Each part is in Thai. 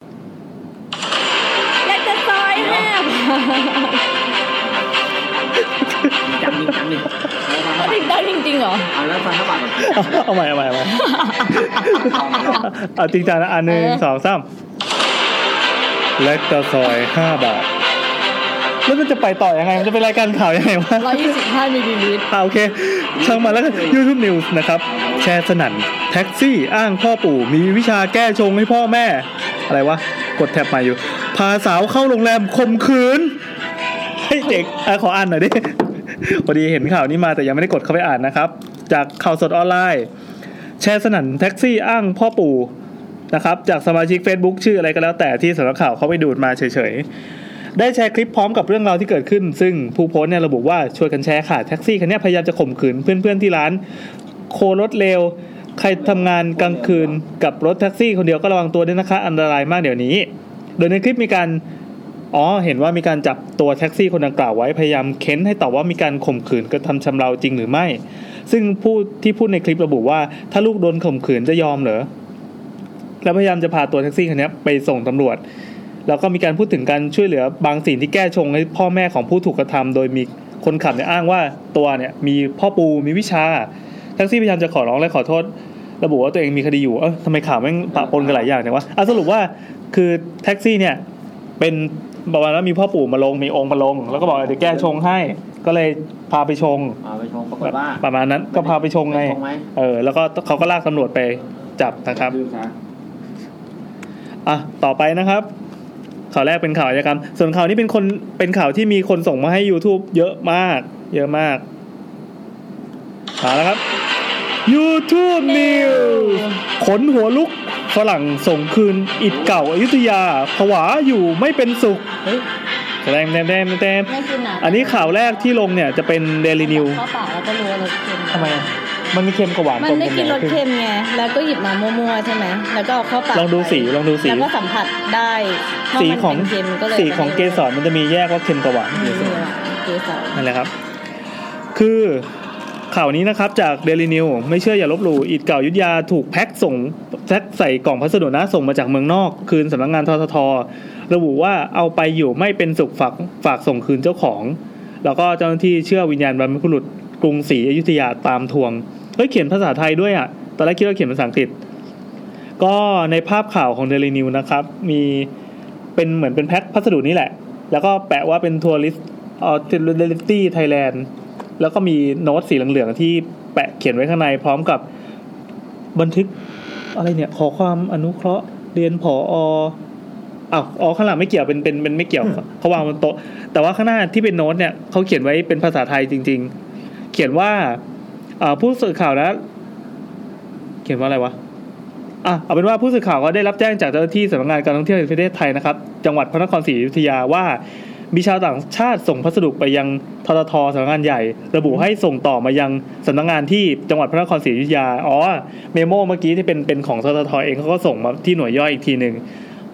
จังดิจังดิ เขาถึงได้จริงๆเหรอ เอาแล้วฟังเข้าปากก่อน เอาเอาใหม่เอาใหม่เอาให ม่เอาจริงจังนะอันหนึ่ง เออ สองสามแลกตะคอยห้าบาท แล้วมันจะไปต่อยังไง มันจะเป็นรายการข่าวยังไงวะ ร้อยยี่สิบห้ามิลลิลิตร อ่าโอเค ช่างมาแล้วกัน YouTube News นะครับ แชร์สนั่น แท็กซี่อ้างพ่อปู่ มีวิชาแก้ชงให้พ่อแม่ อะไรวะ กดแท็บใหม่อยู่ พาสาวเข้าโรงแรมข่มขืน ให้เด็กอะขออ่านหน่อยดิ พอดีเห็นข่าวนี้มาแต่ยังไม่ได้กดเข้าไปอ่านนะครับ จากข่าวสดออนไลน์ แชร์สนั่นแท็กซี่อ้างพ่อปู่นะครับ จากสมาชิก Facebook ชื่ออะไรก็แล้วแต่ที่สำนักข่าวเขาไปดูดมาเฉยๆ ได้แชร์คลิปพร้อมกับเรื่องราวที่เกิดขึ้น ซึ่งผู้โพสต์เนี่ยระบุว่าช่วยกันแชร์ค่ะ แท็กซี่คันเนี้ยพยายามจะข่มขืนเพื่อนๆที่ร้าน โครถเร็ว ใครทำงานกลางคืนกับรถแท็กซี่คนเดียวก็ระวังตัวด้วยนะคะ อันตรายมากเดี๋ยวนี้ โดยในคลิปมีการ อ๋อ เห็นว่ามีการจับตัวแท็กซี่คนดังกล่าวไว้พยายามเค้นให้ตอบว่ามีการข่มขืนกระทำชำเราจริงหรือไม่ ซึ่งผู้ที่พูดในคลิประบุว่า ถ้าลูกโดนข่มขืนจะยอมเหรอ แล้วพยายามจะพาตัวแท็กซี่คันเนี้ยไปส่งตำรวจ แล้วก็มีการพูดถึงการช่วยเหลือบางสิ่งที่แก้ชงให้พ่อแม่ของผู้ถูกกระทำโดยมีคนขับเนี่ยอ้างว่าตัวเนี่ยมีพ่อปูมีวิชาแท็กซี่พยายามจะขอร้องและขอโทษ ระบุว่าตัวเองมีคดีอยู่เออทำไมข่าวแม่งปะปนกันหลายอย่างเนี่ยวะอ่ะสรุปว่าคือแท็กซี่เนี่ยเป็นประมาณว่ามีพ่อปู่มาลงมีองค์มาลง แล้วก็บอกเดี๋ยวแก้ชงให้ ก็เลยพาไปชง เอาไปชงปรากฏว่า ประมาณนั้นก็พาไปชงไง ไปชงไหม เออแล้วก็เขาก็ลากตำรวจไปจับนะครับ ลืมซะ อ่ะ ต่อไปนะครับ ข่าวแรกเป็นข่าวอาชญากรรม ส่วนข่าวนี้เป็นคนเป็นข่าวที่มีคนส่งมาให้ YouTube เยอะมาก เยอะมากมาแล้วครับ YouTube News ขนหัวลุกฝรั่งส่งคืนอิดเก่าอายุทยา ผวาอยู่ไม่เป็นสุขเฮ้ยแดงแดงแดงแดง ไม่กินอ่ะ อันนี้ข่าวแรกที่ลงเนี่ยจะเป็น Daily New เข้าปากแล้วก็รู้ว่ารสเค็ม ทำไม มันมีเค็มกับหวาน มันไม่ ป กินรสกัหอย เค็มไง แล้วก็หยิบมามั่วๆใช่ไหม แล้วก็เอาเข้าปาก ลองดูสีลองดูสี แล้วก็สัมผัสได้ว่า สี มัน ของ เป็นเค็มก็เลย สีของเกสรมันจะมีแยกว่าเค็มกับหวาน ไม่มีหรอกเกสร นั่นแหละครับ คือข่าวนี้นะครับ จากเดลินิวไม่เชื่ออย่าลบหลู่อิดเก่ายุทธยาถูกแพ็คส่งแพ็คใส่กล่องพัสดุนะส่งมาจากเมืองนอก คืนสำนักงานททท ระบุว่าเอาไปอยู่ไม่เป็นสุขฝากฝากส่งคืนเจ้าของ แล้วก็เจ้าหน้าที่เชื่อวิญญาณบรรพบุรุษกรุงศรีอยุธยาตามทวงเฮ้ยเขียนภาษาไทยด้วยอ่ะตอนแรกคิดว่าเขียนภาษาอังกฤษ ก็ในภาพข่าวของเดลินิวนะครับ มีเป็นเหมือนเป็นแพ็คพัสดุนี่แหละ แล้วก็แปะว่าเป็นทัวริส เอ่อ Fidelity Thailand แล้วก็มีโน้ตสีเหลืองๆที่แปะเขียนไว้ข้างในพร้อมกับบันทึกอะไรเนี่ย ขอความอนุเคราะห์เรียนผออ้าวอ๋อข้างหลังไม่เกี่ยวเป็นเป็นเป็นไม่เกี่ยวเขาวางบนโต๊ะ แต่ว่าข้างหน้าที่เป็นโน้ตเนี่ยเขาเขียนไว้เป็นภาษาไทยจริง ๆ เขียนว่าเอ่อผู้สื่อข่าวนะ เขียนว่าอะไรวะ อ่ะเอาเป็นว่าผู้สื่อข่าวก็ได้รับแจ้งจากเจ้าหน้าที่สำนักงานการท่องเที่ยวแห่งประเทศไทยนะครับ จังหวัดพระนครศรีอยุธยาว่า มีชาวต่างชาติส่งพัสดุไปยังทททสำนักงานใหญ่ ระบุให้ส่งต่อมายังสำนักงานที่จังหวัดพระนครศรีอยุธยาอ๋อเมโมเมื่อกี้ที่เป็นเป็นของทททเองเขาก็ส่งมาที่หน่วยย่อยอีกทีหนึ่ง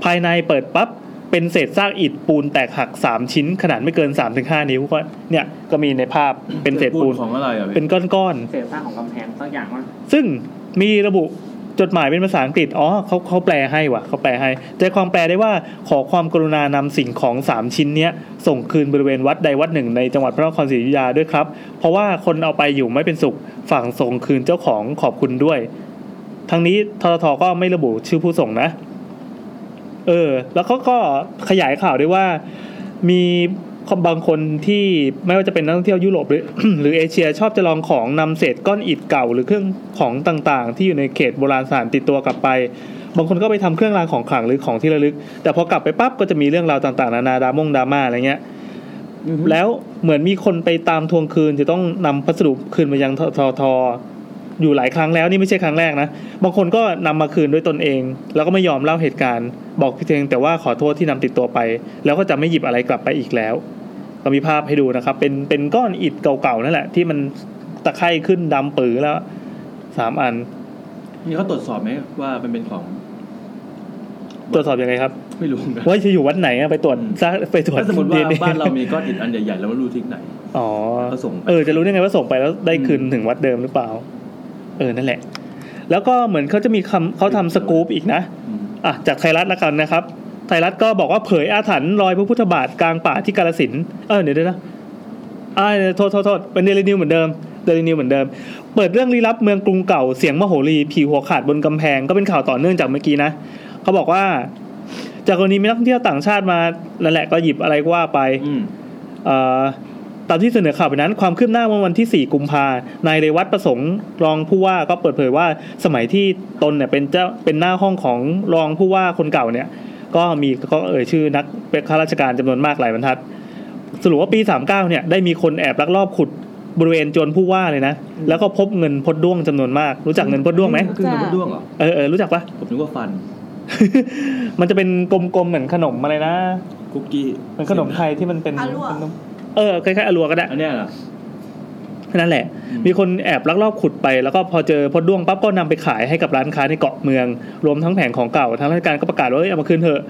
ภายในเปิดปั๊บเป็นเศษซากอิฐปูนแตกหัก 3 ชิ้น ขนาดไม่เกิน 3-5 นิ้วก็เนี่ยก็มีในภาพเป็นเศษปูน ของอะไรอ่ะ เป็นก้อนๆ เศษซากของกำแพงสักอย่างว่า ซึ่งมีระบุจดหมายเป็นภาษาอังกฤษ อ๋อเขาเขาแปลให้ว่ะเขาแปลให้ใจความแปลได้ว่าขอความกรุณานำสิ่งของ 3 ชิ้นเนี้ยส่งคืนบริเวณวัดใดวัดหนึ่งในจังหวัดพระนครศรีอยุธยาด้วยครับ เพราะว่าคนเอาไปอยู่ไม่เป็นสุขฝั่งส่งคืนเจ้าของขอบคุณด้วย ทั้งนี้ทททก็ไม่ระบุชื่อผู้ส่งนะ เออ แล้วเขาก็ขยายข่าวด้วยว่า มีบางคนที่ไม่ว่าจะเป็นนักท่องเที่ยวยุโรปหรือ หรือเอเชียชอบจะลองของนำเศษก้อนอิฐเก่า หรือเครื่องของต่างๆ ที่อยู่ในเขตโบราณสถานติดตัวกลับไป บางคนก็ไปทำเครื่องรางของขลังหรือของที่ระลึก แต่พอกลับไปปั๊บก็จะมีเรื่องราวต่างๆ นานาดรามงดราม่าอะไรเงี้ย แล้วเหมือนมีคนไปตามทวงคืนจะต้องนำพัสดุคืนมายังทททอยู่หลายครั้งแล้วนี่ไม่ใช่ครั้งแรกนะ บางคนก็นำมาคืนด้วยตนเอง แล้วก็ไม่ยอมเล่าเหตุการณ์ บอกเพียงแต่ว่าขอโทษที่นำติดตัวไป แล้วก็จะไม่หยิบอะไรกลับไปอีกแล้ว ก็มีภาพให้ดูนะครับ เป็นเป็นก้อนอิฐเก่าๆนั่นแหละ ที่มันตะไคร่ขึ้นดำปื้อแล้วสามอัน นี่เขาตรวจสอบไหมว่ามันเป็นของ ตรวจสอบยังไงครับ ไม่รู้เหมือนกัน ว่าจะอยู่วัดไหนอะไปตรวจซะไปตรวจ ถ้าสมมติว่า DNA บ้านเรามีก้อนอิฐอันใหญ่ๆแล้วไม่รู้ทิ้งไหน อ๋อ ก็ส่งไป เออจะรู้ได้ไงว่าส่งไปแล้วได้คืน อืม ถึงวัดเดิมหรือเปล่า เออนั่นแหละ แล้วก็เหมือนเขาจะมีคำเขาทำสกู๊ปอีกนะ อืม อ่ะจากไทยรัฐละกันนะครับ ไทยรัฐก็บอกว่าเผยอาถรรพ์รอยพระพุทธบาทกลางป่าที่กาลสินธุ์เออเดี๋ยวเดี๋ยวนะอ่าโทษโทษโทษเป็นเดลินิวเหมือนเดิมเดลินิวเหมือนเดิม เปิดเรื่องลี้ลับเมืองกรุงเก่าเสียงมโหรีผีหัวขาดบนกำแพงก็เป็นข่าวต่อเนื่องจากเมื่อกี้นะเขาบอกว่า จากกรณีมีนักท่องเที่ยวต่างชาติมานั่นแหละก็หยิบอะไรก็ว่าไป อืม เอ่อตามที่เสนอข่าวไปนั้นความคืบหน้าเมื่อวันที่ 4 กุมภานายเรวัตประสงค์ รองผู้ว่าก็เปิดเผยว่าสมัยที่ตนเนี่ยเป็นเจ้าเป็นหน้าห้องของรองผู้ว่าคนเก่าเนี่ย ก็มีก็เอ่ยชื่อนักเป็นข้าราชการจำนวนมากหลายบรรทัด สรุปว่าปี 39 เนี่ยได้มีคนแอบลักลอบขุดบริเวณโจรผู้ว่าเลยนะ แล้วก็พบเงินพดด้วงจำนวนมาก รู้จักเงินพดด้วงไหม คือเงินพดด้วงเหรอ เออเออรู้จักปะ ผมนึกว่าฟัน มันจะเป็นกลมๆเหมือนขนมอะไรนะ คุกกี้ เหมันขนมไทยที่มันเป็น อลัว เป็นนมเออคล้ายๆอลัวก็ได้ อันเนี้ยเหรอ นั่นแหละ อืม มีคนแอบลักลอบขุดไป แล้วก็พอเจอพอด้วงปั๊บก็นำไปขายให้กับร้านค้าในเกาะเมือง รวมทั้งแผงของเก่า ทางราชการก็ประกาศว่าเอ้ยเอามาคืนเถอะ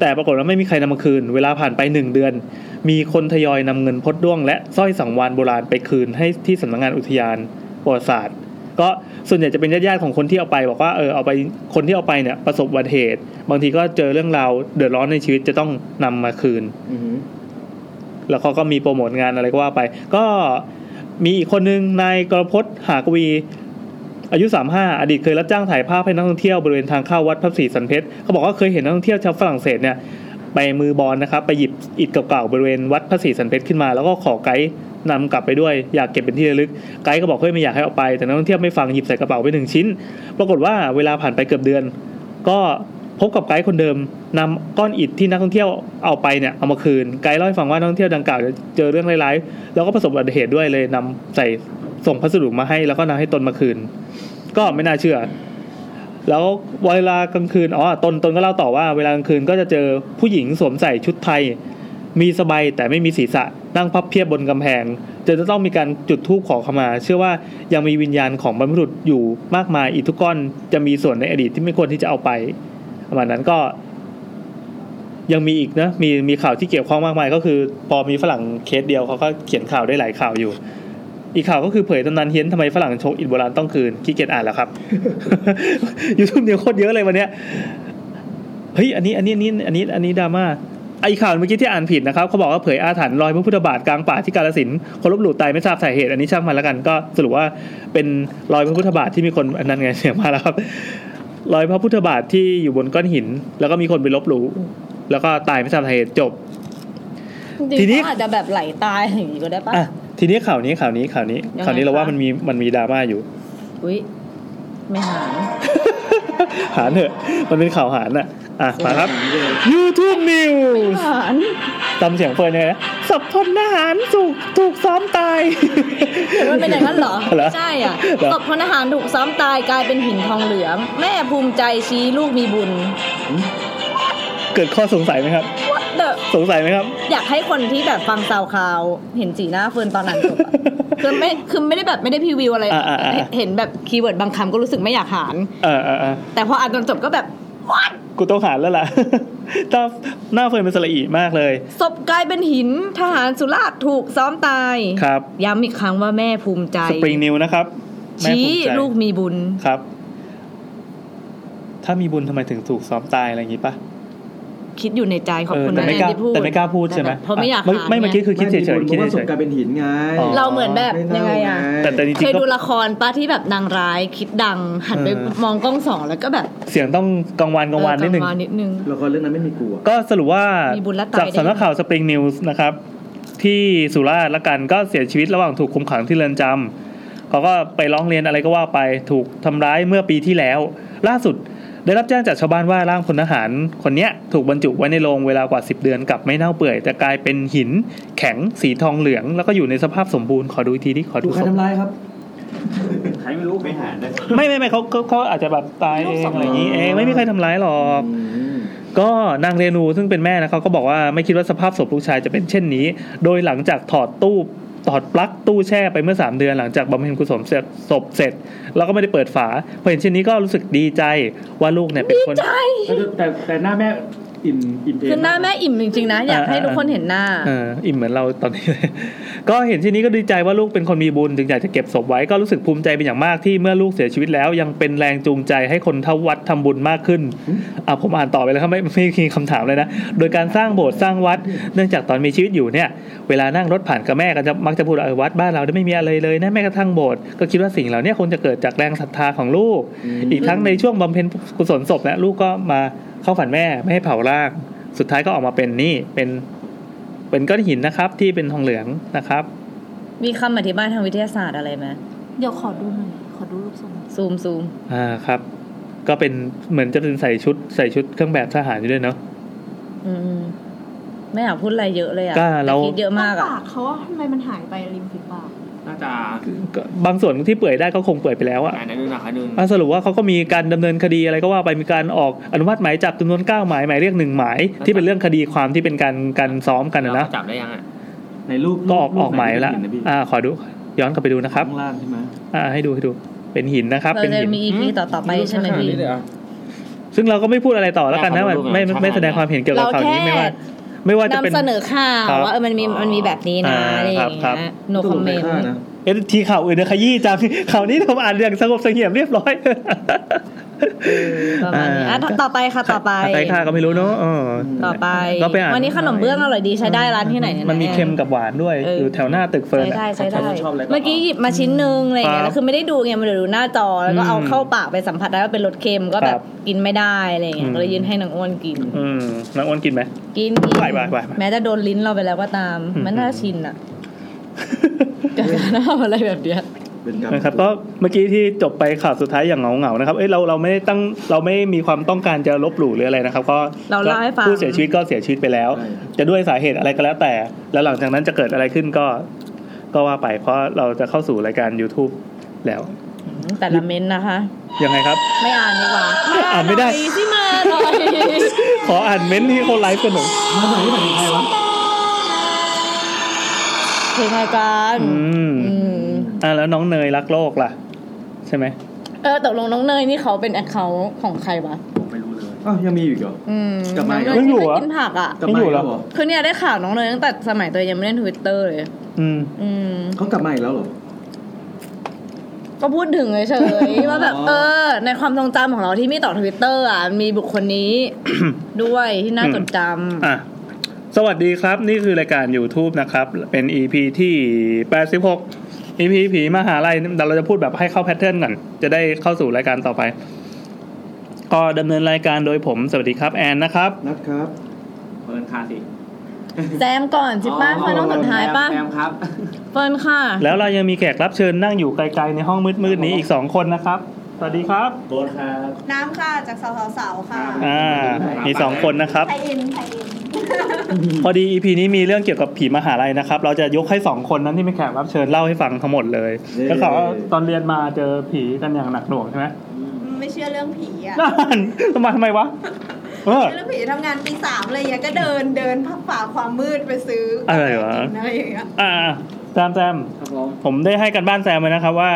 แต่ปรากฏว่าไม่มีใครนำมาคืน เวลาผ่านไปหนึ่งเดือน มีคนทยอยนำเงินพดด้วง และสร้อยสังวานโบราณไปคืนให้ที่สำนักงานอุทยานประวัติศาสตร์ ก็ส่วนใหญ่จะเป็นญาติๆของคนที่เอาไปบอกว่าเออเอาไปคนที่เอาไปเนี่ยประสบอุบัติเหตุ บางทีก็เจอเรื่องราวเดือดร้อนในชีวิตจะต้องนำมาคืน อือหือ แล้วเขาก็มีโปรโมทงานอะไรก็ว่าไป ก็มีอีกคนนึงนายกรพจน์หากวี อายุ 35 อดีตเคยรับจ้างถ่ายภาพให้นักท่องเที่ยวบริเวณทางเข้าวัดพระศรีสันเพชรเขาบอกว่าเคยเห็นนักท่องเที่ยวชาวฝรั่งเศสเนี่ยไปมือบอลนะครับ ไปหยิบอิฐเก่าๆบริเวณวัดพระศรีสันเพชรขึ้นมา แล้วก็ขอไกด์นำกลับไปด้วยอยากเก็บเป็นที่ระลึกไกด์ก็บอกเฮ้ยไม่อยากให้เอาไป แต่นักท่องเที่ยวไม่ฟังหยิบใส่กระเป๋าไปหนึ่งชิ้น ปรากฏว่าเวลาผ่านไปเกือบเดือน ก็พบกับไกด์คนเดิมนำก้อนอิฐที่นักท่องเที่ยวเอาไปเนี่ยเอามาคืนไกด์เล่าให้ฟังว่านักท่องเที่ยวดังกล่าวเนี่ยเจอเรื่องร้ายๆแล้วก็ประสบอุบัติเหตุด้วยเลยนำใส่ส่งพัสดุมาให้แล้วก็นำให้ตนมาคืน ก็ไม่น่าเชื่อ แล้วเวลากลางคืนอ๋อตนตนก็เล่าต่อว่า เวลากลางคืนก็จะเจอผู้หญิงสวมใส่ชุดไทย มีสบายแต่ไม่มีศีรษะนั่งพับเพียบบนกำแพงจะจะต้องมีการจุดธูปขอขมา เชื่อว่ายังมีวิญญาณของบรรพบุรุษอยู่มากมายอีกทุกก้อนจะมีส่วนในอดีตที่ไม่ควรที่จะเอาไปประมาณนั้นก็ ยังมีอีกนะมีมีข่าวที่เกี่ยวข้องมากมาย ก็คือ พอมีฝรั่งเคสเดียวเขาก็เขียนข่าวได้หลายข่าวอยู่ อีกข่าวก็คือเผยตำนานเฮี้ยนทำไมฝรั่งชกอิฐโบราณต้องคืนขี้เกียจอ่านแล้วครับ ยูทูบเนี่ยโคตรเยอะเลยวันเนี้ยเฮ้ยอันนี้อันนี้อันนี้อันนี้อันนี้ดราม่าไอข่าวเมื่อกี้ที่อ่านผิดนะครับเขาบอกว่าเผยอาถรรพ์รอยพระพุทธบาทกลางป่าที่กาลสินธุ์คนลบหลู่ตายไม่ทราบสาเหตุอันนี้ช่างมันแล้วกันก็สรุปว่าเป็นรอยพระพุทธบาทที่มีคนอันนั้นไงเสียงมาแล้วครับ รอยพระพุทธบาทที่อยู่บนก้อนหิน แล้วก็มีคนไปลบหลู่แล้วก็ตายไม่ทราบสาเหตุจบ ที ที นี้ นี้อาจจะแบบไหลตายอย่างนี้ก็ได้ปะ อ่ะทีนี้ข่าวนี้ข่าวนี้ข่าวนี้ ยังไง ข่าวนี้เราว่า คะ มันมีมันมีดราม่าอยู่ อุ้ยไม่หาร หารเถอะมันเป็นข่าวหารน่ะอ่ะมาครับ เออ YouTube News หาร ตำเสียงเฟิร์นเลยนะสับพลทหารถูกถูกซ้อมตาย เห็นมันเป็นอย่างนั้นเหรอ เหรอ ใช่อ่ะ เหรอ ตบพลทหารถูกซ้อมตายกลายเป็นหินทองเหลือง แม่ภูมิใจชี้ลูกมีบุญ เกิดข้อสงสัยไหมครับ What the สงสัยไหมครับ อยากให้คนที่แบบฟังซาวคลาว เห็นสีหน้าเฟิร์นตอนนั้นจบ อะคือไม่คือไม่ได้แบบไม่ได้พรีวิวอะไร อ่าอ่าอ่า เห็นเห็นแบบคีย์เวิร์ดบางคำก็รู้สึกไม่อยากหาร เออเออเออ แต่พออ่านตอนจบก็แบบ กูต้องหารแล้วล่ะ ตาหน้าเฟิร์นเป็นสละอีมากเลย ศพกลายเป็นหินทหารสุราษฎร์ถูกซ้อมตาย ครับ ย้ำอีกครั้งว่าแม่ภูมิใจ สปริงนิวนะครับแม่ ชี้ ภูมิใจ ลูกมีบุญ ครับ ถ้ามีบุญทำไมถึงถูกซ้อมตายอะไรอย่างงี้ป่ะ คิดอยู่ในใจขอบ เออ คุณ แต่ นะ ไม่กล้า ที่พูด แต่ไม่กล้าพูดใช่ไหม เพราะไม่อยาก ไม่ หา ไม่เมื่อกี้ ไง คือคิดเฉยๆคิด ไม่มีบุญเพราะว่าศ เฉ พ ย กลายเป็นหินไง อ๋อ เราเหมือนแบบ ไม่เน่า ยังไงอ่ะ ๆแต่แต่จ เค ริง ย ๆก็ ดูละครป้าที่แบบนางร้ายคิดดัง หันไป เออ มองกล้องสองแล้วก็แบบ เสียงต้องกังวานกังวานนิดนึง เออกัวานิดนึง ละครเรื่องนั้นไม่มีกลัว ก็สรุปว่า มีบุญและตาย จาก ได้ สำนักข่าวสปริงนิวส์นะครับ ที่สุราษฎร์ละกันก็เสียชีวิตระหว่างถูกคุมขังที่เรือนจำเขาก็ไปร้องเรียนอะไรก็ว่าไปถูกทำร้ายเมื่อปีที่แล้ว ล่าสุดได้รับแจ้งจากชาวบ้านว่าร่างพลทหารคนเนี้ยถูกบรรจุไว้ในโรงเวลากว่า 10 เดือนกลับไม่เน่าเปื่อย แต่กลายเป็นหินแข็งสีทองเหลือง แล้วก็อยู่ในสภาพสมบูรณ์ขอดูอีกทีที่ขอ ถู ดู กใคร ศพ ทำร้ายครับ ใครไม่รู้ไม่หารได้ ไม่ไม่ไม่เขาเขาเขาอาจจะแบบตายเองอะไรอย่างนี้เองไม่มีใครทำร้ายหรอก ก็นางเรนูซึ่งเป็นแม่นะเขาก็บอกว่าไม่คิดว่าสภาพศพลูกชายจะเป็นเช่นนี้ โดยหลังจากถอดตู้ถอดปลั๊กตู้แช่ไปเมื่อ 3 เดือนหลังจากบำเพ็ญกุศลเสร็จศพเสร็จ แล้วก็ไม่ได้เปิดฝาพอเห็นเช่นนี้ก็รู้สึกดีใจว่าลูกเนี่ยเป็นคน ใจ แต่แต่หน้าแม่ อินอินเอง คือหน้าแม่อิ่มจริงๆนะ อยากให้ทุกคนเห็นหน้า เอออิ่มเหมือนเราตอนนี้เลย ก็เห็นเช่นนี้ก็ดีใจว่าลูกเป็นคนมีบุญจึงอยากจะเก็บศพไว้ก็รู้สึกภูมิใจเป็นอย่างมากที่เมื่อลูกเสียชีวิตแล้ว ยังเป็นแรงจูงใจให้คนเทาวัดทำบุญมากขึ้นอ่ะผมอ่านต่อไปแล้วครับไม่ ไม่มีคำถามเลยนะ โดยการสร้างโบสถ์สร้างวัดเนื่องจากตอนมีชีวิตอยู่เนี่ย เวลานั่งรถผ่านกับแม่ก็จะมักจะพูดว่าเออวัดบ้านเราเนี่ยไม่มีอะไรเลยนะแม้กระทั่งโบสถ์ก็คิดว่าสิ่งเหล่านี้คงจะเกิดจากแรงศรัทธาของลูก อีกทั้งในช่วงบำเพ็ญกุศลศพนะลูกก็มาเข้าฝันแม่ไม่ให้เผาร่าง สุดท้ายก็ออกมาเป็นนี่เป็น เป็นก้อนหินนะครับที่เป็นทองเหลืองนะครับ มีคำอธิบายทางวิทยาศาสตร์อะไรไหม เดี๋ยวขอดูหน่อย ขอดูรูปทรง ซูมซูม อ่าครับ ก็เป็นเหมือนจะเป็นใส่ชุดใส่ชุดเครื่องแบบทหารอยู่ด้วยเนาะ อืมไม่อยากพูดอะไรเยอะเลยอ่ะ ก็เรา แต่คิดเยอะมาก หน้ อ่ะ ปากเขาอะทำไมมันหายไปริมฝีปาก น่าจะ ก็บางส่วนที่เปื่อยได้ก็คงเปื่อยไปแล้วอะ หายในเรื่องหนักหนึ่ง อ่ะสรุปว่าเขาก็มีการดำเนินคดีอะไรก็ว่าไปมีการออกอนุมัติหมายจับจำนวน9หมายหมายเรียกหนึ่งหมายที่เป็นเรื่องคดีความที่เป็นการการซ้อมกันนะนะ เราจับได้ยังอ่ะ ในรูป ก็ออกออกหมายแล้ว รูปไหนที่เนนะพี่ อ่าขอดูย้อนกลับไปดูนะครับ ข้างล่างใช่ไหม อ่าให้ดูให้ดูเป็นหินนะครับ เรา เป็น จะ หิน มีอีพีต่อๆไปใช่ไหมพี่ ซึ่งเราก็ไม่พูดอะไรต่อแล้วกันนะแบบไม่ไม่ไม่แสดงความเห็นเกี่ยวกับข่าวนี้ไม่ว่าไม่ว่าจะเป็น นำเสนอข่าว ครับ ว่าเออมันมีมันมีแบบนี้นะ อ่า อะไรอย่าง ครับ เงี้ย no ตู้ comment ไฆ่านะ เอ็นทีข่าวอื่นเนยขยี้จัง ข่าวนี้ทำอ่านอย่างสงบเสงี่ยมเรียบร้อย ประมาณนี้อ่ะต่อต่อไปค่ะต่อไป ใครข่าก็ไม่รู้เนาะเออ ต่อไป ก็ไปอ่าน วันนี้ขนมเบื้องอร่อยดีใช้ได้ร้านที่ไหนเนี่ย มันมี แ เค็มกับหวานด้วย เออ อ อ ยู่แถวหน้าตึกเฟิร์น ใช้ อะ ได้ใช้ได้ ชอบอะไร เมื่อกี้หยิบมาชิ้นหนึงอะไรอย่างเงี้ คยแล้รับวคือไม่ได้ดูไงมันเดี๋ยวดูหน้าจอแล้วก็เอา อืม เข้าปากไปสัมผัสได้ว่าเป็นรสเค็มก็ ค แบ รับบ กินไม่ได้อะไรอย่างเงี้ อื ย ม ก็เลยยื่นให้นางอ้วนกิน อืมน้องอ้วนกินไหม กินกิน ไปไปไปไป แม้จะโดนลิ้นเราไปแล้วก็ตาม อืม มันน่าชินอ่ะกับการทำอะไรแบบเนี้ย เป็นกรรม นะครับก็เมื่อกี้ที่จบไปข่าวสุดท้ายอย่างเหงาๆนะครับเอ้ยเราเราไม่ได้ตั้งเราไม่มีความต้องการจะลบหลู่หรืออะไรนะครับ ก็ เราเล่าให้ฟัง ผู้เสียชีวิตก็เสียชีวิตไปแล้ว จะด้วยสาเหตุอะไรก็แล้วแต่ แล้วหลังจากนั้นจะเกิดอะไรขึ้นก็ ก็ว่าไปเพราะเราจะเข้าสู่รายการ YouTube แล้ว แต่ละเม้นต์นะคะ ยังไง ครับ ไม่อ่านดีกว่า อ่านไม่ได้ หยสิมาหน่อย ขออ่านเม้นท์ที่คนไลฟ์กันหน่อย มาไหนที่ไหนใครวะ เพลงรายการ อืม อืม อ่ะแล้วน้องเนยรักโลกล่ะ ใช่ไหม เออตกลงน้องเนยนี่เขาเป็นแอคเคาท์ของใครวะ ผมไม่รู้เลย อ้าวยังมีอยู่อีกเหรอ อืม กลับมาอีกแล้ว น้องเนยที่ไม่กินผักอ่ะ กลับมาอีกแล้วเหรอ คือเนี่ยได้ข่าวน้องเนยตั้งแต่สมัยตัวเองยังไม่เล่นทวิตเตอร์เลย อืม อืม เขากลับมาอีกแล้วเหรอ ก็พูดถึงเฉยๆ ว่าแบบเออ ในความทรงจำของเราที่มีต่อทวิตเตอร์อ่ะมีบุคคลนี้ ด้วยที่น่าจดจำ อ่ะ สวัสดีครับ นี่คือรายการ YouTube นะครับ เป็น EP ที่ 86 EP ผีมหาลัยเดี๋ยวเราจะพูดแบบให้เข้าแพทเทิร์นก่อน จะได้เข้าสู่รายการต่อไป ก็ดำเนินรายการโดยผมสวัสดีครับแอนนะครับ นัดครับ เปิดคาสิ แซมก่อนสิป้าเฟิร์นต้องสุดท้ายป้า แอมครับ เฟิร์นค่ะ แล้วเรายังมีแขกรับเชิญนั่งอยู่ไกลๆ ในห้องมืดๆนี้อีก 2 คนนะครับ สวัสดีครับ โบนครับ น้ำค่ะ จากสาวสาวค่ะ อ่า มี 2 คนนะครับ ไทยเอ็นไทยเอ็น พอดี EP นี้มีเรื่องเกี่ยวกับผีมหาลัยนะครับ เราจะยกให้ 2 คนนั้นที่เป็นแขกรับเชิญเล่าให้ฟังทั้งหมดเลย เย้ แล้วเขาว่าตอนเรียนมาเจอผีกันอย่างหนักหน่วงใช่ ไหม ไม่เชื่อเรื่องผีอ่ะ นั่นทำไมทำไมวะ เออ เชื่อเรื่องผีทำงานปีสามอะไรอย่างเงี้ยก็เดินเดินพักฝ่าความมืดไปซื้ออะ อะไรวะ อะไรอย่างเงี้ย อ่าแซมแซม ครับผม ผมได้ให้กันบ้านแซมไว้นะครับว่า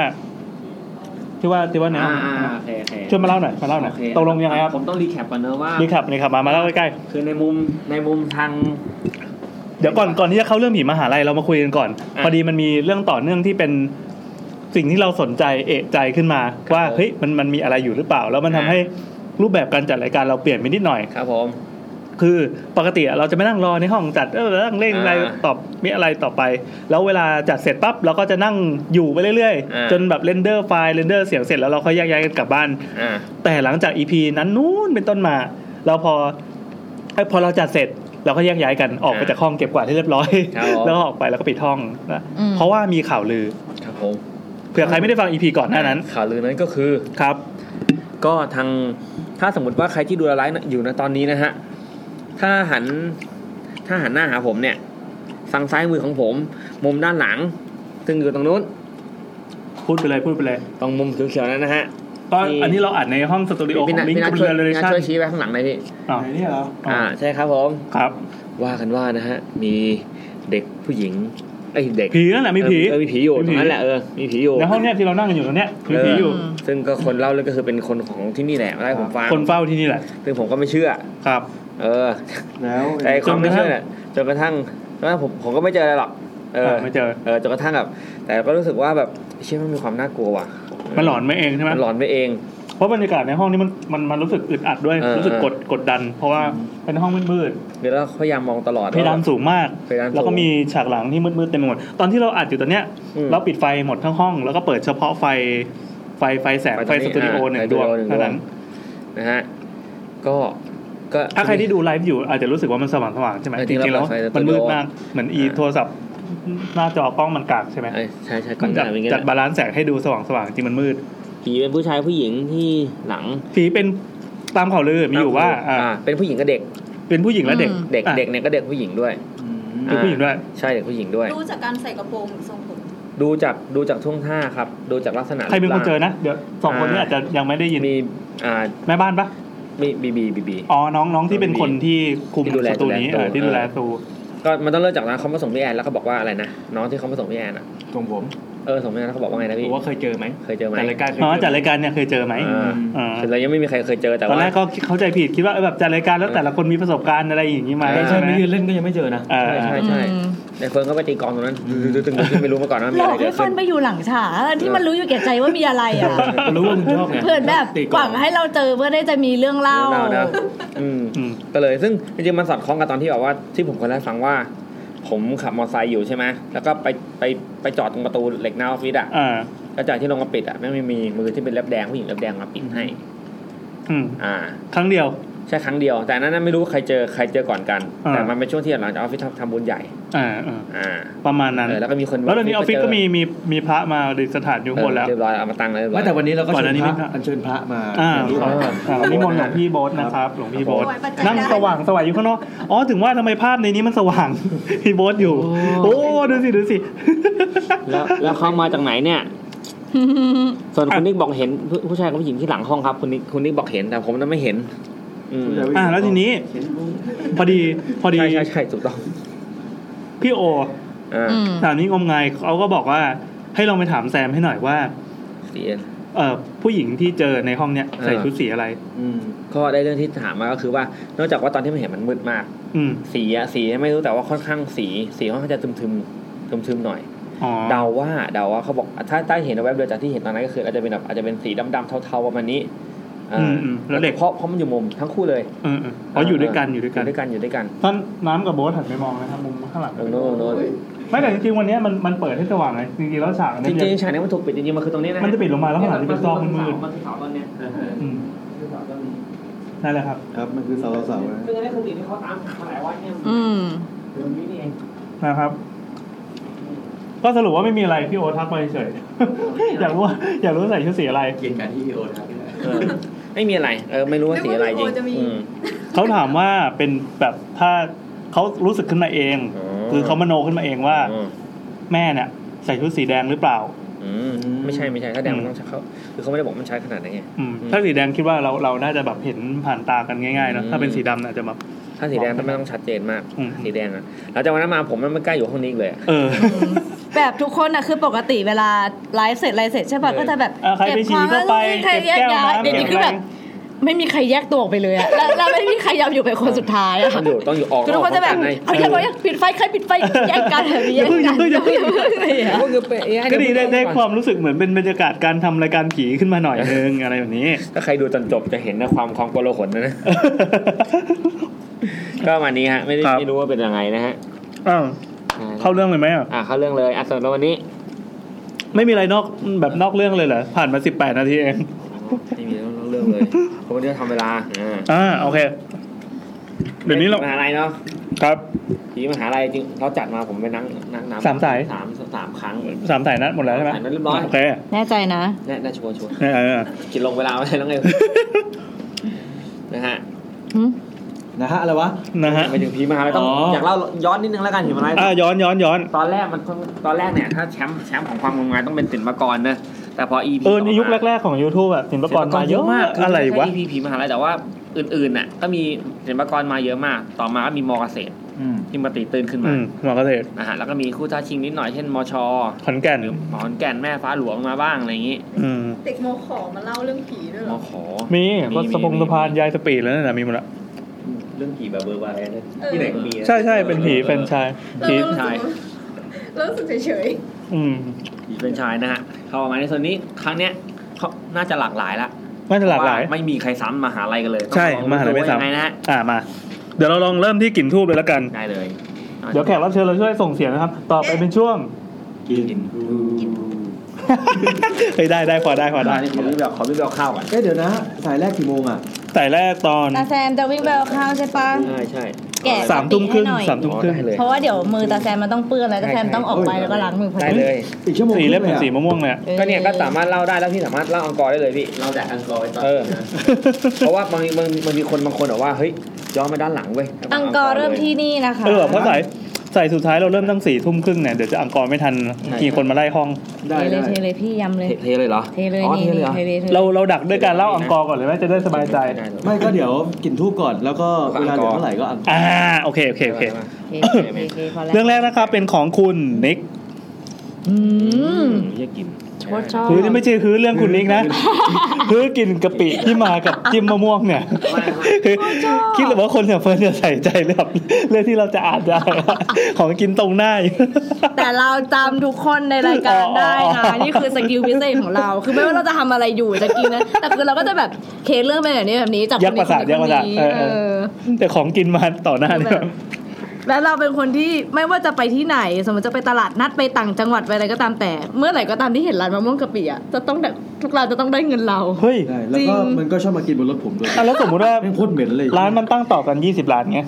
ที่ว่าที่ว่าเนี่ย อ่าอ่าโอเคโอเค ช่วยมาเล่าหน่อยมาเล่าหน่อย โอเค ตกลงยังไงครับ ผมต้องรีแคปก่อนเนอะว่า นี่ขับนี่ขับมามาเล่าใกล้ คือในมุมในมุมทาง ๆเดี๋ยวก่อนก่อนที่จะเข้าเรื่องผีมหาลัยเรามาคุยกันก่อน อ่ะ พอดีมันมีเรื่องต่อเนื่องที่เป็นสิ่งที่เราสนใจเอะใจขึ้นมา ว่า ผม เฮ้ยมันมันมีอะไรอยู่หรือเปล่า แล้วมันทำ อ่ะ ให้รูปแบบการจัดรายการเราเปลี่ยนไปนิดหน่อย ครับผม คือปกติอะเราจะไม่นั่งรอในห้องจัดเออนั่งเล่นอะไร อ่า ตอบมีอะไรต่อไป แล้วเวลาจัดเสร็จปั๊บเราก็จะนั่งอยู่ไปเรื่อย อ่า ๆ จนแบบเรนเดอร์ไฟล์เรนเดอร์เสียงเสร็จแล้วเราค่อยแยกย้ายกันกลับบ้าน อ่า แต่หลังจาก EP นั้นนู้นเป็นต้นมา เราพอเอ้ยพอเราจัดเสร็จเราก็แยกย้ายกันออกไป อ่า จากห้องเก็บกวาดให้เรียบร้อย ครับผม แล้วก็ออกไปแล้วก็ปิดห้องนะ อืม เพราะว่ามีข่าวลือ ครับผม เผื่อใครไม่ได้ฟัง EP ก่อนหน้านั้น ข่าวลือนั้นก็คือ ครับ ก็ทางถ้าสมมติว่าใครที่ดูไลฟ์อยู่นะตอนนี้นะฮะ ถ้าหันถ้าหันหน้าหาผมเนี่ยทางซ้ายมือของผม มุมด้านหลัง ซึ่งอยู่ตรงนู้น พูดไปเลยพูดไปเลย ตรงมุมเขียวๆนั้นนะฮะ ก็ มี อันนี้เราอัดในห้องสตูดิโอข พี่ อ นัท งลิง พี่นัท ก์ ช่วย เรเล พี่นัท ชั่น ช่วยชี้ไปข้างหลังหน่อยพี่ อ่า ไหนเนี่ยเหรอ อ่าใช่ครับผม ครับ ว่ากันว่านะฮะ มีเด็กผู้หญิงไอ้ยเด็ก ผีนั่นแหละมีผี เออมีผีอยู่ตรงนั้นแหละเออมีผีอยู่ ในห้องเนี้ยที่เรานั่งกันอยู่ตรงเนี้ยมีผีอยู่ เซึ่งก็คนเล่าเรื่องก็คือเป็นคนของที่นี่แหละมาได้ผมฟัง คนเฝ้าที่นี่แหละ ซึ่งผมก็ไม่เชื่อ ครับ เออ แล้ว แต่ไอ้ความไม่เชื่อเนี่ยจนกระทั่งจนกระทั่งผมผมก็ไม่เจออะไรหรอกเออ เออไม่เจอ เออจนกระทั่งแบบแต่ก็รู้สึกว่าแบบเชื่อมันมีความน่ากลัวว่ะ มันหลอนมาเองใช่ไหม มันหลอนไปเอง เพราะบรรยากาศในห้องนี้มันมันมันรู้สึกอึดอัดด้วย เออ รู้สึกกดกดดัน เพราะว่าเป็นห้องมืด เดี๋ยวเราพยายามมองตลอด ๆเพดานสูงมาก เพดานสูง แล้วก็มีฉากหลังที่มืดๆเต็มไปหมด ตอนที่เราอัดอยู่ตอนเนี้ย อืม เราปิดไฟหมดทั้งห้อง แล้วก็เปิดเฉพาะไฟไฟไฟแสง ไฟ ไฟ ตสรงนี้ตูดิโอ อ่า หนึ่ ไฟ ง ส ด ตูดิ วง โอหนึ่งดวง เท่านั้น นะฮะก็ก็ ถ้าใครที่ดูไลฟ์อยู่อาจจะรู้สึกว่ามันสว่างสว่างๆใช่ไหม เออ จ จริงๆ ริงๆแล้ว เราเปิดไฟสตูดิโอ มันมืดมากเหมือนอี อ่า โทรศัพท์หน้าจอกล้องมันกากใช่ไหม เอ้ยใช่ใช่ก่ มั อนจัดนหน้าเป็นไง จัดบาลานซ์แสงให้ดูสว่างสว่างๆจริงมันมืด ผีเป็นผู้ชายผู้หญิงที่หลัง ผีเป็นตามข่าวลือมีอยู่ว่าอ่า อ่าเป็นผู้หญิงกับเด็ก เป็นผู้หญิงและเด็ก อืม เด็ก อ่ะ เด็กเนี่ยก็เด็กผู้หญิงด้วย เป็นผู้หญิงด้วย ใช่เด็กผู้หญิงด้วย รู้จากการใส่กระโปรงหรือทรงผม ดูจากดูจากท่วงท่าครับ ดูจากลักษณะ ใครเป็นคนเจอ รูปร่าง นะ เดี๋ยวสองคนนี้ อ่า อาจจะยังไม่ได้ยิน มีอ่า แม่บ้านปะ มีบีบีบีบี อ๋อน้องน้องที่เป็นคนที่คุม ที่ดูแล สตูนี้เอดูแล อที่ดูแล เออ สตู ก็มันต้องเริ่มจากนั้นเขามาส่งพี่แอนแล้วเขาบอกว่าอะไรนะน้องที่เขามาส่งพี่แอนอะ ตรงผม เออส่งพี่แอนแล้วเขาบอกว่าไงผนะพี่ มว่าเคยเจอไหม เคยเจอไหม แต่รายการเคย อ๋อ เจอ จัดรายการเนี่ยเคยเจอไหม อ่า อ่า คือเรายังไม่มีใครเคยเจอแต่ ตอน ว่า แรกก็เข้าใจผิดคิดว่าเออแบบจัดรายการแล้วแต่ละคนมีประสบการณ์อะไรอย่างนี้ไหม ไม่ อ่า ใช่ ใช่ไหม ไม่ยืนเล่นก็ยังไม่เจอนะ เออเออใช่ใช่ใช่ อืม ในเฟิร์นก็ไปตีกลองตรงนั้นดึงๆๆไม่รู้มาก่อนว่า ห มี ล อะ อ ไร ก เกิ ให้ ด เฟิ ขึ้ ร์ น นไปอยู่หลังฉากที่มันรู้อยู่แก่ใจว่ามีอะไรอ่ะ รู้ว่ามึงชอบไง เพื่อนแบบ ตี ห กล วั อง งให้เราเจอเพื่อได้จะมีเรื่องเล่า เรื่องเล่านะ อืม อืม ก็เลยซึ่งจริงๆมันสอดคล้องกับตอนที่แบบว่าที่ผมเคยเล่าให้ฟังว่า ผมขับมอเตอร์ไซค์อยู่ใช่ไหมแล้วก็ไปไปไปจอดตรงประตูเหล็กหน้าออฟฟิศอ่ะ อ่า แล้วจากที่ลงมาปิดอ่ะแม่งไม่มีมือที่เป็นเล็บแดงผู้หญิงเล็บแดงมาปิดให้ อืม อ่า ครั้งเดียว ใช่ครั้งเดียว แต่อันนั้นนะไม่รู้ว่าใครเจอใครเจอก่อนกัน อ่า แต่มันเป็นช่วงที่หลังจากออฟฟิศทำทำบุญใหญ่ อ่าอ่า อ่า ประมาณนั้น เออแล้วก็มีคน แล้วตอนนี้ออฟฟิศก็มีมีมีพระมาดิสถานอยู่ เอ ข้างบน อ แล้ว เรียบร้อยเอามาตั้งแล้วเรียบร้อ ไม่ ย แต่วันนี้เราก็ ก่อน เชิ อัญนนี้ พระ ไม่ อัญเชิญพระมา อ่า รูป อ่า หนึ่ง อ่านิมนต์หลวงพี่โบ๊ทนะครับ หลวงพี่โบ๊ท ไว้ประจั นั่ง ได้ สว่างสว่างอยู่ข้างนอกอ๋อถึงว่าทำไมภาพในนี้มันสว่าง พี่โบ๊ทอยู่ โอ้ โอ้ดูสิดูสิ แล้วแล้วเขามาจากไหนเนี่ย ส่วนคุณนิกบอกเห็นผู้ผู้ชายกับผู้หญิงที่หลังห้องครับคุณนิกคุณนิกบอกเห็นแต่ผมนั้นไม่เห็นอืม อ่าแล้วทีนี้ พอดีพอดี ใช่ใช่ใช่ถูกต้อง พี่โอ อ่า อืม สามนี้งมงายเขาก็บอกว่าให้ลองไปถามแซมให้หน่อยว่า เสีย เออผู้หญิงที่เจอในห้องเนี้ยใส่ อ่า ชุดสีอะไร ก็ได้เรื่องที่ถามมาก็คือว่า นอกจากว่าตอนที่มันเห็นมันมืดมาก อืม สีอะสีไม่รู้แต่ว่าค่อนข้างสี สีค่อนข้างจะทึมๆทึมๆหน่อย อ๋อ เดาว่าเดาว่าเขาบอกถ้าถ้าเห็นในเว็บเดียวจากที่เห็นตอนนั้นก็คืออาจจะเป็นแบบอาจจะเป็นสีดำๆเทาๆประมาณนี้อ่า อืมอืมแล้วเด็ก เพราะเพราะมันอยู่มุมทั้งคู่เลย เออเอออ๋ออยู่ด้วยกันอยู่ด้วยกัน ด้วยกันอยู่ด้วยกัน ท่านน้ำกับโบ๊ทหันไปมองนะครับมุมข้างหลัง โอ้โนโน ไม่แต่จริงๆวันเนี้ยมันมันเปิดให้สว่างเลยจริงๆแล้วฉาก จ เนี้ ริงๆฉากนี้มันถูกปิดจริงๆมันคือตรงนี้นะ มันจะปิดลงมาแล้วข้างหลังจะเป็นซอกมืด มันคือเสาตอนเนี้ย ๆอืมนั่นแหละครับ ครับ มันคือเสาเสาๆนะ ซึ่งอันนี้คือสิ่งที่เขาตามหามาหลายวันเนี่ย อืม เดือนนี้นี่เอง นะครับ ก็สรุปว่าไม่มีอะไรพี่โอทักไปเฉยๆ อยากรู้ว่าอยากรู้ใส่ชุดสีอะไร เกี่ยงกันที่โอทัก เออไม่มีอะไรเออไม่รู้ว่าสีอะไรจริงอืม เขาถามว่าเป็นแบบถ้าเขารู้สึกขึ้นมาเอง อ๋อ คือเขามโนขึ้นมาเองว่า อืม แม่เนี่ยใส่ชุดสีแดงหรือเปล่า อืมไม่ใช่ไม่ใช่ถ้าแดงมันต้องใช้เขาคือเขาไม่ได้บอกมันใช้ขนาดไหนไง อืม อืม ถ้าสีแดงคิดว่าเราเราน่าจะแบบเห็นผ่านตากันง่ายๆเนอะ อืม ถ้าเป็นสีดำน่ะอาจจะแบบ ถ้าสีแดงมันไม่ต้องชัดเจนมาก อืม สีแดงอะหลังจากวันนั้นมาผมมันไม่กล้าอยู่ห้องนี้อีกเลยอะ เออ แบบทุกคนอะคือปกติเวลาไลฟ์เสร็จไลฟ์เสร็จใช่ป่ะ เออ ก็จะแบบ อ่ะใครไปฉี่ก็ไป ใครแยก เก็บแก้ว ย้าย น้ำ เดี๋ยวนี้ เก็บ คือแบบ อะไร ไม่มีใครแยกตัวออกไปเลยอะแล้วแล้วไม่มีใครยอมอยู่เป็นคนสุดท้ายอะ ต้องอยู่ต้อง อยู่ออก คือทุกคนจะแบบเอาอย่าเอาอย่าปิดไฟใครปิดไฟแยกกันแบบนี้แยกกัน อย่าเพิ่งอย่าเพิ่งอย่าเพิ่ง อะไรอย่างเงี้ย ก็คือไปเอ้ยให้ ก็ดีได้ได้ ก่อน ความรู้สึกเหมือนเป็นบรรยากาศการทำรายการผีขึ้นมาหน่อยนึง อะไรแบบนี้ ถ้าใครดูจนจบจะเห็นนะความความโกลาหลนะนะ ก็ประมาณนี้ฮะ ไม่ได้ ครับ ไม่รู้ว่าเป็นยังไงนะฮะ อ้าว อ่ เข้าเรื่องเลยไหมอ่ะ อ่ะเข้าเรื่องเลยอ่ะสำหรับวันนี้ ไม่มีอะไรนอกแบบนอกเรื่องเลยเหรอผ่านมา 18 นาทีเอง ไม่มีเรื่องเรื่องเลยเพราะวันนี้เราทำเวลาอ่า อ่าโอเค เดี๋ยวนี้เรา มหาลัยเนาะ ครับ ทีมหาลัยจริงเราจัดมาผมไปนั่งนั่งนับ สามสาย สามสามครั้ง สามสายนัดหมดแล้วใช่ไหม สามสายนัดเรียบร้อย โอเค แน่ใจนะ แน่แน่ชัวร์ชัวร์ เออเออเออ กินลงเวลาไว้แล้วไง นะฮะ นะฮะอะไรวะ นะฮะ ไปถึงพีมหาลัยต้อง อ๋ออ อยากเล่าย้อนนิดนึงแล้วกันพีมหาลัย อ่ะย้อนย้อนย้อน ตอนแรกมันตอนแรกเนี่ยถ้าแชมป์แชมป์ของความงมงายต้องเป็นสินมากรนะแต่พอ EP เออในยุคแรกๆของ YouTube แบบศิลปากรมาเยอะมากอะไรวะ พีพีมหาลัยแต่ว่าอื่นๆน่ะก็มีศิลปากรมาเยอะมาก ต่อมาก็มีมอเกษตร อืม ที่มาตีตื่นขึ้น อื มาม หมอเกษตร นะฮะแล้วก็มีคู่ท้าชิงนิดหน่อยเช่นมช ขอนแก่น หมอนแก่นแม่ฟ้าหลวงมาบ้างอะไรอย่างงี้ อืม เด็กโมขอมาเล่าเรื่องผีด้วยเห ม รอ ขอ มี มี ก็สะพง มี สะพานยายสปีดแล้วนั่นนะมีหมดละ เรื่องผีแบบเบอร์วายนะที่ไหนก็มีนะ ใช่ใช่เป็นผีเป็นชาย เรา ผี รู้สึกเรารู้สึกเฉย อืม เป็นชายนะฮะ เข้ามาในโซนนี้ครั้งเนี้ยเขาน่าจะหลากหลายละ น่าจะหลากหลาย เพระว่ไม่มีใครซ้ำมหาลัยกันเลย ใช่ ต้อง มหาลัยไม่ซ้ำ งนะฮะ อ่ามา เดี๋ยวเราลองเริ่มที่กลิ่นทูบเลยละกัน ได้เลย เดี๋ยวแขกรับเชิญเราช่วยส่งเสียงนะครับ ต่อไปเป็นช่วง กิน เฮ้ยได้ได้พอได้พอ ได้ ได้ นี่ขอรีบเอาขอรีบเอาข้าวก่อน เอ๊ะเดี๋ยวนะ สายแรกกี่โมงอ่ะ แต่แรกตอน ตาแซมจะวิ่งไปเอาข้าวใช่ปะ ใช่ใช่ แกะ สามทุ่มครึ่งสามทุ่มครึ่ง ได้เลย เพราะว่าเดี๋ยวมือตาแซมมันต้องเปื้อนแล้วตาแซมต้องออกไปแล้วก็ล้างมือพอ ได้เลย อีกชั่วโมง สีเล็บ ค เหมือน รึ่ง สีม่วงๆเลยอะ ก็เนี่ยก็สามารถเล่าได้แล้วพี่สามารถเล่าอังกอร์ได้เลยพี่ เราแดกอังกอร์ไว้ตอน เอ อ นะ เพราะว่าบางบางบางทีคนบางคนบอกว่าเฮ้ยย้อนมาด้านหลังเว้ย อังกอร์เริ่มที่นี่นะคะ เออเพราะใส่ใส่สุดท้ายเราเริ่มตั้งสี่ทุ่มครึ่งเนี่ย เดี๋ยวจะอังกอร์ไม่ทันกี่คนมาไล่ห้อง ได้ เทเล ได้ ยเทเลยพี่ยำเลย เทเทเลยเหรอ เทเลย อ๋อ นี่ เทเลยเหรอ เทเลยเทเลย เราเราดักด้วยการเล่าอังกอร์ก่อนเลยไหมจะได้สบายใจ ได้เลย ไม่ก็เดี๋ยวกินทูบก่อน แล้วก็เวลาเหลือเท่าไหร่ก็อัง อ่าโอเคโอเคโอเค เทเลยเทเลยพล้ว เรื่องแรกนะครับเป็นของคุณนิก อืม เรียกกิน ชอบชอบ คือนี่ไม่ใช่คือเรื่องคุณนิกนะ คือกินกะปิที่มากับจิ้มมะม่วงเนี่ยคือคิดหรือว่าคนอย่างเฟิร์นจะใส่ใจเรื่องแบบเรื่องที่เราจะอ่านได้ของกินตรงหน้าอยู่ แต่เราจำทุกคนในรายการได้นะ อ๋อ นี่คือสกิลพิเศษของเรา คือไม่ว่าเราจะทำอะไรอยู่จะกินนะแต่คือเราก็จะแบบเคสเรื่องเป็นแบบนี้แบบนี้จาก ยักษ์ประสาทยักษ์ประสาท นี้ เออเอ เอ อ อ แต่ของกินมาต่อหน้าเนี่ย แล้วเราเป็นคนที่ไม่ว่าจะไปที่ไหน สมมติจะไปตลาดนัดไปต่างจังหวัดไปอะไรก็ตามแต่ เมื่อไหร่ก็ตามที่เห็นร้านมะม่วงกะปิอ่ะจะต้องได้ทุกร้านจะต้องได้เงินเรา เฮ้ย ได้ แล้วก็ จริง มันก็ชอบมากินบนรถผมด้วย อ่ะแล้วสมมุติว่า แม่งโคตรเหม็นเลย ร้านมันตั้งต่อกัน 20 ร้านไง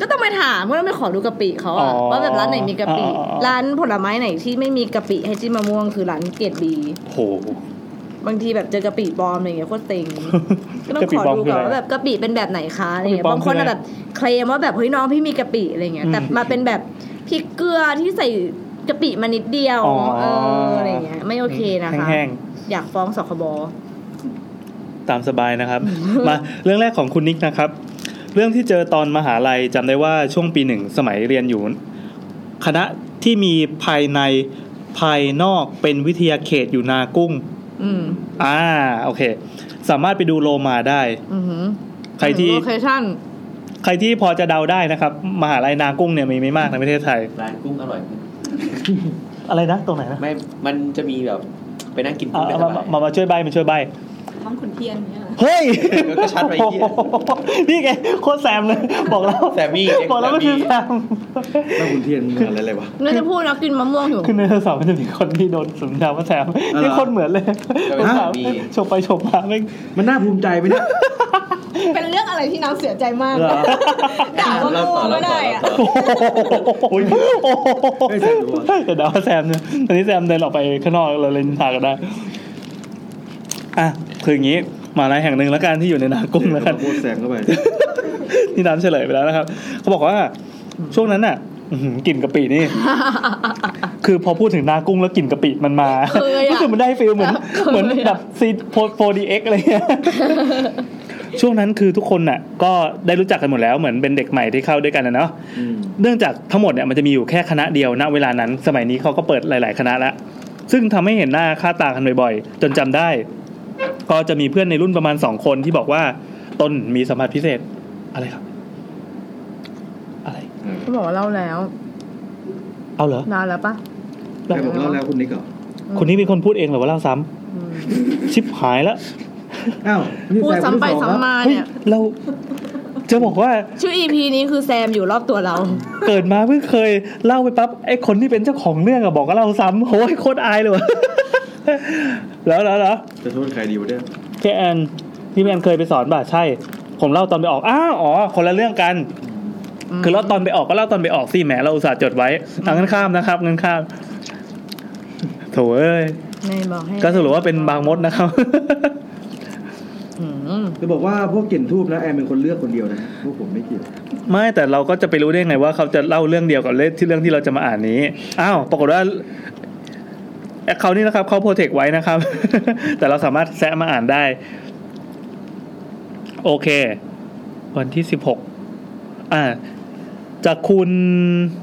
ก็ต้องไปถามก็ต้องไปขอดูกะปิเขา อ๋ อะ อ ว่าแบบร้านไหนมีกะปิ อ๋ออ๋ออ๋อ ร้านผลไม้ไหนที่ไม่มีกะปิให้จิ้มมะม่วงคือร้านเกรดบี โห บางทีแบบเจอกะปิปลอมอะไรเงี้ยโคตรเต็ง ก็ต้อง กะปิ ขอ ปลอม ดู คือ ก่อ อะ น ไร ว่าแบบกะปิเป็นแบบไหนคะอะไรเงี้ กะยปิปลอม บางคน คือ อะ อะไร แบบเคลมว่าแบบเฮ้ยน้องพี่มีกะปิอะไรเงี้ยแต่ อืม มาเป็นแบบพริกเกลือที่ใส่กะปิมานิดเดียว อ๋อ เอออะไรเงี้ยไม่โอเคนะคะ แห้ง อยากฟ้องสคบ ๆ ตามสบาย นะครับ มาเรื่องแรกของคุณนิกนะครับ เรื่องที่เจอตอนมหาลัยจำได้ว่าช่วงปีหนึ่งสมัยเรียนอยู่ คณะที่มีภายในภายนอกเป็นวิทยาเขตอยู่นากุ้ง อืม อ่าโอเค สามารถไปดูโลมาได้ อือหือ ใครที่ โลเคชั่น ใครที่พอจะเดาได้นะครับ มหาลัยนากุ้งเนี่ยมีไม่มากในประเทศไทย ร้านกุ้งอร่อยขึ้น อะไรนะตรงไหนนะ ไม่ มันจะมีแบบไปนั่งกิน อ่ะ กุ้งในต มา ลาด มามาช่วยใบมาช่วยใบ ๆห้องขุนเทียนเนี่ยเหรอ เฮ้ย ก็ชัดไปอีกทีอะ นี่ไงโคตรแซมเลย บอกแล้ว แซมมี่เจ๊ บอกแล้ว แซ มันคือแซม แล้วคุณเทียนอะไรอะไรวะ เราจะพูดนะกินมะม่วงอยู่ คือในโทรศัพท์มันจะมีคนที่โดนสมดาว่าแซมนี่คนเหมือนเลย ก็เป็ เป็น น แซ แซ ม มมี่ ชมไปชมมาไม่ง มันน่าภูมิใจไหมเนี่ย เป็นเรื่องอะไรที่น้ำเสียใจมาก เหรอ ด่าว่า เราต่อ โง่ เรา ก็ ต่อ ได้ เรา อะ ต่อ โอ้โห ไม่แซมดูอะ แต่เดาว่าแซมเนี่ยตอนนี้แซมเดินออกไปข้างนอกเราเลยนินทากันได้อ่ะคืออย่างนี้มหาลัยแห่งหนึ่งแล้วกันที่อยู่ในนากุ้งแล้วกัน โคตรแสงเข้าไป นี่น้ำเฉลยไปแล้วนะครับ เขาบอกว่าช่วงนั้นน่ะอื้อหือกลิ่นกะปินี่ คือพอพูดถึงนากุ้งแล้วกลิ่นกะปิมันมา เคยอะ รู้สึกมันได้ฟิลเหมือน เคยอะ เหมือนแบบซีโฟดีเอ็กอะไรเงี้ยช่วงนั้นคือทุกคนน่ะ ก็ได้รู้จักกันหมดแล้วเหมือนเป็นเด็กใหม่ที่เข้าด้วยกันนะเนาะ อืม เนื่องจากทั้งหมดเนี่ยมันจะมีอยู่แค่คณะเดียวณเวลานั้น สมัยนี้เขาก็เปิดหลาย ๆ คณะละซึ่งทำให้เห็นหน้าค่าตากันบ่อยๆ จนจำได้ ก็จะมีเพื่อนในรุ่นประมาณสองคนที่บอกว่าตนมีสัมผัสพิเศษ อะไรครับ อะไร เขาบอกว่าเล่าแล้ว เอาเหรอ ลาแล้วปะ ใครบอกเล่าแล้วคุณนิกเหรอ ม คนนี้เป็นคนพูดเองเหรือว่าเล่าซ้ำ อืม ชิบหายแล้ว อ้าวนี่ พูด แซคนที่ ซ้ำไป องครับ ซ้ำมา เฮ้ย เนี่ย เรา จะบอกว่า ชื่อ EP นี้คือแซมอยู่รอบตัวเรา เกิดมาเพิ่งเคยเล่าไปปั๊บไอ้คนที่เป็นเจ้าของเรื่องอะบอกว่าเราซ้ำโอ้ยโคตรอายเลยวะ แล้วแล้วแล้ว จะโทษใครดีวะเนี่ย แกแอนพี่แอนเคยไปสอนบ่าใช่ ผมเล่าตอนไปออกอ้าวอ๋อคนละเรื่องกัน อืม คือเล่าตอนไปออกก็เล่าตอนไปออกสิแหมเราอุตส่าห์จดไว้อ่ะงั้นข้ามนะครับงั้นข้ามโถเอ้ย ในบอกให้ ก็สรุปว่าเป็นบางมดนะครับ อืม จะบอกว่าพวกกลิ่นทูบนะแอมเป็นคนเลือกคนเดียวนะพวกผมไม่เกี่ยว ไม่แต่เราก็จะไปรู้ได้ไงว่าเขาจะเล่าเรื่องเดียวกับเรื่องที่เรื่องที่เราจะมาอ่านนี้ อ้าวปรากฏว่าแอคเคาท์นี่นะครับเขาโปรเทคไว้นะครับ แต่เราสามารถแซะมาอ่านได้ โอเค วันที่สิบหกอ่าจากคุณ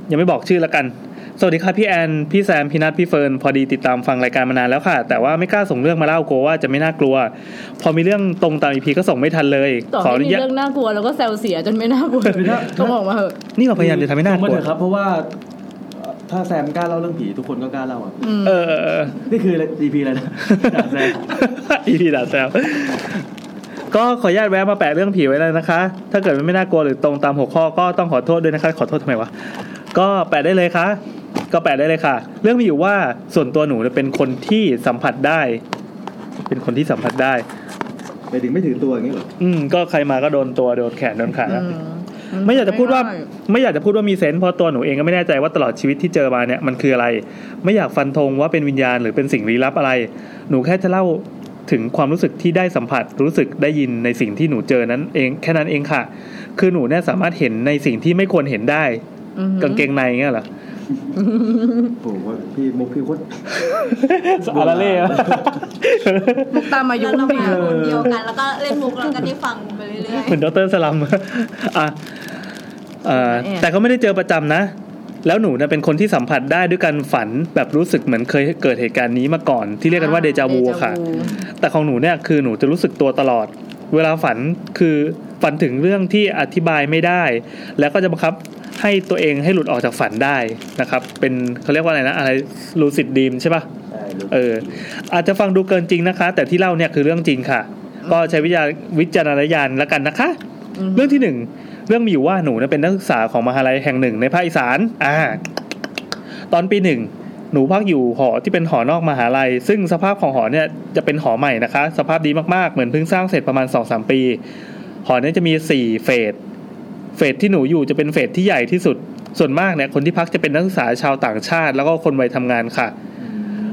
ยังไม่บอกชื่อละกัน สวัสดีครับพี่แอน พี่แซม พี่นัท พี่เฟิร์น พอดีติดตามฟังรายการมานานแล้วค่ะ แต่ว่าไม่กล้าส่งเรื่องมาเล่ากลัวว่าจะไม่น่ากลัว พอมีเรื่องตรงตามอีพีก็ส่งไม่ทันเลย ต่อ ขออ ให้ นุ มี ญาต เรื่องน่ากลัวแล้วก็แซวเสียจนไม่น่ากลัว ไม่น่า ต้องออกมาเหอะ นี่เราพยายามจะทำให้น่า ส่งม กลัว เถอะครับ เพราะว่าเอ่อถ้าแซมกล้าเล่าเรื่องผีทุกคนก็กล้าเล่าอ่ะ อืม เออเออเออ นี่คือ EP อะไรนะด่าแซม อีพีด่าแซว ก็ขออนุญาตแวะมาแปะเรื่องผีไว้เลยนะคะ ถ้าเกิดมันไม่น่ากลัวหรือตรงตามหัวข้อก็ต้องขอโทษด้วยนะคะ ขอโทษทำไมวะ ก็แปะได้เลยคะก็แปะได้เลยค่ะ เรื่องมีอยู่ว่าส่วนตัวหนูเนี่ยเป็นคนที่สัมผัสได้ เป็นคนที่สัมผัสได้ ไปถึงไม่ถือตัวอย่างนี้เหรอ อืมก็ใครมาก็โดนตัวโดนแขนโดนขานะ อืม ไม่อยากจะพูดว่า ไม่ไ ไม่อยากจะพูดว่ามีเซนส์เพราะตัวหนูเองก็ไม่แน่ใจว่าตลอดชีวิตที่เจอมาเนี่ยมันคืออะไร ไม่อยากฟันธงว่าเป็นวิญญาณหรือเป็นสิ่งลี้ลับอะไร หนูแค่จะเล่าถึงความรู้สึกที่ได้สัมผัสรู้สึกได้ยินในสิ่งที่หนูเจอนั้นเองแค่นั้นเองค่ะ คือหนูเนี่ยสามารถเห็นในสิ่งที่ไม่ควรเห็นได้ อืม กางเกงในเงี้ยเหรอ โอ้โหพี่มุกพี่โคตร อาราเล่ มุกตามอายุ แล้วจเราริ มาง ๆ คนเดียวกัน แล้วก็เล่นมุกแล้วก็ได้ฟังไปเรื่อย เหมือนดรสลัม อ่ะเอ่อ แอบ แต่ก็ไม่ได้เจอประจำนะ แล้วหนูนะเป็นคนที่สัมผัสได้ด้วยการฝันแบบรู้สึกเหมือนเคยเกิดเหตุการณ์นี้มาก่อน ที่เรียกกันว่าเดจาวู เดจา ค่ะ แต่ของหนูเนี่ยคือหนูจะรู้สึกตัวตลอด เวลาฝันคือฝันถึงเรื่องที่อธิบายไม่ได้ แล้วก็จะบังคับให้ตัวเองให้หลุดออกจากฝันได้นะครับ เป็นเขาเรียกว่าอะไรนะอะไรลูซิดดีมใช่ปะ ใช่รู้ เอออาจจะฟังดูเกินจริงนะคะ แต่ที่เล่าเนี่ยคือเรื่องจริงค่ะ ก็ใช้วิจารวิจารณญาณแล้วกันนะคะ ม เรื่องที่หนึ่งเรื่องมีอยู่ว่าหนูเนี่ยเป็นนักศึกษาของมหาลัยแห่งหนึ่งในภาคอีสานอ่าตอนปีหนึ่งหนูพักอยู่หอที่เป็นหอนอกมหาลัย ซึ่งสภาพของหอเนี่ยจะเป็นหอใหม่นะคะ สภาพดีมากๆ เหมือนเพิ่งสร้างเสร็จประมาณ2อสปี หอเนี่ยจะมีสี่เฟส เฟสที่หนูอยู่จะเป็นเฟสที่ใหญ่ที่สุด ส่วนมากเนี่ยคนที่พักจะเป็นนักศึกษาชาวต่างชาติ แล้วก็คนวัยทำงานค่ะ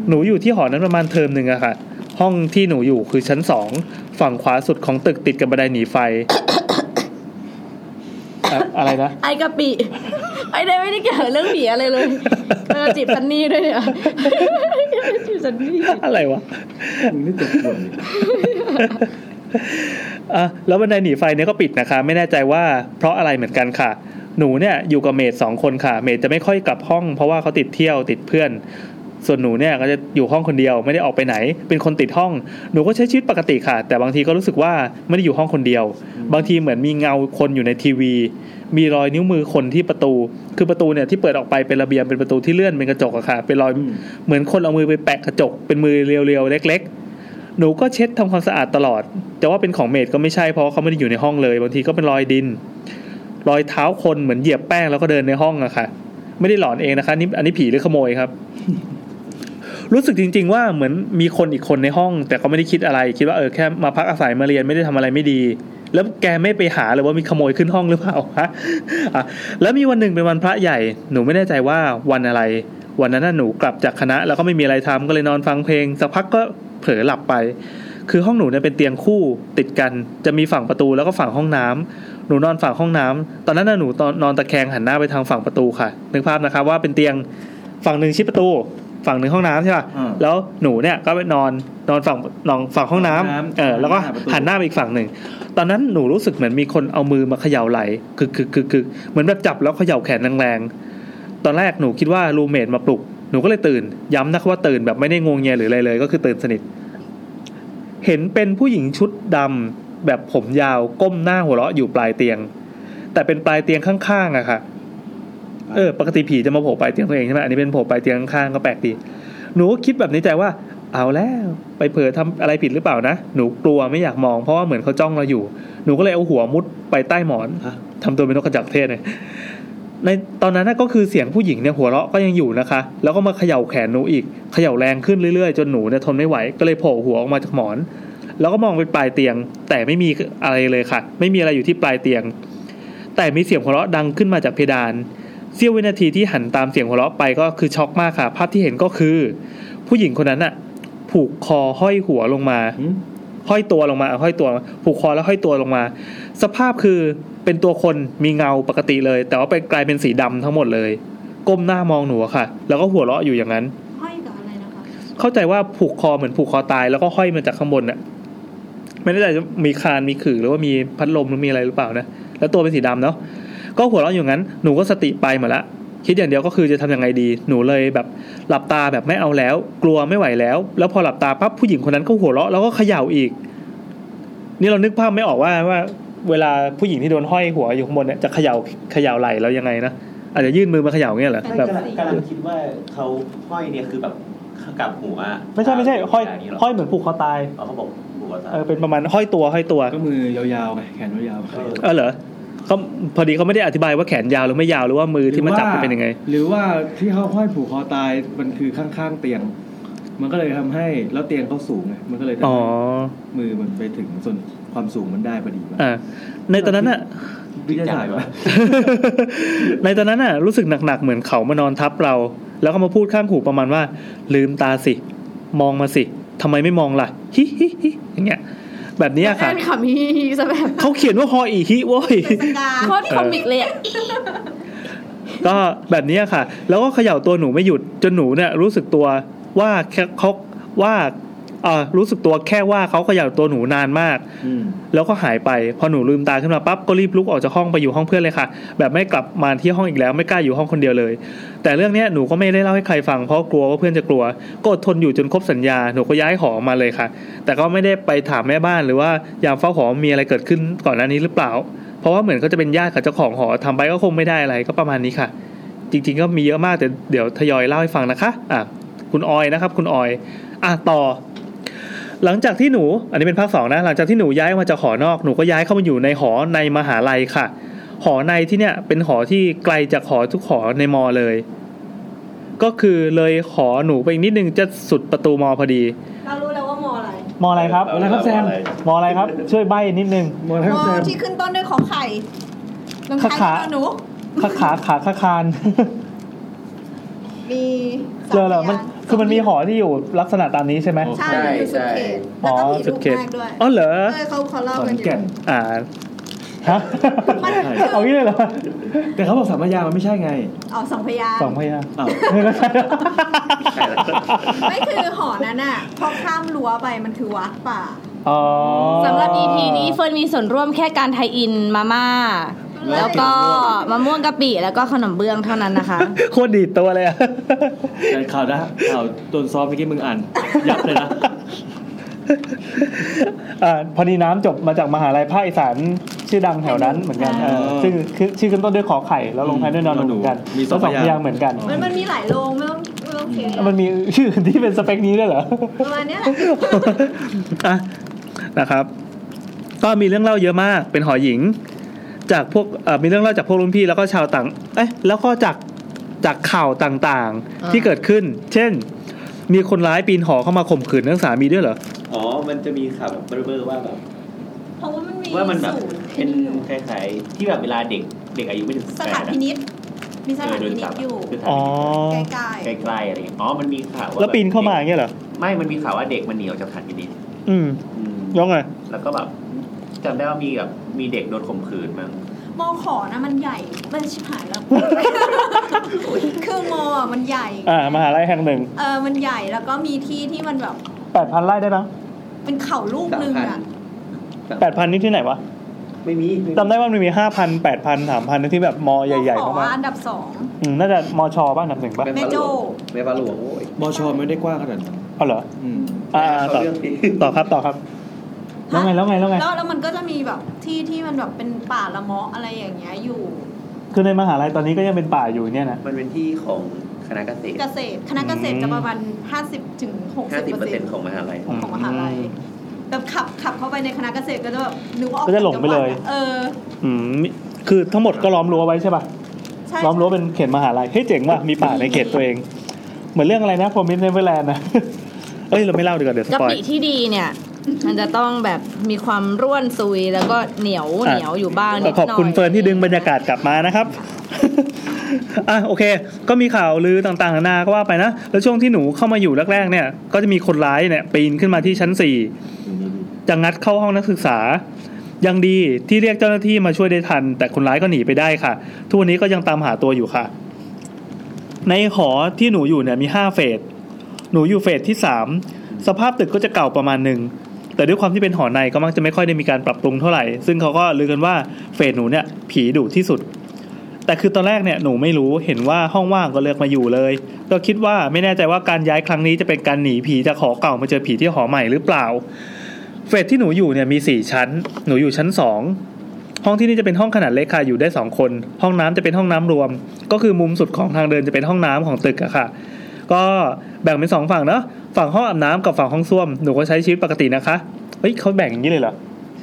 หนูอยู่ที่หอนั้นประมาณเทอมหนึ่งอะค่ะ ห้องที่หนูอยู่คือชั้นสองฝั่งขวาสุดของตึกติดกับบันไดหนีไฟ อะอะไรนะ ไอกะปิ ไอได้ไม่ได้เกี่ยวกับเรื่องผีอะไรเลยเออจีบซันนี่ด้วย เนี่ยจีบซันนี่ อะไรวะ มึงนี่เจ็บปวดเลย อ่ะแล้วบันไดหนีไฟเนี่ยก็ปิดนะคะ ไม่แน่ใจว่าเพราะอะไรเหมือนกันค่ะ หนูเนี่ยอยู่กับเมดสองคนค่ะ เมดจะไม่ค่อยกลับห้องเพราะว่าเขาติดเที่ยวติดเพื่อน ส่วนหนูเนี่ยก็จะอยู่ห้องคนเดียวไม่ได้ออกไปไหน เป็นคนติดห้องหนูก็ใช้ชีวิตปกติค่ะ แต่บางทีก็รู้สึกว่าไม่ได้อยู่ห้องคนเดียว บางทีเหมือนมีเงาคนอยู่ในทีวี มีรอยนิ้วมือคนที่ประตู คือประตูเนี่ยที่เปิดออกไปเป็นระเบียงเป็นประตูที่เลื่อนเป็นกระจกอะค่ะ เป็นรอย อืม เหมือนคนเอามือไปแปะกระจก เป็นมือเรียวๆเล็ก ๆ หนูก็เช็ดทำความสะอาดตลอด แต่ว่าเป็นของเมดก็ไม่ใช่เพราะเขาไม่ได้อยู่ในห้องเลย บางทีก็เป็นรอยดิน รอยเท้าคนเหมือนเหยียบแป้งแล้วก็เดินในห้องอะค่ะ ไม่ได้หลอนเองนะคะนี่อันนี้ผีหรือขโมยครับ รู้สึกจริง ๆ ว่าเหมือนมีคนอีกคนในห้อง แต่ก็ไม่ได้คิดอะไร คิดว่าเออแค่มาพักอาศัยมาเรียนไม่ได้ทำอะไรไม่ดี แล้วแกไม่ไปหาเลยว่ามีขโมยขึ้นห้องหรือเปล่าฮะอ่ะแล้วมีวันหนึ่งเป็นวันพระใหญ่ หนูไม่แน่ใจว่าวันอะไร วันนั้นน่ะหนูกลับจากคณะ แล้วก็ไม่มีอะไรทำก็เลยนอนฟังเพลงสักพักก็เผลอหลับไป คือห้องหนูเนี่ยเป็นเตียงคู่ติดกัน จะมีฝั่งประตูแล้วก็ฝั่งห้องน้ำหนูนอนฝั่งห้องน้ำตอนนั้นน่ะหนูตอนนอนตะแคงหันหน้าไปทางฝั่งประตูค่ะนึกภาพนะครับว่าเป็นเตียงฝั่งหนึ่งชิดประตู ฝั่งหนึ่งห้องน้ำใช่ป่ะ อ่า แล้วหนูเนี่ยก็ไปนอนนอนฝั่งนอนฝั่งห้องน้ำ ห้องน้ำ เออแล้วก็ หน้าประตู หันหน้าไปอีกฝั่งหนึ่ง ตอนนั้นหนูรู้สึกเหมือนมีคนเอามือมาเขย่าไหลคือคือคือคือเหมือนแบบจับแล้วเขย่าแขนแรงๆ ตอนแรกหนูคิดว่ารูเมทมาปลุก หนูก็เลยตื่น ย้ำนะคะว่าตื่นแบบไม่ได้งวงเงียหรืออะไรเลย ก็คือตื่นสนิท เห็นเป็นผู้หญิงชุดดำแบบผมยาวก้มหน้าหัวเราะอยู่ปลายเตียง แต่เป็นปลายเตียงข้างๆอะค่ะ เออ ปกติผีจะมาโผล่ปลายเตียงตัวเองใช่ไหมอันนี้เป็นโผล่ปลายเตียงข้างๆก็แปลกดี หนูก็คิดแบบในใจว่า เอาแล้วไปเผลอทำอะไรผิดหรือเปล่านะ หนูกลัวไม่อยากมองเพราะว่าเหมือนเขาจ้องเราอยู่ หนูก็เลยเอาหัวมุดไปใต้หมอน ฮะ ทำตัวเป็นนกกระจอกเทศเลยในตอนนั้นน่ะก็คือเสียงผู้หญิงเนี่ยหัวเราะก็ยังอยู่นะคะ แล้วก็มาเขย่าแขนหนูอีกเขย่าแรงขึ้นเรื่อยๆ จนหนูเนี่ยทนไม่ไหวก็เลยโผล่หัวออกมาจากหมอน แล้วก็มองไปปลายเตียง แต่ไม่มีอะไรเลยค่ะ ไม่มีอะไรอยู่ที่ปลายเตียง แต่มีเสียงหัวเราะดังขึ้นมาจากเพดานเสี้ยววินาทีที่หันตามเสียงหัวเราะไปก็คือช็อกมากค่ะ ภาพที่เห็นก็คือ ผู้หญิงคนนั้นน่ะ ผูกคอห้อยหัวลงมา หืม ห้อยตัวลงมาเอาห้อยตัวลงมาผูกคอแล้วห้อยตัวลงมา สภาพคือเป็นตัวคนมีเงาปกติเลย แต่ว่าไปกลายเป็นสีดำทั้งหมดเลย ก้มหน้ามองหนูอะค่ะ แล้วก็หัวเราะอยู่อย่างนั้น ๆห้อยกับอะไรนะคะ เข้าใจว่าผูกคอเหมือนผูกคอตายแล้วก็ห้อยมาจากข้างบนน่ะไม่แน่ใจจะมีคานมีขื่อหรือว่ามีพัดลมหรือมีอะไรหรือเปล่านะแล้วตัวเป็นสีดำเนาะก็หัวเราะอยู่งั้นหนูก็สติไปหมดละ คิดอย่างเดียวก็คือจะทำยังไงดี หนูเลยแบบหลับตาแบบไม่เอาแล้ว กลัวไม่ไหวแล้ว แล้วพอหลับตาปั๊บผู้หญิงคนนั้นก็หัวเราะแล้วก็เขย่าอีก นี่เรานึกภาพไม่ออกว่าว่า เวลาผู้หญิงที่โดนห้อยหัวอยู่ข้างบนเนี่ยจะเขย่าเขย่าไหล่เรายังไงนะอาจจะยื่นมือมาเขย่าอย่างเงี้ยเหรอ ไม่ แบบ กำลังกำลังคิดว่าเขาห้อยเนี่ยคือแบบกลับหัว ไม่ใช่ไม่ใช่ห้อย างนี้เหรอ ห้อยเหมือนผูกคอตาย อ๋อเขาบอกหัวตา เออเป็นประมาณห้อยตัวห้อยตัว ก็มือยาวๆไงแขนยาวๆ เออ เออเหรอเขาพอดีเขาไม่ได้อธิบายว่าแขนยาวหรือไม่ยาวหรือว่ามือที่มาจับมันเป็นยังไง หรือว่าที่เขาห้อยผูกคอตายมันคือข้างๆเตียง มันก็เลยทำให้แล้วเตียงเขาสูงไงมันก็เลยทำ อ๋อ ให้มือมันไปถึงส่วนความสูงมันได้พอดีวะ อ่าในตอนนั้นอะ วิทยาศาสตร์วะ ในตอนนั้นน่ะรู้สึกหนักๆเหมือนเขามานอนทับเรา แล้วก็มาพูดข้างหูประมาณว่า ลืมตาสิ มองมาสิทำไมไม่มองล่ะฮิฮิฮิอย่างเงี้ย แบบเนี้ยค่ะ แอนขำฮีฮีซะแบบ เขาเขียนว่าฮออีฮิโว้ย สกา โคตรคอมิกเลยอะ ก็แบบเนี้ยค่ะ แล้วก็เขย่าตัวหนูไม่หยุดจนหนูเนี่ยรู้สึกตัวว่าแค่เขาว่าเออรู้สึกตัวแค่ว่าเขาเขย่าตัวหนูนานมาก อืม แล้วก็หายไป พอหนูลืมตาขึ้นมาปั๊บก็รีบลุกออกจากห้องไปอยู่ห้องเพื่อนเลยค่ะ แบบไม่กลับมาที่ห้องอีกแล้วไม่กล้าอยู่ห้องคนเดียวเลย แต่เรื่องเนี้ยหนูก็ไม่ได้เล่าให้ใครฟังเพราะกลัวว่าเพื่อนจะกลัว ก็อดทนอยู่จนครบสัญญาหนูก็ย้ายหอมาเลยค่ะ แต่ก็ไม่ได้ไปถามแม่บ้านหรือว่ายามเฝ้าหอมีอะไรเกิดขึ้นก่อนหน้านี้หรือเปล่า เพราะว่าเหมือนเขาจะเป็นญาติกับเจ้าของหอทำไปก็คงไม่ได้อะไรก็ประมาณนี้ค่ะ จริงๆก็มีเยอะมากแต่เดี๋ยวทยอยเล่าให้ฟังนะคะอ่ะคุณออยนะครับ คุณออย อ่ะต่อ หลังจากที่หนู อันนี้เป็นภาคสองนะ หลังจากที่หนูย้ายมาจากหอนอกหนูก็ย้ายเข้ามาอยู่ในหอในมหาลัยค่ะ หอในที่เนี่ย เป็นหอที่ไกลจากหอทุกหอในมอเลย ก็คือเลยหอหนูไปอีกนิดนึงจะสุดประตูมอพอดี เรารู้แล้วว่ามออะไร มออะไรครับ เาละครับแซม มออะไรครับ ช่วยใบนิดนึง มองให้ มอ แซม ที่ขึ้นต้นด้วยขอไข่ลง ขา ท้าย ขา ด้วยนอหนู ขาขาขาขาคาน มีสาม เจอแล้ว พยางค์ มันคือมันมีหอที่อยู่ลักษณะตามนี้ใช่ไหม ใช่อยู่สุดเขต อ๋ แล้ว อ ก็มี สุ ลู ด ก เขต มากด้วย อ๋อเหรอ เออเขาเขาเล่า ขอ กัน น อยู่ แก่น อ่าฮะ มันคือ เอางี้เลยเหรอ แต่เขาบอกสามพยางค์มันไม่ใช่ไง อ๋อสองพยางค์ สองพยางค์ อ้าว ไม่คือหอนั้นอ่ะพอข้ามรั้วไปมันคือวัดป่า อ๋อ สำหรับ EP นี้เฟิร์นมีส่วนร่วมแค่การไทยอินมาม่า แล้ แล้ว ว ก็ ก็มะม่วงกะปิแล้วก็ขนมเบื้องเท่านั้นนะคะ โคตรดีดตัวเลยอะ แต่ข่าวนะข่าวโดนซ้อมเมื่อกี้มึงอ่านยับเลยนะ อ่าพอดีน้ำจบมาจากมหาลัยภาคอีสานชื่อดังแถวนั้นเหมือนกัน อ่า เออซึ่งคือชื่อขึ้นต้นด้วยขอไข่แล้วลงท้ายด้วยนอนหนูเหมือนกัน มีสอง แล้ว พยางค์ พยางค์เหมือนกัน มันมันมีหลายโรงไม่ต้องไม่ต้องเสีย มันมีชื่อที่เป็นสเปคนี้ด้วยเหรอ ประมาณเนี้ยแหละ อ่ะนะครับ ก็มีเรื่องเล่าเยอะมากเป็นหอหญิง จากพวกเอ่อมีเรื่องเล่าจากพวกรุ่นพี่แล้วก็ชาวต่างเอ๊ะแล้วก็จากจากข่าวต่างๆ ที่เกิดขึ้น เช่น มีคนร้ายปีนหอเข้ามาข่มขืนนักศึกษามีด้วยเหรอ อ๋อ มันจะมีข่าวแบบเบลอๆว่าแบบ เพราะว่ามันมี ว่ามันแบบ ศูย์ เป็ ที่ น อยู่ คล้ายๆที่แบบเวลาเด็กเด็กอายุไม่ถึง สถานพินิษมีสถานพินิษอยู่ อ๋อ ใกล้ ใกล้ๆอะไรอย่างเงี้ยอ๋อ มันมีข่าวว่า แล้วปีนเข้ามาอย่างเงี้ยเหรอ ไม่ มันมีข่าวว่าเด็กมันหนีออกจากสถานพินิษ อืมแล้วไง แล้วก็แบบจำได้ว่ามีแบบมีเด็กโดนข่มขืนมั้ง ๆมอขอนะมันใหญ่มันชิบหายแล้ว คือมออ่ะมันใหญ่ อ่ามหาลัยแห่งหนึ่ง เออมันใหญ่แล้วก็มีที่ที่มันแบบ แปดพันไร่ได้มั้ง เป็นเขาลูกหนึ่งอ่ะ แปดพันนี่ที่ไหนวะ ไม่มีไม่มี จำได้ว่ามันมีห้าพันแปดพันสามพันที่แบบมอใหญ่ขๆเข้า อ มา อันดับสอง อืมน่าจะมอชอบ้างนับหนึ่งป่ะ แม่โจ้ แม่ฟ้าหลวงโอ้ย มอชอไม่ได้กว้างขนาดนั้น เอาเหรอ อืม อ่าต่เขาอ เรื่องนี้ ต่อครับต่อครับแล้วไงแล้วไงแล้วไง แล้วแล้วมันก็จะมีแบบที่ที่มันแบบเป็นป่าละเมาะอะไรอย่างเงี้ยอยู่ คือในมหาลัยตอนนี้ก็ยังเป็นป่าอยู่เนี่ยนะ มันเป็นที่ของคณะเกษตร เกษตรคณะเกษตรจะประมาณ 50ถึง ห้าสิบ 60 เป เปออร์ ร์ เซ็ เซ็ น น ต์ ต์ ของมหาลัย ของมหาลัยแต่ขับขับเข้าไปในคณะเกษตรก็จะแบบนึกว่าออก ก็จะหลงไปเลย จากจัหวัดอะเออ อืมมีคือทั้งหมดก็ล้อมรั้วไว้ใช่ป่ะ ใช่ ล้อมรั้วเป็นเขตมหาลัย เฮ้ยเจ๋งว่ะ มีป่าในเขตตัวเอง เหมือนเรื่องอะไรนะพรมิสเนเวอร์แลนด์นะ เอ้ยเราไม่เล่าดีกว่าเดี๋ยวส กะ ปอย ปิที่ดีเนี่ย มันจะต้องแบบมีความร่วนซุยแล้วก็เหนียวเหนียวอยู่บ้างนิดหน่อย ขอบคุณเฟิร์นที่ดึงบรรยากาศกลับมานะครับ อ่ะโอเค ก็มีข่าวลือต่างๆนานาก็ว่าไปนะ แล้วช่วงที่หนูเข้ามาอยู่แรกๆเนี่ย ก็จะมีคนร้ายเนี่ยปีนขึ้นมาที่ชั้นสี่จะงัดเข้าห้องนักศึกษา ยังดีที่เรียกเจ้าหน้าที่มาช่วยได้ทัน แต่คนร้ายก็หนีไปได้ค่ะ ทุกวันนี้ก็ยังตามหาตัวอยู่ค่ะ ในหอที่หนูอยู่เนี่ยมีห้าเฟส หนูอยู่เฟสที่สามสภาพตึกก็จะเก่าประมาณหนึ่ง แต่ด้วยความที่เป็นหอในก็มักจะไม่ค่อยได้มีการปรับปรุงเท่าไหร่ ซึ่งเขาก็ลือกันว่าเฟสหนูเนี่ยผีดุที่สุด แต่คือตอนแรกเนี่ยหนูไม่รู้เห็นว่าห้องว่างก็เลือกมาอยู่เลย ก็คิดว่าไม่แน่ใจว่าการย้ายครั้งนี้จะเป็นการหนีผีจากหอเก่ามาเจอผีที่หอใหม่หรือเปล่า เฟสที่หนูอยู่เนี่ยมีสี่ชั้น หนูอยู่ชั้นสองห้องที่นี่จะเป็นห้องขนาดเล็กค่ะอยู่ได้สองคน ห้องน้ำจะเป็นห้องน้ำรวม ก็คือมุมสุดของทางเดินจะเป็นห้องน้ำของตึกอะค่ะ ก็แบ่งเป็นสองฝั่งเนาะฝั่งห้องอาบน้ำกับฝั่งห้องส้วมหนูก็ใช้ชีวิตปกตินะคะเฮ้ยเขาแบ่งอย่างนี้เลยเหรอ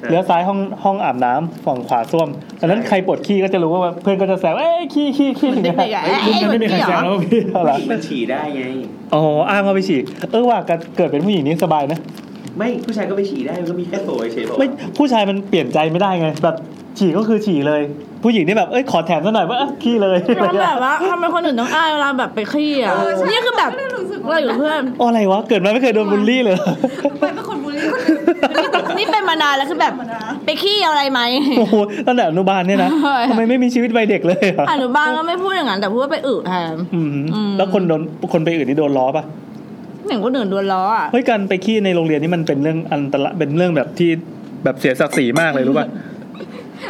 เลี้ยวซ้ายห้องห้องอาบน้ำฝั่งขวาส้วมดังนั้นใครปวดขี้ก็จะรู้ว่าเพื่อนก็จะแซวเอ้ยขี้ขี้ขี้ เหมือนเด็กๆอะ เอ้ย เอ้ย รุ่นนั้นไม่มีใครแซว เหมือนเด็กเหรอ แล้วพี่เอาล่ะ มันฉี่ได้ไง อ๋ออ้างว่าไปฉี่เออว่าการเกิดเป็นผู้หญิงนี่สบายนะ ไม่ผู้ชายก็ไปฉี่ได้มันก็มีแค่โถเฉยๆบอก ไม่ผู้ชายมันเปลี่ยนใจไม่ได้ไง แบบฉี่ก็คือฉี่เลย ผู้หญิงนี่แบบเอ้ยขอแถมซะหน่อยว่าเอ้ยขี้เลยอะไร แล้ว เงี้ แบ ย บว่าทำไมคนอื่นต้องอายเวลาแบบไปขี้อ่ะ เออใช่ นี่คือแบบเราอยู่กับเพื่อน อ๋ออะไรวะเกิดมาไม่เคยโดนบูลลี่เลย ไปเป็นคนบุรีคนอื่น นี่เป็นมานานแล้วคือแบบไปขี้เอาอะไรไหม โอ้โหตั้งแต่อนุบาลเนี่ยนะ ใช่ ทำไมไม่มีชีวิตวัยเด็กเลยอะ อนุบาลก็ไม่พูดอย่างนั้นแต่พูดว่าไปอึแทน อืม อืม แล้วคนโดนคนไปอื่นนี่โดนล้อปะ เห็นคนอื่นโดนล้ออ่ะ เฮ้ยการไปขี้ในโรงเรียนนี่มันเป็นเรื่องอันตรายเป็นเรื่องแบบที่แบบเสียศักดิ์ศรีมากเลยรู้ป่ะ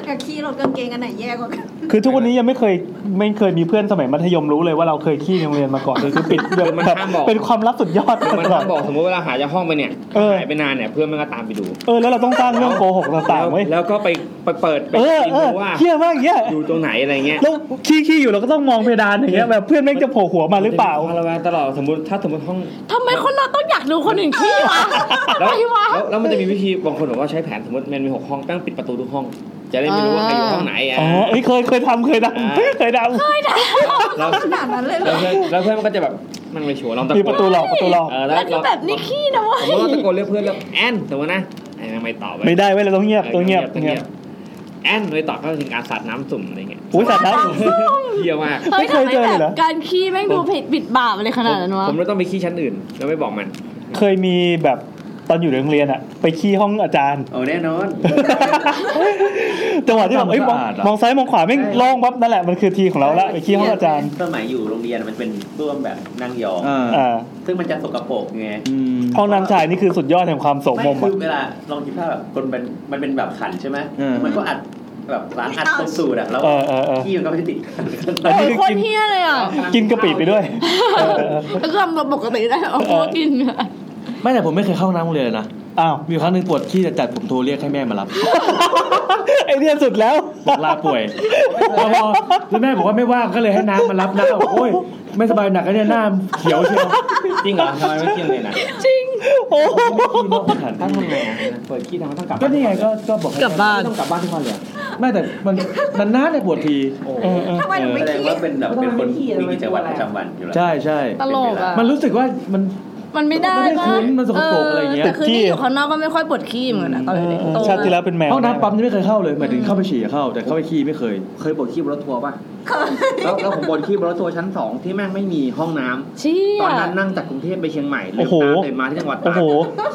กับขี้รถกางเกงอันไหนแย่กว่ากัน คือทุกวันนี้ยังไม่เคยไม่เคยมีเพื่อนสมัยมัธยมรู้เลยว่าเราเคยขี้ในโรงเรียนมาก่อนเลยคือปิดแบบ มันห้ามบอก เป็นความลับสุดยอด มัน ตลอด ถ้าบอกสมมติเวลาหายจากห้องไปเนี่ย เออ หายไปนานเนี่ยเพื่อนมันก็ตามไปดู เออแล้วเราต้องสร้างเรื่องโกหกต่างๆไว้ย แล้วแล้วก็ไปไปเปิดไป เออ กิน เออ ดูว่า เขี้ยมากเงี้ย อยู่ตรงไหนอะไรเงี้ย แล้วขี้ขี้อยู่เราก็ต้องมองเพดานอย่างเงี้ยแบบเพื่อนแม่งจะโผล่หัวมาหรือเปล่า จะมีควมระแวงตลอดสมมติถ้าสมมติห้อง ทำไมคนเราต้องอยากดูคนอื่นขี้วะ แล้ว ไม่วะ แล้วแล้วมันจะมีวิธีบางคนบอกว่าใช้แผนสมมติมันมีหกห้องตั้งปิดประตูทุกห้อง จะได้ไม่รู้ว่าใครอยู่ห้องไหนอ่ะ อ๋อเอ้ยเคยเคยทำเคยทำ อ่า เคยทำ แล้ว ขนาดนั้นเลยเหร แล้อวเพื่อนแล้วเพื่อนมันก็จะแบบมันไม่ชัวร์ลองตะ มี โก ประตู น หลอกประตูหลอก เออแล้ว แล้วก็ เรา แบบนี่ขี้นะเว้ ส ย มมติเราตะโกนเรียกเพื่อนแล้วแอนสมมตินะไอ้แม่งไม่ตอบเว้ย ไม่ได้เว้ยเราต้องเงียบ ออ ต้องเงียบ ต้ ต้ อ อง ง เงี เงี ย ย บบ แอนไม่ตอบก็ถึงการสาดน้ำสุ่มอะไรเงี้ย อุ้ยสัตว์น้ เยี่ยมาก ำไม่เคยเจอเลยเหรอ การขี้แม่งดูผิดบิดบาปอะไรขนาดนั้นวะ ผมเลยต้องไปขี้ชั้นอื่น แล้วไม่บอกมัน เคยมีแบบตอนอยู่โรงเรียนอะไปขี้ห้องอาจารย์ เอาแน่นอน จังหวะที่แบบเอ้ยมอง สะอาดอะ มองซ้ายมองขวาไม่ง ใช่ โล่งปั๊บนั่นแหละมันคือทีของเราละไปขี้ห้องอาจารย์ สมัยอยู่โรงเรียนมันเป็นต้วมแบบนั่งยอง อ่า อ่า ซึ่งมันจะสกปรกไง อืม ห้องน้ำชายนี่คือสุดยอดแห่งความโสม ไม่ ม คื อะ อเวลาลองคิดภาพแบบคนเป็นมันเป็นแบบขันใช่ไหม เออ มันก็อัดแบบล้างอัดตรงสูตรอะแล้ว เออเออเออ ขี้มันก็ไม่ติดขัน อัน โอ้ยนี้คือ คน กิน เฮี้ยเลยอ่ะ กินกะปิไปด้วย แล้วก็ทำตัวปกติได้เอาพวกกินอะ ไม่แต่ผมไม่เคยเข้าห้องน้ำโรงเรียนเลยนะ อ้าว มีครั้งหนึ่งปวดขี้จัดๆผมโทรเรียกให้แม่มารับ ไอเนี่ยสุดแล้ว บอกลาป่วยแล้วแม่บอกว่าไม่ว่างก็เลยให้น้ำมารับนะโอ้ยไม่สบายหนักก็เนี่ยหน้าเขียวเชียว จริงเหรอทำไมไม่เที่ยงเลยนะ โอ้โห ไม่ขี้นอกสถาน ถ้า ที่ ทำไงอะเปิดขี้ทำไมต้องกลับ ก็นี่ไงก็ก็บอกให้ กลับบ้าน ไม่ต้องกลับบ้านทุกวันเลยอะ ไม่แต่มันนานๆเนี่ยปวดที เออเออ ทำไมถึงไม่ แสดง ขี้ ว่าเป็นแบบเป็นคนมีกิจวัตรประจำวันอยู่แล้ว ใช่ใช่ ตลกอ่ะ มันรู้สึกว่ามัน มันไม่ได้ มันไม่ ปะ คุ้นมันสกปรกอะไรอย่างเงี้ย แต่คือที่อยู่ข้างนอกก็ไม่ค่อยปวดขี้เหมือนกันอะตอน เออ เด็ก เออ ๆโต ชาติที่แล้วเป็นแมว ห้องน้ำปั๊มนี่ไม่เคยเข้าเลยหมายถึงเข้าไปฉี่อะเข้า แต่เข้าไปขี้ไม่เคย เคยปวดขี้บนรถทัวร์ป่ะแล้วแล้วผมปวดขี้บนรถทัวร์ชั้นสองที่แม่งไม่มีห้องน้ำ เชี่ย ตอนนั้นนั่งจากกรุงเทพไปเชียงใหม่เลย โอ้โห ตามเลยมาที่จังหวัด โอ้ ตาก โห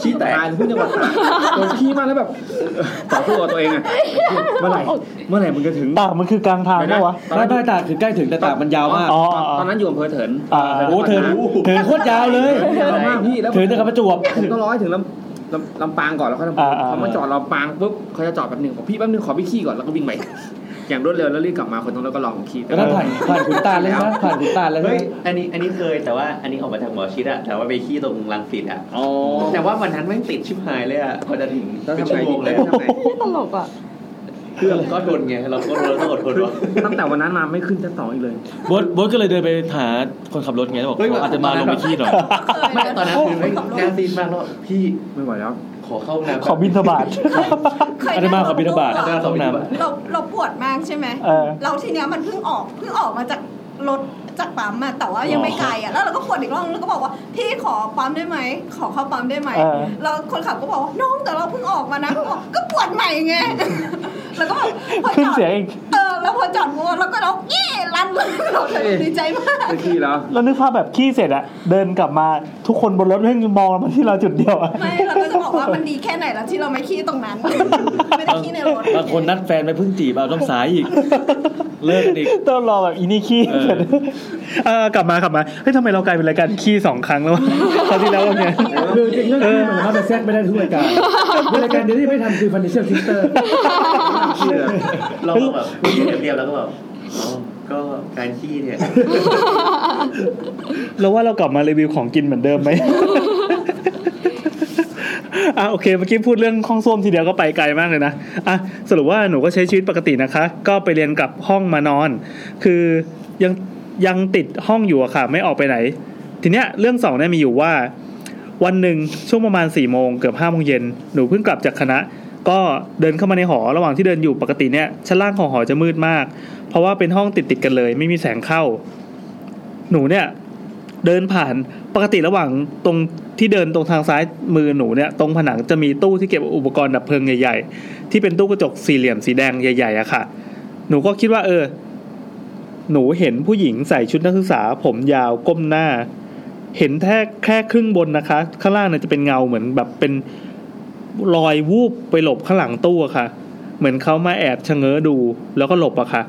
ขี้แตกตายที่จังหวัดตากโดนขี้มากแล้วแบบต่อสู้กับตัวเองอะเมื่อไหร่เมื่อไหร่มึงจะถึง ตากมันคือกลางทาง เดี๋ยว ไหม นะ วะ ตอน ไม่ นั้น ไม่ตากคือใกล้ถึงแต่ตากมันยาวมาก อ๋อ ตอนนั้นอยู่อำเภอเถิน อ่า โอ้เธอรู้เธอโคตรยาวเลย ยาวมากพี่แล้ว ถึงจะขับประจวบ ผมต้องรอให้ถึงลำลำลำปางก่อนแล้วค่อยลำปาง อ่าอ่า เขามาจอดลำปางปุ๊บเขาจะจอดแป๊บหนึงบอกพี่แป๊บหนึงขอพี่ขี้ก่อนแล้วก็วิ่งไปอย่างรวดเร็วแล้วรีบกลับมาคนตรงนั้นก็ลองขี้ แล้วก็ผ่านผ่านขุนตาลแล้วนะผ่านขุนตาลแล้ว เฮ้ นะ ยอันนี้อันนี้เคยแต่ว่าอันนี้ออกมาจากหมอชิดอะแต่ว่าไปขี้ตรงรังสิตอะ อ๋อ แต่ว่าวันนั้นแม่งติดชิบหายเลยอะพอจะถึง แล้ว เป็น ทำ ชั่ ไง วโม ดี งเล แล้ ยว อะ ทำไง ตลกอ่ะ เครื่องก็ทนไงเราก็เราต้องอดทนวะ ตั้งแต่วันนั้นมาไม่ขึ้นชั้นสองอีกเลย โบทโบทก็เลยเดินไปหาคนขับรถไงแล้วบอก เฮ้ย เขาอาจจะมาลงไปขี้หน่อย ไม่ตอนนั้นคือไม่แน่นซีนมากแล้วพี่ ไม่ไหวแล้ว ขอเข้าห้องน้ำ ขอบินสบาท เคย อาตมาขอบิณฑบาต เรา เข้าห้องน้ำ เราเราปวดมากใช่ไหม เออ เราทีเนี้ยมันเพิ่งออกเพิ่งออกมาจากรถจากปั๊มอะแต่ว่ายังไม่ไกลอะแล้วเราก็ปวดอีกรอบนึงแล้วก็บอกว่าพี่ขอปั๊มได้ไหมขอเข้าปั๊มได้ไหม เออ แล้วคนขับก็บอกว่าน้องแต่เราเพิ่งออกมานะบอกก็ปวดใหม่ ไง แล้วก็แบบพอ ขึ้น จอด เสียงอีก เออแล้วพอจอดมัวแล้วก็เราเย่รันเลยเราดีใจมาก ไม่ขี้แล้ว แล้วนึกภาพแบบขี้เสร็จอะเดินกลับมาทุกคนบนรถแม่งมองมาที่เราจุดเดียวอะ ไม่เราก็จะบอกว่ามันดีแค่ไหนแล้วที่เราไม่ขี้ตรงนั้น ไม่ได้ขี้ใน รถ บางคนนัดแฟนไปเพิ่งจีบเอาต้องสายอีก เลิกกันอีก ต้องรอแบบอินี่ขี้ เออ เสร็จเออกลับมากลับมาเฮ้ยทำไมเรากลายเป็นรายการขี้สองครั้งแล้ว วะคราวที่แล้วเนี่ย คือจริงเรื่องนี้มันเข้าไปแทรกไม่ได้ทุกรายการรายการเดียวที่ไม่ทำคือ Financial Sister เราแบบคุยกันเดียวๆแล้วก็แบบ ก็การขี้เนี่ย เราว่าเรากลับมารีวิวของกินเหมือนเดิมไหม อ่ะโอเคเมื่อกี้พูดเรื่องห้องส้วมทีเดียวก็ไปไกลมากเลยนะอ่ะสรุปว่าหนูก็ใช้ชีวิตปกตินะคะ ก็ไปเรียนกลับห้องมานอน คือยังยังติดห้องอยู่อะค่ะ ไม่ออกไปไหน ทีเนี้ยเรื่องสองเนี่ยมีอยู่ว่า วันหนึ่งช่วงประมาณ4ี่โมงเกือบห้าโมงเย็นหนูเพิ่งกลับจากคณะ ก็เดินเข้ามาในหอระหว่างที่เดินอยู่ปกติเนี่ยชั้นล่างของหอจะมืดมาก เพราะว่าเป็นห้องติดติดๆกันเลย ไม่มีแสงเข้า หนูเนี่ย เดินผ่านปกติระหว่างตรงที่เดินตรงทางซ้ายมือหนูเนี่ยตรงผนังจะมีตู้ที่เก็บอุปกรณ์ดับเพลิงใหญ่ ๆ ที่เป็นตู้กระจกสี่เหลี่ยมสีแดงใหญ่ๆอะค่ะ หนูก็คิดว่า เออ หนูเห็นผู้หญิงใส่ชุดนักศึกษา ผมยาวก้มหน้า เห็นแค่แค่ครึ่งบนนะคะ ข้างล่างเนี่ยจะเป็นเงาเหมือนแบบเป็นรอยวูบไปหลบข้างหลังตู้อะค่ะ เหมือนเขามาแอบชะเง้อดูแล้วก็หลบอะค่ะ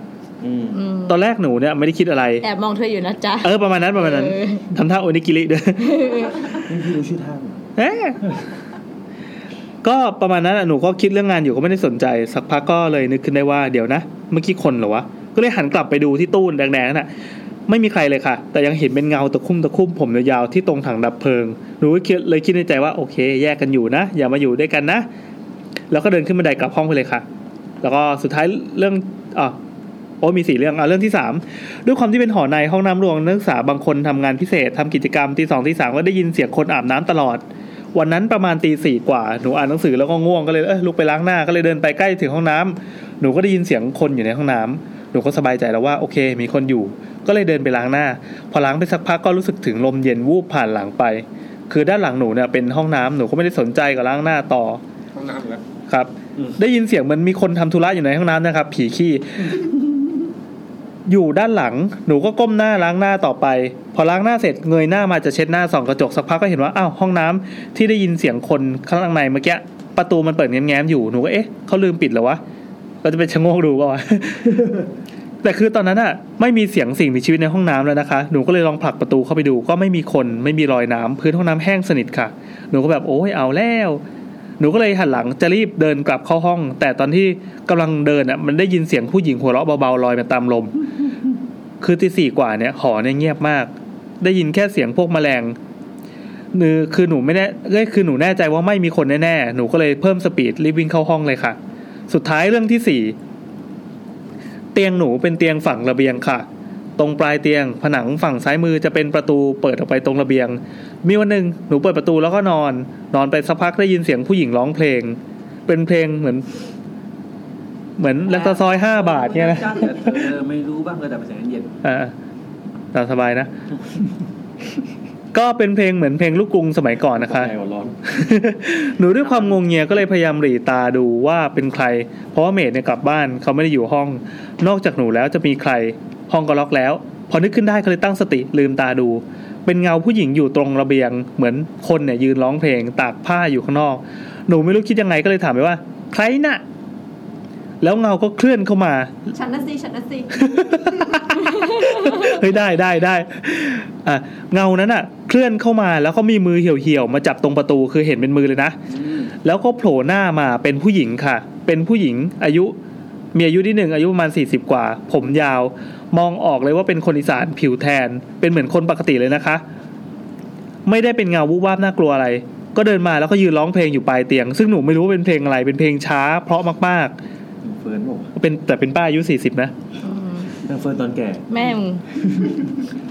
อืม อืม ตอนแรกหนูเนี่ยไม่ได้คิดอะไร แอบมองเธออยู่นะจ๊ะ เออประมาณนั้นประมาณนั้น เออ ทำท่าโอนิกิริด้วย นี่พี่รู้ชื่อท่าน เอ๊ะก็ประมาณนั้นอะหนูก็คิดเรื่องงานอยู่ก็ไม่ได้สนใจ สักพักก็เลยนึกขึ้นได้ว่าเดี๋ยวนะ เมื่อกี้คนเหรอวะ ก็เลยหันกลับไปดูที่ตู้แดงๆนั่นน่ะ ไม่มีใครเลยค่ะ แต่ยังเห็นเป็นเงาตะคุ่มตะคุ่มผมยาวๆที่ตรงถังดับเพลิงหนูก็คิดเลยคิดในใจว่าโอเค แยกกันอยู่นะ อย่ามาอยู่ด้วยกันนะ แล้วก็เดินขึ้นบันไดกลับห้องไปเลยค่ะ แล้วก็สุดท้ายเรื่องอ่ะโอ้มีสี่เรื่องอ่ะเรื่องที่สามด้วยความที่เป็นหอในห้องน้ำรวงนักศึกษาบางคนทำงานพิเศษทำกิจกรรมตีสองตีสามก็ได้ยินเสียงคนอาบน้ำตลอด วันนั้นประมาณตีสี่กว่าหนูอ่านหนังสือแล้วก็ง่วงก็เลยเออลุกไปล้างหน้าก็เลยเดินไปใกล้ถึงห้องน้ำหนูก็ได้ยินเสียงคนอยู่ในห้องน้ำหนูก็สบายใจแล้วว่าโอเค มีคนอยู่ ก็เลยเดินไปล้างหน้า พอล้างไปสักพักก็รู้สึกถึงลมเย็นวูบผ่านหลังไป คือด้านหลังหนูเนี่ยเป็นห้องน้ำหนูก็ไม่ได้สนใจกับล้างหน้าต่อ ห้องน้ำอยู่แล้ว ครับ อืม ได้ยินเสียงเหมันมีคนทำธุระอยู่ในห้องน้ำนะครับ ผีขี้ อยู่ด้านหลัง หนูก็ก้มหน้าล้างหน้าต่อไป พอล้างหน้าเสร็จเงยหน้ามาจะเช็ดหน้าส่องกระจกสักพักก็เห็นว่าอ้าวห้องน้ำที่ได้ยินเสียงคนข้างในเมื่อกี้ประตูมันเปิดแง้มๆอยู่หนูก็เอ๊ะเขาลืมปิดเหรอวะก็จะไปชะโงกดูเปล่าวะ แต่คือตอนนั้นอะไม่มีเสียงสิ่งมีชีวิตในห้องน้ำแล้วนะคะหนูก็เลยลองผลักประตูเข้าไปดู ก็ไม่มีคนไม่มีรอยน้ำพื้นห้องน้ำแห้งสนิทค่ะ หนูก็แบบโอ้ยเอาแล้ว หนูก็เลยหันหลังจะรีบเดินกลับเข้าห้อง แต่ตอนที่กำลังเดินอ่ะมันได้ยินเสียงผู้หญิงหัวเราะเบาๆลอยมาตามลม คือตีสี่กว่าเนี่ยหอเนี่ยเงียบมาก ได้ยินแค่เสียงพวกแมลงนือคือหนูไม่แน่เอ้ยคือหนูแน่ใจว่าไม่มีคนแน่ๆหนูก็เลยเพิ่มสปีดรีบวิ่งเข้าห้องเลยค่ะ สุดท้ายเรื่องที่สี่เตียงหนูเป็นเตียงฝั่งระเบียงค่ะ ตรงปลายเตียง ผนังฝั่งซ้ายมือจะเป็นประตูเปิดออกไปตรงระเบียง มีวันหนึ่งหนูเปิดประตูแล้วก็นอน นอนไปสักพักได้ยินเสียงผู้หญิงร้องเพลง เป็นเพลงเหมือน เหมือนแลกตาซอยห้าบาทเนี่ยนะ เออไม่รู้บ้างเลยแต่เป็นเสียงเย็น อ่าตามสบาย นะ ก็เป็นเพลงเหมือนเพลงลูกกรุงสมัยก่อนนะคะ ใจหัวร้อน หนูด้วยความงงเงียก็เลยพยายามหลีตาดูว่าเป็นใคร เพราะว่าเมดเนี่ยกลับบ้านเขาไม่ได้อยู่ห้อง นอกจากหนูแล้วจะมีใคร ห้องก็ล็อกแล้ว พอนึกขึ้นได้ก็เลยตั้งสติลืมตาดู เป็นเงาผู้หญิงอยู่ตรงระเบียง เหมือนคนเนี่ยยืนร้องเพลง ตากผ้าอยู่ข้างนอก หนูไม่รู้คิดยังไงก็เลยถามไปว่า ใครน่ะ แล้วเงาก็เคลื่อนเข้ามา ฉันนะสิฉันนะ สิ เฮ้ยได้ได้ได้อ่ะเงานั้นอ่ะ เคลื่อนเข้ามาแล้วก็มีมือเหี่ยวๆมาจับตรงประตูคือเห็นเป็นมือเลยนะ แล้วก็โผล่หน้ามาเป็นผู้หญิงค่ะ เป็นผู้หญิงอายุ มีอายุที่หนึ่งอายุประมาณสี่สิบกว่า ผมยาว มองออกเลยว่าเป็นคนอีสานผิวแทน เป็นเหมือนคนปกติเลยนะคะ ไม่ได้เป็นเงาวูบวาบน่ากลัวอะไร ก็เดินมาแล้วก็ยืนร้องเพลงอยู่ปลายเตียง ซึ่งหนูไม่รู้ว่าเป็นเพลงอะไร เป็นเพลงช้า เพราะมาก เฟิร์นบอกว่า ๆ เป็นแต่เป็นป้าอายุสี่สิบนะ อืม นางเฟิร์นตอนแก่ แม่มึง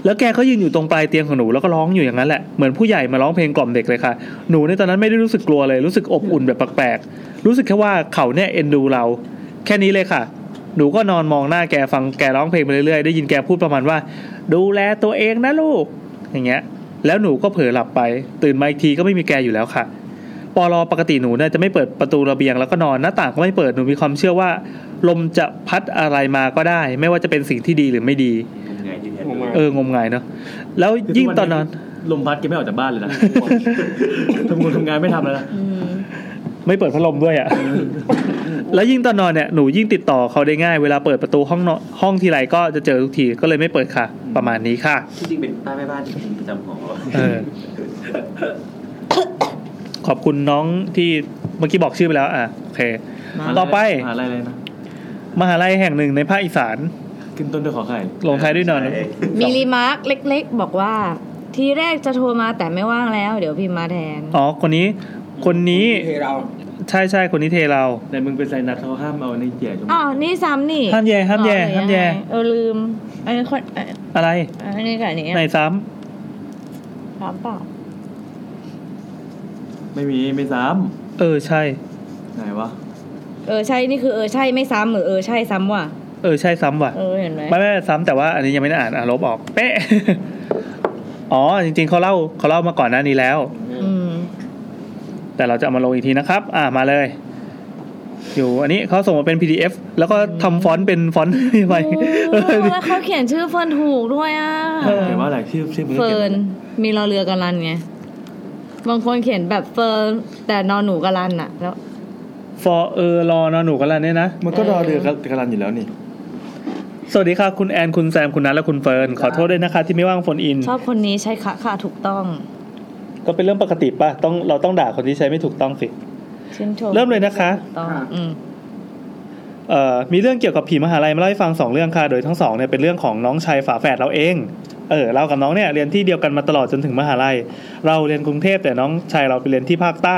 แล้วแกก็ยืนอยู่ตรงปลายเตียงของหนูแล้วก็ร้องอยู่อย่างนั้นแหละ เหมือนผู้ใหญ่มาร้องเพลงกล่อมเด็กเลยค่ะ หนูในตอนนั้นไม่ได้รู้สึกกลัวเลย รู้สึกอบอุ่นแบบแปลกๆ รู้สึกแค่ว่าเขาเนี่ยเอ็นดูเรา แค่นี้เลยค่ะ หนูก็นอนมองหน้าแกฟังแกร้องเพลงไปเรื่อยๆ ได้ยินแกพูดประมาณว่า ดูแลตัวเองนะลูก อย่างเงี้ย แล้วหนูก็เผลอหลับไป ตื่นมาอีกทีก็ไม่มีแกอยู่แล้วค่ะ ปอลอปกติหนูเนี่ยจะไม่เปิดประตูระเบียงแล้วก็นอนหน้าต่างก็ไม่เปิด หนูมีความเชื่อว่า ลมจะพัดอะไรมาก็ได้ ไม่ว่าจะเป็นสิ่งที่ดีหรือไม่ดี ไงที่แท้ ผมมา เอองมงายเนาะแล้วยิ่งตอนนอน ลมพัดแกไม่ออกจากบ้าน เลยนะ ทำงานทำงานไม่ทำแล้วนะ อืม ไม่เปิดพัดลมด้วย อะ่ะ แล้วยิ่งตอนนอนเนี่ยหนูยิ่งติดต่อเขาได้ง่าย เวลาเปิดประตูห้องนอนห้องทีไรก็จะเจอทุกทีก็เลยไม่เปิดค่ะ ประมาณนี้ค่ะ ที่จริงเป็นป้าแม่บ้านจริงๆประจำของเรา เออ ขอบคุณน้องที่เมื่อกี้บอกชื่อไปแล้ว อ่ะโอเค ต่อไป หาอะไรเลยนะ มหาลัยแห่งหนึ่งในภาคอีสาน ขึ้นต้นด้วยขอไข่ ลงท้ายด้วยนอน มีรีมาร์คเล็กๆ บอกว่า ทีแรกจะโทรมาแต่ไม่ว่างแล้ว เดี๋ยวพิมพ์มาแทน อ๋อ คนนี้ คนนี้ เทเรา ใช่ใช่คนนี้เทเรา แต่มึงเป็นไซนัสเขาห้ามเอาในแย่จมูก อ๋อ นี่ซ้ำนี่ ห้ามแย่ห้ามแย่ อ๋อ ห้ามแย่ เออลืมอันนี้คนอัน อะไร อันนี้กับอันนี้ ไหนซ้ ซ้ำเปล่า ไม่มีไม่ซ้ ำเออใช่ ำไหนวะ เออใช่นี่คือเออใช่ไม่ซ้ำหรือเออใช่ซ้ำว่ะ เออใช่ซ้ำว่ะ เออเห็นไหม ไม่ไม่ไม่ซ้ำแต่ว่าอันนี้ยังไม่ได้อ่านอ่ะลบออก เป๊ะ อ๋อ จริง ๆเขาเล่าเขาเล่ามาก่อนหน้านี้แล้ว อืม แต่เราจะเอามาลงอีกทีนะครับ อ่ามาเลย อยู่อันนี้เขาส่งมาเป็น PDF แล้วก็ทำฟอนต์เป็นฟอนต์ ไป โอ้แล้วเขาเขียนชื่อเฟิร์นถูกด้วยอ่ะ เออ เขียนว่าอะไรชื่อชื่อมึงก็ เฟิ เขีย ร์น น มีรอเรือกันรันไง บางคนเขียนแบบเฟิร์นแต่นอนหนูกันรันอะแล้ว for เออรอนอนหนูกันแล้วเนี่ยนะ มันก็รอเดือกบกำลันอยู่แล้วนี่ สวัสดีค่ะ คุณแอนคุณแซมคุณนัทและคุณเฟิร์น ขอโทษด้วยนะคะ ที่ไม่ว่างโฟนอิน ชอบคนนี้ใช้ค่ะค่ะถูกต้อง ก็เป็นเรื่องปกติป่ะต้องเราต้องด่าคนที่ใช้ไม่ถูกต้องสิ ชื่นชม เริ่มเลยนะคะ ถูกต้องอืม เอ่อมีเรื่องเกี่ยวกับผีมหาลัยมาเล่าให้ฟังสองเรื่องค่ะ โดยทั้งสองเนี่ยเป็นเรื่องของน้องชายฝาแฝดเราเอง เออเรากับน้องเนี่ยเรียนที่เดียวกันมาตลอดจนถึงมหาลัย เราเรียนกรุงเทพแต่น้องชายเราไปเรียนที่ภาคใต้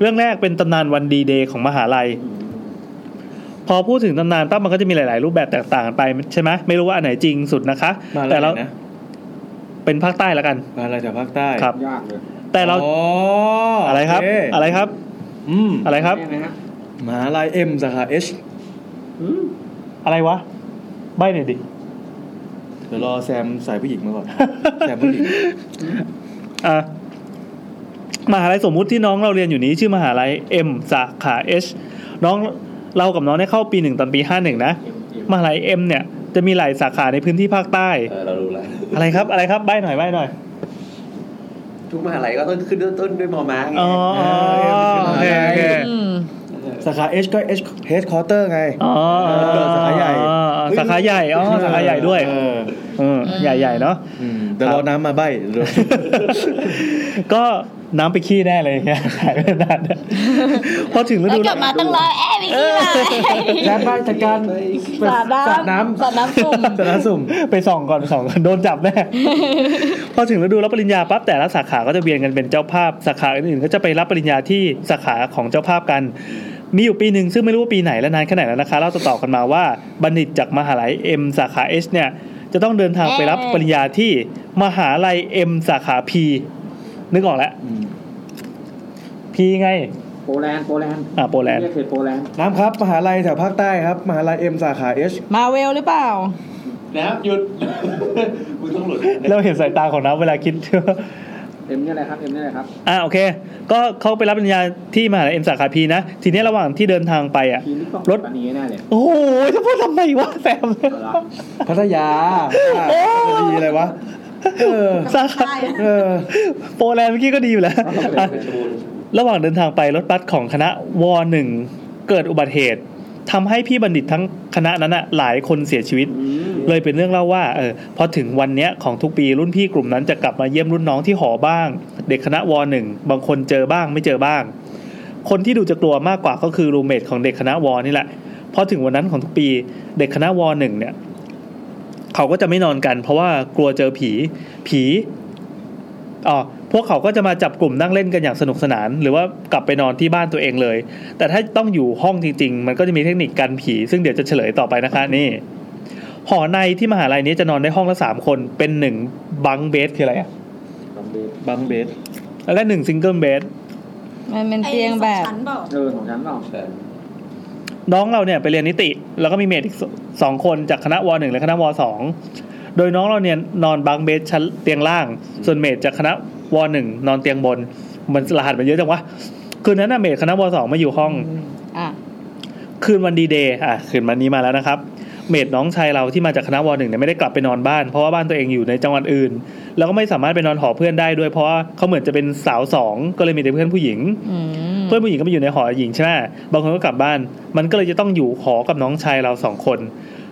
เรื่องแรกเป็นตำนานวันดีเดย์ของมหาลัย พอพูดถึงตำนานตั้มมันก็จะมีหลาย ๆ รูปแบบแตกต่างกันไปใช่ไหมไม่รู้ว่าอันไหนจริงสุดนะคะ มา แต่ อะไร เรา นะ เป็นภาคใต้แล้วกัน มาอะไรจากภาคใต้ ครับ ยากเลย แต่เรา อ๋อ อะไรครับ โเ อะไรครับ อืม อะไรครับ แน่นะฮะ มหาลายเอ็มสาขาเอช อะไรวะใบหน่อยดิ เดี๋ยวรอแซมสายผู้หญิงมา ก่อน แซมผู้หญิง อ่ะมหาลัยสมมุติที่น้องเราเรียนอยู่นี้ชื่อมหาลัย M สาขา H น้องเรากับน้องได้เข้าปีหนึ่งตอนปีห้าหนึ่งนะ มหาลัย M เนี่ยจะมีหลายสาขาในพื้นที่ภาคใต้ เออเรารู้แล้ว อะไรครับอะไรครับใบ้หน่อยใบ้หน่อย ทุกมหาลัยก็ต้องขึ้นต้นต้นด้วยมอม้าไง อ๋อโอเคโอเค อืม สาขาเอชก็เอชเฮดคอร์เตอร์ไง อ๋อ เออสาขาใหญ่ อ๋อสาขาใหญ่อ๋อสาขาใหญ่ด้วย เออ เออใหญ่ใหญ่ๆเนาะ อืมเดี๋ยวรอน้ำ มาใบเดี๋ยว ก็น้ำไปขี้ได้เลย เนี่ยถ่ายไม่ นานพอถึงฤ แล้ว ดู กลับมาตั้งร้อยแอบอีกที แล้บ้านจัดการ มาสาดน้ำสาดน้ำสุ่ม สาดน้ำสุ่ม ไปส่องก่อนส่องก่อนโดนจับ แน่ พอถึงฤดูรับปริญญาปั๊บแต่ละสาขาก็จะเวียนกันเป็นเจ้าภาพสาขาอื่นๆก็จะไปรับปริญญาที่สาขาของเจ้าภาพกัน มีอยู่ปีหนึ่งซึ่งไม่รู้ว่าปีไหนและนานแค่ไหนแล้วนะคะเล่าต่อๆกันมาว่าบัณฑิตจากมหาลัย M สาขา H เนี่ยจะต้องเดินทางไปรับปริญญาที่มหาลัย M สาขา P นึกออกแล้ว P ไง โปแลนด์โปแลนด์ อ่าโปแลนด์ เรียกเขตโปแลนด์ น้ำครับมหาลัยแถวภาคใต้ครับมหาลัยเอ็มสาขาเอช มาเวลหรือเปล่า น้ำหยุด มึงต้องหลุดนะ เราเห็นสายตาของน้ำเวลาคิด เอ็มเนี่ยอะไรครับเอ็มเนี่ยอะไรครับ อ่าโอเค ก็เขาไปรับปริญญาที่มหาลัยเอ็มสาขาพีนะ ทีนี้ระหว่างที่เดินทางไปอ่ะ ทีนี้ต้อง รถ ปันนี้แน่เลย โอ้โหจะพูดทำไมวะแซม เอาละ พัทยา โอ้ ดีอะไรวะเออ สาขา ใช่ เออ โปแลนด์เมื่อกี้ก็ดีอยู่แล้วอ่ะระหว่างเดินทางไปรถบัสของคณะวหนึ่งเกิดอุบัติเหตุทำให้พี่บัณฑิตทั้งคณะนั้นอ่ะหลายคนเสียชีวิต เลยเป็นเรื่องเล่าว่าเออพอถึงวันเนี้ยของทุกปีรุ่นพี่กลุ่มนั้นจะกลับมาเยี่ยมรุ่นน้องที่หอบ้าง เด็กคณะวหนึ่งบางคนเจอบ้างไม่เจอบ้าง คนที่ดูจะกลัวมากกว่าก็คือรูเมทของเด็กคณะวนี่แหละพอถึงวันนั้นของทุกปีเด็กคณะวหนึ่งเนี่ย เขาก็จะไม่นอนกัน เพราะว่ากลัวเจอผี ผีอ๋อพวกเขาก็จะมาจับกลุ่มนั่งเล่นกันอย่างสนุกสนาน หรือว่ากลับไปนอนที่บ้านตัวเองเลย แต่ถ้าต้องอยู่ห้องจริง ๆ มันก็จะมีเทคนิคกันผี ซึ่งเดี๋ยวจะเฉลยต่อไปนะคะนี่ หอในที่มหาลัยนี้จะนอนได้ห้องละสามคนเป็นหนึ่งบังเบสคืออะไรอะ บังเบส และหนึ่งซิงเกิลเบส มันเป็น ไอ้ เตียง สอง แบบ ชั้นเปล่า เออของฉันเปล่า น้องเราเนี่ยไปเรียนนิติ แล้วก็มีเมดอีกสสองคนจากคณะวหนึ่งและคณะวสองโดยน้องเราเนี่ยนอนบังเบสชั้นเตียงล่าง ส่วนเมดจากคณะวหนึ่งนอนเตียงบน มันรหัสมันเยอะจังวะคืนนั้นน่ะเมดคณะวสองมาอยู่ห้อง อ่ะ คืนวันดีเดย์อ่ะคืนวันนี้มาแล้วนะครับ เมดน้องชายเราที่มาจากคณะวหนึ่งเนี่ยไม่ได้กลับไปนอนบ้าน เพราะว่าบ้านตัวเองอยู่ในจังหวัดอื่น แล้วก็ไม่สามารถไปนอนหอเพื่อนได้ด้วยเพราะว่าเขาเหมือนจะเป็นสาวสองก็เลยมีแต่เพื่อนผู้หญิง อืม เพื่อนผู้หญิงก็ไปอยู่ในหอหญิงใช่ไหมบางคนก็กลับบ้าน มันก็เลยจะต้องอยู่หอกับน้องชายเราสองคน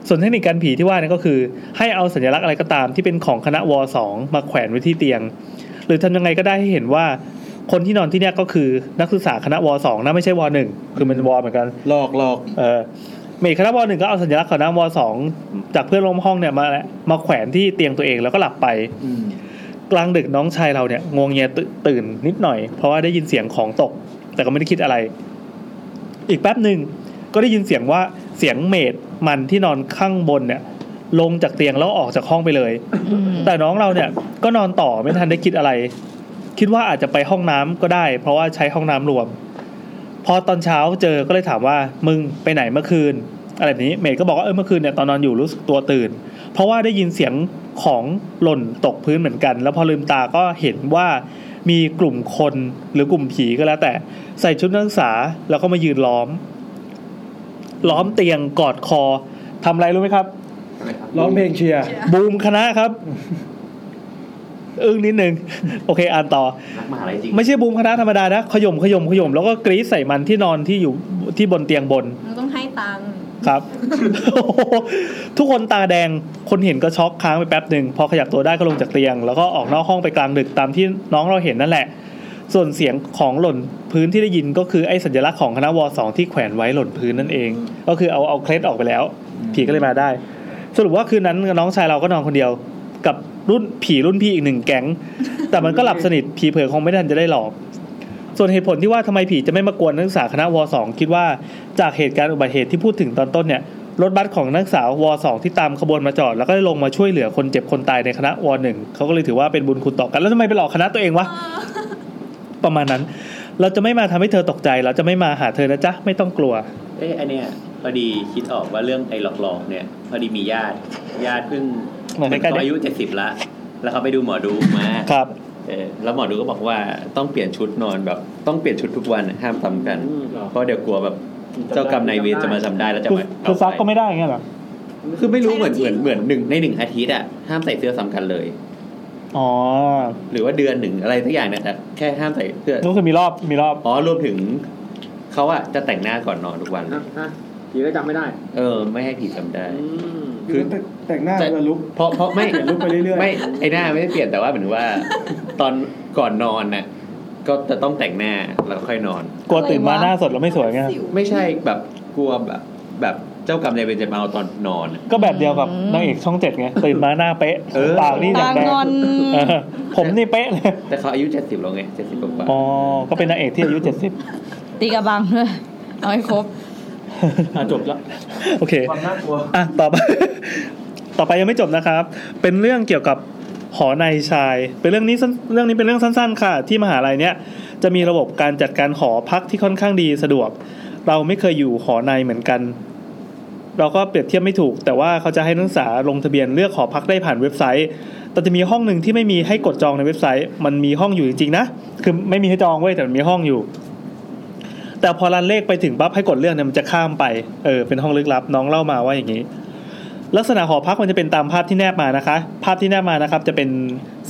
ส่วนเทคนิคการผีที่ว่านั่นก็คือ ให้เอาสัญลักษณ์อะไรก็ตามที่เป็นของคณะวสองมาแขวนไว้ที่เตียง หรือทำยังไงก็ได้ให้เห็นว่า คนที่นอนที่เนี่ยก็คือนักศึกษาคณะวสองนะไม่ใช่วหนึ่งคือมันวเหมือนกัน หลอกหลอก เออ มีคณะวอหนึ่งก็เอาสัญลักษณ์คณะวอสองจากเพื่อนร่วมห้องเนี่ยมามาแขวนที่เตียงตัวเองแล้วก็หลับไป อืม กลางดึกน้องชายเราเนี่ยงวงเงียตตื่นนิดหน่อย เพราะว่าได้ยินเสียงของตก แต่ก็ไม่ได้คิดอะไร อีกแป๊บหนึ่งก็ได้ยินเสียงว่าเสียงเมดมันที่นอนข้างบนเนี่ย ลงจากเตียงแล้วออกจากห้องไปเลย แต่น้องเราเนี่ยก็นอนต่อไม่ทันได้คิดอะไร คิดว่าอาจจะไปห้องน้ำก็ได้ เพราะว่าใช้ห้องน้ำรวม พอตอนเช้าเจอก็เลยถามว่ามึงไปไหนเมื่อคืน อะไรแบบนี้เมดก็บอกว่าเออเมื่อคืนเนี่ยตอนนอนอยู่รู้สึกตัวตื่น เพราะว่าได้ยินเสียงของหล่นตกพื้นเหมือนกัน แล้วพอลืมตาก็เห็นว่ามีกลุ่มคนหรือกลุ่มผีก็แล้วแต่ใส่ชุดนักศึกษาแล้วก็มายืนล้อม ล้อมเตียงกอดคอทำอะไรรู้ไหมครับ ร้องเพลงเชียร์ บูมคณะครับ อึ้งนิดนึง โอเค อ่านต่อ รักมหาลัยจริง ไม่ใช่บูมคณะธรรมดานะ ขยมขยมขยม แล้วก็กรีดใส่มันที่นอนที่อยู่ที่บนเตียงบน เราต้องให้ตังค์ ครับ ทุกคนตาแดงคนเห็นก็ช็อกค้างไปแป๊บหนึ่งพอขยับตัวได้ก็ลงจากเตียง แล้วก็ออกนอกห้องไปกลางดึกตามที่น้องเราเห็นนั่นแหละ ส่วนเสียงของหล่นพื้นที่ได้ยินก็คือไอ้สัญลักษณ์ของคณะวสองที่แขวนไว้หล่นพื้นนั่นเอง ก็คือเอาเอาเคล็ดออกไปแล้ว ผีก็เลยมาได้ สรุปว่าคืนนั้นน้องชายเราก็นอนคนเดียว กับรุ่นผีรุ่นพี่อีกหนึ่งแก๊ง แต่มันก็หลับสนิทผีเผลอคงไม่ทันจะได้หลอก ส่วนเหตุผลที่ว่าทำไมผีจะไม่มากวนนักศึกษาคณะวสองคิดว่าจากเหตุการณ์อุบัติเหตุที่พูดถึงตอนต้นเนี่ยรถบัสของนักศึกษาวสองที่ตามขบวนมาจอด แล้วก็ได้ลงมาช่วยเหลือคนเจ็บคนตายในคณะวหนึ่งเขาก็เลยถือว่าเป็นบุญคุณต่อกันแล้วทำไมไปหลอกคณะตัวเองวะ ประมาณนั้น เราจะไม่มาทำให้เธอตกใจ เราจะไม่มาหาเธอนะจ๊ะไม่ต้องกลัว เอ้ยอันเนี้ยพอดีคิดออกว่าเรื่องไอ้หลอกๆเนี่ย พอดีมีญาติ ญาติเพิ่ง หมอใกล้ๆ เขา เนี่ย อายุเจ็ดสิบละ แล้วเขาไปดูหมอดูมา ครับ เออแล้วหมอดูก็บอกว่าต้องเปลี่ยนชุดนอนแบบ ต้องเปลี่ยนชุดทุกวันห้ามซ้ำกัน เพราะเดี๋ยวกลัวแบบเจ้ากรรมนายเวรจะมาจำได้แล้วจะ คือ มา คือซักก็ ไม่ ไม่ได้เงี้ยเหรอ คือไม่รู้เหมือนเหมือนเหมือนหนึ่งในหนึ่งอาทิตย์อ่ะห้ามใส่เสื้อซ้ำกันเลย อ๋อ หรือว่าเดือนหนึ่งอะไรทุกอย่างนะแต่แค่ห้ามใส่เสื้อ ก็คือมีรอบมีรอบ อ๋อรวมถึงเขาอะจะแต่งหน้าก่อนนอนทุกวัน ฮะฮะผีก็จำไม่ได้ เออ ไม่ให้ผีจำได้ อืม คือแต่งหน้า แต่ เพื่อลุก เพราะเพราะไม่ เปลี่ยนรูปไปเรื่อยๆ ไม่ไอหน้าไม่ได้เปลี่ยนแต่ว่าเหมือนว่า ตอนก่อนนอนน่ะก็จะต้องแต่งหน้าแล้วค่อยนอน กลัวตื่นมาหน้าสดแล้วไม่สวยไงครับ สิว ไม่ใช่แบบกลัวแบบ แบบเจ้ากรรมนายเวรจะมาเอาตอนนอนน่ะ ก็แบบเดียวกับนางเอกช่องเจ็ดไงตื่นมาหน้าเป๊ะ เออ ปากนี่อย่าง ตาง แดง งอน เออผมนี่เป๊ะเลย แต่เขาอายุเจ็ดสิบแล้วไงเจ็ดสิบกว่า อ๋อ ก็เป็นนางเอกที่อายุเจ็ดสิบ ตีกระบัง ด้วยเอาให้ครบ อ่ะจบแล้ว โอเค ความน่ากลัว อ่ะ ต่อไป ต่อไปยังไม่จบนะครับ เป็นเรื่องเกี่ยวกับหอในชาย เป็นเรื่องนี้สั้นเรื่องนี้เป็นเรื่องสั้น ๆ ค่ะ ที่มหาลัยเนี้ยจะมีระบบการจัดการหอพักที่ค่อนข้างดีสะดวก เราไม่เคยอยู่หอในเหมือนกัน เราก็เปรียบเทียบไม่ถูก แต่ว่าเขาจะให้นักศึกษาลงทะเบียนเลือกหอพักได้ผ่านเว็บไซต์ แต่จะมีห้องหนึ่งที่ไม่มีให้กดจองในเว็บไซต์ มันมีห้องอยู่จริงๆนะ คือไม่มีให้จองเว้ยแต่มันมีห้องอยู่ แต่พอรันเลขไปถึงปั๊บให้กดเลือกเนี่ยมันจะข้ามไป เออ เป็นห้องลึกลับ น้องเล่ามาว่าอย่างนี้ ลักษณะหอพักมันจะเป็นตามภาพที่แนบมานะคะ ภาพที่แนบมานะครับ จะเป็น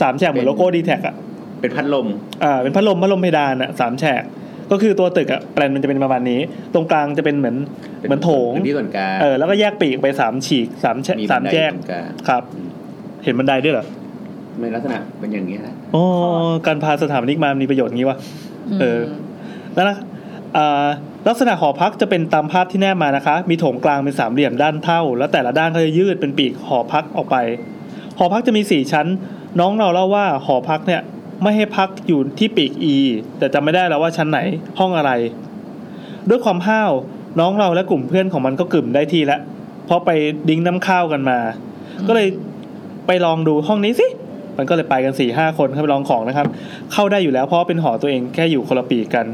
สามแฉกเหมือนโลโก้ดีแท็กอะ เป็นพัดลม อ่าเป็นพัดลมพัดลมเพดานอ่ะสามแฉก ก็คือตัวตึกอ่ะแปลนมันจะเป็นประมาณนี้ ตรงกลางจะเป็นเหมือนเหมือนโถง เป็นที่ส่วนกลาง เออแล้วก็แยกปีกไปสามฉีกสามแฉก มี สามแยก บันไดอยู่ตรงกลาง ครับ เห็นบันไดด้วยเหรอ เป็นลักษณะเป็นอย่างนี้ยฮะ โอ้การพาสถาปนิกมามีประโยชน์งี้วะ เออ แล้วนะอ่าลักษณะหอพักจะเป็นตามภาพที่แนบมานะคะ มีโถงกลางเป็นสามเหลี่ยมด้านเท่า แล้วแต่ละด้านก็จะยืดเป็นปีกหอพักออกไป หอพักจะมีสี่ชั้น น้องเราเล่าว่าหอพักเนี่ยไม่ให้พักอยู่ที่ปีก E แต่จำไม่ได้แล้วว่าชั้นไหนห้องอะไร ด้วยความห้าวน้องเราและกลุ่มเพื่อนของมันก็กลุ่มได้ที่แล้วเพราะไปดิ้งน้ำข้าวกันมา ก็เลยไปลองดูห้องนี้สิ มันก็เลยไปกันสี่ห้าคนเข้าไปลองของนะครับ เข้าได้อยู่แล้วเพราะเป็นหอตัวเองแค่อยู่คนละปีกกัน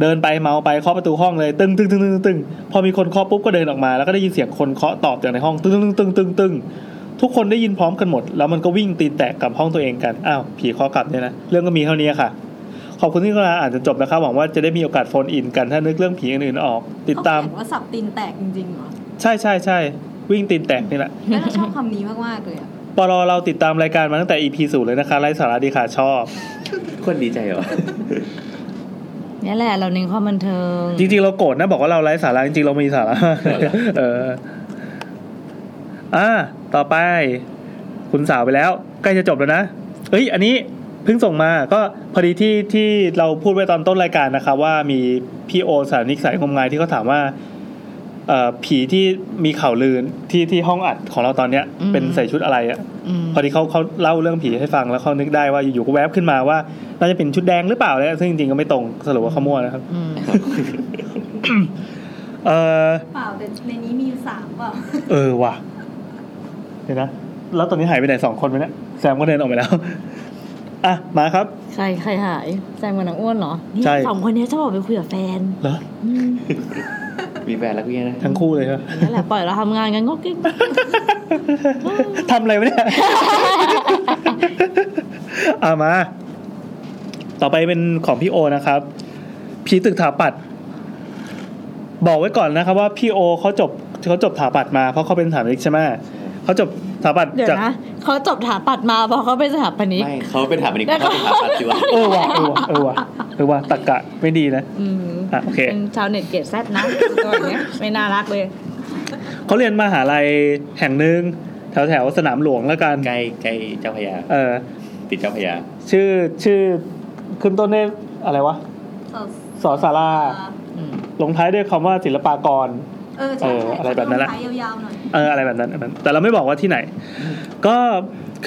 เดินไปเมาไปเคาะประตูห้องเลยตึงตึงตึงตึงตึงพอมีคนเคาะปุ๊บก็เดินออกมา แล้วก็ได้ยินเสียงคนเคาะตอบจากในห้องตึงตึงตึงตึงตึงทุกคนได้ยินพร้อมกันหมด แล้วมันก็วิ่งตีนแตกกลับห้องตัวเองกันอ้าวผีเคาะกลับเนี่ยนะเรื่องก็มีเท่านี้ค่ะ ขอบคุณที่กรุณาอ่านจนจบนะครับหวังว่าจะได้มีโอกาสโฟนอินกันถ้านึกเรื่องผีอื่นๆออก ติดตาม เขเขียนว่าสับตีนแตกจริงๆเหรอ ใช่ใช่ใช่วิ่งตีนแตกนี่แหละ แล้วเราชอบคำนี้มากๆเลยอะ ปรเราติดตามรายการมาตั้งแต่ EP ศูนย์เลยนะคะไร้สาระดีค่ะชอบ คนดีใจเหรอ นี่แหละเราเน้นความบันเทิง จริงๆ เราโกรธนะ บอกว่าเราไร้สาระจริงๆ เรามีสาระ เอออ่ะต่อไป คุณสาวไปแล้ว ใกล้จะจบแล้วนะเอ้ย อันนี้เพิ่งส่งมาก็พอดีที่ที่เราพูดไว้ตอนต้นรายการนะคะ ว่ามีพี่โอสารนิกสายงมงายที่เขาถามว่า เอ่อผีที่มีข่าวลือที่ที่ห้องอัดของเราตอนเนี้ย อืม เป็นใส่ชุดอะไรอ่ะ อืม พอที่เขาเขาเล่าเรื่องผีให้ฟังแล้วเขานึกได้ว่าอยู่ๆก็แวบขึ้นมาว่าน่าจะเป็นชุดแดงหรือเปล่าแล้วซึ่งจริงๆก็ไม่ตรงสรุปว่าเขามั่วนะครับ อืม เออ เปล่าแต่ในนี้มีอยู่สามเปล่า เออว่ะเดี๋ยวนะแล้วตอนนี้หายไปไหนสองคนไปเนี่ยแซมก็เดินออกไปแล้วอ่ะมาครับ ใครใครหายแซมกับนางอ้วนเหรอ ใช่ นี่สองคนนี้ชอบออกไปคุยกับแฟน เหรอ อืม มีแฟนแล้วพี่นะ ทั้งคู่เลยครับ นั่นแหละปล่อยเราทำงานกันงอกกิ๊ก ทำอะไรวะเนี่ย เอามา ต่อไปเป็นของพี่โอนะครับผีตึกถาปัด บอกไว้ก่อนนะครับ ว่าพี่โอเขาจบเขาจบถาปัดมาเพราะเขาเป็นสถาปนิกใช่ไหมเขาจบถาปัด เดี๋ยว จาก นะเขาจบถาปัดมาเพอเขาเป็นสถาปนิก ไม่เขาเป็นถามอันนี้ แล้วก็ เขาเป็นถามปัจจุบัน เออว่ะเออว่ะเออว่ะเออว่ะตะกะไม่ดีนะ อืม อ่ะโอเค เป็นชาวเน็ตเกรดแซดนะตัวอย่างเนี้ยไม่น่ารักเลย เขาเรียนมหาลัยแห่งหนึ่งแถวแถวๆสนามหลวงแล้วกัน ใกล้ใกล้เจ้าพระยา เออ ติดเจ้าพระยา ชื่อชื่อขึ้นต้นด้วยอะไรวะ เออ สอสารา อืม ลงท้ายด้วยคำว่าศิลปากร เออใช่ เอออะไรแบบนั้นแหละ ขายยาวๆหน่อย เอออะไรแบบนั้นแบบนั้น แต่เราไม่บอกว่าที่ไหน ก็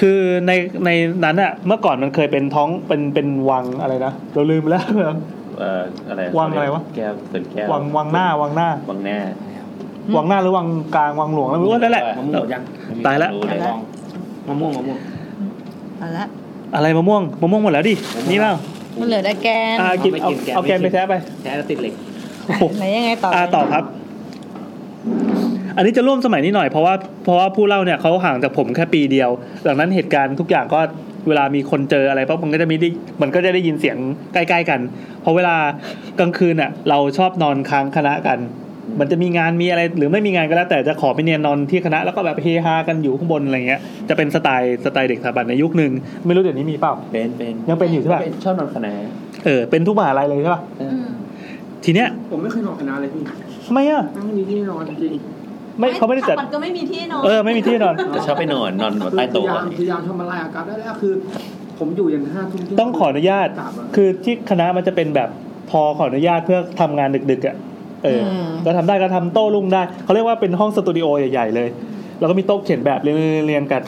คือในในนั้นอะเมื่อก่อนมันเคยเป็นท้องเป็นเป็นวังอะไรนะเราลืมแล้ว เอ่ออะไร วังอะไรวะ แก้วสวนแก้ว วังวังหน้าวังหน้า วังหน้า วังหน้าหรือวังกลางวังหลวงแล้วไม่รู้ว่านั่นแหละ มะม่วงหมดยัง ตายละ ไม่รู้เย มะม่วงมะม่วง เอาละ อะไรมะม่วงมะม่วงหมดแล้วดินี่เปล่า มันเหลือแต่แกน อ่ากินเอาเอา เอา แก แก น น ไป ไปกิน แท้ไป แท้แล้วติดเหล็ก โอ้โห ไหนยังไงต่ออ อ่าต่อครับ อันนี้จะร่วมสมัยนิดหน่อยเพราะว่าเพราะว่าผู้เล่าเนี่ยเขาห่างจากผมแค่ปีเดียว ดังนั้นเหตุการณ์ทุกอย่างก็เวลามีคนเจออะไรปั๊บมันก็จะมีได้มันก็จะได้ยินเสียงใกล้ ๆ กัน เพราะเวลากลางคืนอ่ะ เราชอบนอนค้างคณะกัน มันจะมีงานมีอะไรหรือไม่มีงานก็แล้ว แต่จะขอไปเนียนนอนที่คณะแล้วก็แบบเฮฮากันอยู่ข้างบนอะไรเงี้ยจะเป็นสไตล์สไตล์เด็กสถาบันในยุคหนึ่งไม่รู้เดี๋ยวนี้มีเปล่า เป็นเป็น ยังเป็นอยู่ใช่ป่ะ เป็นชอบนอนคณะ เออเป็นทุกมหาลัยเลยใช่ป่ะทีเนี้ย ผมไม่เคยนอนคณะเลยพี่ ทำไมอ่ะ นั่งมีที่นอนจริง ไม่เขาไม่ได้จัด มันก็ไม่มีที่นอน เออไม่มีที่นอน แต่ชอบไปนอนนอนแบบใต้ พ โต๊ะ ยายา อะ มพยายามทำอะไรอากาศได้แล้วคือ ผมอยู่อย่างห้าทุ่มเที่ย ต้องขออนุญาต กลับอะ คือที่คณะมันจะเป็นแบบพอขออนุญาตเพื่อทำงานดึกๆอ่ะ เออ ม ก็ทำได้ก็ทำโต้รุ่งได้ เขาเรียกว่าเป็นห้องสตูดิโอใหญ่ๆเลย แล้วก็มีโต๊ะเขียนแบบเรียงๆกัน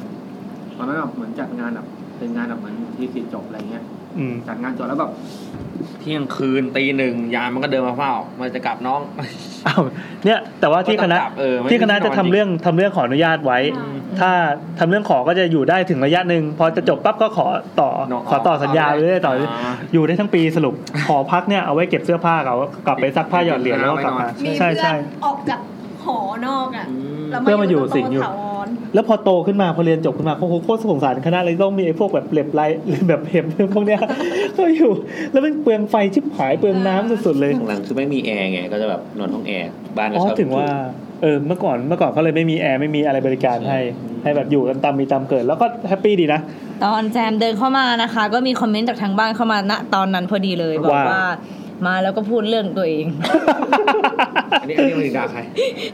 ตอนนั้นแบบเหมือนจัดงานแบบเป็นงานแบบเหมือนที่สิจบอะไรเงี้ย อืม จัดงานจบแล้วแบบ เที่ยงคืนตีหนึ่งยามมันก็เดินมาเฝ้า มันจะกลับน้อง อ้าว เนี่ย แต่ว่าที่คณะ ก็ต้องจับเออไม่ ที่คณะ ไม่นอน จะทำเรื่องทำเรื่องขออนุญาตไว้ ถ้าทำเรื่องขอก็จะอยู่ได้ถึงระยะหนึ่งพอจะจบปั๊บก็ขอต่อ น้อง ขอต่อ เอา สัญญา เอา ไปเรื่อยๆต่อ อ่า อยู่ได้ทั้งปีสรุป ขอพักเนี่ยเอาไว้เก็บเสื้อผ้าเอากลับไปซักผ้าหยอดเหรียญแล้วก็กลับมา มี ใช่ เพื่อ ใช่ นออกจากหอนอกอ่ะแล้ว เพื่อนมาอยู่สิงอยู่ ตรถาวร แล้วพอโตขึ้นมาพอเรียนจบขึ้นมาโอ้โหโคตรสงสารคณะเลยต้องมีไอ้พวกแบบเหล็บไรหรือแบบเห็บพวกเนี้ย ก็อยู่ แล้วมันเปลืองไฟชิบหายเปลืองน้ำสุดๆเลย ข้างหลังคือไม่มีแอร์ไงก็จะแบบนอนห้องแอร์บ้านก็ อ๋อ ชอบ ถึงว่าเออเมื่อก่อนเมื่อก่อนเขาเลยไม่มีแอร์ไม่มีอะไรบริการให้ให้แบบอยู่กันตามมีตามเกิด แล้วก็แฮปปี้ดีนะ ตอนแจมเดินเข้ามานะคะ ก็มีคอมเมนต์จากทางบ้านเข้ามาณตอนนั้นพอดีเลย บอก ว่า ว่า มาแล้วก็พูดเรื่องตัวเอง อันนี้อันนี้มันด่าใคร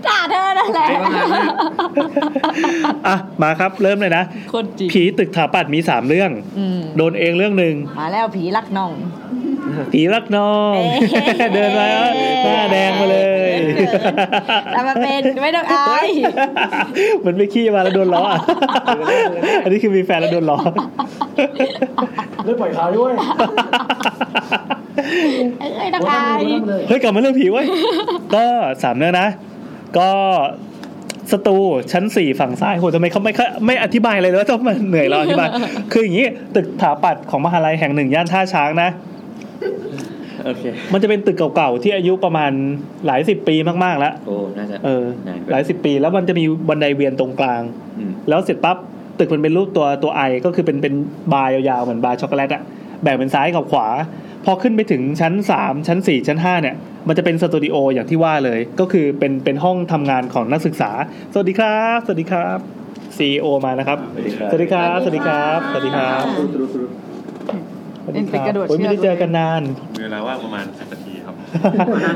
ด่าเธอนั่นแหละ ใครบ้างอะ อ่ะมาครับเริ่มเลยนะ โคตรจริง ผีตึกถาปัดมีสามเรื่อง อืม โดนเองเรื่องหนึ่ง มาแล้วผีรักน้อง ผีรักน้อง เอ๊ะ เดินมาแล้วหน้าแดงมาเลย แต่มาเป็นไม่ต้องอาย เหมือนไปขี้มาแล้วโดนล้ออ่ะ อันนี้คือมีแฟนแล้วโดนล้อ เลิกปล่อยข่าวด้วย เอ้ยต้องอาย เลิกเลย เฮ้ยกลับมาเรื่องผีเว้ย ก็สามเรื่องนะ ก็สตูชั้นสี่ฝั่งซ้ายโหทำไมเขาไม่ค่อยไม่อธิบายอะไรเลยวะต้องมาเหนื่อยเราอธิบาย คืออย่างนี้ตึกถาปัดของมหาลัยแห่งหนึ่งย่านท่าช้างนะ โอเค มันจะเป็นตึกเก่าๆที่อายุประมาณหลายสิบปีมากๆแล้ว โอ้น่าจะ เออ นนไป หลายสิบปีแล้วมันจะมีบันไดเวียนตรงกลาง อืม แล้วเสร็จปั๊บตึกมันเป็นรูปตัวตัวไอก็คือเป็นเป็นบาร์ยาวๆเหมือนบาร์ช็อกโกแลตอะแบ่งเป็นซ้ายกับขวา พอขึ้นไปถึงชั้น 3 ชั้น 4 ชั้น 5 เนี่ย มันจะเป็นสตูดิโออย่างที่ว่าเลย ก็คือเป็นเป็นห้องทำงานของนักศึกษา สวัสดีครับ สวัสดีครับ CEO มานะครับ สวัสดีครับ สวัสดีครับ สวัสดีครับ สวัสดีครับสวัสดีครับโอ้ยไม่ได้เจอกันนาน มีเวลาว่างประมาณสิบนาทีครับ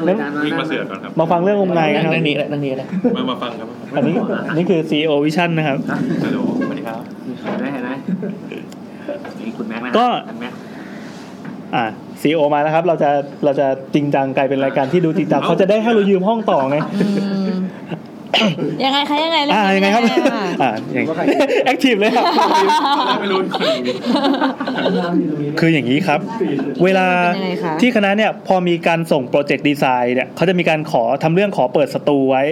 วิ่งมาเสือกก่อนครับ มาฟังเรื่องงมงายกันครับ นั่งนี่แหละนั่งนี่แหละ มามาฟังครับ อันนี้อันนี่คือ CEO Vision นะครับ ฮัลโหลสวัสดีครับ เห็นไหมเห็นไหมนี่คุณแม็กซ์นะ ก็ คุณแม็กซ์ อ่าซีโอมานะครับ เราจะเราจะจริงจังกลายเป็นรายการที่ดูจริงจังเขาจะได้ให้เรายืมห้องต่อไง อืม ยังไงคะยังไงเรื่อง อ่า นี้ ยังไงครับ ยังไงอะ อ่ายังแอคทีฟเลยครับ ไม่รู้ขี่ คืออย่างนี้ครับ เวลา เป็นยังไงคะ ที่คณะเนี่ยพอมีการส่งโปรเจกต์ดีไซน์เนี่ยเขาจะมีการขอทำเรื่องขอเปิดสตูไว้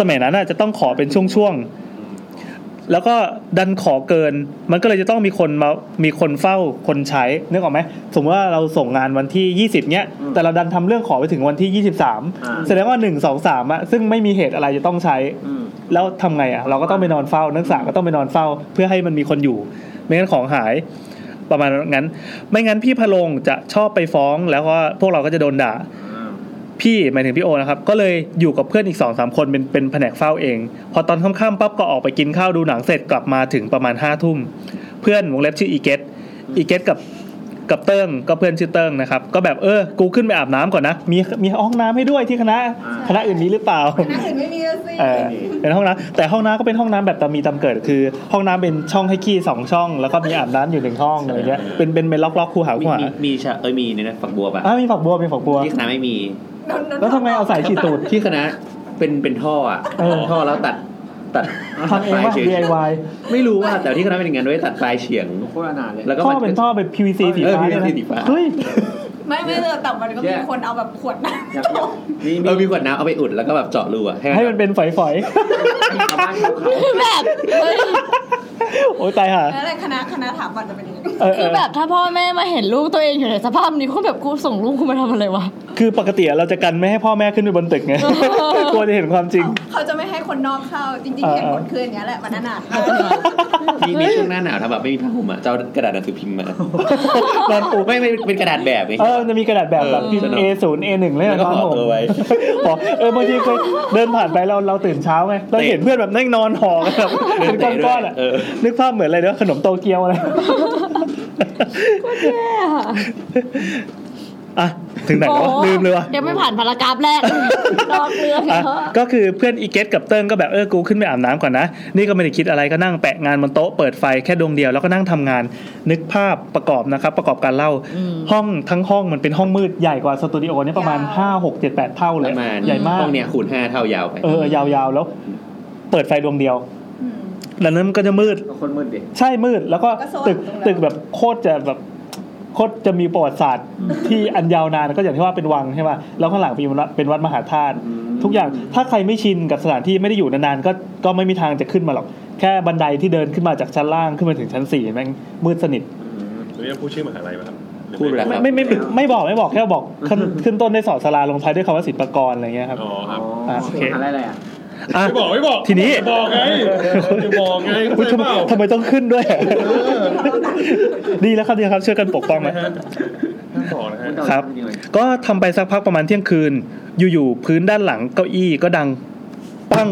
สมัยนั้นน่ะจะต้องขอเป็นช่วงๆ แล้วก็ดันขอเกิน มันก็เลยจะต้องมีคนมามีคนเฝ้าคนใช้นึกออกไหมสมมติว่าเราส่งงานวันที่ 20เนี้ย อืม แต่เราดันทำเรื่องขอไปถึงวันที่ อ่า 23 แสดงว่า 1 2 3อะซึ่งไม่มีเหตุอะไรจะต้องใช้ อืม แล้วทำไงอ่ะเราก็ต้องไปนอนเฝ้านักศึกษาก็ต้องไปนอนเฝ้า เพื่อให้มันมีคนอยู่ ไม่งั้นของหายประมาณนั้น ไม่งั้นพี่พะลงจะชอบไปฟ้องแล้วก็พวกเราก็จะโดนด่า พี่หมายถึงพี่โอนะครับ ก็เลยอยู่กับเพื่อนอีกสองสามคนเป็นเป็นแผนกเฝ้าเอง พอตอนค่ำๆปั๊บก็ออกไปกินข้าวดูหนังเสร็จกลับมาถึงประมาณห้าทุ่ม เพื่อนวงเล็บชื่ออีเกตอีเกตกับกับเติ้งก็เพื่อนชื่อเติ้งนะครับ ก็แบบเออกูขึ้นไปอาบน้ำก่อนนะมีมีห้องน้ำให้ด้วยที่คณะ อ่า คณะอื่นมีหรือเปล่า อันอื่นไม่มีแล้วสิ เออเป็นห้องน้ำแต่ห้องน้ำก็เป็นห้องน้ำแบบตามมีตามเกิด คือ ห้องน้ำเป็นช่องให้ขี้สองช่อง แล้วก็มีอาบน้ำอยู่หนึ่งห้องอะไรเงี้ยเป็นเป็นเป็นล็อกล็อกๆคูหา มี คูหา มีมีชาเอ้ยมีเนี่ยนะฝักบัวปะ อ่ามีฝักบัวมีฝักบัว ที่คณะไม่มี นนนน แล้วทำไมเอาสายฉีดตูด ที่คณะเป็นเป็นท่ออ่ะ เออ ท่อแล้วตัดตัด ทำเองว่า ปลายฉีย DIY ไม่รู้ว่าแต่ที่คณะเป็นอย่างนั้นด้วยตัดปลายเฉียง โคตรอนาถเลย แล้วก็ ท่อ มั เป็นท่อเป็น PVC สี เออ ฟ้า PVC เนี่ยนะ สีฟ้า เฮ้ย ไม่ไม่เลยแต่มันก็มีคนเอาแบบขวดน้ อยาก ำต้ม นี่มี เออมีขวดน้ำเอาไปอุดแล้วก็แบบเจาะรูอ่ะให้ ให้ มั มัน น แบบ เป็นฝอย บ้านเขาเขา แบบเฮ้ย ๆโอ้ยตายห่า แล้วอะไรคณะคณะถาปันจะเป็นยังไง เออเอ คือ อ แบบถ้าพ่อแม่มาเห็นลูกตัวเองอยู่ในสภาพนี้ก็แบบกูส่งลูกกูมาทำอะไร วะ คือปกติเราจะกันไม่ให้พ่อแม่ขึ้นไปบนตึกไงกลัวจะเห็นความจริง เขาจะไม่ให้คนนอกเข้า จริง เอ ๆ อ เหตุผลคืออย่างเงี้ยแหละมันอนาถ มีมีช่วงหน้าหนาวทำแบบไม่มีผ้าห่มอ่ะเจ้ากระดาษหนังสือพิมพ์ มาน อนอุบ ไม่ไม่เป็นกระดาษแบบไง เออมันจะมีกระดาษแบบแบบ เออ A0 A1 เลย แล้วก็ นะค ห่ รับผอม ตัวไว้ บอกเออบางทีเคยเดินผ่านไปเราเราตื่นเช้าไงเราเห็นเพื่อนแบบนั่งนอนห่อกันแบบเป็นก้อนๆอ่ะ เออ นึกภาพเหมือนอะไรเนาะขนมโตเกียวอะไรอ่ะถึงไหนแล้ววะ โอ้ ลืมเลยวะ ยังไม่ผ่านพารากราฟแรกนอกเรื่อง อ่ะ เยอะ ก็คือเพื่อนอีเกตกับเติ้งก็แบบเออกูขึ้นไปอาบน้ำก่อนนะ นี่ก็ไม่ได้คิดอะไรก็นั่งแปะงานบนโต๊ะเปิดไฟแค่ดวงเดียวแล้วก็นั่งทำงาน นึกภาพประกอบนะครับ ประกอบการเล่าห้องทั้งห้องมันเป็นห้องมืดใหญ่กว่าสตูดิโอเนี่ยประมาณห้าหกเจ็ดแปดเท่า ป เลย ระมาณ ใหญ่มาก ห้องเนี้ยคูณห้าเท่ายาวไป เออยาวๆแล้ว เปิดไฟดวงเดียว อืม แล้วนั้นมันก็จะมืด ก็คนมืดดิ ใช่มืด แล้วก็ แล้วก็โซน ตึก ตรงนั้น ตึกแบบโคตรจะแบบโคตรจะมีประวัติศาสตร์ที่อันยาวนานก็อย่างที่ว่าเป็นวังใช่ป่ะแล้วข้างหลังเป็นวัดเป็นวัดมหาธาตุ อืม ทุกอย่างถ้าใครไม่ชินกับสถานที่ไม่ได้อยู่นานๆก็ก็ไม่มีทางจะขึ้นมาหรอก แค่บันไดที่เดินขึ้นมาจากชั้นล่างขึ้นมาถึงชั้นสี่แม่งมืดสนิท เรียกผู้ชื่อมหาลัยป่ะครับหรือ พูดไปแล้ว ไม่ไม่ไม่ไม่บอกไม่บอกแค่บอกขึ้นขึ้นต้นด้วยสอสลาลงท้ายด้วยคำว่าศิลปากรอะไรเงี้ยครับ อ๋อค อ๋ รัอบโอเค อะไรอะไรอ่ะ อ่ะ ไม่บอกไม่บอก ทีนี้ อย่าบอกไงจะบอกไง อุ๊ย เข้าใจเปล่าทำไมทำไมต้องขึ้นด้วย ดีแล้วครับดีแล้วครับช่วยกันปกป้องไหม นะฮะห้ามบอกนะฮะ ครับ ก็ทำไปสักพักประมาณเที่ยงคืน อยู่ๆพื้นด้านหลังเก้าอี้ก็ดังปั้ง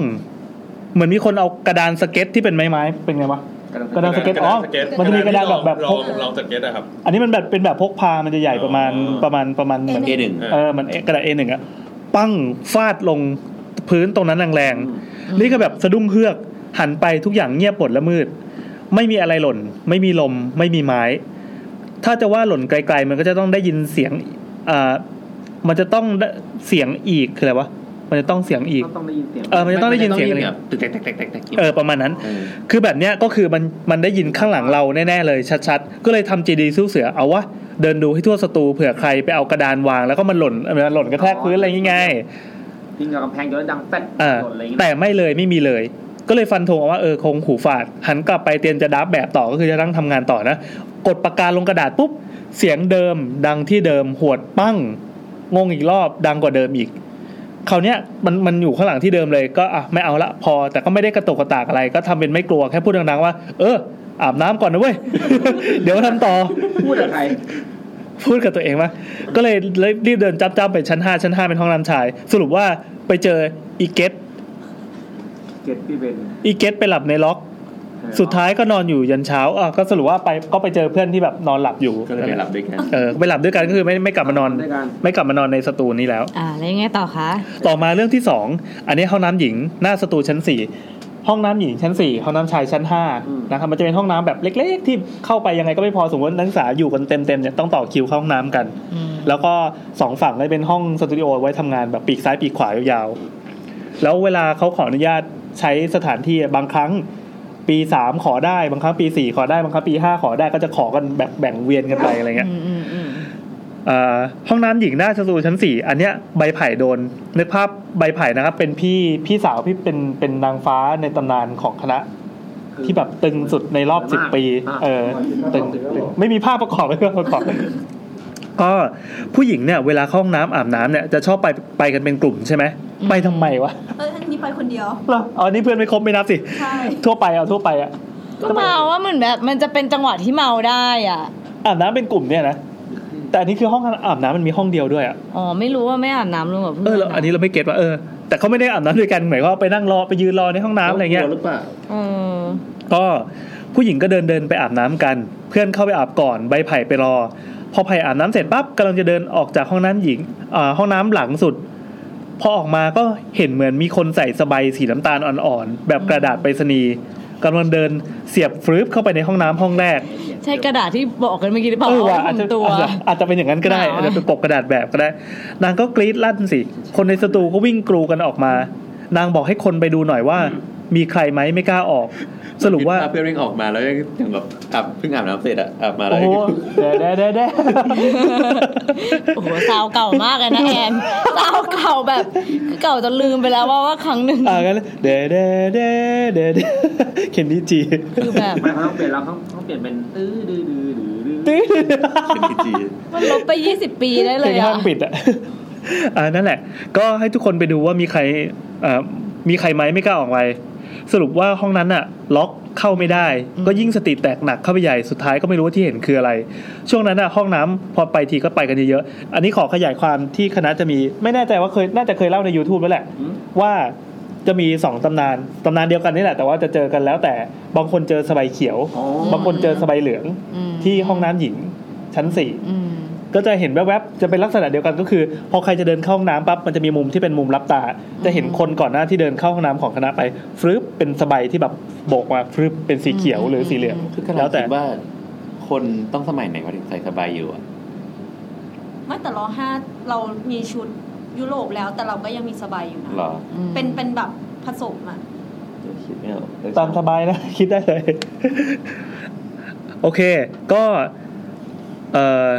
เหมือนมีคนเอากระดานสเก็ตที่เป็นไม้ๆเป็นไงวะ กระดานสเก็ตอ๋อ มันจะมีกระดานแบบแบบ ร พ อก งรองสเก็ตอะครับ อันนี้มันแบบเป็นแบบพกพา มันจะใหญ่ประมาณ อ๋อ ประมาณประมาณเหมือน เอหนึ่ง เออมันกระดาษเอหนึ่งอะปั้งฟาดลงพื้นตรงนั้นแรงๆ นี่ก็แบบสะดุ้งเฮือก หันไปทุกอย่างเงียบหมดและมืด ไม่มีอะไรหล่น ไม่มีลม ไม่มีไม้ ถ้าจะว่าหล่นไกล ๆ มันก็จะต้องได้ยินเสียงเอ่อมันจะต้องได้เสียงอีกคืออะไรวะ มันจะต้องเสียงอีก ก็ต้องได้ยินเสียง เออ มันจะต้องได้ยินเสียงอะไร แบบตึกแตกแตกแตกแตกแตก เออ ประมาณนั้น เออ คือแบบเนี้ยก็คือมันมันได้ยินข้างหลังเราแน่ ๆ เลยชัดๆ ก็เลยทำจีดีสู้เสือเอาวะ เดินดูให้ทั่วสตูเผื่อใครไปเอากระดานวางแล้วก็มันหล่นมันหล่นกระแทกพื้นอะไรอย่างงี้ไง ยิงกับกำแพงจนดังแป๊ด อ่า หล่นอะไรอย่าง แต่ เงี้ย ไม่เลยไม่มีเลย ก็เลยฟันธงเอาว่าเออคงหูฝาด หันกลับไปเตรียมจะดับแบบต่อก็คือจะนั่งทำงานต่อนะ กดปากกาลงกระดาษปุ๊บ เสียงเดิมดังที่เดิมหวดปั้ง งงอีกรอบดังกว่าเดิมอีกคราวเนี้ยมันมันอยู่ข้างหลังที่เดิมเลยก็อ่ะไม่เอาละพอ แต่ก็ไม่ได้กระตุกกระตากอะไร ก็ทำเป็นไม่กลัวแค่พูดดังๆว่า เอออาบน้ำก่อนนะเว้ย เดี๋ยวทำต่อ พูดกับใคร พูดกับตัวเองว่าก็เลยรีบเดินจ้ำๆไปชั้นห้าชั้นห้าเป็นห้องน้ำชาย สรุปว่าไปเจออีเกต เกตพี่เบน อีเกตไปหลับในล็อก สุดท้ายก็นอนอยู่ยันเช้าอ่ะก็สรุปว่าไปก็ไปเจอเพื่อนที่แบบนอนหลับอยู่ ก็เลยไปหลับด้วยกัน เออไปหลับด้วยกันก็คือไม่ไม่กลับมานอน ด้วยกัน ไม่กลับมานอนในสตูนี้แล้ว อ่าแล้วยังไงต่อคะ ต่อมาเรื่องที่ 2 อันนี้ห้องน้ำหญิงหน้าสตูชั้น 4 ห้องน้ำหญิงชั้น 4 ห้องน้ำชายชั้น5นะครับมันจะเป็นห้องน้ำแบบเล็ก ๆ ที่เข้าไปยังไงก็ไม่พอสมมตินักศึกษาอยู่กันเต็มๆเนี่ยต้องต่อคิวเข้าห้องน้ำกัน อืม แล้วก็สองฝั่งก็จะเป็นห้องสตูดิโอไว้ทำงานแบบปีกซ้ายปีกขวายาวๆแล้วเวลาเขาขออนุญาต ใช้สถานที่บางครั้งปีสามขอได้บางครั้งปีสี่ขอได้บางครั้งปีห้าขอได้ก็จะขอกันแบบแบ่งเวียนกันไปอะไรเงี้ย อืมอืมอืม เอ่อห้องน้ำหญิงหน้าชั้นสูงชั้นสี่อันเนี้ยใบไผ่โดนนึกภาพใบไผ่นะครับ เป็นพี่พี่สาวพี่เป็นเป็นนางฟ้าในตำนานของคณะ ที่แบบตึงสุดในรอบสิบปี เออตึงตึงไม่มีภาพประกอบไม่มีภาพประก อบ ก็ผู้หญิงเนี่ย เวลาเข้าห้องน้ำอาบน้ำเนี่ยจะชอบไปไปกันเป็นกลุ่มใช่ไหมไปทำไมวะ เอออันนี้ไปคนเดียว เหรออ๋อนี่เพื่อนไม่ครบไม่นับสิ ใช่ ทั่วไปเอาทั่วไปอะ ก็เมาว่าเหมือนแบบมันจะเป็นจังหวะที่เมาได้อ่ะ อาบน้ำเป็นกลุ่มเนี่ยนะแต่อันนี้คือห้องอาบน้ำมันมีห้องเดียวด้วยอะ อ๋อไม่รู้ว่าไม่อาบน้ำรวมกับเพื่อเออน เราอันนี้เราไม่เก็ตว่าเออแต่เขาไม่ได้อาบน้ำด้วยกันหมายความว่าไปนั่งรอไปยืนรอในห้องน้ำอะไรเงี้ย หรือเปล่า เออ ก็ผู้หญิงก็เดินเดินไปอาบน้ำกัน เพื่อนเข้าไปอาบก่อนใบไผ่ไปรอ พอไผ่อาบน้ำเสร็จปั๊บกำลังจะเดินออกจากห้องน้ำหญิงอ่าห้องน้ำหลังสุด พอออกมาก็เห็นเหมือนมีคนใส่สบายสีน้ำตาลอ่อนๆแบบกระดาษไปรษณีย์กำลังเดินเสียบฟลืบเข้าไปในห้องน้ำห้องแรก ใช่กระดาษที่บอกกันเมื่อกี้หรือเปล่า เออว่ะ ผ อาจ ม จะ ตัว อาจจะอาจจะเป็นอย่างนั้นก็ได้ หนาว อาจจะเป็นปกกระดาษแบบก็ได้ นางก็กรี๊ดลั่นสิ คนในสตูก็วิ่งกรูกันออกมา นางบอกให้คนไปดูหน่อยว่า มีใครไหมไม่กล้าออก สรุปว่า คิดเพื่อนวิ่งออกมาแล้วยังแบบอาบเพิ่งอาบน้ำเสร็จอะอาบมาแล้ว โอ้ ยัง เด้เด้เด้เด้ โอ้โหซาวเก่ามากเลยนะแอน ซาวเก่าแบบคือเก่าจนลืมไปแล้วว่าว่าครั้งหนึ่ง อ่า กันเลยเด้เด้เด้เด้เด้ เคนดี้จี คือแบบ ไม่เขาต้องเปลี่ยนแล้วเขาต้องเปลี่ยนเป็นตื้อดื้อดื้อดื้อดื้อ ตื้อ มันลบไปยี่สิบปีได้เลย เป็นห้า อ่ะ งปิด อ่ะ อ่านั่นแหละ ก็ให้ทุกคนไปดูว่ามีใครเอ่อมีใครไหมไม่กล้าออกไปสรุปว่าห้องนั้นอ่ะ ล็อกเข้าไม่ได้ ก็ยิ่งสติแตกหนักเข้าไปใหญ่สุดท้ายก็ไม่รู้ว่าที่เห็นคืออะไร ช่วงนั้นอ่ะห้องน้ำพอไปทีก็ไปกันเยอะๆอันนี้ขอขยายความที่คณะจะมี ไม่แน่ใจว่าเคยน่าจะเคยเล่าใน YouTube แล้วแหละ อืม ว่าจะมีสองตำนานตำนานเดียวกันนี่แหละแต่ว่าจะเจอกันแล้ว แต่บางคนเจอสบายเขียว อ๋อบ างคนเจอสบายเหลือง อืม ที่ห้องน้ำหญิงชั้นสี่ อืม ก็จะเห็นแวบๆ จะเป็นลักษณะเดียวกันก็คือ พอใครจะเดินเข้าห้องน้ำปั๊บมันจะมีมุมที่เป็นมุมรับตา จะเห็นคนก่อนหน้าที่เดินเข้าห้องน้ำของคณะไปฟรึบเป็นสบายที่แบบโบกมาฟรึบเป็นสีเขียวหรือสีเหลือง คือกำลั แล้ ง วแต่ คิดว่าคนต้องสมัยไหนวะถึงใส่สบายอยู่อะ ไม่แต่รอห้าเรามีชุดยุโรปแล้วแต่เราก็ยังมีสบายอยู่นะ หรอ เป็นเป็นแบบผสมอ่ะ คิดไม่ออกเออ ตามสบายนะ คิดได้เลย โอเค ก็เอ่อ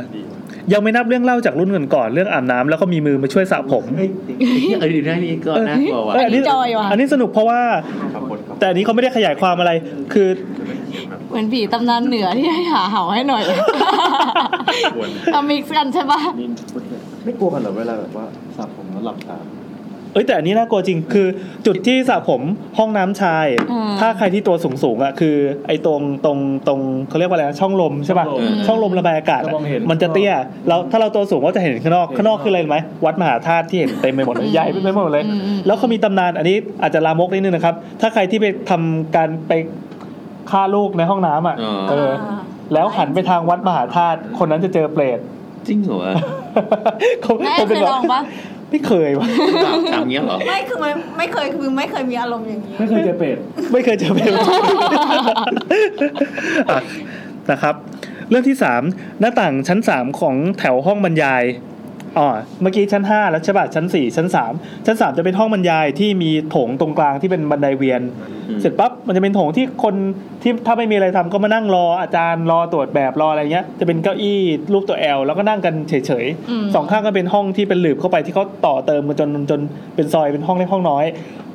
ยังไม่นับเรื่องเล่าจากรุ่นก่อนๆเรื่องอาบน้ำแล้วก็มีมือมาช่วยสระผม เฮ้ยเออดูหน้านี้ก็น่ากลัวว่ะ เย อันนี้จอยว่ะ อันนี้สนุกเพราะว่า ครับผมครับ แต่อันนี้เขาไม่ได้ขยายความอะไร คือ เหมือนผีตำนานเหนือที่ให้หาเห่าให้หน่อยเอามิกซ์กันใช่ปะ นี่ไม่กพูดเถอะลัวกันเหรอเวลาแบบว่าสระผมแล้วหลับตา เอ้ยแต่อันนี้น่ากลัวจริงคือจุดที่สระผมห้องน้ำชาย ถ้าใครที่ตัวสูงสูงๆอ่ะคือ ไอ้ตรงตรงตรงเขาเรียกว่าอะไรนะช่องลมใช่ป่ะช่องลมระบายอากาศอะ จะมองเห็น มันจะเตี้ยเราถ้าเราตัวสูงก็จะเห็นข้างนอกข้างนอกคืออะไรรู้ไหมวัดมหาธาตุที่เห็นเต็มไปหมดเลยใหญ่ไปหมดเลย แล้วเขามีตำนานอันนี้อาจจะลามกนิดนึงนะครับ ถ้าใครที่ไปทำการไปฆ่าลูกในห้องน้ำอ่ะ อ๋อ เออ แล้วหันไปทางวัดมหาธาตุคนนั้นจะเจอเปรต จริงเหรอวะ เขา แม่ ขา เคย แบบ ลองปะ ไม่เคยวะ ทำเงี้ยเหรอ ไม่คือไม่ไม่เคยคือไม่เคยมีอารมณ์อย่างนี้ ไม่เคยเจอเป็ด ไม่เคยเจอเบลอ่ะนะครับ เรื่องที่สามหน้าต่างชั้นสามของแถวห้องบรรยายอ๋อเมื่อกี้ชั้นห้าแล้วใช่ป่ะชั้นสี่ชั้นสามชั้นสามจะเป็นห้องบรรยายที่มีโถงตรงกลางที่เป็นบันไดเวียน อืม เสร็จปั๊บมันจะเป็นโถงที่คนที่ถ้าไม่มีอะไรทำก็มานั่งรออาจารย์รอตรวจแบบรออะไรเงี้ย จะเป็นเก้าอี้รูปตัวแอลแล้วก็นั่งกันเฉยๆสองข้างก็เป็นห้องที่เป็นหลืบเข้าไปที่เขาต่อเติมมาจนจนเป็นซอยเป็นห้องเล็กห้องน้อย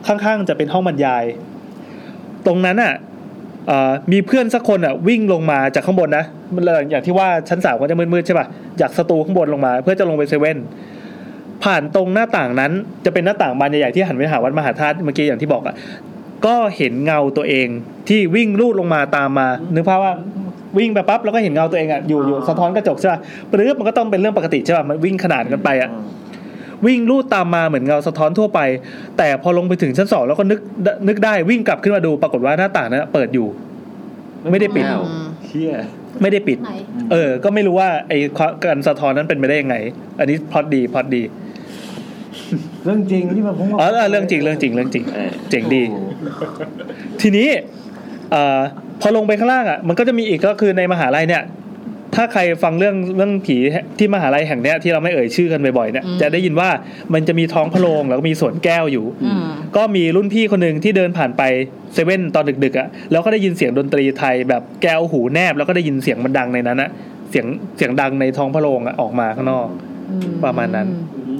ข้างๆจะเป็นห้องบรรยาย ตรงนั้นอ่ะเอ่อมีเพื่อนสักคนอ่ะวิ่งลงมาจากข้างบนนะมันเลยอย่างที่ว่าชั้นสามก็จะมืดๆใช่ป่ะจากสตูข้างบนลงมา เพื่อจะลงไปเซเว่นผ่านตรงหน้าต่างนั้น จะเป็นหน้าต่างบานใหญ่ๆที่หันไปหาวัดมหาธาตุเมื่อกี้อย่างที่บอกอ่ะก็เห็นเงาตัวเองที่วิ่งลูดลงมาตามมานึกภาพว่าวิ่งไปปั๊บแล้วก็เห็นเงาตัวเองอ่ะอยู่อยู่สะท้อนกระจกใช่ป่ะปรื๊บมันก็ต้องเป็นเรื่องปกติใช่ป่ะมันวิ่งขนานกันไปอ่ะ วิ่งลู่ตามมาเหมือนเงาสะท้อนทั่วไป แต่พอลงไปถึงชั้นสองแล้วก็นึกนึกได้วิ่งกลับขึ้นมาดูปรากฏว่าหน้าต่างนั้นเปิดอยู่ ไม่ได้ปิด อ้าว อืม เชี่ย ไม่ได้ปิด ไหน เออ ก็ไม่รู้ว่าไอ้ความการสะท้อนนั้นเป็นไปได้ยังไง อันนี้พอดดีพอดดี เรื่องจริงที่มันพุ่ง อ๋อเออเรื่องจริงเรื่องจริงเรื่องจริง เออ เจ๋งดี ทีนี้เออพอลงไปข้างล่างอ่ะ มันก็จะมีอีกก็คือในมหาลัยเนี่ย ถ้าใครฟังเรื่องเรื่องผีที่มหาลัยแห่งเนี้ยที่เราไม่เอ่ยชื่อกันบ่อยๆเนี่ย อืม จะได้ยินว่ามันจะมีท้องพระโรงแล้วก็มีสวนแก้วอยู่ อืม ก็มีรุ่นพี่คนหนึ่งที่เดินผ่านไปเซเว่นตอนดึกๆอะ่ะแล้วก็ได้ยินเสียงดนตรีไทยแบบแก้วหูแนบ แล้วก็ได้ยินเสียงมันดังในนั้นอะเสียงเสียงดังในท้องพระโรงอะออกมาข้างนอก ประมาณนั้น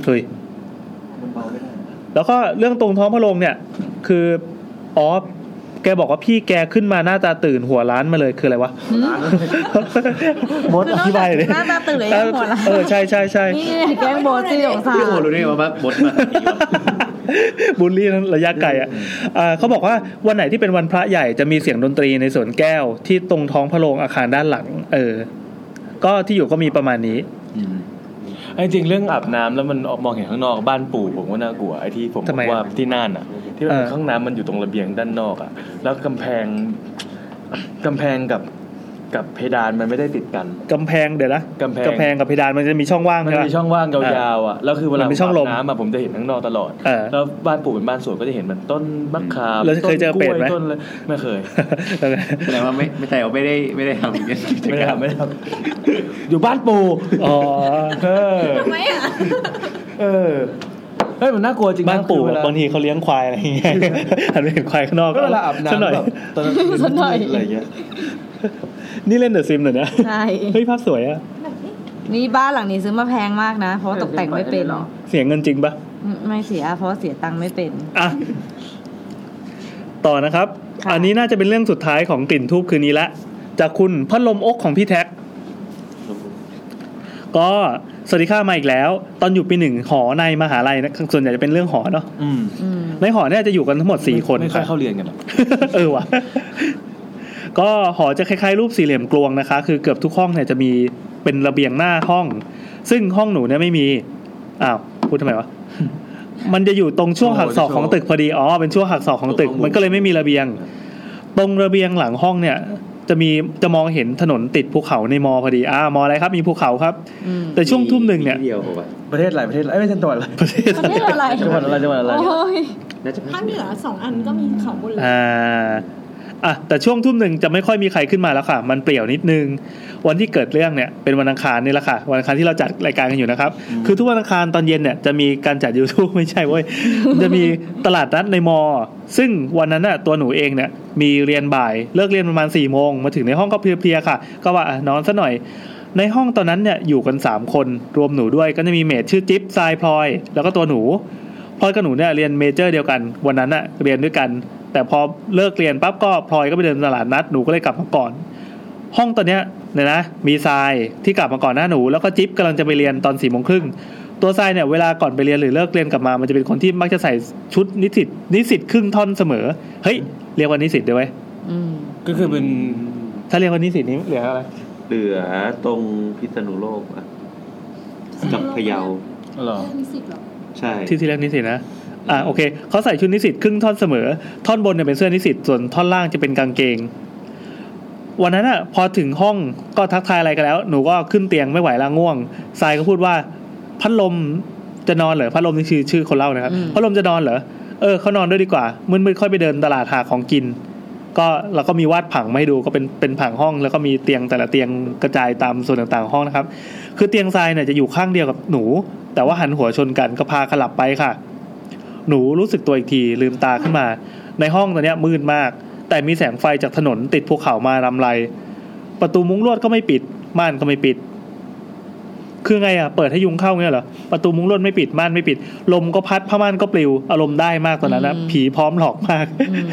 เฮ้ยแล้วก็เรื่องตรงท้องพระโรงเนี่ย คืออ๋อแกบอกว่าพี่แกขึ้นมาหน้าตาตื่นหัวร้านมาเลยคืออะไรวะ มดอธิบายเลย หน้าตาตื่นเลยหัวร้าน เออใช่ใช่ใช่ นี่แกล้งโบตี้สงสาร พี่โอรู้ได้ไงว่าบ้าบดมาตีวะ บูลลี่ทั้งระยะไกลอ่ะอ่าเขาบอกว่าวันไหนที่เป็นวันพระใหญ่จะมีเสียงดนตรีในสวนแก้ว ที่ตรงท้องพระโรงอาคารด้านหลัง เออ ก็ที่อยู่ก็มีประมาณนี้ ไอ้จริงเรื่องอาบน้ำแล้วมันออกมองเห็นข้างนอกบ้านปู่ผมก็น่ากลัวไอ้ที่ผม ทำไม บอกว่าที่น่านอ่ะ ที่มัน เออ ข้างน้ำมันอยู่ตรงระเบียงด้านนอกอ่ะ แล้วกำแพงกำแพงกับกับเพดานมันไม่ได้ติดกัน กำแพงเดี๋ยวนะ กำแพง แพงกับเพดานมันจะมีช่องว่าง มัน ใช่ไหม มีช่องว่างยาวๆอ่ะแล้วคือเวลา มันเป็นช่องลม ผมบน้ำอ่ะผมจะเห็นข้างนอกตลอด เออ แล้วบ้านปู่เป็นบ้านสวนก็จะเห็นมันต้นมะขาม แล้วเคยเจอเป็ดไหม ต้นกล้วยต้นอะไรไม่เคย แสดงว่าไม่ไม่แต่ว่าไม่ได้ไม่ได้ทำอย่างนี้กิจ ไม่ ก ได้ รร ทำไม่ได้ทำอยู่บ้านปู่ อ๋อ เออ ทำไมอ่ะ เออเฮ้ยมันน่ากลัวจริงนะ บ้านปู่ คือเวล บางทีเขาเลี้ยงควายอะไรอย่างเงี้ยหันไปเห็นควายข้างนอก ก็เวลาอาบ สักหน่อย น้ำแบบตอนนั้น สักหน่อย อะไรเงี้ย นี่เล่นเดอะซิมเหรอเนี่ย ใช่ เฮ้ยภาพสวยอะ นี่บ้านหลังนี้ซื้อมาแพงมากนะ เพราะว่าตกแต่งไม่เป็น เสียเงินจริงปะ ไม่เสียเพราะว่าเสียตังค์ไม่เป็น อ่ะ ต่อนะครับ ค่ะ อันนี้น่าจะเป็นเรื่องสุดท้ายของกลิ่นทูบคืนนี้ละ จากคุณพัดลมอกของพี่แท็ก ก็สวัสดีค่ะมาอีกแล้ว ตอนอยู่ปีหนึ่งหอในมหาลัยนะส่วนใหญ่จะเป็นเรื่องหอเนาะ อืม อืม ในหอเนี่ยจะอยู่กันทั้งหมดสี่คน ไม่ค่ ค่ะ อยเข้าเรียนกันหรอก เออว่ะ ก็หอจะคล้ายๆ รูปสี่เหลี่ยมกลวงนะคะ คือเกือบทุกห้องเนี่ยจะมีเป็นระเบียงหน้าห้อง ซึ่งห้องหนูเนี่ยไม่มี อ้าวพูดทำไม วะ มันจะอยู่ตรงช่วงหักศอกของตึกพอดี อ๋อ เป็นช่วงหักศอกของตึก มันก็เลยไม่มีระเบียง ตรงระเบียงหลังห้องเนี่ย จะมีจะมองเห็นถนนติดภูเขาในมอพอดี อ่ามออะไรครับ มีภูเขาครับ อืม แต่ช่วงทุ่มหนึ่งเนี่ย เดียวเอาไว้ ประเทศอะไรประเทศอะไรเอ้ยไม่ใช่จังหวัดอะไร ประเทศ ประเทศอะไร จังหวัดอะไรจังหวัดอะไร โอ้ย น่าจะ ภาคเหนือสองอันก็มีเขาหมดเลย อ่าอ่ะแต่ช่วงทุ่มหนึ่งจะไม่ค่อยมีใครขึ้นมาแล้วค่ะ มันเปลี่ยวนิดนึง วันที่เกิดเรื่องเนี่ยเป็นวันอังคารนี่แหละค่ะ วันอังคารที่เราจัดรายการกันอยู่นะครับ คือทุกวันอังคารตอนเย็นเนี่ยจะมีการจัด YouTube ไม่ใช่เว้ย จะมีตลาดนัดในมอ ซึ่งวันนั้นน่ะตัวหนูเองเนี่ยมีเรียนบ่ายเลิกเรียนประมาณ4ี่โมงมาถึงในห้องก็เพลียๆค่ะ ก็ว่าอ่ะนอนซะหน่อย ในห้องตอนนั้นเนี่ยอยู่กัน 3 คนรวมหนูด้วยก็จะมีเมดชื่อจิ๊บทรายพลอย แล้วก็ตัวหนู พลอยกับหนูเนี่ยเรียนเมเจอร์เดียวกัน วันนั้นอะเรียนด้วยกัน แต่พอเลิกเรียนปั๊บก็พลอยก็ไปเดินตลาดนัดหนูก็เลยกลับมาก่อน ห้องตอนเนี้ยเนี่ยนะมีทรายที่กลับมาก่อนหน้าหนู แล้วก็จิ๊บกำลังจะไปเรียนตอนสี่โมงครึ่งตัวทรายเนี่ยเวลาก่อนไปเรียนหรือเลิกเรียนกลับมามันจะเป็นคนที่มักจะใส่ชุดนิสิตนิสิตครึ่งท่อนเสมอเฮ้ยเรียกว่านิสิตได้ไหม อืม ก็คือเป็น ถ้าเรียกว่านิสิตนี้เรียกอะไร เหลือตรงพิษณุโลกอะกับพะเยา หรอ ใช่ ที่ที่เรียกนิสิตนะอ่ะโอเคเขาใส่ชุดนิสิตครึ่งท่อนเสมอ ท่อนบนเนี่ยเป็นเสื้อนิสิตส่วนท่อนล่างจะเป็นกางเกง วันนั้นอ่ะพอถึงห้องก็ทักทายอะไรกันแล้ว หนูก็ขึ้นเตียงไม่ไหวละง่วงทรายก็พูดว่า พัดลมจะนอนเหรอพัดลมนี่ชื่อชื่อคนเล่านะครับ อืม พัดลมจะนอนเหรอเออเขานอนด้วยดีกว่ามืดๆค่อยไปเดินตลาดหาของกิน ก็เราก็มีวาดผังมาให้ดูก็เป็นเป็นผังห้อง แล้วก็มีเตียงแต่ละเตียงกระจายตามส่วนต่างๆห้องนะครับ คือเตียงทรายเนี่ยจะอยู่ข้างเดียวกับหนู แต่ว่าหันหัวชนกันก็พาขลับไปค่ะ หนูรู้สึกตัวอีกทีลืมตาขึ้นมา ในห้องตอนเนี้ยมืดมาก แต่มีแสงไฟจากถนนติดภูเขามารำไร ประตูมุ้งลวดก็ไม่ปิด ม่านก็ไม่ปิด คือไงอ่ะ เปิดให้ยุงเข้าเงี้ยเหรอ ประตูมุ้งลวดไม่ปิด ม่านไม่ปิด ลมก็พัดผ้าม่านก็ปลิว อารมณ์ได้มากตอนนั้นนะ อืม ผีพร้อมหลอกมาก อืม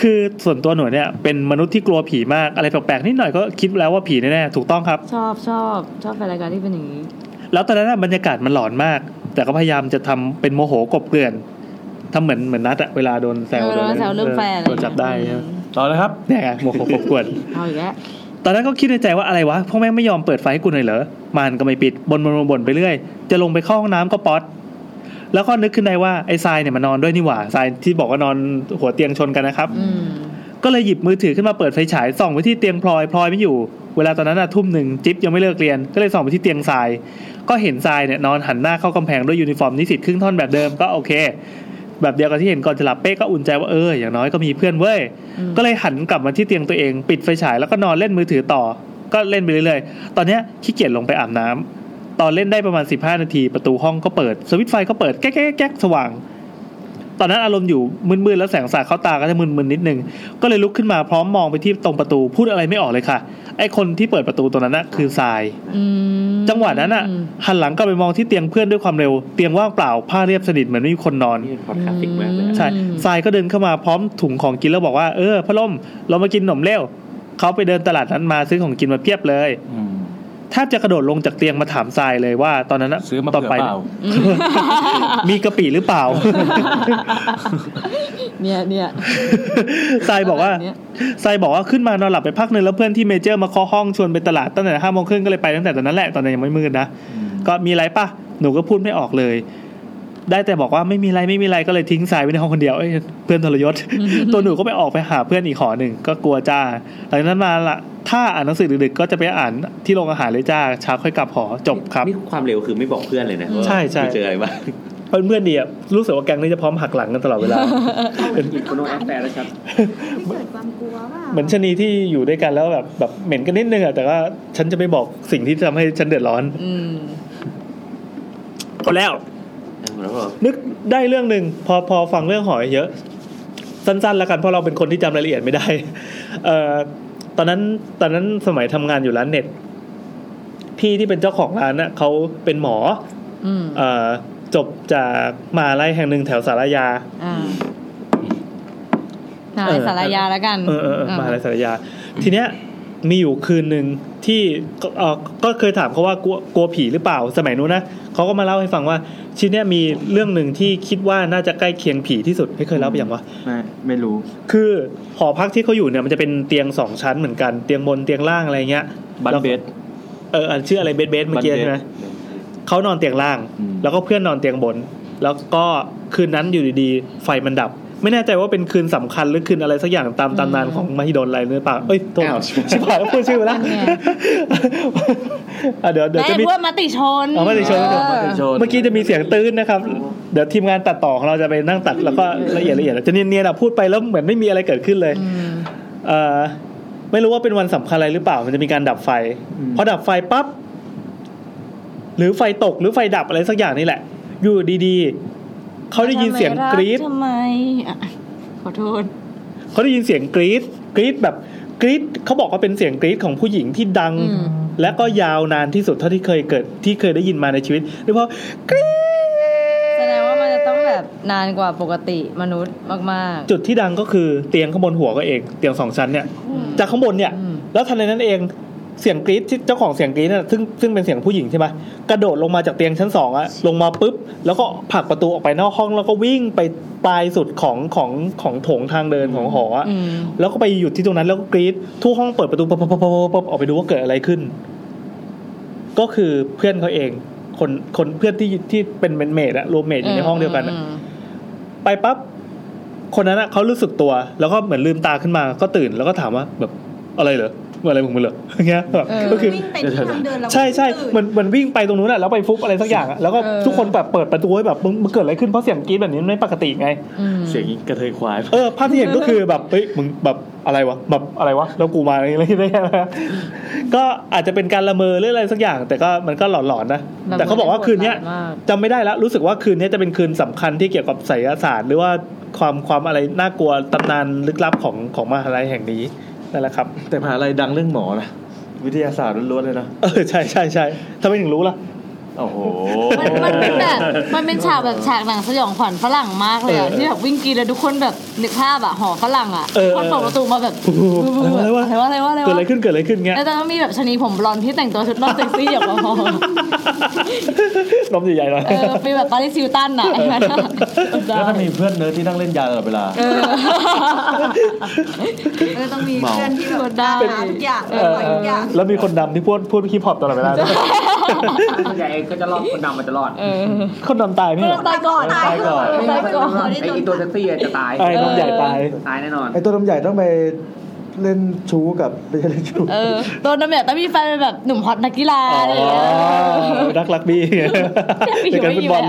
คือส่วนตัวหนูเนี่ยเป็นมนุษย์ที่กลัวผีมากอะไรแปลกๆนิดหน่อยก็คิดแล้วว่าผีแน่ๆถูกต้องครับ ชอบชอบชอบแฟนรายการที่เป็นอย่างนี้ แล้วตอนนั้นนะบรรยากาศมันหลอนมาก แต่ก็พยายามจะทำเป็นโมโหกลบเกลื่อนทำเหมือนเหมือนนัดอะเวลาโดนแซว เออโดนแซวเรื่องแฟนอะไร โดนจับได้ใช่ไหม ต่อเลยครับ เนี่ยไงโมโหกลบเกลื่อน เอาอีกแล้ว ตอนนั้นก็คิดในใจว่าอะไรวะพวกแม่งไม่ยอมเปิดไฟให้กูหน่อยเหรอมันก็ไม่ปิดบนบนบนบนไปเรื่อย จะลงไปเข้าห้องน้ำก็ป๊อตแล้วก็นึกขึ้นได้ว่าไอ้ทรายเนี่ยมานอนด้วยนี่หว่าทรายที่บอกว่านอนหัวเตียงชนกันนะครับ อืม ก็เลยหยิบมือถือขึ้นมาเปิดไฟฉายส่องไปที่เตียงพลอยพลอยไม่อยู่ เวลาตอนนั้นอะทุ่มหนึ่งจิ๊บยังไม่เลิกเรียน ก็เลยส่องไปที่เตียงทราย ก็เห็นทรายเนี่ยนอนหันหน้าเข้ากำแพงด้วยยูนิฟอร์มนิสิตครึ่งท่อนแบบเดิมก็โอเค แบบเดียวกับที่เห็นก่อนจะหลับเป๊กก็อุ่นใจว่าเอออย่างน้อยก็มีเพื่อนเว้ย อืม ก็เลยหันกลับมาที่เตียงตัวเอง ปิดไฟฉายแล้วก็นอนเล่นมือถือต่อ ก็เล่นไปเรื่อยๆ ตอนเนี้ยขี้เกียจลงไปอาบน้ำตอนเล่นได้ประมาณ 15 นาที ประตูห้องก็เปิด สวิตช์ไฟก็เปิดแก๊กแก๊กแก๊กสว่าง ตอนนั้นอารมณ์อยู่มึนๆแล้วแสงสาดเข้าตาก็จะมึนๆนิดนึง ก็เลยลุกขึ้นมาพร้อมมองไปที่ตรงประตูพูดอะไรไม่ออกเลยค่ะ ไอคนที่เปิดประตูตัวนั้นนะคือทราย อืม จังหวะนั้นอ่ะ ม หันหลังกลับไปมองที่เตียงเพื่อนด้วยความเร็วเตียงว่างเปล่าผ้าเรียบสนิทเหมือนไม่มีคนนอน นี่พอดคาสติกมากเลยอะ ใช่ทรายก็เดินเข้ามาพร้อมถุงของกินแล้วบอกว่าเออพ่อล่มเรามากินขนมเร็วเขาไปเดินตลาดนั้นมาซื้อของกินมาเพียบเลยแทบจะกระโดดลงจากเตียงมาถามทรายเลยว่า ตอนนั้นน่ะ ซื้อมา ต่อ เผื่อ ไป เปล่า มีกะปิหรือเปล่า เนี่ยเนี่ย ทรายบอกว่า เนี่ย ทรายบอกว่าขึ้นมานอนหลับไปพักหนึ่งแล้วเพื่อนที่เมเจอร์มาเคาะห้องชวนไปตลาดตั้งแต่ห้าโมงครึ่งก็เลยไปตั้งแต่ตอนนั้นแหละตอนนั้นยังไม่มืดนะ ก็มีอะไรปะหนูก็พูดไม่ออกเลย ได้แต่บอกว่าไม่มีอะไรไม่มีอะไรก็เลยทิ้งทรายไว้ในห้องคนเดียวเอ้ยเพื่อนท รยศ ตัวหนูก็ไปออกไปหาเพื่อนอีกหอหนึ่งก็กลัวจ้าหลังจากนั้นมาละถ้าอ่านหนังสือดึกๆก็จะไปอ่านที่โรงอาหารเลยจ้าเช้าค่อยกลับหอจบครับ นี่ความเร็วคือไม่บอกเพื่อนเลยนะว่า ใช่ใช่ เจออะไรบ้าง เพื่อนๆดีอ่ะรู้สึกว่าแก๊งนี้จะพร้อมหักหลังกันตลอดเวลา อีกคนโดนแอปแต่แล้วครับ ไม่เกิดความกลัวว่า เหมือนชะนีที่อยู่ด้วยกันแล้วแบบแบบเหม็นกันนิดนึงอ่ะแต่ว่าฉันจะไม่บอกสิ่งที่ทำให้ฉันเดือดร้อน อืม พอแล้ว นึกได้เรื่องหนึ่งพอพอฟังเรื่องหอยเยอะ สั้นๆแล้วกันเพราะเราเป็นคนที่จำรายละเอียดไม่ได้ เอ่อตอนนั้นตอนนั้นสมัยทำงานอยู่ร้านเน็ต พี่ที่เป็นเจ้าของร้านน่ะเขาเป็นหมอ อืม เอ่อจบจากมหาลัยแห่งหนึ่งแถวสารยา อ่าหายสารยาแล้วกัน เออเออเออมหาลัยสารยา ทีเนี้ยมีอยู่คืนหนึ่งที่ก็เออก็เคยถามเขาว่ากลัวกลัวผีหรือเปล่าสมัยนู้นนะเขาก็มาเล่าให้ฟังว่าชิ้นเนี้ยมีเรื่องหนึ่งที่คิดว่าน่าจะใกล้เคียงผีที่สุดไม่เคยเล่าไปอย่างวะ ไม่ไม่รู้ คือหอพักที่เขาอยู่เนี่ยมันจะเป็นเตียงสองชั้นเหมือนกันเตียงบนเตียงล่างอะไรเงี้ย บันเบส เอออันชื่ออะไรเบดเบดเมื่อกี้ใช่ไหมเขานอนเตียงล่าง อืม แล้วก็เพื่อนนอนเตียงบน แล้วก็คืนนั้นอยู่ดีๆ ไฟมันดับ ไม่แน่ใจว่าเป็นคืนสำคัญหรือคืนอะไรสักอย่างตามตำนานของมหิดลอะไรหรือเปล่าเอ้ยโทษ อ้าว ชิบหายแล้วพูดชื่อไปแล้วอ่ะเดี๋ยวเดี๋ยว ได้ จะมี ด้วมติชน อ๋อมติชน เออ มติชน เมื่อกี้จะมีเสียงตื้นนะครับ เดี๋ยวทีมงานตัดต่อของเราจะไปนั่งตัดแล้วก็ละเอียดละเอียดจะเนียนๆอ่ะพูดไปแล้วเหมือนไม่มีอะไรเกิดขึ้นเลย เอ่อไม่รู้ว่าเป็นวันสำคัญอะไรหรือเปล่า มันจะมีการดับไฟ พอดับไฟปั๊บ หรือไฟตกหรือไฟดับอะไรสักอย่างนี่แหละ อยู่ดีๆ เขาได้ยินเสียงกรี๊ด ทำไมรักทำไมอ่ะขอโทษ เขาได้ยินเสียงกรี๊ดกรี๊ดแบบกรี๊ดเขาบอกว่าเป็นเสียงกรี๊ดของผู้หญิงที่ดัง อืม และก็ยาวนานที่สุดเท่าที่เคยเกิดที่เคยได้ยินมาในชีวิตโดยเฉพาะกรี๊ด แสดงว่ามันจะต้องแบบนานกว่าปกติมนุษย์มาก จุดที่ดังก็คือเตียงข้างบนหัวก็เองเตียงสองชั้นเนี่ย จากข้างบนเนี่ย อืม แล้วทันใดนั้นเองเสียงกรี๊ดที่เจ้าของเสียงกรี๊ดน่ะซึ่งซึ่งเป็นเสียงผู้หญิงใช่ไหมกระโดดลงมาจากเตียงชั้นสองอะลงมาปุ๊บ แล้วก็ผลักประตูออกไปนอกห้องแล้วก็วิ่งไปปลายสุดของของของโถงทางเดินของหออะ ๆอืม แล้วก็ไปหยุดที่ตรงนั้นแล้วก็กรี๊ดทุกห้องเปิดประตูปั๊บปั๊บปั๊บปั๊บปั๊บออกไปดูว่าเกิดอะไรขึ้น ก็คือเพื่อนเขาเอง คนคนเพื่อนที่ที่เป็นเมดอะรวมเมดอยู่ในห้องเดียวกันอะ อืม ไปปั๊บคนนั้นอะเขารู้สึกตัว แล้วก็เหมือนลืมตาขึ้นมาก็ตื่นแล้วก็ถามว่าแบบอะไรเหรออะไรของมึง เหรออย่างเงี้ยแบบก็คือ วิ่งไปที่ทางเดินเรา ใช่ใช่ ตื่ เหมือนเหมือนวิ่งไปตรงนู้นอะแล้วไปฟุบอะไรสักอย่างอะแล้วก็ทุกคนแบบเปิดประตูให้แบบมึงมึงเกิดอะไรขึ้นเพราะเสียงกรี๊ดแบบนี้มันไม่ปกติไง อืม เสียงกระเทยควาย เออภาพที่เห็นก็คือแบบเฮ้ยมึงแบบอะไรวะแบบอะไรวะแล้วกูมาอะไรอะไรอย่างเงี้ย นะก็อาจจะเป็นการละเมอหรืออะไรสักอย่าง แต่ก็มันก็หลอนๆนะแต่เขาบอกว่าคืนเนี้ย มาก จำไม่ได้แล้วรู้สึกว่าคืนนี้จะเป็นคืนสำคัญที่เกี่ยวกับไสยศาสตร์หรือว่าความความอะไรน่ากลัวตำนานลึกลับของของมหาลัยแห่งนี้นั่นแหละครับ แต่มหาลัยดังเรื่องหมอนะวิทยาศาสตร์ล้วนๆเลยนะ เออใช่ใช่ใช่ทำไมถึงรู้ล่ะ โอ้โห มันมันเป็นแบบมันเป็นฉากแบบฉากหนังสยองขวัญฝรั่งมากเลยอะที่แบบวิ่งกรีดแล้วทุกคนแบบนึกภาพอะหอฝรั่งอะ เออ คนเปิดประตูมาแบบ อะไรวะ อะไรวะอะไรวะอะไร เกิดอะไร วะ ขึ้นเกิดอะไรขึ้นเงี้ย แล้วจะต้องมีแบบชะนีผมบลอนด์ที่แต่งตัวชุดนอนเซ็กซี่ อย่างว่าหอ ลมใหญ่ๆหน่อย เออเป็นแบบปาริสซิลตันน่ะไอ้นั่นน่ะ แล้วถ้ามีเพื่อนเนิร์ดที่นั่งเล่นยาตลอดเวลา เออ เออต้องมีเพื่อนที่แบบ เมา หาทุกอย่าง เ อร่อยทุกอย่าง แล้วมีคนดำที่พูดพูดคีพอปตลอดเวลาด้วย ส่วนใหญ่ก็จะรอดคนดำมันจะรอด เออ คนดำตายไหมเหรอ ตายก่อนตายก่อน ตายก่อน ไ ไอ้ไอ้ตัวแท็กซี่อะจะตาย ไอ้ลมใหญ่ตาย ตายแน่นอน ไอตัวลำใหญ่ต้องไปเล่นชูกับไปเล่นชู เออโดนน้ำเนี่ยต้องมีแฟนเป็นแบบหนุ่มฮอตนักกีฬา อ๋ อะไรอย่างเงี้ย อรักรักบี้ มี เด็ก ยู่ กันฟุ ไม่กี่ตบ แบ อล บ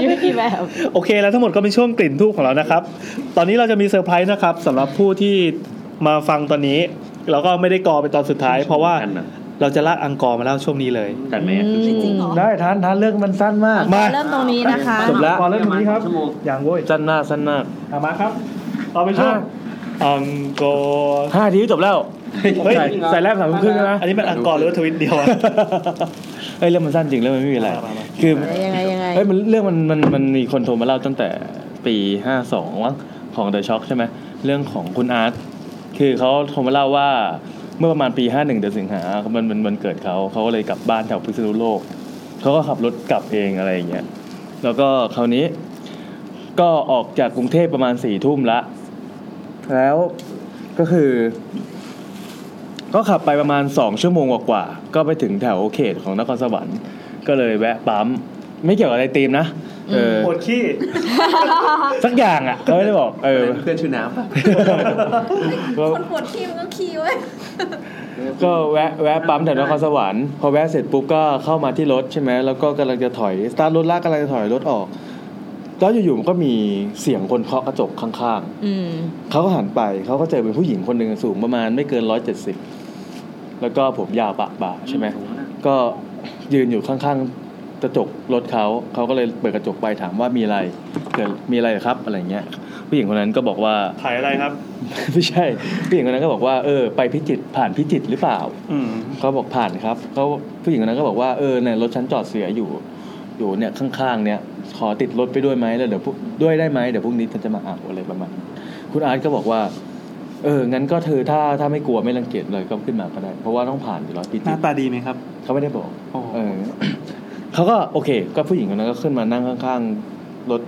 อยู่ไม่กี่แบบ โอเคแล้วทั้งหมดก็เป็นช่วงกลิ่นทูบของเรานะครับ ตอนนี้เราจะมีเซอร์ไพรส์นะครับสำหรับผู้ที่มาฟังตอนนี้ เราก็ไม่ได้กอเป็นตอนสุดท้าย เพราะว่าเราจะลากอังกอร์มาเล่าช่วงนี้เลย ทันไหมอะ ได้ทันทันเรื่องมันสั้นมาก มาเริ่มตรงนี้นะคะ จบแล้ว ก่อนเริ่มตรงนี้ครับ อย่างเว้ย สั้นหน้าสั้นหน้า เอามาครับเอาไปช่วงอังกอร์ ห้าทีจบแล้ว เฮ้ย ใส่ใส่แรกสามทุ่มครึ่งแล้วนะ อันนี้มันอังกอร์หรือว่าทวิตเดียวอะ เฮ้ยเรื่องมันสั้นจริงเรื่องมันไม่มีอะไร คือ ยังไงยังไง เฮ้ยมันเรื่องมันมันมันมีคนโทรมาเล่าตั้งแต่ปีห้าสองของเดอะช็อคใช่ไหมเรื่องของคุณอาร์ตคือเขาโทรมาเล่าว่าเมื่อประมาณปีห้าหนึ่งเดือนสิงหามันมันมันเกิดเขาเขาก็เลยกลับบ้านแถวพิษณุโลกเขาก็ขับรถกลับเองอะไรอย่างเงี้ยแล้วก็คราวนี้ ก็ออกจากกรุงเทพประมาณสี่ทุ่มละ แล้วก็คือ ก็ขับไปประมาณสองชั่วโมงกว่าๆก็ไปถึงแถวเขตของนครสวรรค์ ก็เลยแวะปั๊ม ไม่เกี่ยวกับอะไรตีมนะเออ ปวดขี้ สักอย่างอ่ะเขาไม่ได้บอก เออ เพื่อนชื่อน้ำปะ คนปวดขี้มันก็ขี้เว้ย ก็แวะแวะปั๊มแถวนครสวรรค์พอแวะเสร็จปุ๊บก็เข้ามาที่รถใช่ไหมแล้วก็กำลังจะถอยสตาร์ทรถลากกำลังจะถอยรถออกแล้วอยู่ๆมันก็มีเสียงคนเคาะกระจกข้างๆ อืม เขาก็หันไปเขาก็เจอเป็นผู้หญิงคนหนึ่งสูงประมาณไม่เกินร้อยเจ็ดสิบแล้วก็ผมยาวปะบ่าใช่ไหมก็ยืนอยู่ข้างๆกระจกรถเขาเขาก็เลยเปิดกระจกไปถามว่ามีอะไรเกิดมีอะไรเหรอครับอะไรเงี้ย ผู้หญิงคนนั้นก็บอกว่า ถ่ายอะไรครับ ไม่ใช่ ผู้หญิงคนนั้นก็บอกว่าเออไปพิจิตรผ่านพิจิตรหรือเปล่า อืม เขาบอกผ่านครับเขาผู้หญิงคนนั้นก็บอกว่าเออเนี่ยรถฉันจอดเสียอยู่ อยู่เนี่ยข้างๆเนี่ย ขอติดรถไปด้วยไหมแล้วเดี๋ยวพรุ่งด้วยได้ไหมเดี๋ยวพรุ่งนี้ฉันจะมาเอาอะไรประมาณนั้นคุณอาร์ตก็บอกว่า เอองั้นก็เธอถ้าถ้าไม่กลัวไม่รังเกียจเลยก็ขึ้นมาก็ได้ เพราะว่าต้องผ่านอยู่ร้อยปี ห ติ น้า ด ตาดีไหมครับ เขาไม่ได้บอก โอ้โห เออ เขาก็โอเค ก็ผู้หญิงคนนั้นก็ขึ้นมานั่งข้างๆรถ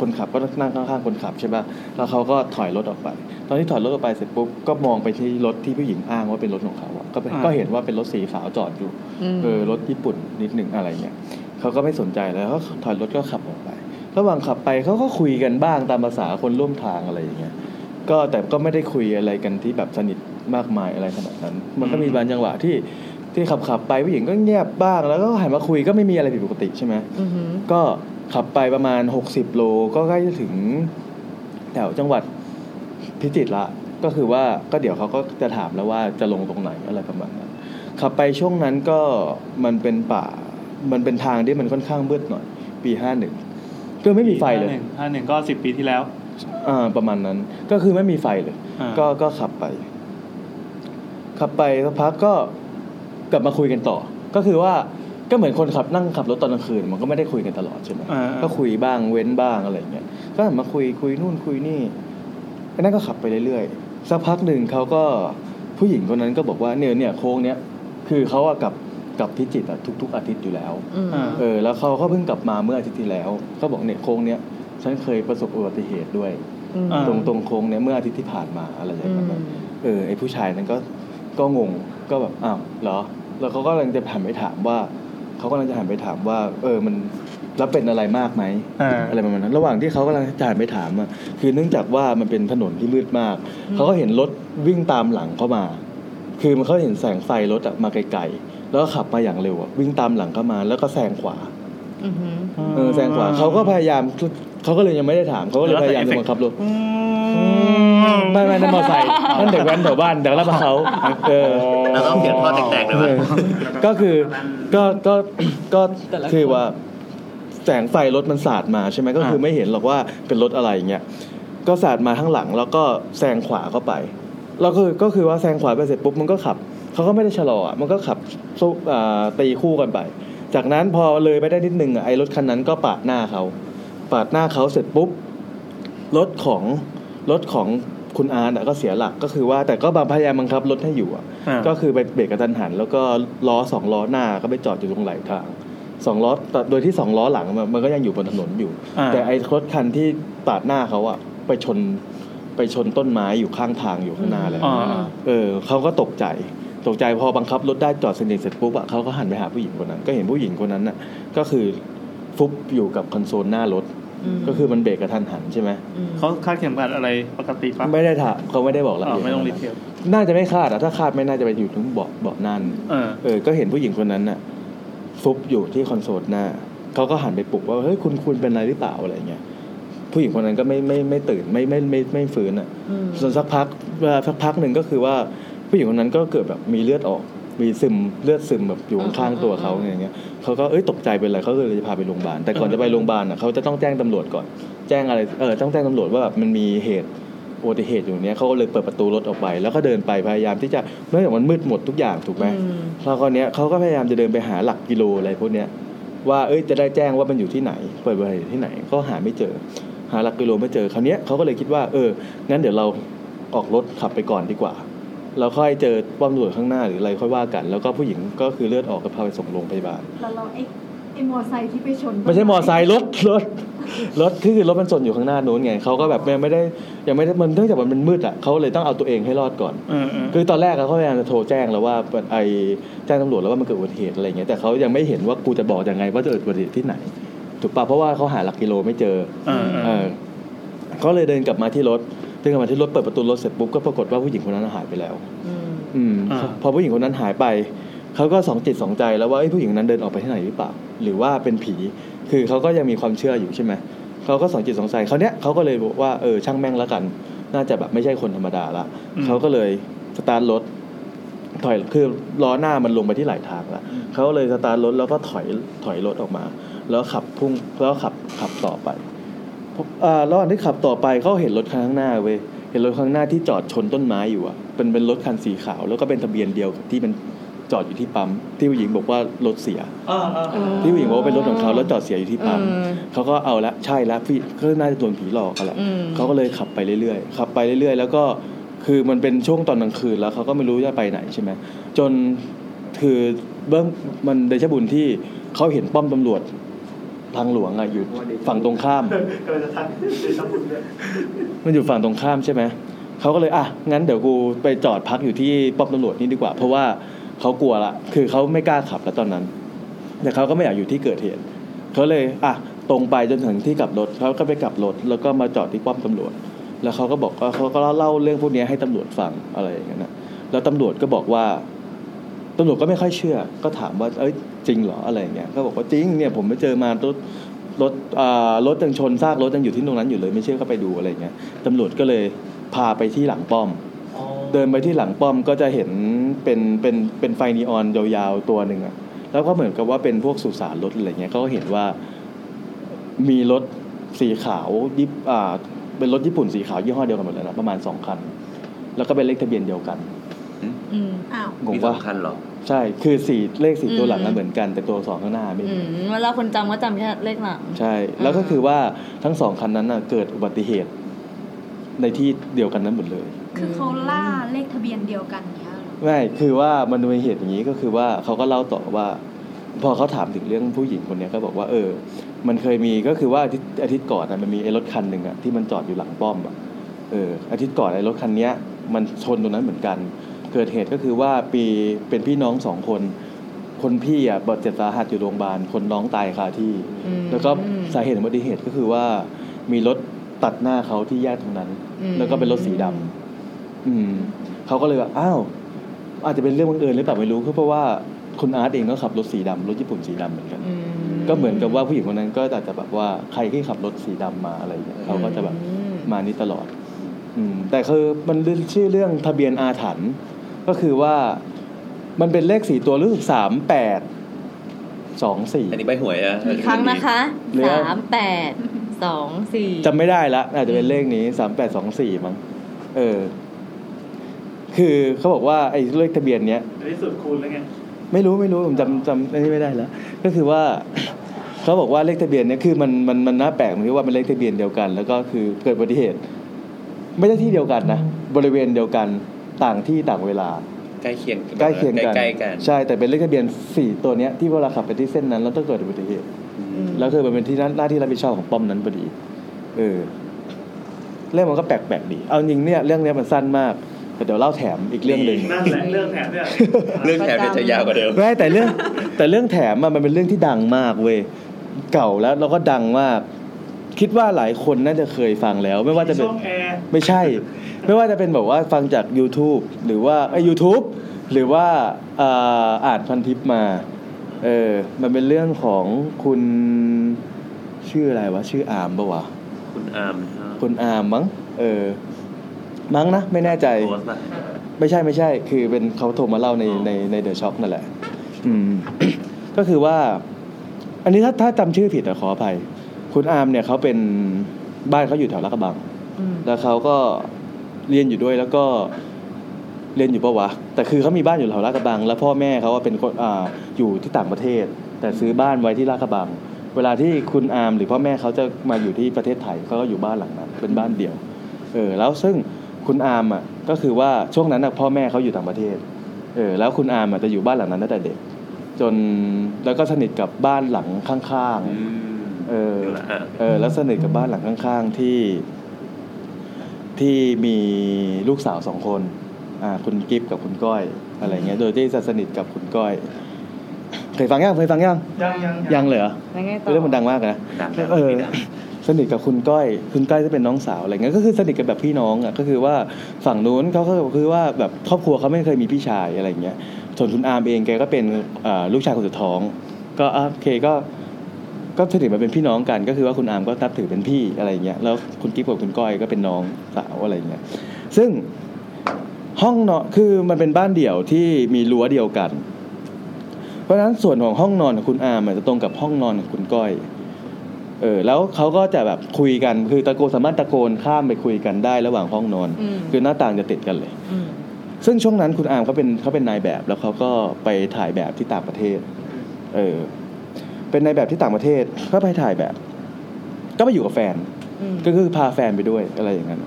คนขับก็นั่งข้างๆคนขับใช่ป่ะแล้วเขาก็ถอยรถออกไป ตอนที่ถอยรถออกไปเสร็จปุ๊บก็มองไปที่รถที่ผู้หญิงอ้างว่าเป็นรถของเขาอะก็เป็น อ่า ก็เห็นว่าเป็นรถสีขาวจอดอยู่ อืม เออรถญี่ปุ่นนิดหนึ่งอะไรเงี้ยเขาก็ไม่สนใจแล้วเขาถอยรถก็ขับออกไป ระหว่างขับไปเขาก็คุยกันบ้างตามภาษาคนร่วมทางอะไรอย่างเงี้ย ก็แต่ก็ไม่ได้คุยอะไรกันที่แบบสนิทมากมายอะไรขนาดนั้น มันก็มีบางจังหวะที่ที่ขับขับๆไปผู้หญิงก็เงียบบ้างแล้วก็หันมาคุยก็ไม่มีอะไรผิดปกติใช่ไหม อือหือ ก็ขับไปประมาณ 60 โลก็ใกล้จะถึงแถวจังหวัดพิจิตรละ ก็คือว่าก็เดี๋ยวเขาก็จะถามแล้วว่าจะลงตรงไหนอะไรประมาณนั้นขับไปช่วงนั้นก็มันเป็นป่า มันเป็นทางที่มันค่อนข้างมืดหน่อย ปีห้าหนึ่งก็ไม่มีไฟเลย ห้าหนึ่งก็สิบปีที่แล้ว อ่าประมาณนั้นก็คือไม่มีไฟเลย อ่า ก็ก็ขับไป ขับไปสักพักก็กลับมาคุยกันต่อ ก็คือว่าก็เหมือนคนขับนั่งขับรถตอนกลางคืน มันก็ไม่ได้คุยกันตลอดใช่ไหม อ่าๆ ก็คุยบ้างเว้นบ้างอะไรอย่างเงี้ยก็หันมาคุยคุยนู่นคุยนี่ไอ้นั่นก็ขับไปเรื่อยๆสักพักหนึ่งเขาก็ผู้หญิงคนนั้นก็บอกว่าเนี่ยเนี่ยโค้งเนี้ยคือเขาอะกลับกลับพิจิตรอะทุก ๆ อาทิตย์อยู่แล้ว อืม อ่า เออแล้วเขาก็เพิ่งกลับมาเมื่ออาทิตย์ที่แล้วเขาบอกเนี่ยโค้งเนี้ยฉันเคยประสบอุบัติเหตุด้วย อืม อ่า ตรงตรงโค้งเนี่ยเมื่ออาทิตย์ที่ผ่านมาอะไรอย่างเงี้ยเออไอผู้ชายนั้นก็ก็งงก็แบบอ้าวเหรอ แล้วเขาก็กำลังจะหันไปถามว่าเขากำลังจะหันไปถามว่า เออมันแล้วเป็นอะไรมากไหม อ่า อะไรประมาณนั้น ระหว่างที่เขากำลังจะหันไปถามอะคือเนื่องจากว่ามันเป็นถนนที่มืดมากเขาก็เห็นรถวิ่งตามหลังเข้ามา คือมันเขาเห็นแสงไฟรถอะมาไกลๆแล้วก็ขับมาอย่างเร็วอะวิ่งตามหลังเข้ามา แล้วก็แซงขวา อือหือ เออแซงขวาเขาก็พยายามเขาก็เลยยังไม่ได้ถามเขาก็เลยพยายามจะบังคับรถ ไม่ไม่นั่นมอไซค์นั่นเด็กแว้นแถวบ้านเด็กรับเขาเออ เราต้องเสียงท่อแตกๆเลย เอ วะ อก็คือก็ก็ก็คือว่า แสงไฟรถมันสาดมาใช่ไหมก็คือไม่เห็นหรอกว่าเป็นรถอะไรอย่างเงี้ยก็สาดมาข้างหลังแล้วก็แซงขวาเข้าไป แล้วคือก็คือว่าแซงขวาไปเสร็จปุ๊บมันก็ขับเขาก็ไม่ได้ชะลออ่ะมันก็ขับสู้อ่าตีคู่กันไป จากนั้นพอเลยไปได้นิดนึงอ่ะไอ้รถคันนั้นก็ปาดหน้าเขาปาดหน้าเขาเสร็จปุ๊บ รถของรถของคุณอาร์ตอะก็เสียหลักก็คือว่าแต่ก็บางพยายามบังคับรถให้อยู่อะ อ่า ก็คือไปเบรกกระทันหัน แล้วก็ล้อสองล้อหน้าก็ไปจอดอยู่ตรงไหลทางสองล้อแต่โดยที่สองล้อหลังมันมันก็ยังอยู่บนถนนอยู่ อ่า แต่ไอ้รถคันที่ปาดหน้าเขาอะไปชนไปชนต้นไม้อยู่ข้างทางอยู่ข้างหน้าแล้ว อ่า เออเขาก็ตกใจตกใจพอบังคับรถได้จอดสนิทเสร็จปุ๊บอะเขาก็หันไปหาผู้หญิงคนนั้น ก็เห็นผู้หญิงคนนั้นน่ะก็คือฟุบอยู่กับคอนโซลหน้ารถ อืม ก็คือมันเบรกกระทันหันใช่ไหม อืม เขาคาดเข็มขัดอะไรปกติปะ ไม่ได้ถามเขาไม่ได้บอกละ อ๋อ เอียด ไม่ต้องรี ขนาด เท นั้น ล น่าจะไม่คาดอะถ้าคาดไม่น่าจะไปอยู่ถึงเบาะเบาะนั่น เออ เออ ก็เห็นผู้หญิงคนนั้นน่ะฟุบอยู่ที่คอนโซลหน้าเขาก็หันไปปลุกว่าเฮ้ยคุณคุณเป็นอะไรหรือเปล่าอะไรเงี้ยผู้หญิงคนนั้นก็ไม่ไม่ไม่ไม่ตื่นไม่ไม่ไม่ไม่ไม่ฟื้นอ่ะ อืม ส่วนสักพักเวลาสักพักหนึ่งก็คือว่า ผู้หญิงคนนั้นก็เกิดแบบมีเลือดออกมีซึมเลือดซึมแบบอยู่ข้างๆตัวเขาอย่างเงี้ยเขาก็เอ้ยตกใจเป็นไรเขาก็เลยพาไปโรงพยาบาลแต่ก่อนจะไปโรงพยาบาลอ่ะเขาจะต้องแจ้งตำรวจก่อน แจ้งอะไรเออต้องแจ้งตำรวจว่าแบบมันมีเหตุ อุบัติเหตุอยู่เนี้ยเขาก็เลยเปิดประตูรถออกไป แล้วก็เดินไปพยายามที่จะเมื่ออย่างมันมืดหมดทุกอย่างถูกไหมแล้วก็เนี้ยเขาก็พยายามจะเดินไปหาหลักกิโลอะไรพวกเนี้ยว่าเอ้ยจะได้แจ้งว่ามันอยู่ที่ไหน เปิดบริเวณที่ไหนก็หาไม่เจอ หาหลักกิโลไม่เจอคราวเนี้ยเขาก็เลยคิดว่าเอองั้นเดี๋ยวเราออกรถขับไปก่อนดีกว่า เราค่อยเจอป้อมตำรวจข้างหน้าหรืออะไรค่อยว่ากัน แล้วก็ผู้หญิงก็คือเลือดออกก็พาไปส่งโรงพยาบาล แล้วเราไอ้ไอ้มอไซค์ที่ไปชน ไม่ใช่มอไซค์รถ รถรถคือรถมันชนอยู่ข้างหน้านู้นไงเขาก็แบบยังไม่ได้ยังไม่ได้มันเนื่องจากมันมืดอ่ะเขาเลยต้องเอาตัวเองให้รอดก่อน คือตอนแรกอะเขาพยายามจะโทรแจ้งแล้วว่าไอแจ้งตำรวจแล้วว่ามันเกิดอุบัติเหตุอะไรเงี้ยแต่เขายังไม่เห็นว่ากูจะบอกยังไงว่าเกิดอุบัติเหตุที่ไหน ถูกปะเพราะว่าเขาหาหลักกิโลไม่เจอ เออ เออเขาเลยเดินกลับมาที่รถเดินกลับมาที่รถเปิดประตูรถเสร็จปุ๊บก็ปรากฏว่าผู้หญิงคนนั้นหายไปแล้ว อืม อ่า พอผู้หญิงคนนั้นหายไป เขาก็สองจิตสองใจแล้วว่าเอ้ยผู้หญิงคนนั้นเดินออกไปที่ไหนหรือเปล่า หรือว่าเป็นผี คือเขาก็ยังมีความเชื่ออยู่ใช่ไหมเขาก็สองจิตสองใจเขาวเนี้ยเขาก็เลยบอกว่าเออช่างแม่งแล้วกัน น่าจะแบบไม่ใช่คนธรรมดาละ อืม เขาก็เลยสตาร์ทรถถอยคือล้อหน้ามันลงไปที่ไหลทางละเขาเลยสตาร์ทรถแล้วก็ถอยถอยรถออกมา แล้วขับพุ่งแล้วขับขับต่อไปเอ่อระหว่างที่ขับต่อไปเขาเห็นรถคันข้างหน้าเว้ยเห็นรถคันข้างหน้าที่จอดชนต้นไม้อยู่อ่ะเป็นเป็นรถคันสีขาว แล้วก็เป็นทะเบียนเดียวกับที่มันจอดอยู่ที่ปั๊มที่ผู้หญิงบอกว่ารถเสีย ที่ผู้หญิงบอกว่าเป็นรถของเขาแล้วจอดเสียอยู่ที่ปั๊ม อืม เขาก็เอาละใช่ละพี่ก็น่าจะโดนผีหลอกกันแหละ อืม เขาก็เลยขับไปเรื่อยๆขับไปเรื่อยๆ แล้วก็คือมันเป็นช่วงตอนกลางคืนแล้วเขาก็ไม่รู้จะไปไหนใช่ไหมจนคือเบื้องมันเดชะบุญที่เขาเห็นป้อมตำรวจทางหลวงอะอยู่ฝั่งตรงข้าม กำลังจะทันเดชะบุญเลย มันอยู่ฝั่งตรงข้ามใช่ไหม เขาก็เลยอ่ะงั้นเดี๋ยวกูไปจอดพักอยู่ที่ป้อมตำรวจนี่ดีกว่า เพราะว่าเขากลัวละ คือเขาไม่กล้าขับแล้วตอนนั้น แต่เขาก็ไม่อยากอยู่ที่เกิดเหตุ เขาเลยอ่ะตรงไปจนถึงที่กลับรถเขาก็ไปกลับรถแล้วก็มาจอดที่ป้อมตำรวจ แล้วเขาก็บอกว่าเขาก็เล่าเรื่องพวกนี้ให้ตำรวจฟังอะไรอย่างเงี้ยนะแล้วตำรวจก็บอกว่าตำรวจก็ไม่ค่อยเชื่อ ก็ถามว่าเอ้ยจริงเหรออะไรอย่างเงี้ยก็บอกว่าจริงเนี่ยผมไปเจอมารถรถอ่ารถยังชนซากรถยังอยู่ที่ตรงนั้นอยู่เลยไม่เชื่อก็ไปดูอะไรอย่างเงี้ยตำรวจก็เลยพาไปที่หลังป้อม เดินไปที่หลังป้อมก็จะเห็นเป็นเป็นเป็นไฟนีออนยาวๆตัวหนึ่งอะแล้วก็เหมือนกับว่าเป็นพวกสุสานรถอะไรเงี้ยเขาก็เห็นว่ามีรถสีขาวยิปอ่าเป็นรถญี่ปุ่นสีขาวยี่ห้อเดียวกันหมดเลยนะประมาณสองคัน แล้วก็เป็นเลขทะเบียนเดียวกัน อ้าว งง มี ว่า สำคัญเหรอ ใช่คือสี่เลขสี่ตัวหลัง อื อะ ม เหมือนกันแต่ตัวสองข้างหน้าไม่ อื มี มเวลาคนจำก็จำแค่เลขหลัง ใช่ แล้วก็คือว่าทั้งสองคันนั้นอะเกิดอุบัติเหตุ ในที่เดียวกันนั้นหมดเลย คือเขาล่าเลขทะเบียนเดียวกันเนี้ยเหรอ ไม่ คือว่ามันมีเหตุอย่างนี้ก็คือว่าเขาก็เล่าต่อว่า พอเขาถามถึงเรื่องผู้หญิงคนเนี้ยก็บอกว่า เออ มันเคยมีก็คือว่าอาทิตย์อาทิตย์ก่อนนะมันมีไอ้รถคันหนึ่งอะที่มันจอดอยู่หลังป้อมอะเอออาทิตย์ก่อนไอ้รถคันเนี้ย มันชนตรงนั้นเหมือนกัน เกิดเหตุก็คือว่าปีเป็นพี่น้องสองคน คนพี่อะบาดเจ็บสาหัสอยู่โรงพยาบาลคนน้องตายคาที่ อืม แล้วก็สาเหตุของอุบัติเหตุก็คือว่า มีรถตัดหน้าเขาที่แยกตรงนั้น อืม แล้วก็เป็นรถสีดำอืมเขาก็เลยว่าอ้าว อาจจะเป็นเรื่องบังเอิญหรือเปล่าไม่รู้ก็เพราะว่าคุณอาร์ตเองก็ขับรถสีดำรถญี่ปุ่นสีดำเหมือนกัน ก็เหมือนกับว่าผู้หญิงคนนั้นก็อาจจะแบบว่าใครที่ขับรถสีดำมาอะไรอย่างเงี้ยเขาก็จะแบบมานี่ตลอด อืมแต่คือมันชื่อเรื่องทะเบียนอาถรรพ์ก็คือว่ามันเป็นเลขสี่ตัวรู้สึกสามแปดสองสี่ อันนี้ใบหวยอะ อีกครั้งนะคะ เดี๋ยว สามแปดสองสี่ จำไม่ได้ละอาจจะเป็นเลขนี้สามแปดสองสี่มั้งเออ คือเขาบอกว่าไอ้เลขทะเบียนเนี้ย ในที่สุดคูณแล้วไง ไม่รู้ไม่รู้ผมจำจำอันนี้ไม่ได้แล้ว ก็คือว่า เขาบอกว่าเลขทะเบียนเนี่ยคือมันมันมันน่าแปลกตรงที่ว่าเป็นเลขทะเบียนเดียวกัน แล้วก็คือเกิดอุบัติเหตุ ไม่ใช่ที่เดียวกันนะบริเวณเดียวกันต่างที่ต่างเวลา ใกล้เคียง ใกล้เคียงกัน ใกล้ๆกัน ใช่แต่เป็นเลขทะเบียนสี่ตัวเนี้ยที่เวลาขับไปที่เส้นนั้นแล้วต้องเกิดอุบัติเหตุแล้วคือมันเป็นที่หน้าที่รับผิดชอบของป้อมนั้นพอดี เออเรื่องมันก็แปลกๆดี เอาจริงเนี่ยเรื่องเนี้ยมันสั้นมากแต่เดี๋ยวเล่าแถมอีกเรื่องหนึ่ง นั่นแหละเรื่องแถมเนี่ย เรื่องแถมเนี่ยจะยาวกว่าเดิม ไม่แต่เรื่อง แต่เรื่องแถมอะมันเป็นเรื่องที่ดังมากเว้ยเก่าแล้วเราก็ดังมาก คิดว่าหลายคนน่าจะเคยฟังแล้ว ไม่ว่าจะเป็น ช่องแอร์ ไม่ใช่ ไม่ว่าจะเป็นแบบว่าฟังจาก YouTube หรือว่าไอ้ YouTube หรือว่าอ่าอ่านพันทิปมาเออมันเป็นเรื่องของคุณชื่ออะไรวะชื่ออาร์มปะวะ คุณอาร์ม คุณอาร์มมั้งเออมั้งนะไม่แน่ใจ โพสต์ป่ะ เ ไม่ใช่ไม่ใช่ คือเป็นเขาโทรมาเล่าในในในเดอะช็อคนั่นแหละ อืม ก็คือว่า อันนี้ถ้าถ้าจำชื่อผิดอะขออภัย คุณอาร์มเนี่ยเขาเป็นบ้านเขาอยู่แถวลาดกระบัง แล้วเขาก็เรียนอยู่ด้วยแล้วก็เรียนอยู่ปะวะ แต่คือเขามีบ้านอยู่แถวลาดกระบัง แล้วพ่อแม่เขาว่าเป็นคนอ่าอยู่ที่ต่างประเทศ แต่ซื้อบ้านไว้ที่ลาดกระบัง เวลาที่คุณอาร์มหรือพ่อแม่เขาจะมาอยู่ที่ประเทศไทยเขาก็อยู่บ้านหลังนั้นเป็นบ้านเดี่ยว เออแล้วซึ่งคุณอาร์มอ่ะก็คือว่าช่วงนั้นอะพ่อแม่เขาอยู่ต่างประเทศ เออแล้วคุณอาร์มอะจะอยู่บ้านหลังนั้นตั้งแต่เด็ก จนแล้วก็สนิทกับบ้านหลังข้างๆเออเออแล้วสนิทกับบ้านหลังข้างๆที่ ที่มีลูกสาวสองคนอ่าคุณกิฟกับคุณก้อยอะไรเงี้ยโดยที่จะสนิทกับคุณก้อยเคยฟังยังเคยฟังยัง ยังยัง ยังเลยเหรอ แล้วไงต่อ เรื่องมันดังมากนะเออ สนิทกับคุณก้อย คุณก้อยจะเป็นน้องสาวอะไรเงี้ย ก็คือสนิทกันแบบพี่น้องอ่ะ ก็คือว่าฝั่งนู้นเขาก็คือว่าแบบครอบครัวเขาไม่เคยมีพี่ชายอะไรเงี้ย ส่วนคุณอาร์มเองแกก็เป็นอ่าลูกชายคนสุดท้อง ก็อ่ะโอเคก็ ก็สนิทมาเป็นพี่น้องกัน ก็คือว่าคุณอาร์มก็นับถือเป็นพี่อะไรเงี้ย แล้วคุณกิ๊บกับคุณก้อยก็เป็นน้องสาวอะไรเงี้ย ซึ่งห้องนอนคือมันเป็นบ้านเดี่ยวที่มีรั้วเดียวกัน เพราะฉะนั้นส่วนของห้องนอนของคุณอาร์มอะจะตรงกับห้องนอนของคุณก้อย เออแล้วเขาก็จะแบบคุยกันคือตะโกนสามารถตะโกนข้ามไปคุยกันได้ระหว่างห้องนอน อืม คือหน้าต่างจะติดกันเลย อืม ซึ่งช่วงนั้นคุณอาร์มเขาเป็นเขาเป็นนายแบบ แล้วเขาก็ไปถ่ายแบบที่ต่างประเทศ เออ เป็นนายแบบที่ต่างประเทศก็ไปถ่ายแบบ ก็ไปอยู่กับแฟน อืม ก็คือพาแฟนไปด้วยอะไรอย่างนั้น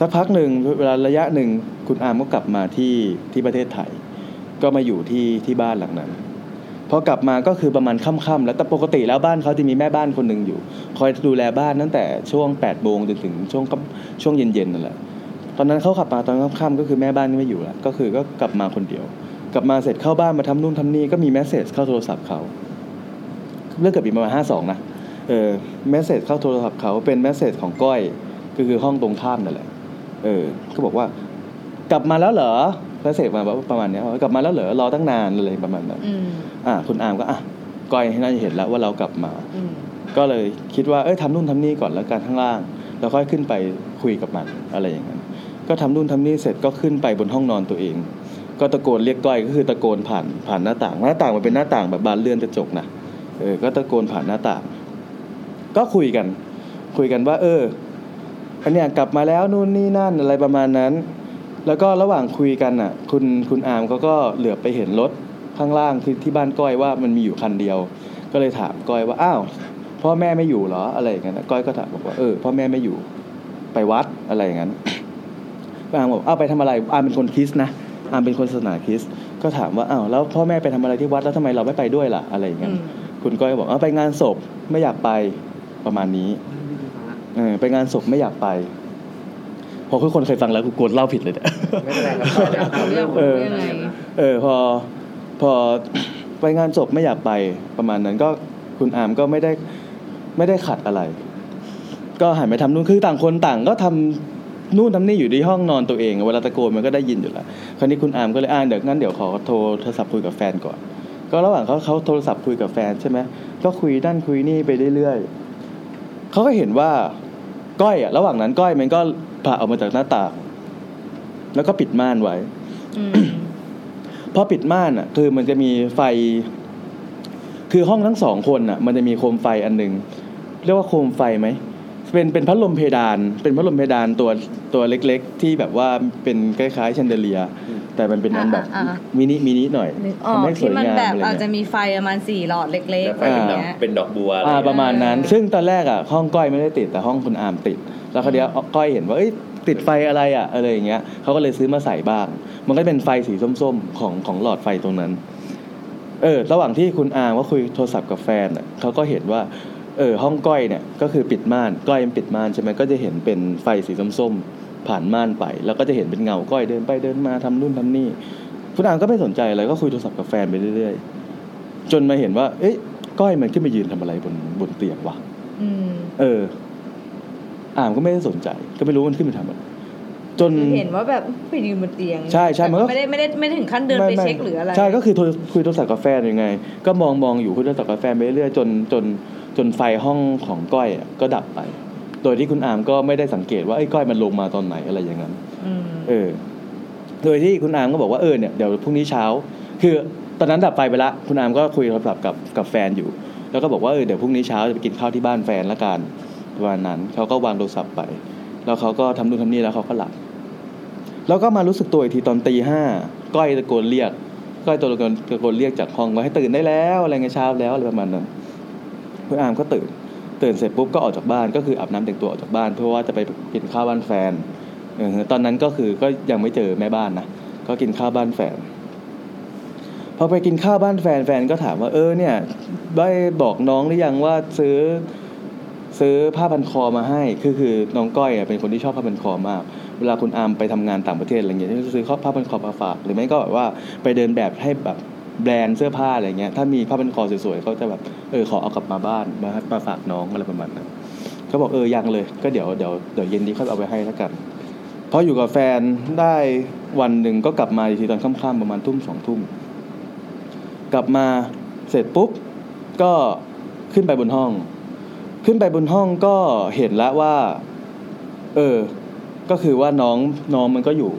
สักพักหนึ่งเวลาระยะหนึ่งคุณอาร์มก็กลับมาที่ที่ประเทศไทย ก็มาอยู่ที่ที่บ้านหลังนั้น พอกลับมาก็คือประมาณค่ำๆแล้วแต่ปกติแล้วบ้านเขาจะมีแม่บ้านคนหนึ่งอยู่ คอยดูแลบ้านตั้งแต่ช่วง8ปดโมงจนถึงช่วงค่ำช่วงเย็นๆนั่นแหละ ตอนนั้นเขาขับมาตอนค่ำๆก็คือแม่บ้านไม่อยู่แล้วก็คือก็กลับมาคนเดียว กลับมาเสร็จเข้าบ้านมาทำนู่นทำนี่ก็มีแมสเซจเข้าโทรศัพท์เขาเรื่องเกิดปีประมาณห้าสองนะเออแมสเซจเข้าโทรศัพท์เขาเป็นแมสเซจของก้อยก็คือห้องตรงข้ามนั่นแหละ เออ ก็บอกว่า กลับมาแล้วเหรอแมสเซจมาประมาณเนี้ยว่ากลับมาแล้วเหรอรอตั้งนานอะไรประมาณนั้น อืม อ่ะคุณอาร์มก็อ่ะก้อยน่าจะเห็นแล้วว่าเรากลับมา อืม ก็เลยคิดว่าเอ้ยทำนู่นทำนี่ก่อนแล้วกันข้างล่าง แล้วค่อยขึ้นไปคุยกับมันอะไรอย่างนั้น ก็ทำนู่นทำนี่เสร็จก็ขึ้นไปบนห้องนอนตัวเอง ก็ตะโกนเรียกก้อยก็คือตะโกนผ่านผ่านหน้าต่าง หน้าต่างมันเป็นหน้าต่างแบบบานเลื่อนกระจกนะเออก็ตะโกนผ่านหน้าต่าง ก็คุยกัน คุยกันว่า เอออันเนี้ยกลับมาแล้วนู่นนี่นั่นอะไรประมาณนั้น แล้วก็ระหว่างคุยกันอ่ะ คุณคุณอาร์มเขาก็เหลือบไปเห็นรถข้างล่างที่ที่บ้านก้อยว่ามันมีอยู่คันเดียว ก็เลยถามก้อยว่าอ้าวพ่อแม่ไม่อยู่เหรออะไรอย่างเงี้ยนะก้อยก็ถามบอกว่าเออพ่อแม่ไม่อยู่ ไปวัดอะไรอย่างนั้น อาร์มบอกอ้าวไปทำอะไรอาร์มเป็นคนคริสต์นะอาร์มเป็นคนศาสนาคริสต์ก็ถามว่าอ้าวแล้วพ่อแม่ไปทำอะไรที่วัดแล้วทำไมเราไม่ไปด้วยล่ะอะไรอย่างเงี้ย อืม คุณก้อยก็บอกอ้าวไปงานศพไม่อยากไปประมาณนี้เออไปงานศพไม่อยากไป พอทุกคนเคยฟังแล้วกูกดเล่าผิดเลยเนี่ย ไม่เป็นไรครับ เรื่อง เออ ยังไง เออพอพอ ไปงานศพไม่อยากไปประมาณนั้นก็คุณอามก็ไม่ได้ไม่ได้ขัดอะไร ก็หันไปทำนู่นคือต่างคนต่างก็ทำนู่นทำนี่อยู่ที่ห้องนอนตัวเองเวลาตะโกนมันก็ได้ยินอยู่แล้วคราวนี้คุณอามก็เลยอ่าเดี๋ยวงั้นเดี๋ยวขอโทรโทรศัพท์คุยกับแฟนก่อน ก็ระหว่างเขาเขาโทรศัพท์คุยกับแฟนใช่ไหมก็คุยนั่นคุยนี่ไปเรื่อยๆเขาก็เห็นว่าก้อยอะระหว่างนั้นก้อยมันก็ผ่าออกมาจากหน้าต่างแล้วก็ปิดม่านไว้ อืม พอปิดม่านอ่ะ คือมันจะมีไฟ คือห้องทั้งสองคนอ่ะ มันจะมีโคมไฟอันหนึ่งเรียกว่าโคมไฟไหมเป็นเป็นพัดลมเพดาน เป็นพัดลมเพดานตัวตัวเล็กๆ ที่แบบว่าเป็นคล้ายๆแชนเดเลีย แต่มันเป็นอันแบบ อ่าอ่า มินิมินิหน่อย นึกออก ทำให้ส ที่ วย มัน งาม แบบ อะไร อาจจะ เงี้ย มีไฟประมาณสี่หลอดเล็ก แล้ว ๆ ไฟ อะไร เป็นดอก เงี้ย เป็นดอกบัวอะไร อ่าประมาณนั้น ซึ่งตอนแรกอ่ะห้องก้อยไม่ได้ติดแต่ห้องคุณอาร์มติด แล้วคราวเดียวก้อยเห็นว่าเอ้ยติดไฟอะไรอ่ะอะไรอย่างเงี้ยเขาก็เลยซื้อมาใส่บ้าง มันก็เป็นไฟสีส้มๆของของหลอดไฟตรงนั้น เออ ระหว่างที่คุณอาร์มก็คุยโทรศัพท์กับแฟนอ่ะเขาก็เห็นว่า เออห้องก้อยเนี่ยก็คือปิดม่านก้อยมันปิดม่านใช่ไหมก็จะเห็นเป็นไฟสีส้มๆผ่านม่านไป แล้วก็จะเห็นเป็นเงาก้อยเดินไปเดินมาทำนู่นทำนี่ คุณอาร์มก็ไม่สนใจอะไรก็คุยโทรศัพท์กับแฟนไปเรื่อยๆ จนมาเห็นว่า เอ๊ะก้อยมันขึ้นมายืนทำอะไรบนบนเตียงวะ อืม เออ อ่ามก็ไม่ได้สนใจ ก็ไม่รู้มันขึ้นไปทำอะไร จน คือเห็นว่าแบบไปยืนบนเตียง ใช่ใช่มันก็ ไม่ได้ไม่ได้ไม่ได้ถึงขั้นเดินไปเช็คหรืออะไร ใช่ก็คือโทรคุยโทรศัพท์กับแฟนยังไง ก็มองมองอยู่คุยโทรศัพท์กับแฟนไปเรื่อยๆจนจนจนไฟห้องของก้อยอะก็ดับไป โดยที่คุณอามก็ไม่ได้สังเกตว่าไอ้ก้อยมันลงมาตอนไหนอะไรอย่างนั้น อืม เออ โดยที่คุณอามก็บอกว่าเออเนี่ยเดี๋ยวพรุ่งนี้เช้า คือตอนนั้นดับไฟไปละคุณอามก็คุยโทรศัพท์กับกับแฟนอยู่ แล้วก็บอกว่าเออเดี๋ยวพรุ่งนี้เช้าจะไปกินข้าวที่บ้านแฟนละกันวันนั้นเขาก็วางโทรศัพท์ไป แล้วเขาก็ทำนู่นทำนี่แล้วเขาก็หลับ แล้วก็มารู้สึกตัวอีกทีตอนตีห้าก้อยตะโกนเรียก ก้อยตะโกนตะโกนเรียกจากห้องว่าให้ตื่นได้แล้วอะไรเงี้ยเช้าแล้วอะไรประมาณนั้นคุณอามก็ตื่น ตื่นเสร็จปุ๊บก็ออกจากบ้านก็คืออาบน้ำแต่งตัวออกจากบ้าน เพื่อว่าจะไปกินข้าวบ้านแฟนเออตอนนั้นก็คือก็ยังไม่เจอแม่บ้านนะก็กินข้าวบ้านแฟน พอไปกินข้าวบ้านแฟนแฟนก็ถามว่าเออเนี่ยได้บอกน้องหรือยังว่าซื้อ ซื้อผ้าพันคอมาให้ คือคือน้องก้อยอะเป็นคนที่ชอบผ้าพันคอมาก เวลาคุณอามไปทำงานต่างประเทศอะไรเงี้ยก็จะซื้อผ้าพันคอมาฝาก หรือไม่ก็แบบว่าไปเดินแบบให้แบบแบรนด์เสื้อผ้าอะไรเงี้ย ถ้ามีผ้าพันคอสวยๆเขาจะแบบเออขอเอากลับมาบ้านมามาฝากน้องอะไรประมาณนั้นเขาบอกเออยังเลย ก็เดี๋ยวเดี๋ยวเดี๋ยวเย็นนี้เขาเอาไปให้แล้วกัน พออยู่กับแฟนได้วันหนึ่งก็กลับมาอีกทีตอนค่ำๆประมาณทุ่มสองทุ่ม กลับมาเสร็จปุ๊บก็ขึ้นไปบนห้อง ขึ้นไปบนห้องก็เห็นแล้วว่า เออ ก็คือว่าน้องน้องมันก็อยู่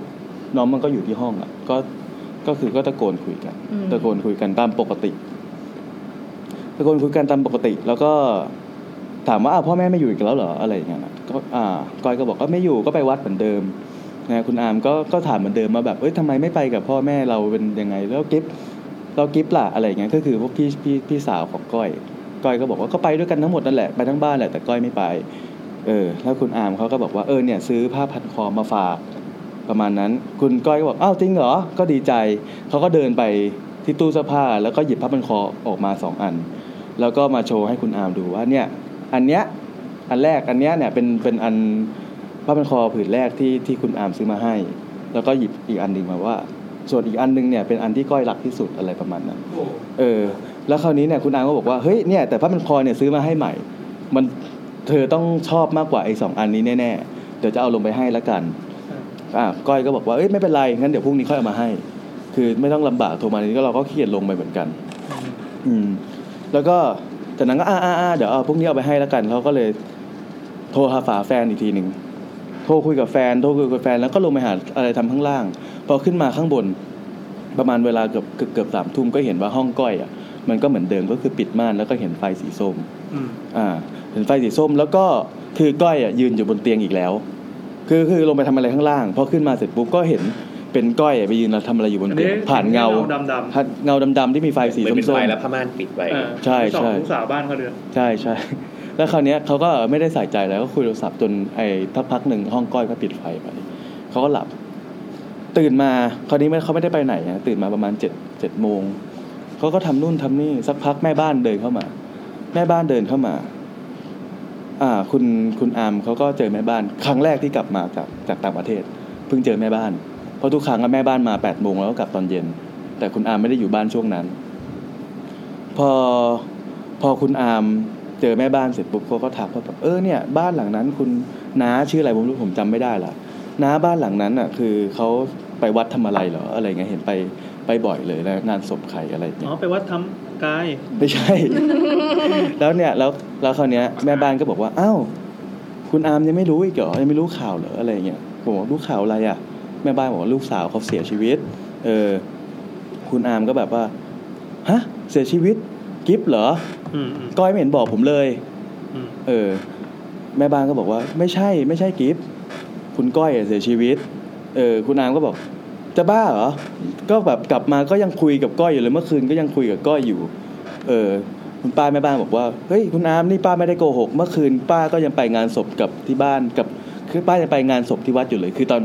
น้องมันก็อยู่ที่ห้องอ่ะ ก็ก็คือก็ตะโกนคุยกัน อืม ตะโกนคุยกันตามปกติ ตะโกนคุยกันตามปกติ แล้วก็ถามว่าอ้าวพ่อแม่ไม่อยู่อีกแล้วเหรออะไรอย่างเงี้ยนะก็อ่าก้อยก็บอกว่าไม่อยู่ก็ไปวัดเหมือนเดิมนะคุณอามก็ก็ถามเหมือนเดิมมาแบบเอ้ยทำไมไม่ไปกับพ่อแม่เราเป็นยังไง แล้วกิฟ เรากิฟล่ะอะไรอย่างเงี้ยก็คือพวกพี่พี่พี่สาวของก้อย ก้อยก็บอกว่าก็ไปด้วยกันทั้งหมดนั่นแหละไปทั้งบ้านแหละแต่ก้อยไม่ไป เออ แล้วคุณอามเขาก็บอกว่าเออเนี่ยซื้อผ้าพันคอมาฝาก ประมาณนั้น คุณก้อยก็บอกอ้าวจริงเหรอก็ดีใจเขาก็เดินไปที่ตู้เสื้อผ้า แล้วก็หยิบผ้าพันคอออกมาสองอัน แล้วก็มาโชว์ให้คุณอามดูว่าเนี่ย อันเนี้ยอันแรกอันเนี้ยเนี่ยเป็นเป็นอันผ้าพันคอผืนแรกที่ที่คุณอามซื้อมาให้ แล้วก็หยิบอีกอันหนึ่งมาว่า ส่วนอีกอันหนึงเนี่ยเป็นอันที่ก้อยรักที่สุดอะไรประมาณนั้น เออ แล้วคราวนี้เนี่ยคุณอามก็บอกว่าเฮ้ยเนี่ยแต่ผ้าพันคอเนี่ยซื้อมาให้ใหม่ มันเธอต้องชอบมากกว่าไอ้สองอันนี้แน่ๆเดี๋ยวจะเอาลงไปให้ละกันอ่ะก้อยก็บอกว่าเอ้ยไม่เป็นไรงั้นเดี๋ยวพรุ่งนี้ค่อยเอามาให้ คือไม่ต้องลำบากโทรมานี้ก็เราก็เขียนลงไปเหมือนกัน อืม แล้วก็จากนั้นก็อ่าอ่าอ่าเดี๋ยวเอาพรุ่งนี้เอาไปให้ละกันเขาก็เลย โทรหาฝาแฟนอีกทีหนึ่งโทรคุยกับแฟนโทรคุยกับแฟนแล้วก็ลงไปหาอะไรทำข้างล่าง พอขึ้นมาข้างบน ประมาณเวลาเกือบเกือบเกือบสามทุ่มก็เห็นว่าห้องก้อยอ่ะมันก็เหมือนเดิมก็คือปิดม่านแล้วก็เห็นไฟสีส้ม อ่า เห็นไฟสีส้มแล้วก็คือก้อยอ่ะยืนอยู่บนเตียงอีกแล้ว คือคือลงไปทำอะไรข้างล่างพอขึ้นมาเสร็จปุ๊บก็เห็นเป็นก้อยอ่ะไปยืนทำอะไรอยู่บนเตียง อันนี้ ผ่านเงา เงาดำ เงาดำๆที่มีไฟสี เหมือนเป็น ส้ม ไฟ ๆ แล้วผ้าม่านปิดไว้ เออ ใช่ สอง ใช่ ลูกสาวบ้านเขาเดือน ใช่ใช่ แล้วคราวเนี้ยเขาก็ไม่ได้ใส่ใจแล้วก็คุยโทรศัพท์จนไอ้ทักพักหนึ่งห้องก้อยก็ปิดไฟไปเขาก็หลับ ตื่นมาคราวนี้ไม่เขาไม่ได้ไปไหนนะตื่นมาประมาณเจ็ดเจ็ดโมงเขาก็ทำนู่นทำนี่ สักพักแม่บ้านเดินเข้ามา แม่บ้านเดินเข้ามา อ่า คุณคุณอามเขาก็เจอแม่บ้าน ครั้งแรกที่กลับมาจากจากต่างประเทศ เพิ่งเจอแม่บ้านเพราะทุกครั้งอะแม่บ้านมาแปดโมงแล้วก็กลับตอนเย็น แต่คุณอามไม่ได้อยู่บ้านช่วงนั้น พอ พอคุณอามเจอแม่บ้านเสร็จปุ๊บเขาก็ทักว่าแบบเออเนี่ยบ้านหลังนั้นคุณน้าชื่ออะไรผมรู้ผมจำไม่ได้ละน้าบ้านหลังนั้นอ่ะ คือเขาไปวัดทำอะไรเหรออะไรเงี้ยเห็นไปไปบ่อยเลยแล้วงานศพใครอะไร อ๋ เงี้ย อไปวัดทำกาย ไม่ใช่ แล้วเนี่ยแล้วแล้วคราวเนี้ยแม่บ้านก็บอกว่าอ้าวคุณอามยังไม่รู้อีกเหรอยังไม่รู้ข่าวเหรออะไรเงี้ยผมบอกรู้ข่าวอะไรอ่ะ แม่บ้านบอกว่าลูกสาวเขาเสียชีวิต เออ คุณอามก็แบบว่าฮะเสียชีวิต กิฟเหรอ อืม ก้อยไม่เห็นบอกผมเลย อืม เออ แม่บ้านก็บอกว่า ไม่ใช่ ไม่ใช่กิฟต์คุณก้อยอะเสียชีวิต เออ คุณอามก็บอก จะบ้าเหรอ ก็แบบกลับมาก็ยังคุยกับก้อยอยู่เลยเมื่อคืนก็ยังคุยกับก้อยอยู่ เออ คุณป้าแม่บ้านบอกว่า เฮ้ย คุณอามนี่ป้าไม่ได้โกหก เมื่อคืนป้าก็ยังไปงานศพกับที่บ้านกับ คือป้ายังไปงานศพที่วัดอยู่เลย คือตอน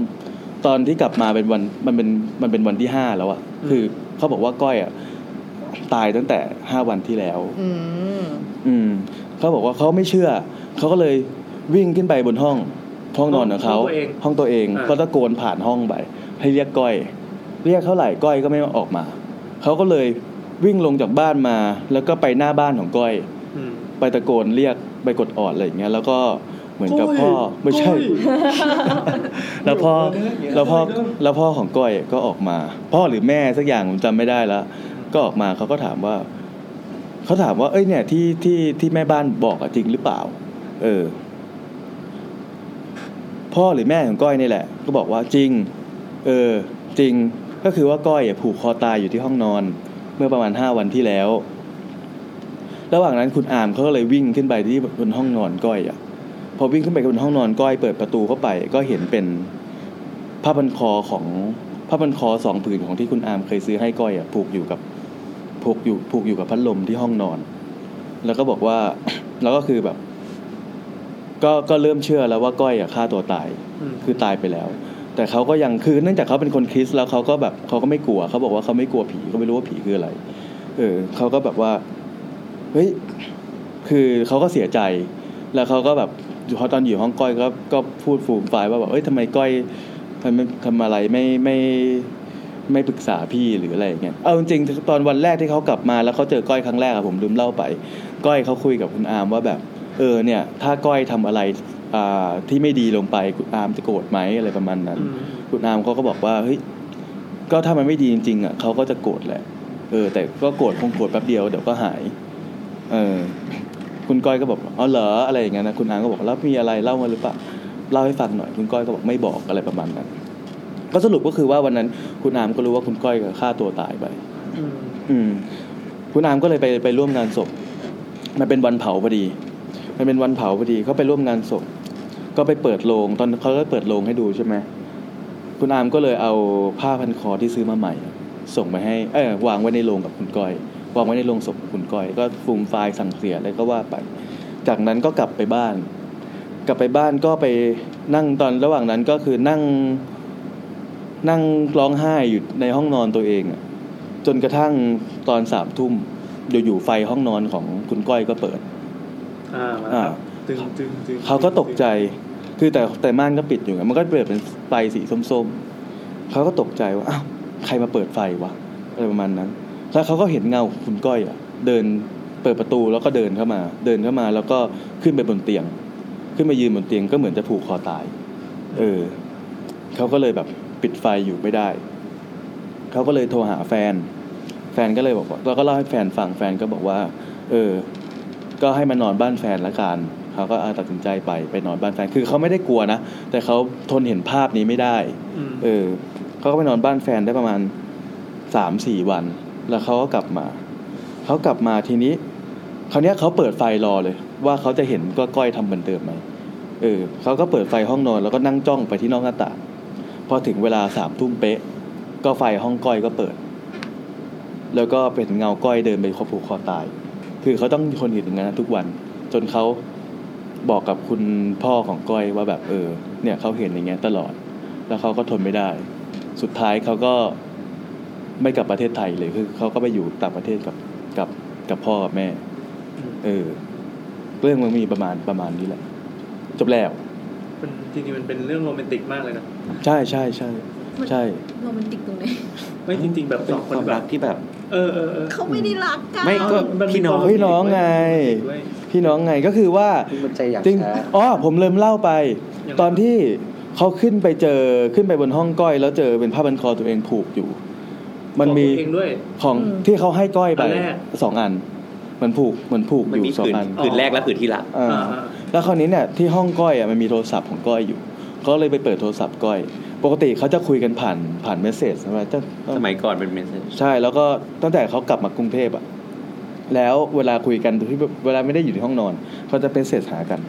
ตอนที่กลับมาเป็นวันมันเป็นมันเป็นวันที่ห้าแล้วอะคือเขาบอกว่าก้อยอะตายตั้งแต่ห้าวันที่แล้ว อืม อืมเขาบอกว่าเขาไม่เชื่อ เขาก็เลยวิ่งขึ้นไปบนห้อง ห้องนอนของเขา ห้องตัวเอง ห้องตัวเอง อ่า ก็ตะโกนผ่านห้องไปให้เรียกก้อย เรียกเท่าไหร่ก้อยก็ไม่ออกมา เขาก็เลยวิ่งลงจากบ้านมา แล้วก็ไปหน้าบ้านของก้อย อืม ไปตะโกนเรียกไปกดออดอะไรอย่างเงี้ยแล้วก็เหมือนกับ ก้อย พ่อไม่ใช่ แล้วพ่อแล้วพ่อแล้วพ่อของก้อยก็ออกมา พ่อหรือแม่สักอย่างผมจำไม่ได้ละก็ออกมาเขาก็ถามว่าเขาถามว่าเอ้ยเนี่ยที่ที่ที่แม่บ้านบอกอะจริงหรือเปล่า เออ พ่อหรือแม่ของก้อยนี่แหละ ก็บอกว่าจริง เออ จริงก็คือว่าก้อยอะผูกคอตายอยู่ที่ห้องนอน เมื่อประมาณห้าวันที่แล้ว ระหว่างนั้นคุณอามเขาก็เลยวิ่งขึ้นไปที่บนห้องนอนก้อยอะพอวิ่งขึ้นไปบนห้องนอนก้อยเปิดประตูเข้าไป ก็เห็นเป็นผ้าพันคอของผ้าพันคอสองผืนของที่คุณอามเคยซื้อให้ก้อยอะผูกอยู่กับผูกอยู่ผูกอยู่กับพัดลมที่ห้องนอน แล้วก็บอกว่า แล้วก็คือแบบ ก็ก็เริ่มเชื่อแล้วว่าก้อยอะฆ่าตัวตาย คือตายไปแล้ว แต่เขาก็ยังคือเนื่องจากเขาเป็นคนคริสต์แล้วเขาก็แบบเขาก็ไม่กลัวเขาบอกว่าเขาไม่กลัวผีเขาไม่รู้ว่าผีคืออะไร เออเขาก็แบบว่าเฮ้ยคือเขาก็เสียใจ แล้วเขาก็แบบพอตอนอยู่ห้องก้อยก็ก็พูดฟูมฟายว่าแบบเอ้ยทำไมก้อยทำไมทำอะไรไม่ไม่ไม่ปรึกษาพี่หรืออะไรอย่างเงี้ยเอาจริงๆตอนวันแรกที่เขากลับมาแล้วเขาเจอก้อยครั้งแรกอะผมลืมเล่าไป ก้อยเขาคุยกับคุณอามว่าแบบ เออเนี่ย ถ้าก้อยทำอะไรอ่าที่ไม่ดีลงไปคุณอามจะโกรธไหมอะไรประมาณนั้น คุณอามเขาก็บอกว่าเฮ้ยก็ถ้ามันไม่ดีจริงๆอะเขาก็จะโกรธแหละเออ แต่ก็โกรธคงโกรธแป๊บเดียวเดี๋ยวก็หาย เออ คุณก้อยก็บอกอ๋อเหรออะไรอย่างเงี้ยนะคุณอามก็บอกแล้วมีอะไรเล่ามาหรือเปล่าเล่าให้ฟังหน่อย คุณก้อยก็บอกไม่บอกอะไรประมาณนั้น ก็สรุปก็คือว่าวันนั้นคุณอามก็รู้ว่าคุณก้อยก็ฆ่าตัวตายไป อืม คุณอามก็เลยไปไปร่วมงานศพ มันเป็นวันเผาพอดี มันเป็นวันเผาพอดีเขาไปร่วมงานศพ ก็ไปเปิดโรงตอนเขาก็เปิดโรงให้ดูใช่ไหมคุณอามก็เลยเอาผ้าพันคอที่ซื้อมาใหม่ ส่งไปให้ เออวางไว้ในโรงกับคุณก้อย วางไว้ในโรงศพของคุณก้อย ก็ฟูมไฟล์สั่งเสียอะไรก็ว่าไป จากนั้นก็กลับไปบ้าน กลับไปบ้านก็ไปนั่งตอนระหว่างนั้นก็คือนั่ง นั่งร้องไห้อยู่ในห้องนอนตัวเองอะจนกระทั่งตอนสามทุ่มอยู่ๆไฟห้องนอนของคุณก้อยก็เปิด อ่ามา อ่า ครับตึงตึงตึง เขาก็ตกใจ คือแต่แต่ม่านก็ปิดอยู่ไงมันก็เปิดเป็นไฟสีส้มๆ เขาก็ตกใจว่า อ้าว ใครมาเปิดไฟวะ อะไรประมาณนั้น แล้วเขาก็เห็นเงาของคุณก้อยอ่ะ เดินเปิดประตูแล้วก็เดินเข้ามา เดินเข้ามาแล้วก็ขึ้นไปบนเตียง ขึ้นมายืนบนเตียงก็เหมือนจะผูกคอตาย เออ เขาก็เลยแบบปิดไฟอยู่ไม่ได้ เขาก็เลยโทรหาแฟน แฟนก็เลยบอกว่าแล้วก็เล่าให้แฟนฟัง แฟนก็บอกว่า เออ ก็ให้มานอนบ้านแฟนละกัน เขาก็เอาตัดสินใจไปไปนอนบ้านแฟน คือเขาไม่ได้กลัวนะ แต่เขาทนเห็นภาพนี้ไม่ได้ อืม เออ เขาก็ไปนอนบ้านแฟนได้ประมาณสามสี่วัน แล้วเขาก็กลับมา เขากลับมาทีนี้ คราวเนี้ยเขาเปิดไฟรอเลย ว่าเขาจะเห็นก็ก้อยทำเหมือนเดิมไหม เออ เขาก็เปิดไฟห้องนอนแล้วก็นั่งจ้องไปที่นอกหน้าต่าง พอถึงเวลาสามทุ่มเป๊ะ ก็ไฟห้องก้อยก็เปิด แล้วก็เป็นเงาก้อยเดินไปคอผูกคอตาย คือเขาต้องมีคนอยู่ตรงนั้นทุกวัน จนเขาบอกกับคุณพ่อของก้อยว่าแบบเออ เนี่ยเขาเห็นอย่างเงี้ยตลอด แล้วเขาก็ทนไม่ได้ สุดท้ายเขาก็ไม่กลับประเทศไทยเลยคือเขาก็ไปอยู่ต่างประเทศกับกับกับพ่อกับแม่ เออ เรื่องมันมีประมาณประมาณนี้แหละ จบแล้ว มันจริงๆมันเป็นเรื่องโรแมนติกมากเลยนะ ใช่ใช่ใช่ใช่ โรแมนติกตรงไหน ไม่จริง ๆ แบบสองคน ความ แบ รับกที่แบบ เออเออเออ เขาไม่ได้รักกัน ไม่ก็ เอามันมี พี่น้อง ความ พี่น้องไง เว้ย พี่น้องไงก็คือว่า มันใจอยาก จริง ช้า อ๋อ ผมเริ่มเล่าไป ยังไง ตอนที่เขาขึ้นไปเจอขึ้นไปบนห้องก้อย แล้วเจอเป็นผ้าบันคอตัวเองผูกอยู่ มันมี ขอตัวเองด้วย ของที่เขาให้ก้อยไป อันแรก สองอันเหมันผูกเหมันผูก มั อน ยู่ มี สอง ผืน อัน ผืนแรกและผืนที่หลัง อ่า อ่า แล้วคราวนี้เนี่ยที่ห้องก้อยอ่ะมันมีโทรศัพท์ของก้อยอยู่เขาเลยไปเปิดโทรศัพท์ก้อย ปกติเขาจะคุยกันผ่านผ่านเมสเซจใช่ไหมจะต้อง สมัยก่อนเป็นเมสเซจ ใช่แล้วก็ตั้งแต่เขากลับมากรุงเทพอะแล้วเวลาคุยกันที่เวลาไม่ได้อยู่ในห้องนอนเขาจะเป็นเสษหากัน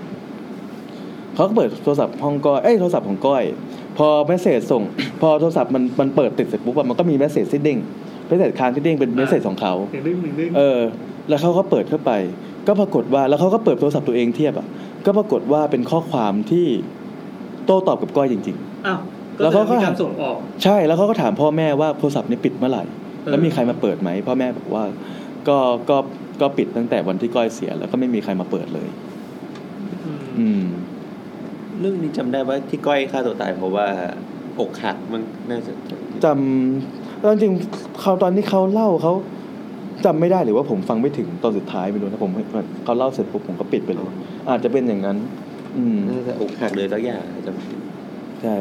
เขาก็เปิดโทรศัพท์ห้องก้อยเอ้ยโทรศัพท์ของก้อย พอเมสเซจส่ง พอโทรศัพท์มันมันเปิดติดเสร็จปุ๊บอะมันก็มีเมสเซจที่เด้งเมสเซจค้างที่เด้งเป็นเมสเซจของเขา หนึ่งเรื่องหนึ่งเรื่อง เออ แล้วเขาก็เปิดเข้าไป ก็ปรากฏว่า แล้วเขาก็เปิดโทรศัพท์ตัวเองเทียบอะก็ปรากฏว่าเป็นข้อความที่โต้ตอบกับก้อยจริง ๆ อ้าว แล้ แล้ว ว เขา เขา ก็ ก็การส่งออก ใช่แล้วเขาก็ถามพ่อแม่ว่าโทรศัพท์นี้ปิดเมื่อไหร่ เออ แล้วมีใครมาเปิดไหมพ่อแม่บอกว่า ก็ก็ก็ปิดตั้งแต่วันที่ก้อยเสีย แล้วก็ไม่มีใครมาเปิดเลย อืม เรื่องนี้จำได้ว่าที่ก้อยฆ่าตัวตายเพราะว่าอกหักมันน่าจะ จำแล้วจริงๆเขาตอนที่เขาเล่าเขาจำไม่ได้หรือว่าผมฟังไม่ถึงตอนสุดท้ายไม่รู้นะผมเขาเล่าเสร็จปุ๊บผมก็ปิดไปเลย อาจจะเป็นอย่างนั้น อืม น่าจะอกหักเลยสักอย่างจำไม่ได้ ใช่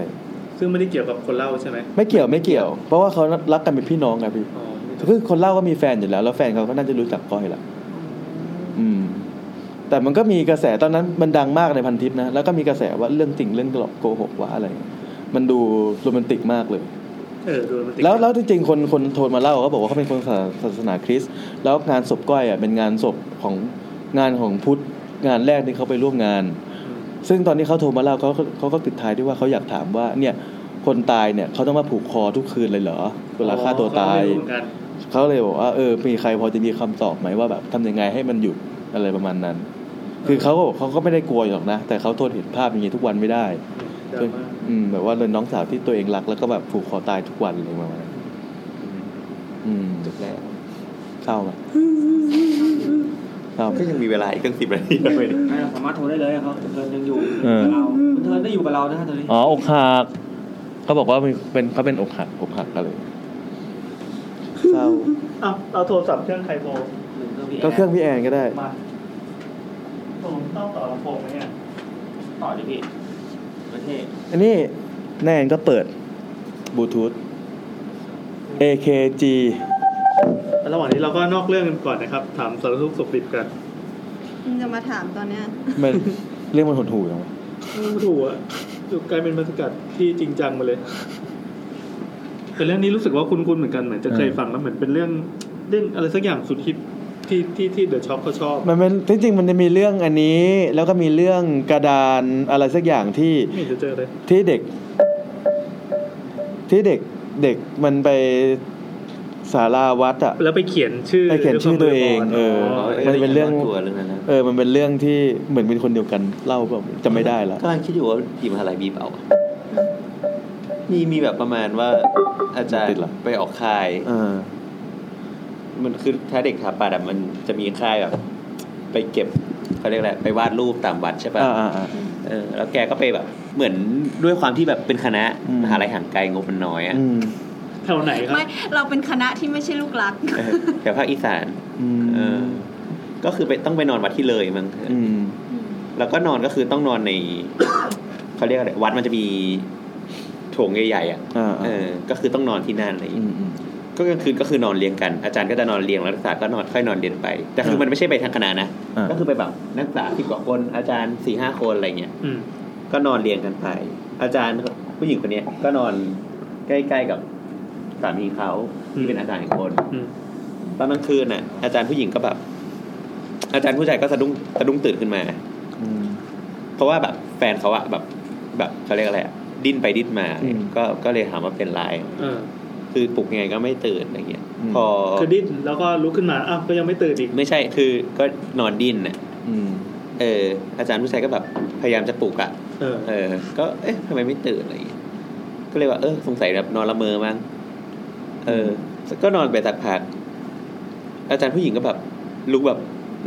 ซึ่งไม่ได้เกี่ยวกับคนเล่าใช่ไหม ไม่เกี่ยวไม่เกี่ยว เพราะว่าเขารักกันเป็นพี่น้องกันพี่ อ๋อ คือคนเล่าก็มีแฟนอยู่แล้ว แล้วแฟนเขาก็น่าจะรู้จักก้อยละอืม แต่มันก็มีกระแสตอนนั้นมันดังมากในพันทิปนะแล้วก็มีกระแสว่าเรื่องจริงเรื่องหลอกโกหกว่าอะไร มันดูโรแมนติกมากเลย ใช่ เออดูมันติด แล้วแล้วจริงๆคนคนโทรมาเล่าก็บอกว่าเขาเป็นคนศาศาสนาคริสต์แล้วงานศพก้อยอ่ะเป็นงานศพของงานของพุทธงานแรกที่เขาไปร่วมงาน ซึ่งตอนนี้เขาโทรมาเล่าเขาเขาเขาก็ติดท้ายด้วยว่าเขาอยากถามว่าเนี่ยคนตายเนี่ยเขาต้องมาผูกคอทุกคืนเลยเหรอเวลาฆ่าตัวตาย เขก็ไม่รู้เหมือนกัน เขาเลยบอกว่าเออมีใครพอจะมีคำตอบไหมว่าแบบทำยังไงให้มันหยุดอะไรประมาณนั้น คือเขาก็บอกเขาก็ไม่ได้กลัวหรอกนะ แต่เขาทนเห็นภาพอย่างนี้ทุกวันไม่ได้จนอืมแบบว่าเลยน้องสาวที่ตัวเองรักแล้วก็แบบผูกคอตายทุกวันอะไรประมาณนั้นอืมจุดแรกเศร้าไหมเศร้าไหม ก็ยังมีเวลาอีกตั้งสิบนาทีเลย ไม่เราสามารถโทรได้เลยครับเทิร์นยังอยู่ เออ กับเราคุณเทิร์นได้อยู่กับเรานะฮะตอนนี้ อ๋ออกหักเขาบอกว่าเป็นเขาเป็นอกหักอกหักอะไรเศร้า อ่ะเอาโทรศัพท์เครื่องใครโทร ก็เครื่องพี่แอนก็ได้ มาผมต้องต่อลำโพงไหมเนี่ย ต่อดิพี่ประเทศ อันนี้แนนก็เปิดบลูทูธ AKG ระหว่างนี้เราก็นอกเรื่องกันก่อนนะครับ ถามสารทุกข์สุขดิบกัน มึงจะมาถามตอนเนี้ย มันเรื่องมันหดหู่ยังวะ ถูกอ่ะกลายเป็นบรรยากาศที่จริงจังมาเลยแต่เรื่องนี้รู้สึกว่าคุ้นๆเหมือนกันเหมือนจะเคยฟังแล้วเหมือนเป็นเรื่องเรื่องอะไรสักอย่างสุดฮิตที่ที่ที่เดอะช็อปเขาชอบ มันเป็นที่จริงมันจะมีเรื่องอันนี้ แล้วก็มีเรื่องกระดานอะไรสักอย่างที่ ไม่เห็นจะเจอเลย ที่เด็ก ที่เด็กเด็กมันไปศาลาวัดอะ แล้วไปเขียนชื่อ ไปเขียนชื่อตัวเองเออมันเป็นเรื่อง ตัวเรื่องนั้นนะ เออ มันเป็นเรื่องที่เหมือนเป็นคนเดียวกันเล่าแบบจำไม่ได้ละ กำลังคิดอยู่ว่ากี่มหาลัยมีเปล่า มีมีแบบประมาณว่าอาจารย์ไปออกค่าย เออ มันคือถ้าเด็กถาปัดอะมันจะมีค่ายแบบ ไปเก็บเขาเรียกอะไรไปวาดรูปตามวัดใช่ป่ะ อ่าอ่าอ่า เออ แล้วแกก็ไปแบบ เหมือนด้วยความที่แบบเป็นคณะ อืม มหาลัยห่างไกลงบมันน้อยอ่ะ อืม แถวไหนครับ ไม่เราเป็นคณะที่ไม่ใช่ลูกรัก เออแถวภาคอีสาน อืม เออ ก็คือไปต้องไปนอนวัดที่เลยมั้ง อืม แล้วก็นอนก็คือต้องนอนใน เขาเรียกอะไรวัดมันจะมีโถงใหญ่ๆอ่ะ อ่าอ่า เออ ก็คือต้องนอนที่นั่นอะไรอย่าง อื งี้ มอืม ก็กลางคืนก็คือนอนเรียงกันอาจารย์ก็จะนอนเรียงแล้วนักศึกษาก็นอนค่อยนอนเรียนไป แต่คือ อ่ามั มันไม่ใช่ไปทางคณะนะ อ่า ก็คือไปแบบนักศึกษาสิบกว่าคนอาจารย์สี่ห้าคนอะไรเงี้ย อืม ก็นอนเรียงกันไป อาจารย์ผู้หญิงคนเนี้ยก็นอนใกล้ๆกับสามีเขาที่เป็นอาจารย์อีกคน อืม ตอนกลางคืนน่ะ อาจารย์ผู้หญิงก็แบบ อาจารย์ผู้ชายก็สะดุ้งสะดุ้งตื่นขึ้นมา อืม เพราะว่าแบบแฟนเขาอะแบบแบบเขาเรียกอะไรอะดิ้นไปดิ้นมา อืม ก็ก็เลยถามว่าเป็นไร เออ คือปลุกยังไงก็ไม่ตื่นอะไรเงี้ย อืม พอ คือดิ้นแล้วก็ลุกขึ้นมาอ้าวก็ยังไม่ตื่นอีก ไม่ใช่คือก็นอนดิ้นน่ะ อืม เออ อาจารย์ผู้ชายก็แบบพยายามจะปลุกอะ เออ เออ ก็เอ๊ะทำไมไม่ตื่นอะไรเงี้ยก็เลยว่าเออสงสัยแบบนอนละเมอมั้งเออ ก็นอนไปสักพักอาจารย์ผู้หญิงก็แบบลุกแบบ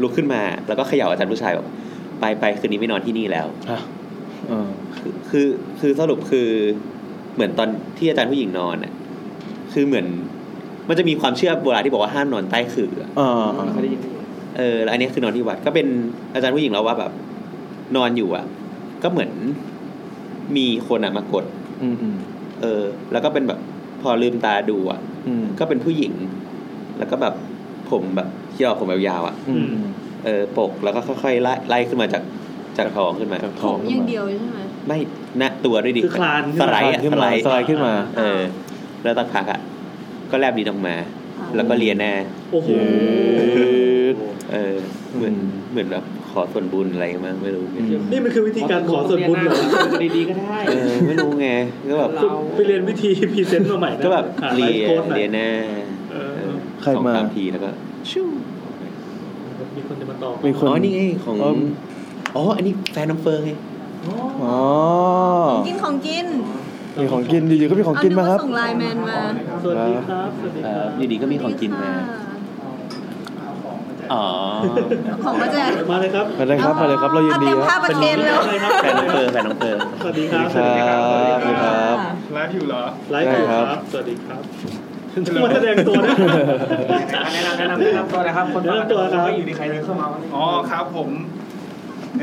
ลุกขึ้นมา แล้วก็เขย่าอาจารย์ผู้ชายบอกไปไปคืนนี้ไม่นอนที่นี่แล้ว ฮะเออ คือคือคือสรุปคือเหมือนตอนที่อาจารย์ผู้หญิงนอนน่ะคือเหมือน มันจะมีความเชื่อโบราณที่บอกว่าห้ามนอนใต้ขื่ออะ เออเออ เคยได้ยินไหม เออแล้วอันนี้คือนอนที่วัดก็เป็นอาจารย์ผู้หญิงเราว่าแบบนอนอยู่อ่ะ ก็เหมือนมีคนอ่ะมากด อืมอืม เออ แล้วก็เป็นแบบพอลืมตาดูอ่ะ อืม ก็เป็นผู้หญิง แล้วก็แบบผมแบบที่เราผมยาวๆอ่ะ อืมอืม เออปกแล้วก็ค่อยๆไล่ไล่ขึ้นมาจากจากท้องขึ้นมา จากท้ ผ อ ม ง อย่างเดียวใช่ไหม ไม่หน้าตัวด้วยดิ คือคลานขึ้น ส มา ไลด์อะ ขึ้น สไล มา ด์ สไลด์ขึ้นมา เออ แล้วตักพักอ่ะ ก็แลบดินออกมา อ่า แล้วก็เรียนแน่ โอ้โห เย็ด เออ เหมือน อืม เหมือนแบบขอส่วนบุญอะไรมั้งไม่รู้ไง อืม นี่มันคือวิธีการขอส่วนบุญเหรอ ดีๆก็ได้ เออ ไม่รู้ไง ก็แบบ เรา ไปเรียนวิธี พรีเซนต์มาใหม่นะ ก็แบบ อ่ะ เรีย ไลฟ์โค้ด น หน่อ เรียนแน่ เออ เออ ใคร สอง มา สามทีแล้วก็ชิว มีคนจะมาตอบ มีคน อ๋อนี่ไงของ อ๋อ อ๋อ อันนี้แฟนน้ำเฟิงไง อ๋อ กินของกิน มีของกินอยู่ๆก็มีของกินมาครับ เอนึว่ส่งไลน์แมนมา สวัสดีครับ สวัสดี เอ ค อ รับ อยู่ดีก็มีของกินมา อ๋อ ของมาแจก มาเลยครับ มาเลยครับมาเลยครับเรายินดี เตรียม ค ผ้า รัปบระเคนแล้ว มาเลยครับ แฟนน้ำเฟิงแฟนน้ำเฟิสงวัสดีครับ สวัสดีครับสวัสดีครับ ไลฟ์อยู่เหรอ ไลฟ์อยู่ครับ ครับ สวัสดีครับ มาแสดงตัวนะ แนะนำแนะนำแนะนำตัวนะครับ คน แนะนำตัวครับ อยู่ดีใครเดินเข้ามาวันนี้ อ๋อครับผม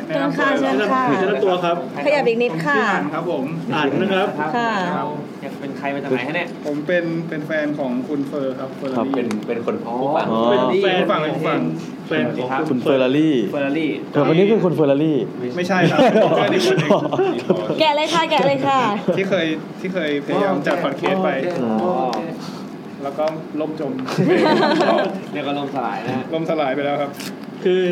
เชิญค่ะเชิญค่ะ แนะนำตัวครับ ขยับอีกนิดค่ะ ชื่ออันครับผม อ่านนะครับ ค่ะ เราอยากเป็นใครมาจากไหนฮะเนี่ย ผมเป็นเป็นแฟนของคุณเฟอร์ครับเฟอร์ ครับ รี่ เป็นเป็นคนผู้ฟัง อ๋อ เป็นแฟน ผู้ฟังเป็นผู้ฟัง แฟนของคุณเฟอร์รารี่ เฟอร์รารี่ เธอคนนี้คือคุณเฟอร์รารี่ ไม่ใช่ครับเพื่อนอีกคนหนึ่ง แกะเลยค่ะแกะเลยค่ะ ที่เคยที่เคยพยายามจัดพอดเคสต์ไป อ๋อ แล้วก็ล่มจม เรียกว่าลมสลายนะฮะ ล่มสลายไปแล้วครับ คือ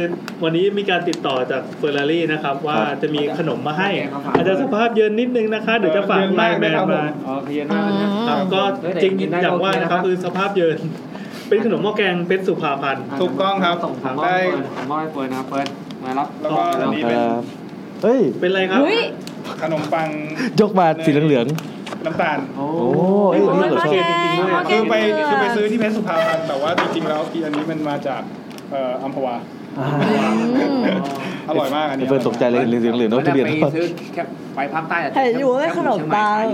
วันนี้มีการติดต่อจากเฟอร์รารี่นะครับ ว่าจะมีขนมมาให้ อาจจะสภาพเยินนิดนึงนะคะเดี๋ยวจะฝากไลน์แมนมา อ๋อเพียนมากเลยนะ ครับก็จริงอย่างว่านะครับคือสภาพเยิน เป็นขนมหม้อแกงเป็นสุภาพันธ์ ถูกต้องครับ ส่งผมมอบให้เฟิร์นผมมอบให้เฟิร์นนะครับเฟิร์นมารับ แล้วก็อันนี้เป็น เฮ้ย เป็นอะไรครับ ขนมปัง ยกมาสีเหลือง น้ำตาล ๆ โอ้เอ้ยนี่เหรอชอบ คือไปคือไปซื้อที่เพชรสุพรรณแต่ว่าจริงๆแล้วที่อันนี้มันมาจากเอ่ออัมพวา อร่อยมากอันนี้ เฟิร์นตกใจเลยเหลืองๆเหลืองๆน้องทุเรียน ไปซื้อแค่ไปภาคใต้อะ เห็นอยู่ว่าได้ขนมปัง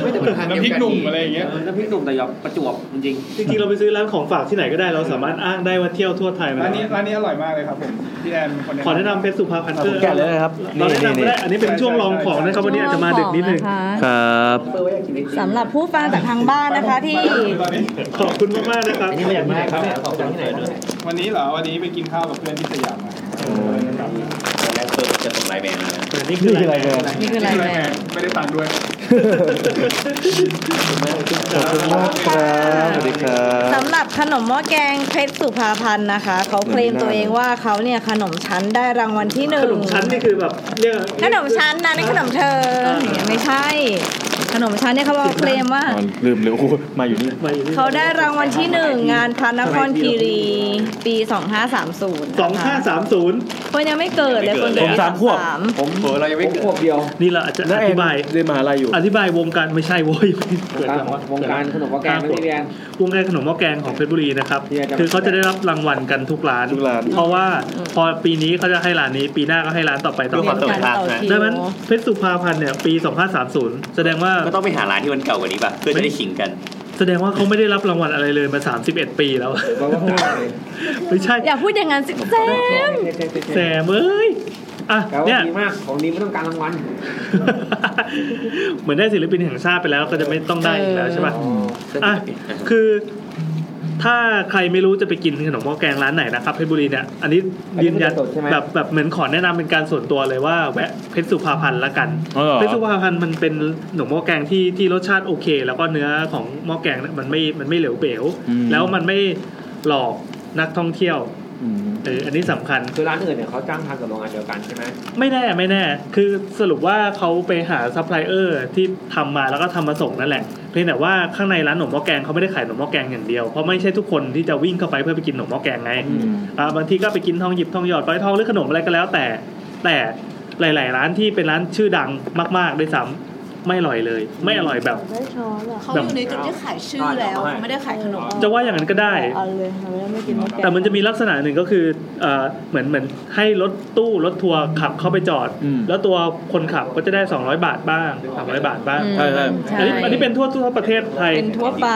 ไม่แต่เป็ทางเดียว น้ำพริกหนุ่มอะไรอย่างเงี้ย น้ำพริกหนุ่มแต่อยาประจวบจริง จริงๆเราไปซื้อร้านของฝากที่ไหนก็ได้เราสามารถอ้างได้ว่าเที่ยวทั่วไทยมา ร้าน แล้ นี้ ว ร้านนี้อร่อยมากเลยครับผมพี่แอนคนนี้ ขอแนะนำเพชรสุภาพันธ์ ผมแกะเลยนะครับ เราแนะนำก็ได้ นี่ๆๆ อันนี้เป็นช่วงลองของนะครับวันนี้อาจจะมาดึกนิดนึง ครับ สำหรับผู้ฟังจากทางบ้านนะคะที่ ขอบคุณมากๆนะครับ ๆอันนี้มาจากไหนครับของจากที่ไหนด้วย วันนี้เหรอวันนี้ไปกินข้าวกับเพื่อนที่สยามมาครับ แล้วเพิ่มจะส่งไลน์แมนแล้วนะ นี่คืออะไรเนี่ย นี่คืออะไรแม่ ไม่ได้ตังค์ด้วย ขอบคุณมากครับสวัสดีครับ สำหรับขนมหม้อแกงเพชรสุภาพันธ์นะคะ เขาเคลมตัวเองว่าเขาเนี่ยขนมชั้นได้รางวัลที่หนึ่ง ขนมชั้นนี่คือแบบเรียก ขนมชั้นนะนั่นขนมเธออย่างเงี้ยไม่ใช่ ขนมชั้นเนี่ยเขาบอกเคลมว่า อ๋อลืมเลยโอ้โหมาอยู่นี่ เขาได้รางวัลที่หนึ่งงานพระนครคีรีปี 2530 สองห้าสามศูนย์ คนยังไม่เกิดเลยคนเกิด ผมสามขวบ ผมเบอร์อะไรไม่ขวบเดียว นี่เราอาจจะอธิบาย เรียนมหาลัยอยู่ อธิบายวงการไม่ใช่โว้ยเกิด ตาม จังวะ วงการขนมข้าวแกงไม่ได้เรียน วงการขนมหม้อแกงของเพชรบุรีนะครับ เฮียจะ คือเขาจะได้รับรางวัลกันทุกร้าน ทุกร้าน เพราะว่าพอปีนี้เขาจะให้ร้านนี้ ปีหน้าก็ให้ร้านต่อไปต่อ เรียน ไป กันต่อคิ ดั ว งนั้นเพชรสุภาพันธ์เนี่ยปี 2530 แสดงว่า ก็ต้องไปหาร้านที่มันเก่ากว่านี้ป่ะเพื่อจะได้ขิงกัน แสดงว่าเขาไม่ได้รับรางวัลอะไรเลยมา 31 ปีแล้ว บอกว่า ไม่ใช่ อย่าพูดอย่างนั้นสิแซม แสมเอ้ยอ่ะ เขา เนี่ย ดีมากของนี้ไม่ต้องการรางวัล เหมือนได้ศิลปินแห่งชาติไปแล้วก็จะไม่ต้องได้อีกแล้วใช่ป่ะ อ่ะคือถ้าใครไม่รู้จะไปกินขนมหม้อแกงร้านไหนนะครับเพชรบุรีเนี่ยอันนี้ อันนี้ ยืนยัน เป็นการสดใช่ไหม แบบแบบเหมือนขอแนะนำเป็นการส่วนตัวเลยว่าแวะเพชรสุภาพันธ์ละกัน อ๋อเหรอ เพชรสุภาพันธ์มันเป็นขนมหม้อแกงที่ที่รสชาติโอเค แล้วก็เนื้อของหม้อแกงเนี่ยมันไม่มันไม่เหลวเป๋วแล้วมันไม่หลอกนักท่องเที่ยว อืม เอออันนี้สำคัญ คือร้านอื่นเนี่ยเขาจ้างทำกับโรงงานเดียวกันใช่ไหม ไม่แน่ไม่แน่ คือสรุปว่าเขาไปหาซัพพลายเออร์ที่ทำมาแล้วก็ทำมาส่งนั่นแหละ เพียงแต่ว่าข้างในร้านหนมหม้อแกงเขาไม่ได้ขายหนมหม้อแกงอย่างเดียว เพราะไม่ใช่ทุกคนที่จะวิ่งเข้าไปเพื่อไปกินหนมหม้อแกงไงอ่าบางทีก็ไปกินทองหยิบทองหยอดไปทองหรือขนมอะไรก็แล้วแต่ แต่หลาย ๆ ร้านที่เป็นร้านชื่อดังมาก ๆ ด้วยซ้ำไม่อร่อยเลย ไม่อร่อยแบบ เขาอยู่ในจุดที่ขายชื่อแล้วเขาไม่ได้ขายขนม จะว่าอย่างนั้นก็ได้ เอาเลยเราไม่กินหอแกง แต่มันจะมีลักษณะหนึ่งก็คือเอ่อเหมือนเหมือนให้รถตู้รถทัวร์ขับเข้าไปจอด อืม แล้วตัวคนขับก็จะได้ 200 บาทบ้าง 300 บาทบ้าง ใช่ใช่ อันนี้อันนี้เป็นทั่วทั่วประเทศไทย เป็นทั่วไป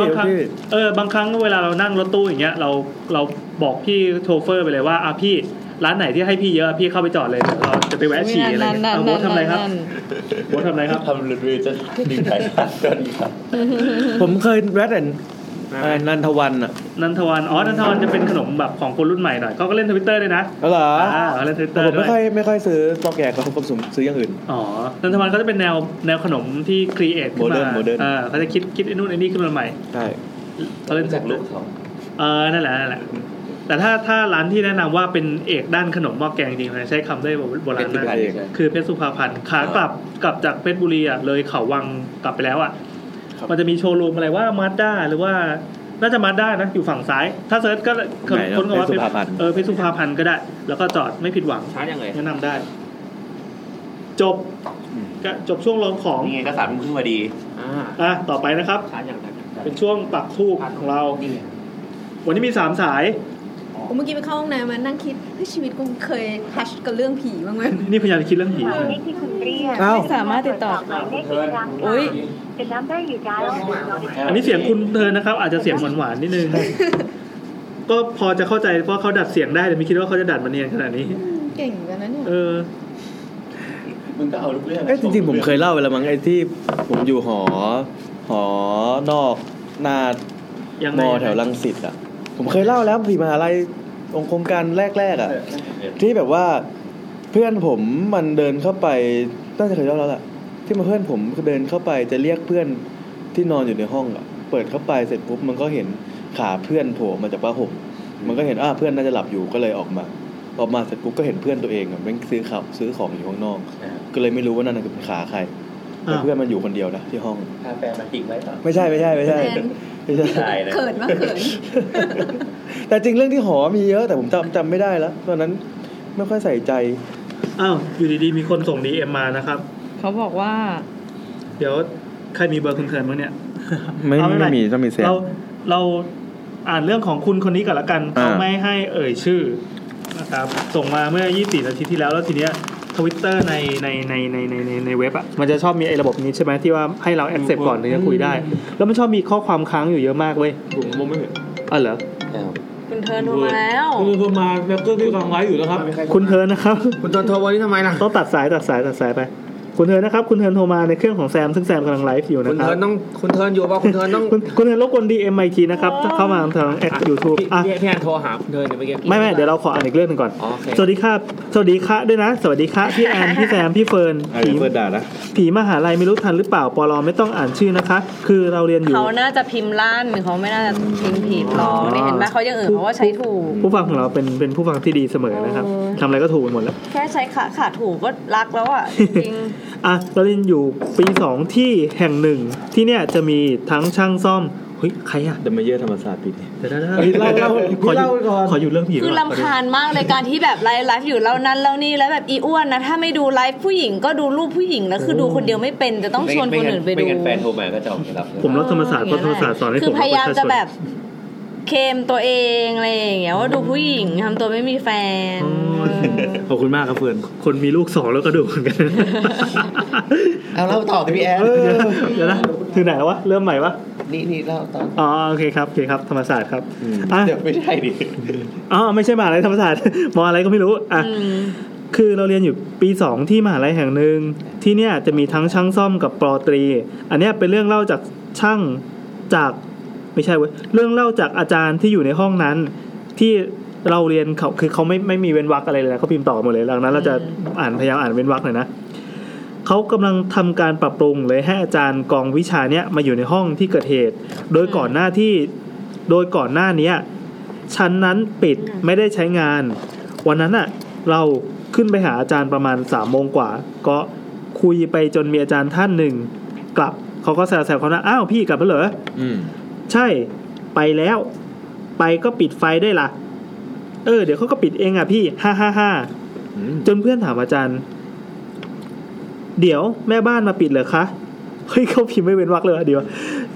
บางครั้ง พี่ เออบางครั้งเวลาเรานั่งรถตู้อย่างเงี้ยเราเราบอกพี่โชเฟอร์ไปเลยว่าอ่ะพี่ร้านไหนที่ให้พี่เยอะพี่เข้าไปจอดเลยเดี๋ยวเราจะไปแวะฉี่อะไรเงี้ยเอาโบ๊ททำอะไรครับโบ๊ททำอะไรครับ ทำรีวิวจะดึงสายตาตัวนี้ครับ ผมเคยแรดแอนนันทวันอ่ะ นันทวัน อ๋อ นันทวันจะเป็นขนมแบบของคนรุ่นใหม่หน่อยเขาก็เล่นทวิตเตอร์ด้วยนะ อ๋อเหรอ อ่าเขาเล่นทวิตเตอร์ ผม ด้ว ไม่ ย ค่อยไม่ค่อยซื้อสตอกแยกครับผมซื้ออย่างอื่น อ๋อนันทวันเขาจะเป็นแนวแนวขนมที่ครีเอทขึ้นมา Modern Modern เออเขาจะคิดคิดไอ้นู่นไอ้นี่ขึ้นมาใหม่ ใช่ เขาเล่นจากลูกเขาเออนั่นแหละนั่นแหละ แต่ถ้าถ้าร้านที่แนะนำว่าเป็นเอกด้านขนมหม้อแกงจริงๆใช้คำได้โบราณ เป็น มา สุภาก พเอก คือเพชรสุภาพันธ์ขากลับกลับจากเพชรบุรีอ่ะเลยเขาวังกลับไปแล้วอ่ะ มันจะมีโชว์รูมอะไรว่ามาด้าหรือว่าน่าจะมาด้านะอยู่ฝั่งซ้าย ถ้าเซิร์ชก็ ไหนนะ ค้นกันว่า เพชรสุภาพันธ์ เออเพชรสุภาพันธ์ก็ได้ แล้วก็จอดไม่ผิดหวัง ช้ายังไง แนะนำได้ จบก็จบช่วงลองของ นี่ไงก็สามทุ่มครึ่งพอดี อ่า อ่ะต่อไปนะครับ ช้ายังไง เป็นช่วงปักทูบของเรา วันนี้มีสามสาย ผมเมื่อกี้ไปเข้าห้องน้ำมานั่งคิดเฮ้ยชีวิตกูเคยแฮชกับเรื่องผีบ้างไหม นี่พยายามจะคิดเรื่องผี เอ้า ไม่สามารถติดต่อ อุ้ย อันนี้เสียงคุณเธอนะครับ อาจจะเสียงหวานหวานๆนิดนึง ก็พอจะเข้าใจเพราะเขาดัดเสียงได้แต่ไม่คิดว่าเขาจะดัดมาเนียนขนาดนี้ เก่งเหมือนกันนะเนี่ย เออ มึงก็เอาลูกเรื่อง เอ้ยจริงๆผมเคยเล่าไปแล้วมั้งไอ้ที่ผมอยู่หอ หอนอกหน้า ยัง ม ไง อแถวลังสิตอ่ะ ผมเคยเล่าแล้วผีมหาลัย องค์โครงการแรก ๆ อ่ะ ที่แบบว่าเพื่อนผมมันเดินเข้าไปน่าจะเคยเล่าแล้วแหละที่มาเพื่อนผมเดินเข้าไปจะเรียกเพื่อนที่นอนอยู่ในห้องอะเปิดเข้าไปเสร็จปุ๊บมันก็เห็นขาเพื่อนโผล่มาจากผ้าห่มมันก็เห็นอ่าเพื่อนน่าจะหลับอยู่ก็เลยออกมา ออกมาเสร็จปุ๊บก็เห็นเพื่อนตัวเองอะเป็นซื้อข้าวซื้อของอยู่ข้างนอก ก็เลยไม่รู้ว่านั่นนะคือขาใครแต่เพื่อนมันอยู่คนเดียวนะที่ห้อง พาแฟนมาติ่งไว้ต่อ ไม่ใช่ไม่ใช่ไม่ใช่ แฟน ไม่ใช่ เขินมากเขิน แต่จริงเรื่องที่หอมีเยอะแต่ผมจำจำไม่ได้แล้วตอนนั้นไม่ค่อยใส่ใจ อ้าว อยู่ดีๆ มีคนส่งดีเอ็มมานะครับ เขาบอกว่า เดี๋ยวใครมีเบอร์คุณเคิร์นบ้างเนี่ย ไม่ เอาเป็นร ไม่มีต้องมีเซฟ เราเราอ่านเรื่องของคุณคนนี้ก่อนละกัน อ่า เขาไม่ให้เอ่ยชื่อนะครับส่งมาเมื่อ 24 นาทีที่แล้ว แล้วทีเนี้ยทวิตเตอร์ในในในในในในในเว็บอะมันจะชอบมีไอ้ระบบนี้ใช่ไหมที่ว่าให้เราแอคเซปก่อนถึงจะคุยได้ แล้วมันชอบมีข้อความค้างอยู่เยอะมากเว้ยผมมองไม่เห็นอ๋อเหรอ คุณเทิร์นโทรมาแล้ว คุณเทิร์นมาแล้วก็ที่กองไว้อยู่นะครับ คุณเทิร์นนะครับ คุณจอนโทรวันนี้ทำไมล่ะต้องตัดสายตัดสายตัดสายไป คุณเทิร์นนะครับ คุณเทิร์นโทรมาในเครื่องของแซม ซึ่งแซมกำลังไลฟ์อยู่นะ คุณ ครับ เทิร์นต้องคุณเทิร์นอยู่ป่ะคุณเทิร์นต้อง คุณคุณเทิร์นรบกวนดีเอ็มไอทีนะครับ เข้ามาทางแอคยูทูบ พี่ อ่ะ พี่พี่แอนโทรหาคุณเทิร์นเดี๋ยวเมื่อกี้ ไม่ไม่เดี๋ยวเราขออ่านอีกเรื่องหนึ่งก่อน อ๋อโอเค สวัสดีครับ สวัสดีค่ะด้วยนะ สวัสดีค่ะพี่แอน พี่แซม พี่เฟิร์นผีเฟิร์นด่านะ ผีมหาลัยไม่รู้ทันหรือเปล่า ปลอไม่ต้องอ่านชื่อนะคะ คือเราเรียนอยู่ เขาน่าจะพิมพ์ลั่นเขาไม่น่าจะพิมพ์ผิดหรอกนี่เห็นไหมเขายังอื่นเพราะว่าใช้ถูก ผู้ฟังของเราเป็นเป็นผู้ฟังที่ดีเสมอนะครับ เออ ทำอะไรก็ถูกไปหมดแล้ว แค่ใช้ขาขาถูกก็รักแล้วอ่ะ จริง อ่ะเราเรียนอยู่ปีสองที่แห่งหนึ่งที่เนี่ยจะมีทั้งช่างซ่อมเฮ้ยใครอ่ะ เดมเยอร์ธรรมศาสตร์ปีนี้ เดี๋ยว เฮ้ยเล่าเล่าพี่ ขอหยุด เล่าก่อน ขออยู่เรื่องผี คือ ก่น ลำคาญมากเลยการที่แบบไลฟ์ไลฟ์อยู่เล่านั้นเล่านี่แล้วแบบอีอ้วนนะ ถ้าไม่ดูไลฟ์ผู้หญิงก็ดูรูปผู้หญิงแล้วคือดูคนเดียวไม่เป็นจะต้องชวนคนอื่นไปดู ไม่งั้นแฟนโทรมาก็จะออกไปรับ ผมรักธรรมศาสตร์เพราะธรรมศาสตร์สอนให้ คื ผ อ ม พยายาม รักปรช จะ ชน แบบเคมตัวเองอะไรอย่างเงี้ยว่าดูผู้หญิงทำตัวไม่มีแฟน ขอบคุณมากครับเฟิร์นคนมีลูกสองแล้วก็ดูเหมือนกัน เอาเล่าต่อสิพี่แอน เเดี๋ยวนะถึงไหนแล้ววะเริ่มใหม่ปะ นี่นี่เล่าต่อ อ๋อโอเคครับโอเคครับธรรมศาสตร์ครับอ่ะ เดี๋ยวไม่ใช่ดิ อ๋อไม่ใช่มหาลัยธรรมศาสตร์ มออะไรก็ไม่รู้อ่ะคือเราเรียนอยู่ปีสองที่มหาลัยแห่งหนึ่งที่เนี่ยจะมีทั้งช่างซ่อมกับปอตรี อันเนี้ยเป็นเรื่องเล่าจากช่างจากไม่ใช่เว้ยเรื่องเล่าจากอาจารย์ที่อยู่ในห้องนั้น ที่เราเรียนเขาคือเขาไม่ไม่มีเว้นวรรคอะไรเลยนะเขาพิมพ์ต่อหมดเลยหลังนั้น เราจะอ่านพยายามอ่านเว้นวรรคหน่อยนะ เขากำลังทำการปรับปรุงเลยให้อาจารย์กองวิชาเนี้ยมาอยู่ในห้องที่เกิดเหตุ โดยก่อนหน้าที่โดยก่อนหน้าเนี้ย ชั้นนั้นปิดไม่ได้ใช้งาน วันนั้นอะเราขึ้นไปหาอาจารย์ประมาณสามโมงกว่า ก็คุยไปจนมีอาจารย์ท่านหนึ่ง กลับเขาก็แซวๆเขานะอ้าวพี่กลับแล้วเหรอ อืม ใช่ไปแล้ว ไปก็ปิดไฟได้ละเออ เดี๋ยวเขาก็ปิดเองอ่ะพี่ห้าห้าห้าจนเพื่อนถามอาจารย์ เดี๋ยวแม่บ้านมาปิดเหรอคะเฮ้ยเขาพิมพ์ไม่เว้นวรรคเลยว่ะเดี๋ยว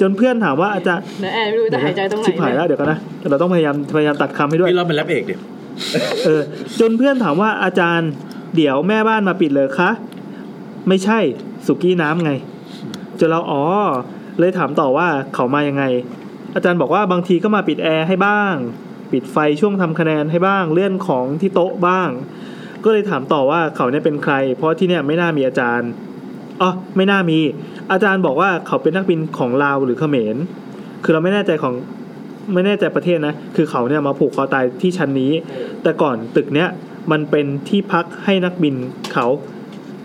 จนเพื่อนถามว่าอาจารย์ เดี๋ยวแอนไม่รู้จะหายใจตรงไหน ชิบหายแล้วเดี๋ยวกอนนะเราต้องพยายามพยายามตัดคำให้ด้วย พี่เราเป็นแรปเอกเดี๋ยว เออจนเพื่อนถามว่าอาจารย์ เดี๋ยวแม่บ้านมาปิดเลยคะ ไม่ใช่สุกี้น้ำไงจนเราอ๋อเลยถามต่อว่าเขามายังไง อาจารย์บอกว่าบางทีก็มาปิดแอร์ให้บ้าง ปิดไฟช่วงทำคะแนนให้บ้าง เลื่อนของที่โต๊ะบ้าง ก็เลยถามต่อว่าเขาเนี่ยเป็นใคร เพราะที่เนี่ยไม่น่ามีอาจารย์อ๋อไม่น่ามี อาจารย์บอกว่าเขาเป็นนักบินของลาวหรือเขมร คือเราไม่แน่ใจของ ไม่แน่ใจประเทศนะ คือเขาเนี่ยมาผูกคอตายที่ชั้นนี้ แต่ก่อนตึกเนี้ยมันเป็นที่พักให้นักบินเขา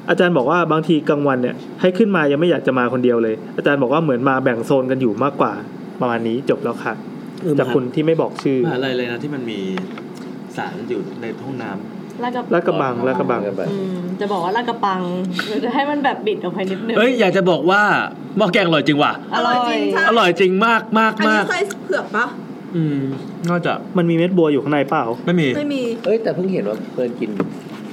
อาจารย์บอกว่าบางทีกลางวันเนี่ยให้ขึ้นมายังไม่อยากจะมาคนเดียวเลย อาจารย์บอกว่าเหมือนมาแบ่งโซนกันอยู่มากกว่า ประมาณนี้จบแล้วค่ะ เออมหา จากคุณที่ไม่บอกชื่อ มหาลัยอะไรนะที่มันมีสารอยู่ในห้องน้ำ ลาดกระ ลาดกระบังลาดกระบัง อืมจะบอกว่าลาดกระปังเดี๋ยวจะให้มันแบบบิดออกไปนิดนึง เอ้ยอยากจะบอกว่าหม้อแกงอร่อยจริงว่ะ อร่อย อร่อยจริงมากมาก อันนี้ มาก ไส้เผือกปะ อืมนอกจาก มันมีเม็ดบัวอยู่ข้างในเปล่า ไม่มี ไม่มี เอ้ยแต่เพิ่งเห็นว่าเพื่อนกิน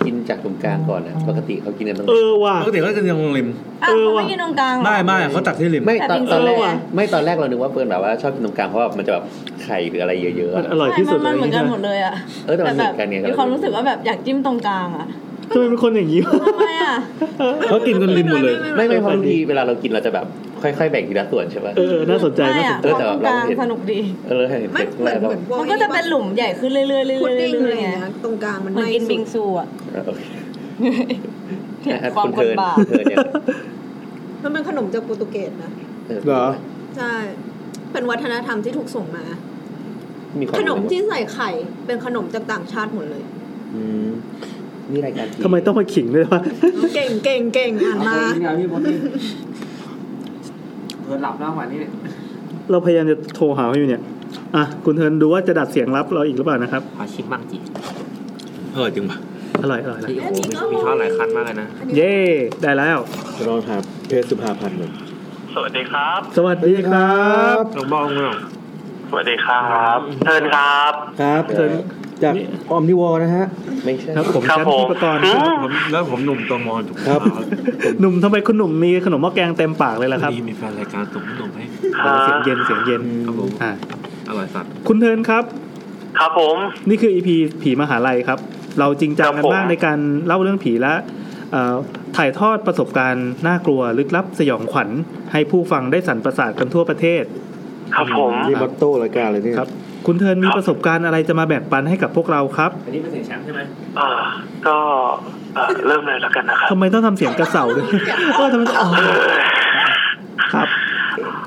กินจากตรงกลางก่อนนะปกติเขากินกันตรง เออว่ะ ปกติเขาจะกินตรงริม อ้าวเขาไม่กินตรงกลางเหรอ ไม่ไม่เขาตักที่ริม ไม่ตอน แต่จริงๆ ตอนแรก เออว่ะ ไม่ตอนแรกเรานึกว่าเพื่อนแบบว่าชอบกินตรงกลางเพราะว่ามันจะแบบไข่หรืออะไรเยอะๆ มันอร่อยที่สุด ใช่มันมันเหมือนกัน เลย หมดเลยอ่ะ เออแต่มันเหมือนกันไง มีความรู้สึกว่าแบบอยากจิ้มตรงกลางอ่ะ ทำไมเป็นคนอย่างนี้วะ ทำไมอ่ะ เขากินกันริมหมดเลย ไม่ไม่เพราะบางทีเวลาเรากินเราจะแบบค่อยๆแบ่งทีละส่วนใช่ปะ เออน่าสนใจ ไม่อ่ะ เออแต่ ต แบ รงกบเรา ลาง เห็น สนุกดี เออเราเห็นเสร็จแรกเรา มันก็จะเป็นหลุมใหญ่ขึ้นเรื่อยๆเรื่อยๆเรื่ พุด อย ดิ้งอะไรอ ๆ ย่าง ไง เงี้ยตรงกลางมัน เหมือนกินบิงซูอ่ะ โอเค เห็นความ ณเทิร์ คนบาป คุณเทิร์นเนี่ย มันเป็นขนมจากโปรตุเกสนะ เออ เหรอ ใช่ เป็นวัฒนธรรมที่ถูกส่งมา มีของ ขนมที่ใส่ไข่ เป็นขนมจากต่างชาติหมดเลย อืมนี่รายการ ทำไมต้องมาขิงด้วยวะ เก่งเก่งเก่งอ่านมา เผื่อหลับแล้ววันนี้ เราพยายามจะโทรหาเขาอยู่เนี่ย อ่ะ คุณเทิร์นดูว่าจะดัดเสียงรับเราอีกหรือเปล่านะครับ ขอชิมบ้างจี เออจริงป่ะ อร่อยอร่อยนะ โอ้โหมีมีทอดหลายคันมากเลยนะ เย้ ได้แล้ว ลองหาเพชรสุภาพันธ์ก่อน สวัสดีครับ สวัสดีครับ หลวงบองเมือง สวัสดีครับเทิร์นครับ ครับเชิญจากออมนิวอนะฮะ ไม่ใช่ ครับผม ครับ แชม ผมป์ที่ประกรณ์ ผมแล้วผมหนุ่มตมอนถูก ครับ หนุ่มทำไมคุณหนุ่มมีขนมหม้อแกงเต็มปากเลยล่ะครับ มีมีแฟนรายการส่งขนมให้ ครั เสีย บ งเย็นเสียงเย็น ครับผม อ่ะ อร่อยสัตว์ คุณเทิร์นครับ ครับผม นี่คืออีพีผีมหาลัยครับ เราจริงจัง ครั กับ น ผม มากในการเล่าเรื่องผีและเอ่อถ่ายทอดประสบการณ์น่ากลัวลึกลับสยองขวัญ ให้ผู้ฟังได้สันประสาทกันทั่วประเทศ ครับผม นี่มอตโต้รายการเลยเนี่ย ครับ คุณเทิร์นมีประสบการณ์อะไรจะมาแบ่งปันให้กับพวกเราครับ อันนี้เป็นเสียงแชมป์ใช่ไหม เอ่อก็เอ่อเริ่มเลยแล้วกันนะครับ ทำไมต้องทำเสียงกระเสา ด้วยเออทำไมต้องอ๋อครับ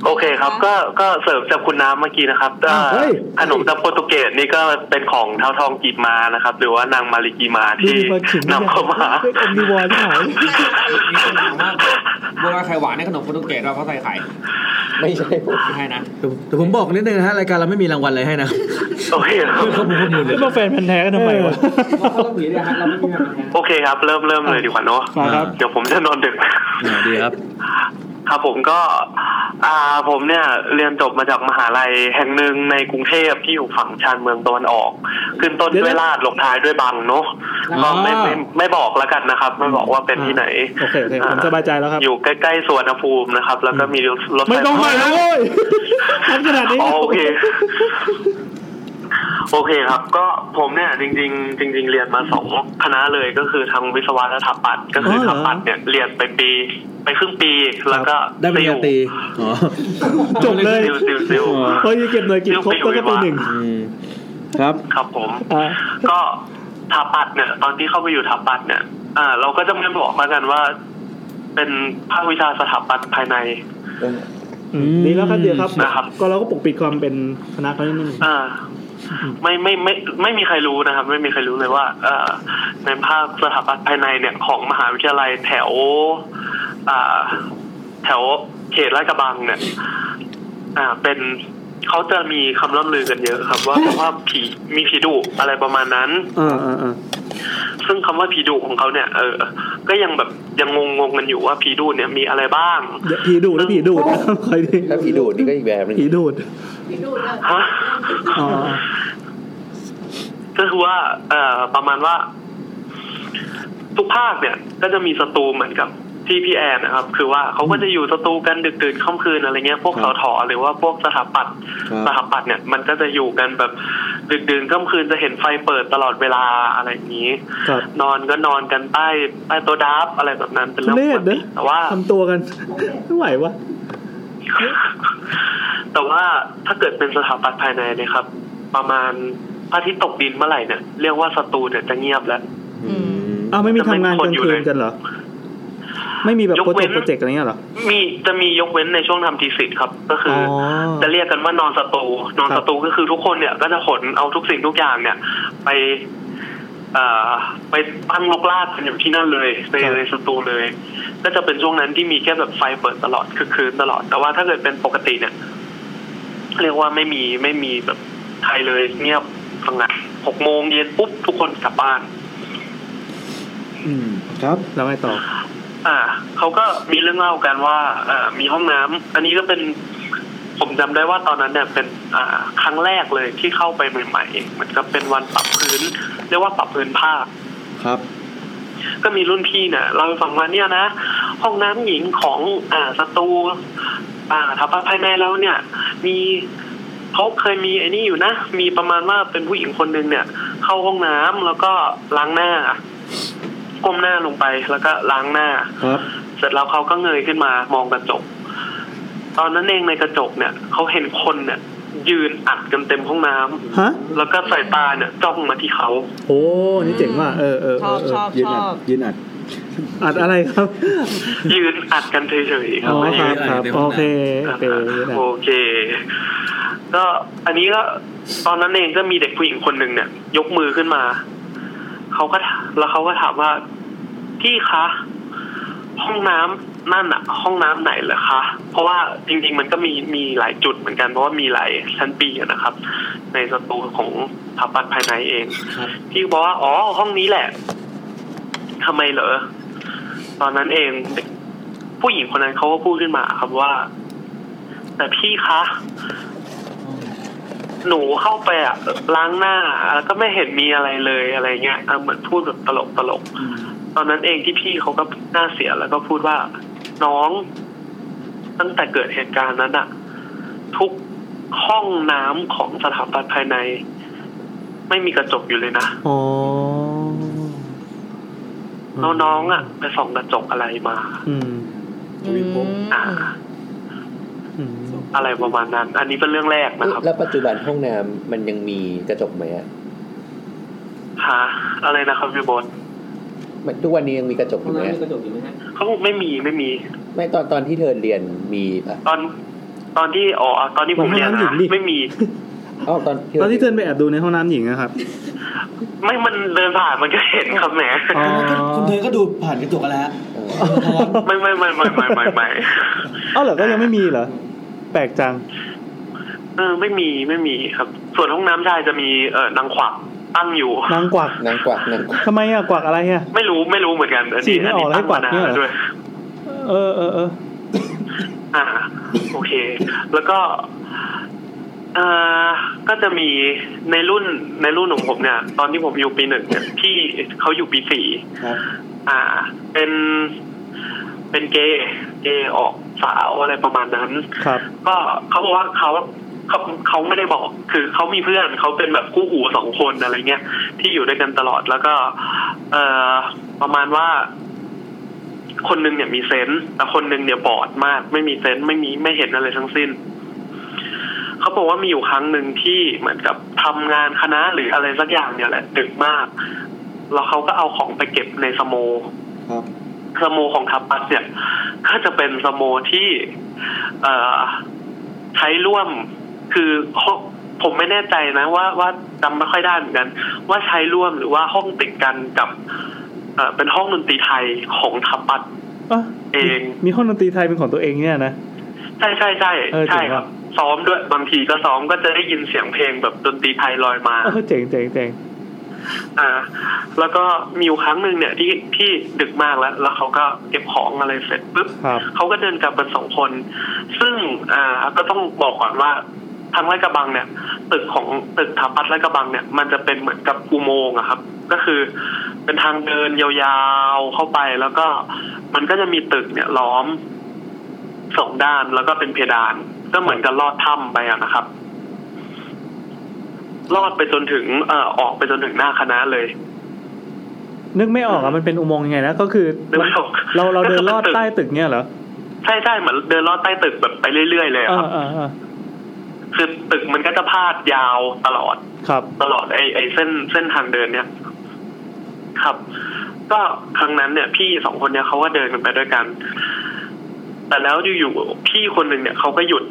โอเคครับ ก็ก็เสริมจากคุณน้ำเมื่อกี้นะครับเอ่อ เฮ้ย ขนมตะโปรตุเกสนี่ก็เป็นของเท้าทองกีบมานะครับ หรือว่านางมาริกีมา นี่ ที่ มีมาขิง นำเข้ามา เฮ้ยอมนิวอร์ที่หาย มีคนถามว่าโบราณไข่หวานในขนมโปรตุเกสเราเพราะใส่ไข่ ไม่ใช่ผม ไม่ใช่นะ แต่ผมบอกนิดนึงนะฮะรายการเราไม่มีรางวัลอะไรให้นะ โอเคครับ ข้อมูลข้อมูลเลย แล้วมาแฟนพันธุ์แท้กันทำไมวะ โอเคครับ เริ่มเริ่มเลยดีกว่าเนอะ มาครับ เดี๋ยวผมจะนอนดึก อ่าดีครับ ครับผมก็ อ่าผมเนี่ยเรียนจบมาจากมหาลัยแห่งหนึ่งในกรุงเทพที่อยู่ฝั่งชานเมืองตะวันออก ขึ้นต้นด้วยลาดลงท้ายด้วยบังเนาะก็ไม่ไม่ไม่บอกแล้วกันนะครับ ไม่บอกว่าเป็นที่ไหน โอเคโอเคผมสบายใจแล้วครับ อยู่ใกล้ๆสวนภูมินะครับ แล้วก็มีรถฟ ไม่ต้องไปแล้วเว้ย ทำขนาดนี้ อ๋อโอ เค โอเคครับ ก็ผมเนี่ยจริง ๆ จริง ๆ เรียนมาสองคณะเลยก็คือทางวิศวะและสถาปัตย์ก็คือ อ ส เหรอ ถาปัตย์เนี่ยเรียนไปปี ไปครึ่งปีแล้วก็ ได้ปริญญาตรีอ๋อ จบเลย ซิลซิลซิล เฮ้ยเก็บหน่วยกิจครบแล้วก็ปีหนึ่ง ครับ ครับผม อ่ะ ก็ถาปัดเนี่ย ตอนที่เข้าไปอยู่ถาปัดเนี่ย อ่า เราก็จะไม่บอกแล้วกันว่า เป็นภาควิชาสถาปัตย์ภายใน อืมดีแล้วครับเดียวครับ นะครับ ก็เราก็ปกปิดความเป็นคณะเขานิดนึง อ่า ไม่ไม่ไม่ไม่มีใครรู้นะครับ ไม่มีใครรู้เลยว่า เอ่อ ในภาคสถาปัตย์ภายในเนี่ย ของมหาวิทยาลัยแถว อ่า แถวเขตลาดกระบังเนี่ย อ่า เป็นเขาจะมีคำล่ำลือกันเยอะครับ ว่าว่าผีมีผีดุอะไรประมาณนั้น อ่าอ่าอ่า ซึ่งคำว่าผีดุของเขาเนี่ยเออ ก็ยังแบบยังงงงๆกันอยู่ว่าผีดุเนี่ยมีอะไรบ้าง เดี๋ยวผีดูดแล้วผีดูดนะครับคอยดี ถ้าผีดูดนี่ก็อีกแบบหนึง ผีดูด ฮะ อ๋อ ก็คือว่า เอ่อ ประมาณว่า ทุกภาคเนี่ย ก็จะมีศัตรูเหมือนกับที่พี่แอนนะครับ คือว่าเขาก็จะอยู่ศัตรูกันดึกดื่นค่ำคืนอะไรเงี้ย พวก ค ส รับ ถอหรือว่าพวกสถาปัตย์ ครับ สถาปัตย์เนี่ย มันก็จะอยู่กันแบบดึกดื่นค่ำคืนจะเห็นไฟเปิดตลอดเวลาอะไรอย่างนี้ ครับ นอนก็นอนกันใต้ใต้โตัวดับอะไรแบบนั้นเป็นเรื่อง เล ปก ดเน ติ อะ แต่ว่า ทำตัวกันไม่ไหววะ แต่ว่าถ้าเกิดเป็นสถาปัตย์ภายในเนะครับ ประมาณพระอาทิตย์ตกดินเมื่อไหร่เนี่ยเรียกว่าสตูเนี่ยจะเงียบแล้ว อ้าวไม่มีทำงานกลางคืนกันเหรอ ไม่มีแบบ ยก โปร เว้นเจกต์โปรเจกต์อะไรเงี้ยเหรอ มีจะมียกเว้นในช่วงทำทีสิทธ์ครับ ก็คืออ อ จะเรียกกันว่านอนสตูนอนสตูก็คือทุกคนเนี่ย ก็จะขนเอาทุกสิ่งทุกอย่างเนี่ย ไป เอ่อ ไปตั้งลกลากกันอยู่ที่นั่นเลยในในสตูเลย ก็จะเป็นช่วงนั้นที่มีแค่แบบไฟเปิดตลอดคือคืนตลอด แต่ว่าถ้าเกิดเป็นปกติเนี่ย เรียกว่าไม่มีไม่มีแบบใครเลยเงียบสงัดหกโมงเย็นปุ๊บทุกคนกลับบ้าน อืมครับ แล้วไงต่อ อ่าเขาก็มีเรื่องเล่ากันว่าเอ่อมีห้องน้ำอันนี้ก็เป็นผมจำได้ว่าตอนนั้นเนี่ยเป็นอ่าครั้งแรกเลยที่เข้าไปใหม่ๆเหมือนกับเป็นวันปรับพื้น เรียกว่าปรับพื้นภาค ครับ ก็มีรุ่นพี่เนี่ยเราให้ฟังว่าเนี่ยนะ ห้องน้ำหญิงของอ่าสตูอ่าทัพภายในแล้วเนี่ย มีเขาเคยมีไอ้นี่อยู่นะ มีประมาณว่าเป็นผู้หญิงคนหนึ่งเนี่ย เข้าห้องน้ำแล้วก็ล้างหน้าก้มหน้าลงไปแล้วก็ล้างหน้า ครับ เสร็จแล้วเขาก็เงยขึ้นมามองกระจก ตอนนั้นเองในกระจกเนี่ยเขาเห็นคนเนี่ย ยืนอัดกันเต็มห้องน้ำ ฮะ แล้วก็สายตาเนี่ยจ้องมาที่ เขา โอ้นี่เจ๋งว่ะเออเออ ช เอ อบ อเอ ช อ อบ ยืน ช อั อ ด บ ยืนอัด อัดอะไรครับ ยืนอัดกันเฉยๆค อ๋ รับ อครับครับโอเคโอเค โอเค ก็อันนี้ก็ตอนนั้นเองก็มีเด็กผู้หญิงคนหนึ่งเนี่ย ยกมือขึ้นมา เขาก็ถแล้วเขาก็ถามว่าพี่คะ ห้องน้ำนั่นอะห้องน้ำไหนเหรอคะ เพราะว่าจริง ๆ มันก็มีมีหลายจุดเหมือนกันเพราะว่ามีหลายชั้นปีอะนะครับ ในสตูของสถาปัตย์ภายในเอง พี่บอกว่าอ๋อห้องนี้แหละทำไมเหรอ ตอนนั้นเองเด็กผู้หญิงคนนั้นเขาก็พูดขึ้นมาครับว่า แต่พี่คะ หนูเข้าไปอะล้างหน้าแล้วก็ไม่เห็นมีอะไรเลยอะไรเงี้ยอ่ะเหมือนพูดแบบตลกตลกๆตอนนั้นเองที่พี่เขาก็หน้าเสียแล้วก็พูดว่า น้อง ตั้งแต่เกิดเหตุการณ์นั้นอะทุกห้องน้ำของสถาปัตย์ภายใน ไม่มีกระจกอยู่เลยนะ อ๋อ แล้วน้องอะไปส่องกระจกอะไรมา อืม อ่า อะไรประมาณนั้น อันนี้เป็นเรื่องแรกนะครับ แล้วปัจจุบันห้องน้ำมันยังมีกระจกไหมอะ หาอะไรนะครับพี่โบอส มันทุกวันนี้ยังมีกระจกอยู่ไหมอะ เขาบอกไม่มีไม่มี ไม่ตอนตอนที่เธอเรียนมีปะ ตอนตอนที่อ๋อตอนที่ผมเรียน มันห้ามหญิ นะ งดิ ไม่มี อ๋อตอน ตอนที่เดินไปแอบดูในห้องน้ำหญิงนะครับ ไม่มันเดินผ่านมันก็เห็นครับแหม คุณเธอก็ดูผ่านกระจกกันแล้ว ไม่ไม่ไม่ไม่ไม่ไม่ไม่ เอ้าเหรอ ก็ยังไม่มีเหรอ แปลกจัง เออไม่มีไม่มีครับ ส่วนห้องน้ำชายจะมีเออนางขวักตั้งอยู่ นางกวัก นางกวักนางกวัก ทำไมอ่ะ กวักอะไรอ่ะ ไม่รู้ไม่รู้เหมือนกันอัน สี นี้ ไม่ อัน ออก นี้ แล้วตั้ให้ง กวั มาก นา เนี่ยเหร น อ ด้วย เออเออเออ อ่าโอเค แล้วก็เอ่อก็จะมีในรุ่นในรุ่นของผมเนี่ย ตอนที่ผมอยู่ปีหนึ่งเนี่ยพี่เขาอยู่ปีสี่อ่า เป็นเป็นเกย์เกย์ออกสาวอะไรประมาณนั้น ครับ ก็เขาบอกว่าเขาเขาเขาไม่ได้บอก คือเขามีเพื่อนเขาเป็นแบบคู่หูสองคนอะไรเงี้ยที่อยู่ด้วยกันตลอดแล้วก็ เอ่อประมาณว่า คนหนึ่งเนี่ยมีเซนส์แต่คนหนึ่งเนี่ยบอดมาก ไม่มีเซนส์ไม่มีไม่เห็นอะไรทั้งสิ้น เขาบอกว่ามีอยู่ครั้งหนึ่งที่เหมือนกับทำงานคณะหรืออะไรสักอย่างเนี่ยแหละดึกมาก แล้วเขาก็เอาของไปเก็บในสโมสโมของทัพปัสเนี่ยก็จะเป็นสโมที่ เอ่อ ใช้ร่วมคือห้องผมไม่แน่ใจนะ ว่าว่าจำไม่ค่อยได้เหมือนกัน ว่าใช้ร่วมหรือว่าห้องติดกันกับ เอ่อเป็นห้องดนตรีไทยของทัพปัส อ่ะ เอง มีห้องดนตรีไทยเป็นของตัวเองเนี่ยนะ ใช่ใช่ใช่ เออเจ๋ ใช่ ง ค ว่ะ รับ ซ้อมด้วยบางทีก็ซ้อมก็จะได้ยินเสียงเพลงแบบดนตรีไทยลอยมา เออเจ๋งเจ๋งเจ๋ง อ่า แล้วก็มีอยู่ครั้งหนึ่งเนี่ยที่ที่ดึกมากแล้ว แล้วเขาก็เก็บของอะไรเสร็จปุ๊บ ครับ เขาก็เดินกลับกันสองคน ซึ่งอ่าก็ต้องบอกก่อนว่าทางลาดกระบังเนี่ยตึกของตึกถาปัตย์ลาดกระบังเนี่ย มันจะเป็นเหมือนกับอุโมงค์อะครับ ก็คือเป็นทางเดินยาวๆเข้าไปแล้วก็มันก็จะมีตึกเนี่ยล้อมสองด้านแล้วก็เป็นเพดาน ก็เหมือนกับลอดถ้ำไปอะนะครับ ลอดไปจนถึงเอ่อออกไปจนถึงหน้าคณะเลย นึกไม่ออกอ่ะ มันเป็นอุโมงค์ยังไงนะ ก็คือ นึกไม่ออก เราเราเดินลอดใต้ตึกเนี่ยเหรอ ใช่ใช่เหมือนเดินลอดใต้ตึกแบบไปเรื่อยๆเลยอะคอ่ารับ อ่าอ่า คือตึกมันก็จะพาดยาวตลอด ครับ ตลอดไอ้ไอ้เส้นเส้นทางเดินเนี่ยครับ ก็ครั้งนั้นเนี่ย พี่สองคนเนี่ยเขาก็เดินกันไปด้วยกัน แต่แล้วอยู่ๆพี่คนหนึ่งเนี่ยเขาก็หยุด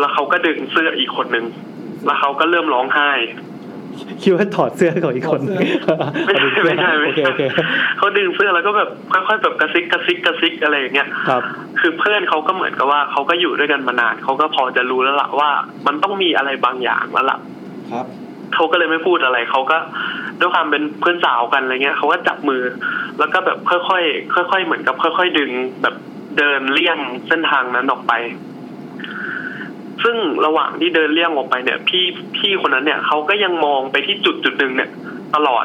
แล้วเขาก็ดึงเสื้ออีกคนหนึ่งแล้วเขาก็เริ่มร้องไห้ คิดว่าถอดเสื้อของอีกคน ไม่ใช่ไม่ใช่ไม่ โอเค ใช่ โอเค เขาดึงเสื้อแล้วก็แบบค่อยๆแบบกระซิกกระซิกกระซิกอะไรอย่างเงี้ย ครับ คือเพื่อนเขาก็เหมือนกับว่าเขาก็อยู่ด้วยกันมานานเขาก็พอจะรู้แล้วล่ะว่า มันต้องมีอะไรบางอย่างแล้วล่ะ ครับ เขาก็เลยไม่พูดอะไรเขาก็ด้วยความเป็นเพื่อนสาวกันอะไรเงี้ยเขาก็จับมือ แล้วก็แบบค่อยๆค่อยๆเหมือนกับ ค่อย ๆ ดึงแบบเดินเลี่ยงเส้นทางนั้นออกไป ซึ่งระหว่างที่เดินเลี่ยงออกไปเนี่ย พี่พี่คนนั้นเนี่ยเขาก็ยังมองไปที่จุดจุดหนึ่งเนี่ย ตลอด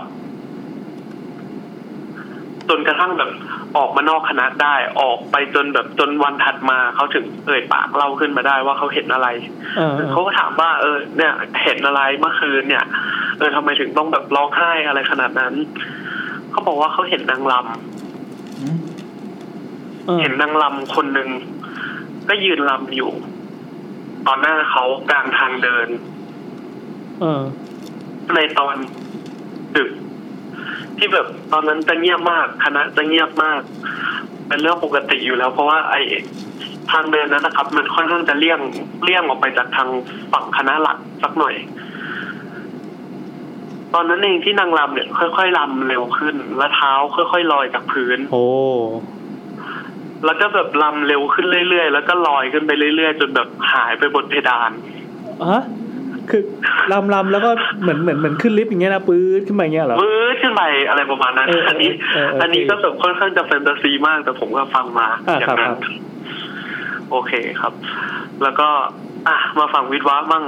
จนกระทั่งแบบออกมานอกคณะได้ ออกไปจนแบบจนวันถัดมาเขาถึงเอ่ยปากเล่าขึ้นมาได้ว่าเขาเห็นอะไร เออ เขาก็ถามว่า เออ เนี่ย เห็นอะไรเมื่อคืนเนี่ย เออทำไมถึงต้องแบบร้องไห้อะไรขนาดนั้น เขาบอกว่าเขาเห็นนางลำเห็นนางลำคนหนึ่งก็ยืนลำอยู่ตอนหน้าเขากลางทางเดิน เออ ในตอนดึก ที่แบบตอนนั้นจะเงียบมาก คณะจะเงียบมาก เป็นเรื่องปกติอยู่แล้ว เพราะว่าไอ ทางเดินนั้นนะครับ มันค่อนข้างจะเลี่ยงเลี่ยงออกไปจากทางฝั่งคณะหลักสักหน่อย ตอนนั้นเองที่นางรำเนี่ย ค่อยๆรำเร็วขึ้น และเท้าค่อยๆลอยจากพื้น โอ้ แล้วก็แบบรำเร็วขึ้นเรื่อยๆ แล้วก็ลอยขึ้นไปเรื่อยๆ จนแบบหายไปบนเพดาน ฮะ คือลำลำแล้วก็เหมือนเหมือนเหมือนขึ้นลิฟต์อย่างเงี้ยนะปื๊ดขึ้นมาอย่างเงี้ยเหรอ วื้ดขึ้นไปอะไรประมาณนั้น เออเออ อันนี้ เออเออ อันนี้ก็แบบค่อนข้างจะแฟนตาซีมาก แต่ผมก็ฟังมา อ่า อย่างนั้ คน รับครับ โอเคครับ แล้วก็อ่ะมาฝั่งวิทย์วะบ้าง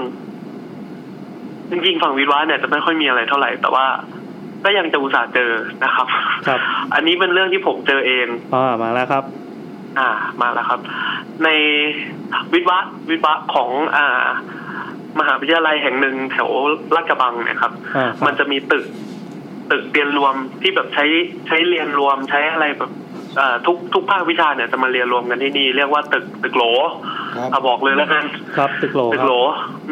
จริงๆฝั่งวิทย์วะเนี่ยจะไม่ค่อยมีอะไรเท่าไหร่ แต่ว่า ก็ยังจะอุตส่าห์เจอนะครับ ครับ อันนี้เป็นเรื่องที่ผมเจอเอง อ่ามาแล้วครับ อ่ามาแล้วครับ ในวิทย์วะวิทย์วะของอ่า มหาวิทยาลัยแห่งหนึ่งแถวลาดกระบังเนี่ยครับ อ่าครับ มันจะมีตึก ตึกเรียนรวมที่แบบใช้ใช้เรียนรวมใช้อะไรแบบเอ่อทุกทุกภาควิชาเนี่ยจะมาเรียนรวมกันที่นี่เรียกว่าตึกตึกโหลเอาบอกเลยแล้วกัน ครับตึกโหล ตึ ค ก รับ โหล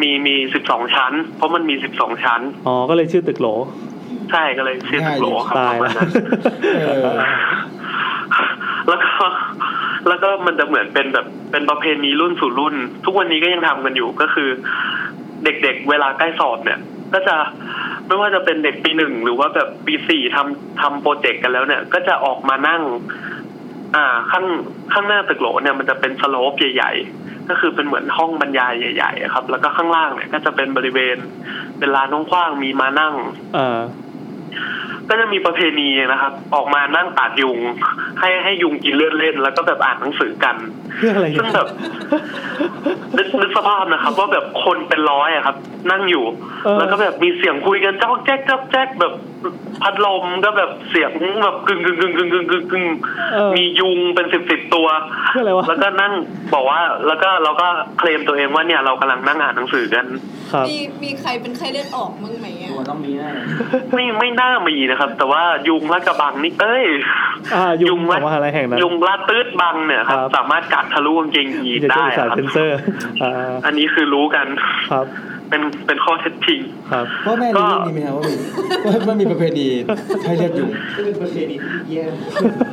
มีมีสิบสองชั้น เพราะมันมีสิบสองชั้น อ๋อ ก็เลยชื่อตึกโหล ใช่ก็เลยชื่อตึกโหลครับ ตาย ประมาณละนั้น แล้วก็แล้วก็มันจะเหมือนเป็นแบบเป็นประเพณีรุ่นสู่รุ่น ทุกวันนี้ก็ยังทำกันอยู่ก็คือ เด็กๆ เวลาใกล้สอบเนี่ย ก็จะไม่ว่าจะเป็นเด็กปีหนึ่งหรือว่าแบบปีสี่ทำทำโปรเจกต์กันแล้วเนี่ย ก็จะออกมานั่ง อ่า ข้างข้างหน้าตึกโหลเนี่ยมันจะเป็นสโลปใหญ่ ๆ ก็คือเป็นเหมือนห้องบรรยายใหญ่ๆอะครับ แล้วก็ข้างล่างเนี่ยก็จะเป็นบริเวณเป็นลานกว้างๆมีมานั่ง อ่า ก็จะมีประเพณีนะครับ ออกมานั่งตากยุง ให้ให้ยุงกินเลือดเล่น แล้วก็แบบอ่านหนังสือกัน เรื่องอะไร ซึ่งแบบนึกนึกสภาพนะครับ ว่าแบบคนเป็นร้อยอะครับ นั่งอยู่ เออ แล้วก็แบบมีเสียงคุยกันจ้อกแจ๊กจ้อกแจ๊กแบบพัดลมก็แบบเสียงแบบกึ่งกึ่งกึ่งกึ่งกึ่งกึ่งกึ่งมียุงเป็นสิบสิบตัว เพื่ออะไรวะ แล้วก็นั่งบอกว่า แล้วก็เราก็เคลมตัวเองว่าเนี่ยเรากำลังนั่งอ่านหนังสือกัน ครับ มีมีใครเป็นไข้เลือดออกมั้งไหมอ่ะ ต้องมีแน่ ไม่ไม่น่ามีนะครับ แต่ว่ายุงลาดกระบังนี่เอ้ย อ่า ยุงของมหาลัยแห่งนั้น ยุงลาดตืดบังเนี่ยครับ สามารถกัดทะลุกางเกงยีน จะช่ ได้ วยสาร ครับ เซนเซอร์ อ่า อันนี้คือรู้กัน ครับ เป็นเป็นข้อเท็จจริง ครับ พ่อแม่รู้เรื่องนี้ไหมครับว่ามีว่ามันมีประเพณีไทยเลือดยุง ก็เป็นประเพณีที่แย่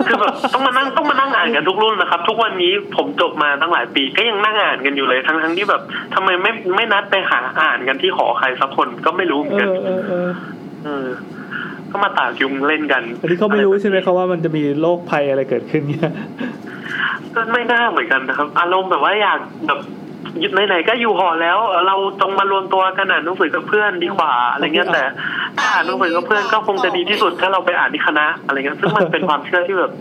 คือแบบต้องมานั่งต้องมานั่งอ่านกันทุกรุ่นนะครับ ทุกวันนี้ผมจบมาตั้งหลายปีก็ยังนั่งอ่านกันอยู่เลยทั้งทั้งที่แบบทำไมไม่ไม่นัดไปหาอ่านกันที่หอใครสักคนก็ไม่รู้เหมือ เอน กัน อเออเออ เออก็มาตากยุงเล่นกัน อันนี้เขาไม่รู้ใช่ไหมเขาว่ามันจะมีโรคภัยอะไรเกิดขึ้นเนี่ย ก็ไม่น่าเหมือนกันนะครับ อารมณ์แบบว่าอยากแบบไหนๆก็อยู่หอแล้ว เราจงมารวมตัวกันอ่านหนังสือกับเพื่อนดีกว่าอะไรเงี้ยแต่ ถ้าอ่านหนังสือกับเพื่อนก็คงจะดีที่สุดถ้าเราไปอ่านที่คณะอะไรเงี้ยซึ่งมันเป็นความเชื่อที่แบบ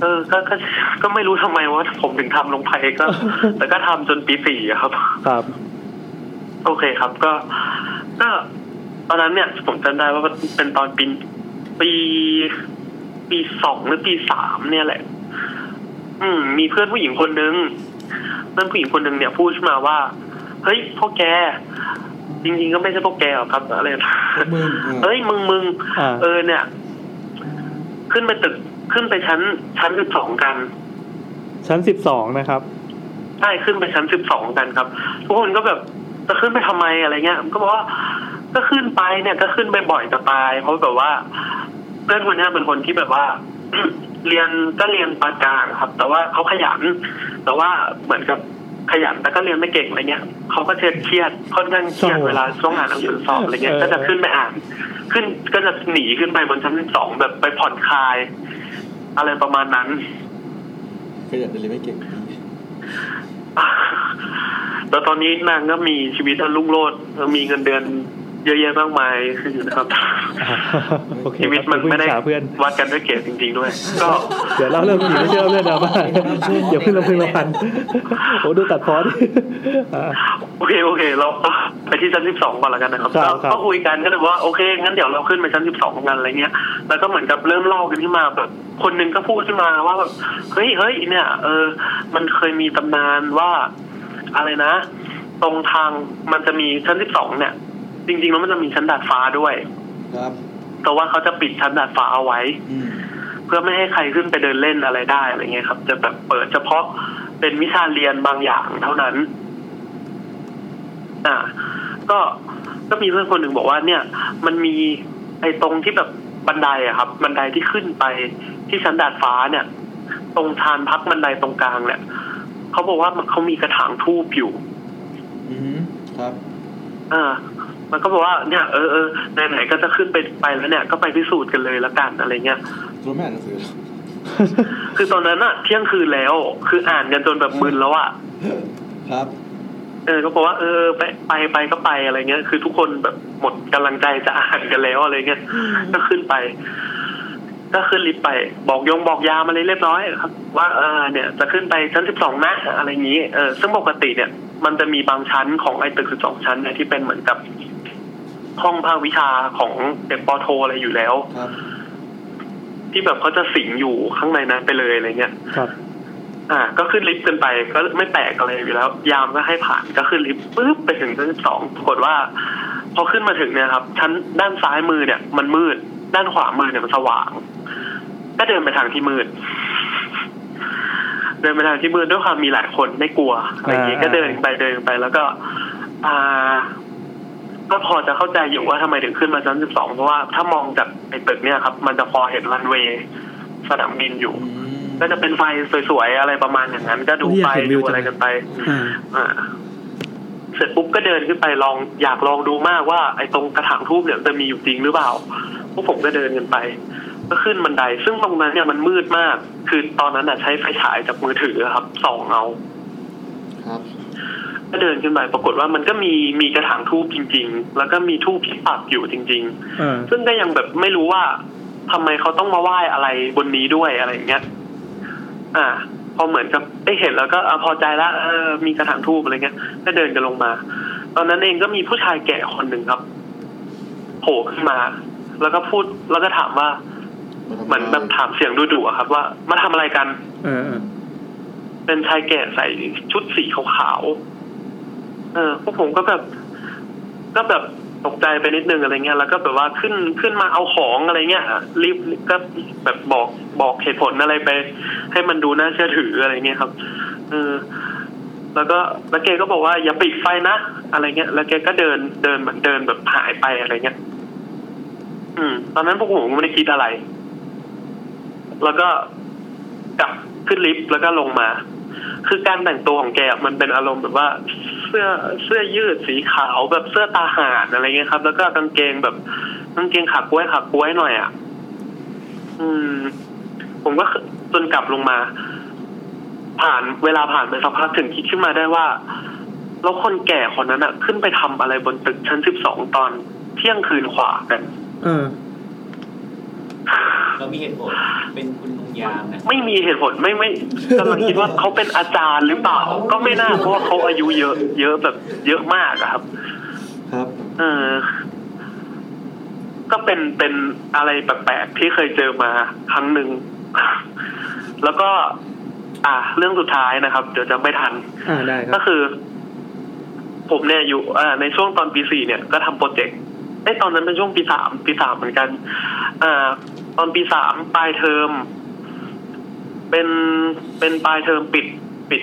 เออก็ก็ก็ไม่รู้ทำไมว่าผมถึงทำลงไป ก็ แต่ก็ทำจนปีสี่อะครับ ครับ โอเคครับก็ก็ตอนนั้นเนี่ยผมจำได้ว่าเป็นตอนปีปีปีสองหรือปีสามเนี่ยแหละ อืม มีเพื่อนผู้หญิงคนนึงเพื่อนผู้หญิงคนนึงเนี่ยพูดขึ้นมาว่า เฮ้ยพวกแก จริงๆก็ไม่ใช่พวกแกหรอกครับอะไรนะ เฮ้ยมึงมึง อ่า เออเนี่ย ขึ้นไปตึกขึ้นไปชั้น ชั้นสิบสองกัน ชั้นสิบสองนะครับ ใช่ขึ้นไปชั้นสิบสองกันครับ ทุกคนก็แบบจะขึ้นไปทำไมอะไรเงี้ยผมก็บอกว่าก็ขึ้นไปเนี่ยก็ขึ้นไปบ่อยจะตาย เพราะแบบว่า เพื่อนคนเนี้ยเป็นคนที่แบบว่า เรียนก็เรียนปานกลางครับ แต่ว่าเขาขยัน แต่ว่าเหมือนกับขยันแต่ก็เรียนไม่เก่งอะไรเงี้ยเขาก็เเครียดค่อนข้างเครียด เศร้า เวลาช่วงอ่านหนังสือสอบอะไรเงี้ยก็จะขึ้นไปอ่าน ขึ้นก็จะหนีขึ้นไปบนชั้นสิบสองแบบไปผ่อนคลาย อะไรประมาณนั้น ขยันแต่เรียนไม่เก่ง แล้วตอนนี้นางก็มีชีวิตอันรุ่งโรจน์มีเงินเดือนเยอะแยะมากมาย อยู่นะครับ โอเค ชีวิตมันไม่ได้ ครับอย่าเพิ่งอิจฉาเพื่อน วัดกันด้วยเกรดจริง ๆ ด้วย ก็ เดี๋ยวเล่าเรื่องผีไม่ใช่เล่าเรื่องดราม่า อย่าเพิ่งลงพึงลงพันโอ้ดูตัดพอดิ อ่า โอเคโอเค เราไปที่ชั้นสิบสองก่อนละกันนะครับ ครับ ก็ ครับ ก็คุยกันก็เลยว่าโอเคงั้นเดี๋ยวเราขึ้นไปชั้นสิบสองกันอะไรเงี้ยแล้วก็เหมือนกับเริ่มเล่ากันขึ้นมาแบบคนหนึ่งก็พูดขึ้นมาว่าแบบเฮ้ยเฮ้ยเนี่ย เออ มันเคยมีตำนานว่าอะไรนะ ตรงทางมันจะมีชั้นสิบสองเนี่ย จริงๆแล้วมันจะมีชั้นดาดฟ้าด้วย ครับ แต่ว่าเขาจะปิดชั้นดาดฟ้าเอาไว้ เพื่อไม่ให้ใครขึ้นไปเดินเล่นอะไรได้อะไรเงี้ยครับ จะแบบเปิดเฉพาะเป็นวิชาเรียนบางอย่างเท่านั้น อ่า ก็ก็มีเพื่อนคนหนึ่งบอกว่า เนี่ย มันมีไอ้ตรงที่แบบบันไดอะครับ บันไดที่ขึ้นไปที่ชั้นดาดฟ้าเนี่ย ตรงชานพักบันไดตรงกลางเนี่ย เขาบอกว่ามันเขามีกระถางทูบอยู่ อืมครับ อ่า มันก็บอกว่าเนี่ยเออเออไหนๆก็จะขึ้นไปไปแล้วเนี่ย ก็ไปพิสูจน์กันเลยละกันอะไรเงี้ย รู้ไม่อ่านหนังสือหรอ คือตอนนั้นอะเที่ยงคืนแล้ว คืออ่านกันจนแบบมึนแล้วอะ ครับ เออ ก็บอกว่าเออไปไปไปก็ไปอะไรเงี้ย คือทุกคนแบบหมดกำลังใจจะอ่านกันแล้วอะไรเงี้ย ก็ขึ้นไป ก็ขึ้นลิฟต์ไป บอกยงบอกยามาเลยเรียบร้อยครับ ว่าเออเนี่ย จะขึ้นไปชั้นสิบสองนะอะไรอย่างนี้ เออซึ่งปกติเนี่ย มันจะมีบางชั้นของไอ้ตึกสิบสองชั้นเนี่ยที่เป็นเหมือนกับ ห้องภาควิชาของเด็กปอโทอะไรอยู่แล้ว ครับ ที่แบบเขาจะสิงอยู่ข้างในนั้นไปเลยอะไรเงี้ย ครับ อ่า ก็ขึ้นลิฟต์กันไป ก็ไม่แปลกอะไรอยู่แล้ว ยามก็ให้ผ่านก็ขึ้นลิฟต์ปุ๊บไปถึงชั้นสิบสองปรากฏว่า พอขึ้นมาถึงเนี่ยครับ ชั้นด้านซ้ายมือเนี่ย มันมืด ด้านขวามือเนี่ยมันสว่าง ก็เดินไปทางที่มืด เดินไปทางที่มืดด้วยความมีหลายคนไม่กลัวอะไรอย่างงี้ อ่า ก็เดินไปเดินไปแล้วก็ อ่า ก็พอจะเข้าใจอยู่ว่าทำไมถึงขึ้นมาชั้นสิบสองเพราะว่าถ้ามองจากไอ้ตึกเนี่ยครับ มันจะพอเห็นรันเวย์สนามบินอยู่ ก็จะเป็นไฟสวยๆอะไรประมาณอย่างนั้น ก็ดู อุ๊ยอ ไฟ ยากเห็นวิ ดู วจัง อะไรกันไป อ่า เสร็จปุ๊บก็เดินขึ้นไปลองอยากลองดูมากว่าไอ้ตรงกระถางทูบเนี่ยจะมีอยู่จริงหรือเปล่าพวกผมก็เดินกันไป ก็ขึ้นบันได ซึ่งตรงนั้นเนี่ยมันมืดมาก คือตอนนั้นน่ะใช้ไฟฉายจากมือถือครับส่องเอา ครับ ก็เดินขึ้นไปปรากฏว่ามันก็มีมีกระถางทูบจริง ๆ แล้วก็มีทูบที่ปักอยู่จริง ๆ อ่า ซึ่งก็ยังแบบไม่รู้ว่าทำไมเขาต้องมาไหว้อะไรบนนี้ด้วยอะไรอย่างเงี้ย อ่า พอเหมือนกับได้เห็นแล้วก็อ่ะพอใจละเออมีกระถางทูบอะไรเงี้ย ก็เดินกันลงมา ตอนนั้นเองก็มีผู้ชายแก่คนหนึ่งครับโผล่ขึ้นมา แล้วก็พูดแล้วก็ถามว่าเหมือนแบบถามเสียงดุดุๆอะครับ ว่ามาทำอะไรกัน เออเออ เป็นชายแก่ใส่ชุดสีขาวๆ เออพวกผมก็แบบ ก็แบบตกใจไปนิดนึงอะไรเงี้ย แล้วก็แบบว่าขึ้นขึ้นมาเอาของอะไรเงี้ยรีบก็แบบบอกบอกเหตุผลอะไรไป ให้มันดูน่าเชื่อถืออะไรเงี้ยครับเออแล้วก็แล้วแกก็บอกว่าอย่าปิดไฟนะอะไรเงี้ย แล้วแกก็เดินเดินเหมือนเดินแบบหายไปอะไรเงี้ย อืม ตอนนั้นพวกผมก็ไม่ได้คิดอะไร แล้วก็กลับขึ้นลิฟต์แล้วก็ลงมา คือการแต่งตัวของแกอะมันเป็นอารมณ์แบบว่า เสื้อเสื้อยืดสีขาวแบบเสื้อตาห่านอะไรเงี้ยครับ แล้วก็กางเกงแบบกางเกงขากล้วยขากล้วยหน่อยอ่ะ อืม ผมก็จนกลับลงมา ผ่านเวลาผ่านไปสักพักถึงคิดขึ้นมาได้ว่า แล้วคนแก่คนนั้นอ่ะ ขึ้นไปทำอะไรบนตึกชั้นสิบสองตอนเที่ยงคืนขวากัน เออ เรามีเหตุผลเป็นคุณลุงยามนะ ไม่มีเหตุผลไม่ไม่กำลังคิดว่าเขาเป็นอาจารย์หรือเปล่า ก็ไม่น่าเพราะว่าเขาอายุเยอะ เยอะแบบเยอะมากอะครับ ครับ เออ ก็เป็นเป็นอะไรแปลกๆที่เคยเจอมาครั้งห นึ่ง แล้วก็ อ่ะเรื่องสุดท้ายนะครับ เดี๋ยวจะไม่ทัน อ่าได้ค ก็ รับ คือ ผมเนี่ยอยู่อ่าในช่วงตอนปีสี่เนี่ยก็ทำโปรเจกต์ไอ้ยตอนนั้นเป็นช่วงปีสามปีสามเหมือนกันอ่าตอนปีสามปลายเทอม เป็นเป็นปลายเทอมปิดปิด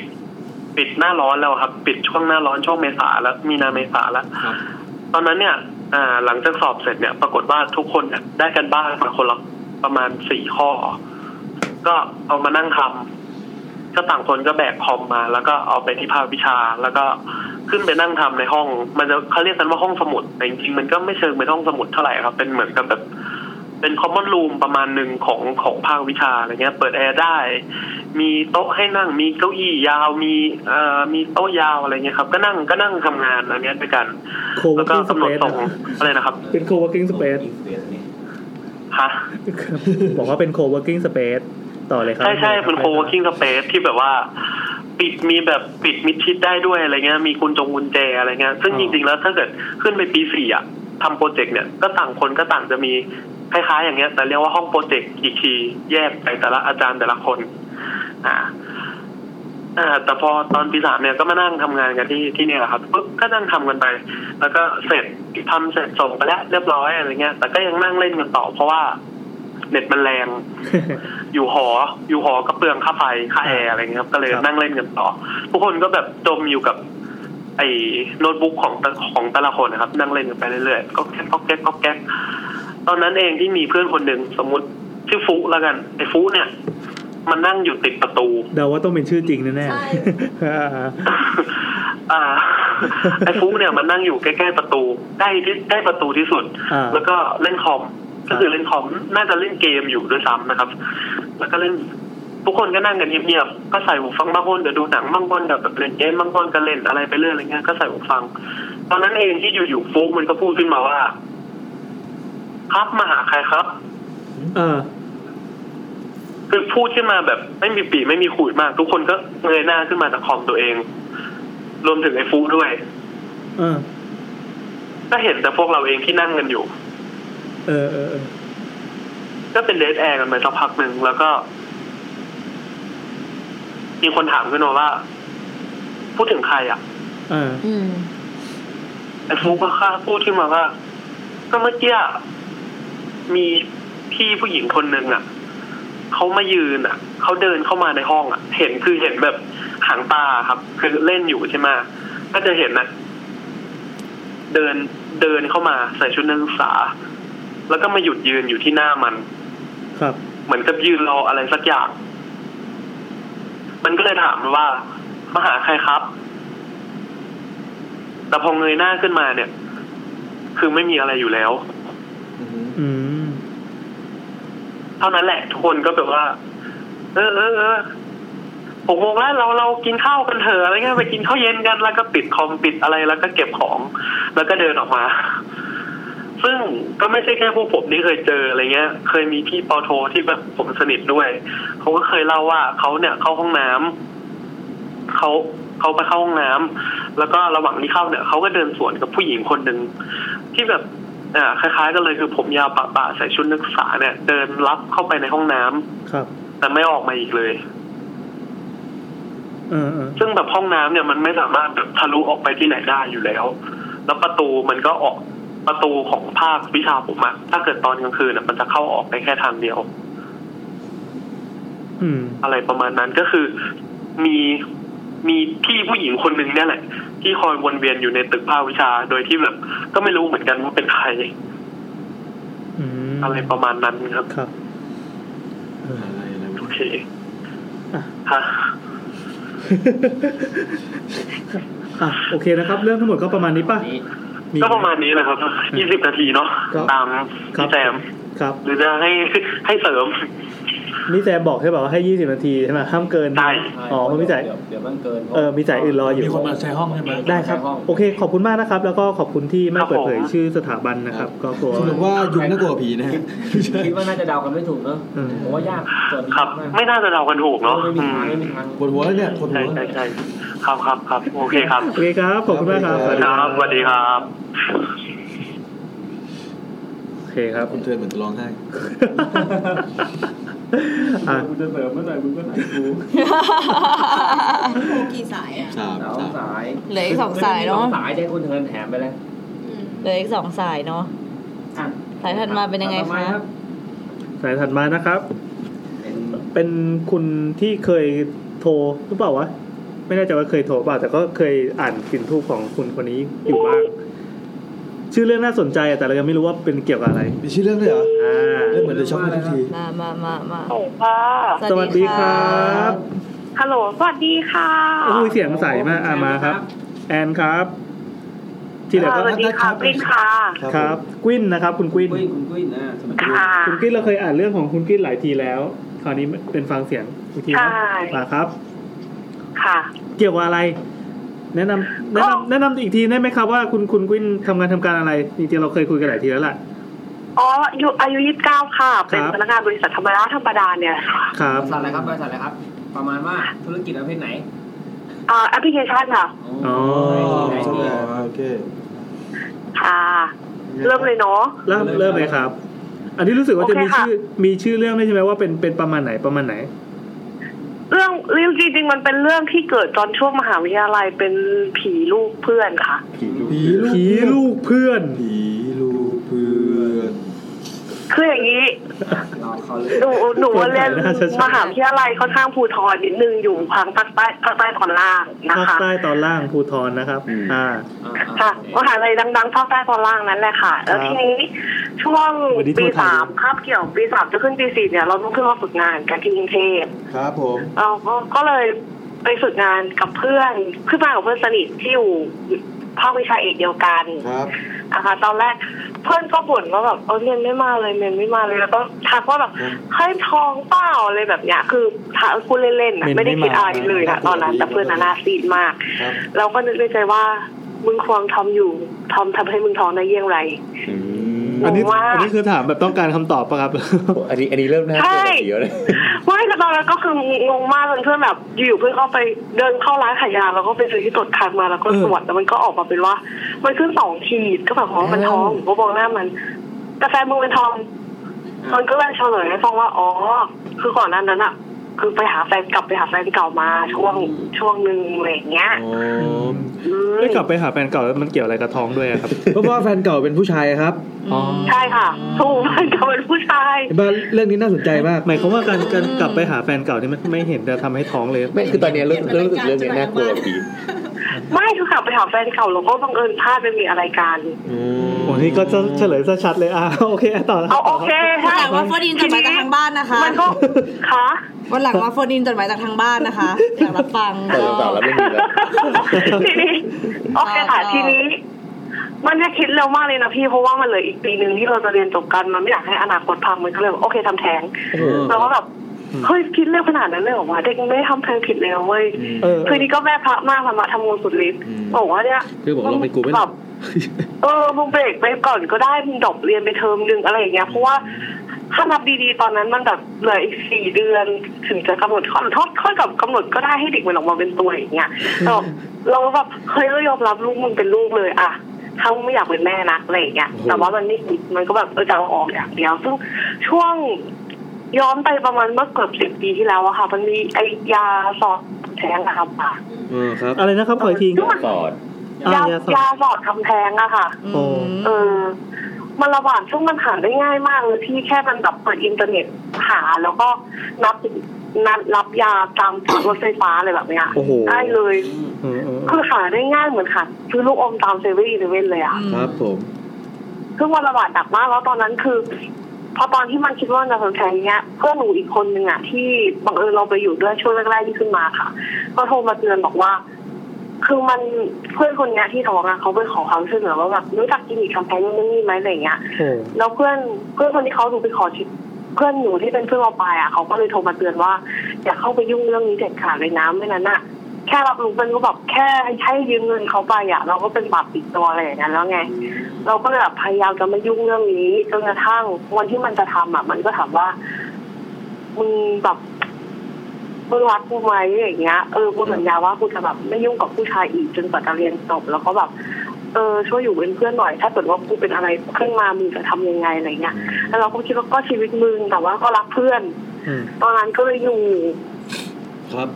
ปิดหน้าร้อนแล้วครับ ปิดช่วงหน้าร้อนช่วงเมษาแล้ว มีนาเมษาแล้วตอนนั้นเนี่ย อ่า หลังจากสอบเสร็จเนี่ย ปรากฏว่าทุกคนเนี่ยได้กันบ้านมาคนละประมาณสี่ข้อ ก็เอามานั่งทำ ก็ต่างคนก็แบกคอมมา แล้วก็เอาไปที่ภาควิชา แล้วก็ขึ้นไปนั่งทำในห้อง มันจะเขาเรียกกันว่าห้องสมุดแต่จริงๆมันก็ไม่เชิงเป็นห้องสมุดเท่าไหร่ครับ เป็นเหมือนกับแบบ เป็นคอมมอนรูมประมาณหนึ่งของของภาควิชาอะไรเงี้ย เปิดแอร์ได้ มีโต๊ะให้นั่ง มีเก้าอี้ยาว มีเอ่อมีโต๊ะยาวอะไรเงี้ยครับ ก็นั่งก็นั่งทำงานอันเนี้ยด้วยกัน Co-working แล้วก็กำหนดส่ง space อะไรนะครับ เป็น co-working space ฮะ บอกว่าเป็น co-working space ต่อเลยครับ ใช่ใช่เป็นโค w o r k i n g space ที่แบบว่า ปิดมีแบบปิดมิดชิดได้ด้วยอะไรเงี้ยมีกุญจงกุญแจอะไรเงี้ยซึ่งจริงๆแล้วถ้าเกิดขึ้นไปปีสี่อ่ะทำโปรเจกต์เนี่ยก็ต่างคนก็ต่างจะมีคล้ายๆ อย่างเงี้ย แต่เรียกว่าห้องโปรเจกต์อีกทีแยกไปแต่ละอาจารย์แต่ละคน อ่า อ่า แต่พอตอนปีสามเนี่ยก็มานั่งทำงานกันที่ที่เนี่ยแหละครับปุ๊บก็นั่งทำกันไป แล้วก็เสร็จทำเสร็จส่งไปแล้วเรียบร้อยอะไรเงี้ย แต่ก็ยังนั่งเล่นกันต่อเพราะว่าเน็ตมันแรง อยู่หอ อยู่หอก็เปลืองค่าไฟค่าแอร์อะไรเงี้ยครับ ก็เลยนั่งเล่นกันต่อ ทุกคนก็แบบจมอยู่กับ ไอ้โน้ตบุ๊กของแต่ของแต่ละคนนะครับ นั่งเล่นกันไปเรื่อยๆก็แก๊กก็แก๊กก็แก๊กตอนนั้นเองที่มีเพื่อนคนหนึ่งสมมติชื่อฟุแล้วกันไอ้ฟุเนี่ย มันนั่งอยู่ติดประตู เดาว่าต้องเป็นชื่อจริงแน่ ใช่ ๆ อ่า ไอ้ฟุ๊กเนี่ยมันนั่งอยู่ใกล้ๆประตูใกล้ที่ใกล้ประตูที่สุด อ่า แล้วก็เล่นคอมก็คือเล่นคอมน่าจะเล่นเกมอยู่ด้วยซ้ำนะครับ แล้วก็เล่นทุกคนก็นั่งกันเงียบๆก็ใส่หูฟังบางคนเดี๋ยวดูหนังบางคนเดี๋ยวแบบเล่นเกมบางคนก็เล่นอะไรไปเรื่อยอะไรเงี้ยก็ใส่หูฟัง ตอนนั้นเองที่อยู่ๆฟุ๊กมันก็พูดขึ้นมาว่า ครับมาหาใครครับ เออ คือพูดขึ้นมาแบบไม่มีปีไม่มีขูดมาก ทุกคนก็เงยหน้าขึ้นมาจากคอมตัวเอง รวมถึงไอ้ฟูด้วย เออ ก็เห็นแต่พวกเราเองที่นั่งกันอยู่ เออเออเออ ก็เป็นเดทแอร์กันไปสักพักหนึ่งแล้วก็ มีคนถามขึ้นมาว่า พูดถึงใครอ่ะ เออ ไอ้ฟูก็ค่าพูดขึ้นมาว่า ก็เมื่อกี้อะมีพี่ผู้หญิงคนหนึ่งอ่ะเขามายืนอ่ะเขาเดินเข้ามาในห้องอ่ะ เห็นคือเห็นแบบหางตาครับ คือเล่นอยู่ใช่ไหมก็จะเห็นนะเดินเดินเข้ามาใส่ชุดนักศึกษา แล้วก็มาหยุดยืนอยู่ที่หน้ามัน ครับ เหมือนกับยืนรออะไรสักอย่าง มันก็เลยถามมันว่ามาหาใครครับ แต่พอเงยหน้าขึ้นมาเนี่ย คือไม่มีอะไรอยู่แล้ว อืม เท่านั้นแหละ ทุกคนก็แบบว่า เออเออเออหกโมงแล้วเราเรากินข้าวกันเถอะอะไรเงี้ยไปกินข้าวเย็นกันแล้วก็ปิดคอมปิดอะไรแล้วก็เก็บของ แล้วก็เดินออกมา ซึ่งก็ไม่ใช่แค่พวกผมที่เคยเจออะไรเงี้ย เคยมีพี่ปอโทที่แบบผมสนิทด้วยเขาก็เคยเล่าว่าเขาเนี่ยเข้าห้องน้ำเขาเขาไปเข้าห้องน้ำแล้วก็ระหว่างที่เข้าเนี่ยเขาก็เดินสวนกับผู้หญิงคนหนึ่งที่แบบ อ่าคล้ายๆกันเลยคือผมยาวปะปะใส่ชุดนักศึกษาเนี่ย เดินลับเข้าไปในห้องน้ำ ครับ แต่ไม่ออกมาอีกเลย เออเออ ซึ่งแบบห้องน้ำเนี่ยมันไม่สามารถแบบทะลุออกไปที่ไหนได้อยู่แล้ว แล้วประตูมันก็ออกประตูของภาควิชาผมอะถ้าเกิดตอนกลางคืนอะมันจะเข้าออกไปแค่ทางเดียว อืม อะไรประมาณนั้นก็คือมีมีพี่ผู้หญิงคนหนึ่งเนี่ยแหละ ที่คอยวนเวียนอยู่ในตึกภาควิชาโดยที่แบบ ก็ไม่รู้เหมือนกันว่าเป็นใคร อืม อะไรประมาณนั้นครับ ครับ โอเคฮะ อ่ะ โอเคนะครับ เรื่องทั้งหมดก็ประมาณนี้ป่ะ มี ก็ประมาณนี้แหละครับ 20 นาทีเนาะ ตามพี่แจม ครับ หรือจะให้ ให้เสริม นี่แต่บอกให้บอกว่าให้ยี่สิบนาทีใช่ไหมห้ามเกิน อ๋อมันมีจ่าย เดี๋ยวมันเกิน เออมีจ่ายอื่นรออยู่ มีคนมาใช้ห้องใช่ไหม ได้ครับ โอเค ขอบคุณมากนะครับ แล้วก็ขอบคุณที่ไม่เปิดเผยชื่อสถาบันนะครับ ก็กลัว สรุปว่ายุงน่ากลัวกว่าผีนะฮะ คิดว่าน่าจะเดากันไม่ถูกเนอะผมว่ายากส่วนนี้ ครับ ไม่น่าจะเดากันถูกเนาะไม่มีทาง ไม่มีทาง ปวดหัวแล้วเนี่ยปวดหัว ใช่ใช่ใช่ครับครับครับ โอเคครับ โอเคครับ ขอบคุณมากครับสวัสคดีค รับรับ สวัสดีครับ โอเคครับ คุณเทือนเหมือนจะร้องไห้ อ่ะ มึงจะเสริมเมื่อไหร่มึงก็ไหนกู โทรกี่สายอ่ะ สาม สองสาย เหลืออีกสองสายเนอะ สองสายได้คุณเทิร์นแถมไปแล้ว เหลืออีกสองสายเนาะ อ่ะ สายถัดมาเป็นยังไง ต่อ คะ มารับ สายถัดมานะครับ เป็นคุณที่เคยโทรหรือเปล่าวะ ไม่แน่ใจว่าเคยโทรเปล่าแต่ก็เคยอ่านกลิ่นทูบของคุณคนนี้อยู่บ้าง ชื่อเรื่องน่าสนใจอะแต่เรายังไม่รู้ว่าเป็นเกี่ยวกับอะไร มีชื่อเรื่องด้วยเหรอ อ่า เรื่องเหมือนเดอะช็อกทุกที มามามามา ค่ะ สวัสดีครับ ฮัลโหล สวัสดีค่ะ อุ้ยเสียงใสมากอามาครับ แอนครับ ที่เหลือ ส ก็ วัสดีค่ะปรินค่ะ ครับ กวินนะครับ คุณกวิน คุณกุ้ยนะสมัย ค่ะ คุณกิ้นเราเคยอ่านเรื่องของคุณกิ้นหลายทีแล้ว คราวนี้เป็นฟังเสียงอีกทีนะ ใช่ อ่าครับ ค่ะ เกี่ยวกับอะไร แนะนำแนะนำแนะนำอีกทีได้ไหมครับว่าคุณคุณกวินทำงานทำการอะไรจริงๆเราเคยคุยกันหลายทีแล้วล่ะ อ๋ออายุอายุยี่สิบเก้าค่ะ เป็นพนักงานบริษัทธรรมดาธรรมดาเนี่ย ครับบริษัทอะไรครับบริษัทอะไรครับ ประมาณว่าธุรกิจประเภทไหน อ่าแอปพลิเคชันค่ะ อ๋อ ไหนดีอ่ะ โอเค ค่ะ เริ่มเลยเนาะ เริ่มเริ่มเลยครับ อันนี้รู้สึกว่าจะมี โอเคค่ะ ชื่อมีชื่อเรื่องด้วยใช่ไหมว่าเป็นเป็นประมาณไหนประมาณไหน เรื่องเรื่องจริงๆมันเป็นเรื่องที่เกิดตอนช่วงมหาวิทยาลัยเป็นผีลูกเพื่อนค่ะ ผี ผีลูกเพื่อน ผีลูกเพื่อน คืออย่างนี้หนูหนูว่าเรียน มหาวิทยาลัยค่อนข้างภูทรนิดนึงอยู่ทางภาคใต้ภาคใต้ตอนล่างนะ ภาค คะ ใต้ตอนล่างภูทรนะครับ อ่า ค่ะมหาลัยดังๆภาคใต้ตอนล่างนั่นแหละค่ะ แล้วทีนี้ช่วง วันนี้ทั่ ปี วไทย สามคาบเกี่ยวปีสามจะขึ้นปีสี่เนี่ยเราต้องขึ้นมาฝึกงานกันที่กรุงเทพ ครับผม เราก็ก็เลยไปฝึกงานกับเพื่อนขึ้นมากับเพื่อนสนิทที่อยู่ภาควิชาเอกเดียวกัน ครับ นะคะตอนแรกเพื่อนก็บ่นว่าแบบเออเรียนไม่มาเลยเรียนไม่มาเลยแล้วก็ทักว่าแบบเฮ้ยท้องเปล่าอะไรแบบเนี้ยคือถามพูดเล่นๆนะ เรียนไม่ ไม่ได้คิดอะไร มา เลยนะตอนนั้น แต่เพื่อนน่ะหน่าซีดมาก ครับ เราก็นึกในใจว่ามึงควงทอมอยู่ทอมทำให้มึงท้องได้เยี่ยงไร อันนี้ ว่า อันนี้คือถามแบบต้องการคำตอบปะครับ อันนี้อันนี้เริ่มน่ากลัวเยอะเลย ไม่แต่ตอนนั้นก็คืองงมากจนเพื่อนแบบอยู่ๆเพื่อนเข้าไปเดินเข้าร้านขายยาแล้วก็ไปซื้อที่ตรวจคันมาแล้วก็ตรวจแล้วมันก็ออกมาเป็นว่า มันขึ้นสองขีดก็แบบว่ามันท้องผมก็มองหน้ามันกาแฟนมึงเป็นทองมันก็เลยเฉลยให้ฟังว่าอ๋อคือก่อนหนั้นนั้นอะคือไปหาแฟนกลับไปหาแฟนเก่ามาช่วงช่วงหนึ่งอะไรอย่างเงี้ย ไม่กลับไปหาแฟนเก่าแล้วมันเกี่ยวอะไรกับท้องด้วยอะครับ เพราะว่าแฟนเก่าเป็นผู้ชายครับ อ๋อ ใช่ค่ะ ถูกแฟนเก่าเป็นผู้ชาย เห็นป่ะเรื่องนี้น่าสนใจมาก หมายความว่าการการกลับไปหาแฟนเก่านี่มันไม่เห็นจะทำให้ท้องเลย ไม่คือตอนเนี้ยเริ่มเริ่มรู้สึกเรื่องเนี้ยน่ากลัวปี ไม่คือกลับไปหาแฟนเก่าแล้วก็บังเอิญพลาดไปมีอะไรกัน โอ้นี่ก็จะเฉลยซะชัดเลยอ่ะ โอเคอ่ะต่อ เอาโอเค วันหลังว่าโฟนอินจดหมายจากทางบ้านนะคะ มันก็ค่ะ วันหลังว่าโฟนอินจดหมายจากทางบ้านนะคะอยากรับฟัง เออเปล่าแล้วไม่มีแล้ว ทีนี้โอเคค่ะทีนี้ มันจะคิดเร็วมากเลยนะพี่เพราะว่ามันเหลืออีกปีหนึ่งที่เราจะเรียนจบกันมันไม่อยากให้อนาคตพังมันก็เลยบอกโอเคทำแท้ง เออ เราก็แบบเฮ้ยคิดเร็วขนาดนั้นเลยเหรอวะเด็กไม่ได้ทำแท้งผิดเลยนะเว้ย เออ คือนี่ก็แม่พระมากพระมาทำงานสุดฤทธิ์บอกว่าเนี่ย คือบอกลองไปกูไหม แบบเออมึงเบรกไปก่อนก็ได้มึงดรอกเรียนไปเทอมหนึ่งอะไรอย่างเงี้ยเพราะว่า ถ้านับดีๆ ตอนนั้นมันแบบเหลืออีกสี่เดือน ถึงจะกำหนดข้อทอดข้อกับกำหนดก็ได้ให้เด็กมันออกมาเป็นตัวอย่างเงี้ยเราเราก็แบบเฮ้ยเรายอมรับลูกมึงเป็นลูกเลยอะถ้ามึงไม่อยากเป็นแม่นะอะไรอย่างเงี้ย โอ้โห แต่ว่ามันไม่คิดมันก็แบบเออจะเอาออกอย่างเดียว ซึ่งช่วงย้อนไปประมาณเมื่อเกือบสิบปีที่แล้วอะค่ะ มันมีไอยาสอดแทงอะค่ะป่ะ เออครับ อะไรนะครับขออีกที สอด ยายาสอดทำแท้งอะค่ะ โอ้ เออมันระบาดช่วงมันหาได้ง่ายมากเลยที่แค่มันแบบเปิดอินเทอร์เน็ตหาแล้วก็นับนัดรับยาตามตามรถไฟฟ้าอะไรแบบเนี้ย โอ้โห ได้เลย เออเออ คือหาได้ง่ายเหมือนค่ะซื้อลูกอมตามเซเว่นอีเลเว่นเลยอ่ะ ครับผม ซึ่งมันระบาดหนักมากแล้วตอนนั้นคือ พอตอนที่มันคิดว่าจะสนใจเนี้ยเพื่อนหนูอีกคนนึงอ่ะที่บังเอิญเราไปอยู่ด้วยช่วงแรกๆที่ขึ้นมาค่ะ ก็โทรมาเตือนบอกว่า คือมันเพื่อนคนเนี้ยที่ท้องอะเขาไปขอความช่วยเหลือว่าแบบรู้จักกินอีกคำแพงนู่นนี่ไหมอะไรอย่างเงี้ย โอ้ แล้วเพื่อนเพื่อนคนที่เขาดูไปขอชิปเพื่อนหนูที่เป็นเพื่อนมปลายอ่ะเขาก็เลยโทรมาเตือนว่าอย่าเข้าไปยุ่งเรื่องนี้เด็ดขาดเลยนะไม่นั้นอ่ะแค่รับรู้มันก็แบบแค่ให้ยืมเงินเขาไปอ่ะเราก็เป็นบาปติดตัวอะไรอย่างนั้นแล้วไง เราก็เลยแบบพยายามจะไม่ยุ่งเรื่องนี้จนกระทั่งวันที่มันจะทำอ่ะ มันก็ถามว่ามึงแบบมึงรักกูไหมอย่างเงี้ยเออกูสัญญาว่ากูจะแบบไม่ยุ่งกับผู้ชายอีกจนกว่าจะเรียนจบแล้วก็แบบ เออช่วยอยู่เป็นเพื่อนหน่อย ถ้าเกิดว่ากูเป็นอะไรขึ้นมามึงจะทำยังไงอะไรเงี้ยแล้วเราก็คิดว่าก็ชีวิตมึงแต่ว่าก็รักเพื่อน ตอนนั้นก็เลยอยู่ ครับ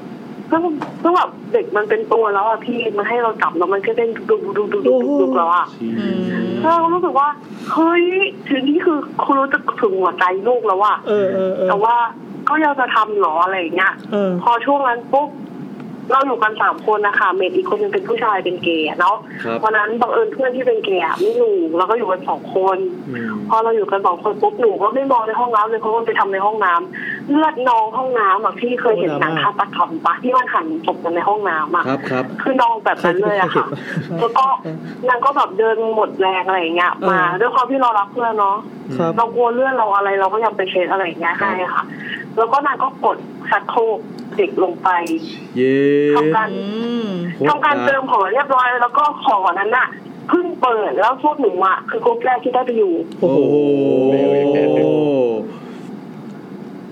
ซึ่งซึ่งแบบเด็กมันเป็นตัวแล้วอะพี่มันให้เราจับแล้วมันก็เต้นดุกดุกดุกดุกดุกดุกแล้วอะเราก็รู้สึกว่าเฮ้ยถึงนี่คือคุณรู้จะถึงหัวใจลูกแล้วอะแต่ว่าก็ยังจะทำเหรออะไรอย่างเงี้ยพอช่วงนั้นปุ๊บเราอยู่กันสามคนนะคะเมดอีกคนนึงเป็นผู้ชายเป็นเกย์อะเนาะ ครับ วันนั้นบังเอิญเพื่อนที่เป็นเกย์อะไม่อยู่เราก็อยู่กันสองคน พอเราอยู่กันสองคนปุ๊บหนูก็ไม่มองในห้องน้ำเลยเพราะมันไปทำในห้องน้ำเลือดนองห้องน้ำอ่ะพี่เคยเห็นหนังฆาตกรรมปะที่มันหันศพกันในห้องน้ำอ่ะ ครับครับ คือนองแบบนั้นเลยอะค่ะแล้วก็นางก็แบบเดินหมดแรงอะไรอย่างเงี้ยมา เออ ด้วยความที่เรารักเพื่อนเนาะ ครับ เรากลัวเลือดเราอะไรเราก็ยังไปเช็ดอะไรอย่างเงี้ยให้ค่ะ แล้วก็นางก็กดชักโครกเด็กลงไป เย้ ทำการทำการเติมหอเรียบร้อย แล้วก็หอนั้นน่ะเพิ่งเปิดแล้วพวกหนูอ่ะคือกรุ๊ปแรกที่ได้ไปอยู่ โอ้โห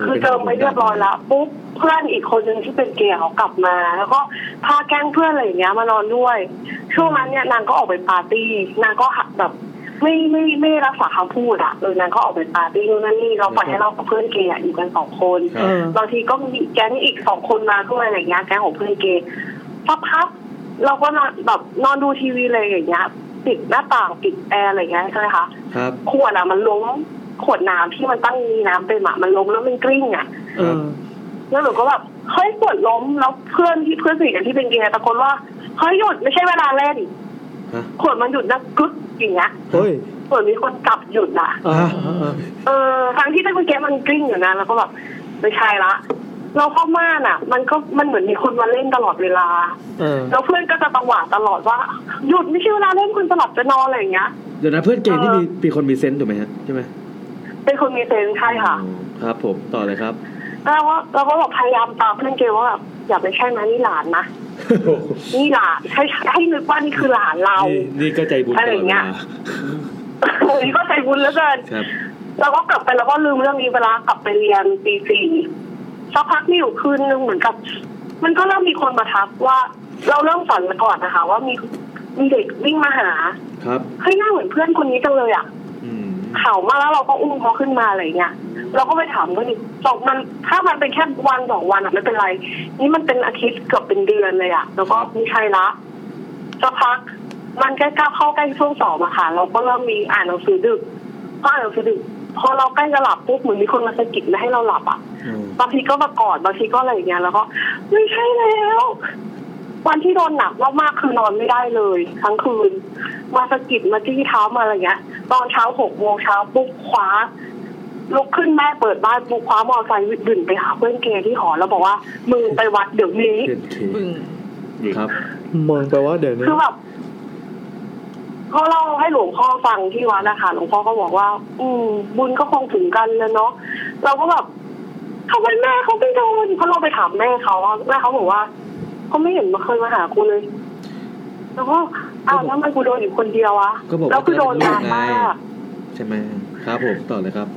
คือเติมไปเรียบร้อยแล้วปุ๊บเพื่อนอีกคนนึงที่เป็นเกย์เขากลับมา แล้วก็พาแก๊งเพื่อนอะไรอย่างเงี้ยมานอนด้วย ช่วงนั้นเนี่ยนางก็ออกไปปาร์ตี้นางก็แบบไม่ไม่ไม่รักษาคำพูดอ่ะเออนางก็ออกไปปาร์ตี้นู่นนั่นนี่เราปล่อยให้เรากับเพื่อนเกย์อะอยู่กันสองคน ครับ บางทีก็มีแก๊งอีกสองคนมาด้วยอะไรอย่างเงี้ยแก๊งของเพื่อนเกย์สักพักเราก็นอนแบบนอนดูทีวีเลยอย่างเงี้ยปิดหน้าต่างปิดแอร์อะไรอย่างเงี้ยใช่ไหมคะ ครับ ขวดอะมันล้ม ขวดน้ำที่มันตั้งมีน้ำเต็มอะมันล้มแล้วมันกลิ้งอะ เออ แล้วหนูก็แบบเฮ้ยกดล้มแล้วเพื่อนที่เพื่อนสนิทกันที่เป็นเกย์ตะโกนว่าเฮ้ยหยุดไม่ใช่เวลาเล่น ฮะ ขวดมันหยุดนะกึ๊กอย่างเงี้ย เฮ้ย ขวดมีคนจับหยุดอ่ะ อ่า เออทั้งที่ตั้งเกย์มันกลิ้งอยู่นะแล้วก็แบบไม่ใช่ละเราเข้าม่านอ่ะ มันก็มันเหมือนมีคนมาเล่นตลอดเวลา เออ แล้วเพื่อนก็จะตะหวาดตลอดว่าหยุดไม่ใช่เวลาเล่นคุณสลับจะนอนอะไรอย่างเงี้ย เดี๋ยวนะเพื่อนเกย์ที่มีมีคนมีเซนต์ถูกไหมฮะใช่ไหม เป็นคนมีเซนส์ใช่ค่ะ ครับ ผมต่อเลยครับ แล้วว่าเราก็แบบพยายามตามเพื่อนเกว่าแบบอย่าไปใช่นะนี่หลาน นะนี่หลานให้ให้นึกว่านี่คือหลานเรา นี่นี่ก็ใจบุญ อะไรอย่างเงี้ย ผมก็ใจบุญแล้วเกิน ครับ เราก็กลับไปแล้วก็ลืมเรื่องนี้เวลากลับไปเรียนปีสี่สักพักมีอยู่คืนนึงเหมือนกับ มันก็เริ่มมีคนมาทักว่า เราเริ่มฝันมาก่อนนะคะ ว่ามีมีเด็กวิ่งมาหา ครับ เฮ้ยหน้าเหมือนเพื่อนคนนี้จังเลยอ่ะเขามาแล้วเราก็อุ้มเขาขึ้นมาอะไรเงี้ยเราก็ไปถามว่านี่สองมันถ้ามันเป็นแค่วันสองวันอ่ะไม่เป็นไร นี่มันเป็นอาทิตย์เกือบเป็นเดือนเลยอ่ะแล้วก็ไม่ใช่ละสักพัก มันใกล้ก้าวเข้าใกล้ช่วงสอบอะค่ะ เราก็เริ่มมีอ่านหนังสือดึกก็อ่านหนังสือดึกพอเราใกล้จะหลับปุ๊บเหมือนมีคนมาสะกิดไม่ให้เราหลับอ่ะบางทีก็มากอดบางทีก็อะไรอย่างเงี้ยแล้วก็ไม่ใช่แล้ว วันที่โดนหนักมากๆคือนอนไม่ได้เลย ทั้งคืน มาสะกิดมาจี้เท้ามาอะไรเงี้ย ตอนเช้าหกโมงเช้าปุ๊บคว้าลุกขึ้นแม่เปิดบ้านปุ๊บคว้ามอเตอร์ไซค์วิ่งไปหาเพื่อนเกย์ที่หอแล้วบอกว่ามึงไปวัดเดี๋ยวนี้ ครับมองไปว่าเดี๋ยวนี้ คือแบบเขาเล่าให้หลวงพ่อฟังที่วัดนะคะหลวงพ่อก็บอกว่า อืม บุญก็คงถึงกันแล้วเนาะเราก็แบบทำไมแม่เขาไม่โดนเพราะเราไปถามแม่เขาอะแม่เขาบอกว่าเขาไม่เห็นมาเคยมาหากูเลย แล้วก็อ้าวแล้วทำไมกูโดนอยู่คนเดียววะ ก็บอกว่า แล้วคือโดน แก นา เป็น น ลูกไง มาก ใช่ไหมครับผมต่อเลยครับ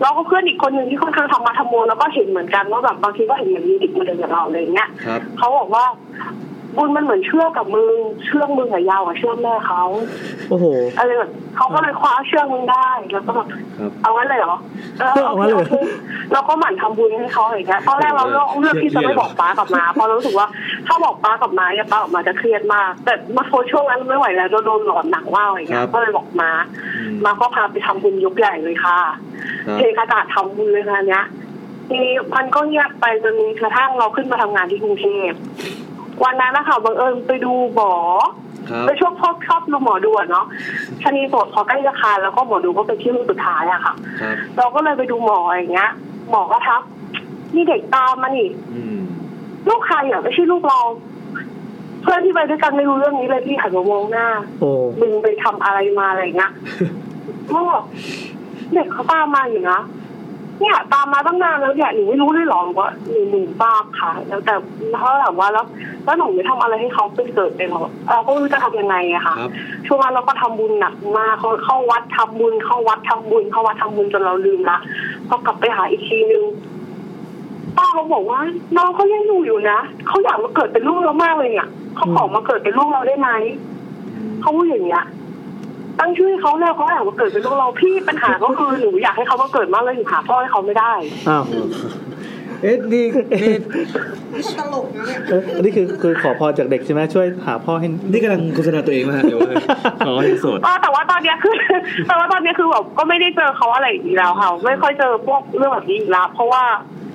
แล้วก็เพื่อนอีกคนหนึ่งที่ค่อนข้างทำมาทำโมแล้วก็เห็นเหมือนกันว่าแบบบางทีก็เห็นเหมือนมีเด็กมาเดินกับเราอะไรอย่างเงี้ย ครับ เขาบอกว่า บุญมันเหมือนเชือกกับมือเชือกมือกับยาวกว่าเชือกแม่เขา โอ้โห อะไรแบบเขาก็เลยคว้าเชือกมึงได้แล้วก็แบบ ครับ เอางั้นเลยเหรอ เอางั้นเลย เราก็หมั่นทำบุญให้เขาอย่างเงี้ยตอนแรกเราเลือกเลือกที่จะไม่บอกป้ากับมาเพราะเรารู้สึกว่าถ้าบอกป้ากับมาเนี่ยป้ากับมาจะเครียดมาก แต่มาโทรช่วงนั้นไม่ไหวแล้วโดนหลอนหนักมากอย่างเงี้ ค ย รับ ก็เลยบอกมา มาก็พาไปทำบุญยกใหญ่เลยค่ะ ครับ เทกระดาษทำบุญเลยค่ะเนี้ยทีนี้มันก็เงียบไปจนกระทั่งเราขึ้นมาทำงานที่กรุงเทพวันนั้นนะคะบังเอิญไปดูหมอ ครับ ไปช่วงพ่อชอบดูหมอดูอะ เนาะชะนีโสดพอใกล้จะคลายแล้วก็หมอดูก็ไปนที่รุ่นสุดท้ายอะค่ะ ครับ เราก็เลยไปดูหมออย่างเงี้ย หมอก็ทักนี่เด็กตามมานี่ อืม ลูกใครอ่ะไม่ใช่ลูกเรา เพื่อนที่ไปด้วยกันไม่รู้เรื่องนี้เลยพี่หันมามองหน้า โอ้ มึงไปทำอะไรมาอะไรเงี้ ย ก็เด็กเขาตามมาอยู่นะ เนี่ยตามมาตั้งนานแล้วเนี่ยหนูไม่รู้เลยเหรอหนูว่าหนูหนูบ้าค่ะ แล้วแต่เขาถามว่าแล้วแล้วหนูไม่ทำอะไรให้เขาเป็นเกิดเป็นหรอเราก็ไม่รู้จะทำยังไงอะค่ะ ครับ ช่วงนั้นเราก็ทำบุญหนักมากเขาเข้าวัดทำบุญเข้าวัดทำบุญเข้าวัดทำบุญจนเราลืมละพอกลับไปหาอีกทีนึงป้าเขาบอกว่าน้องเขายังอยู่อยู่นะเขาอยากมาเกิดเป็นลูกเรามากเลยเนี่ยเขาขอมาเกิดเป็นลูกเราได้ไหมเขาพูดอย่างเงี้ย ตั้งชื่อให้เขาแล้วเขาอยากมาเกิดเป็นลูกเราพี่ปัญหาก็คือหนูอยากให้เขามาเกิดมากเลยหนูหาพ่อให้เขาไม่ได้ อ้าวเอ๊ะนี่นี่ ตลกนะเนี่ย เอ๊ ะอันนี้คือคือขอพรจากเด็กใช่ไหมช่วยหาพ่อให้ นี่กำลังโฆษณาตัวเองมา ฮะเดี๋ยว ขอให้สด เออแต่ว่าตอนเนี้ยคือ แต่ว่าตอนเนี้ยคือแบบก็ไม่ได้เจอเขาอะไรอีกแล้วค่ะ ไม่ค่อยเจอพวกเรื่องแบบนี้อีกแล้วเพราะว่า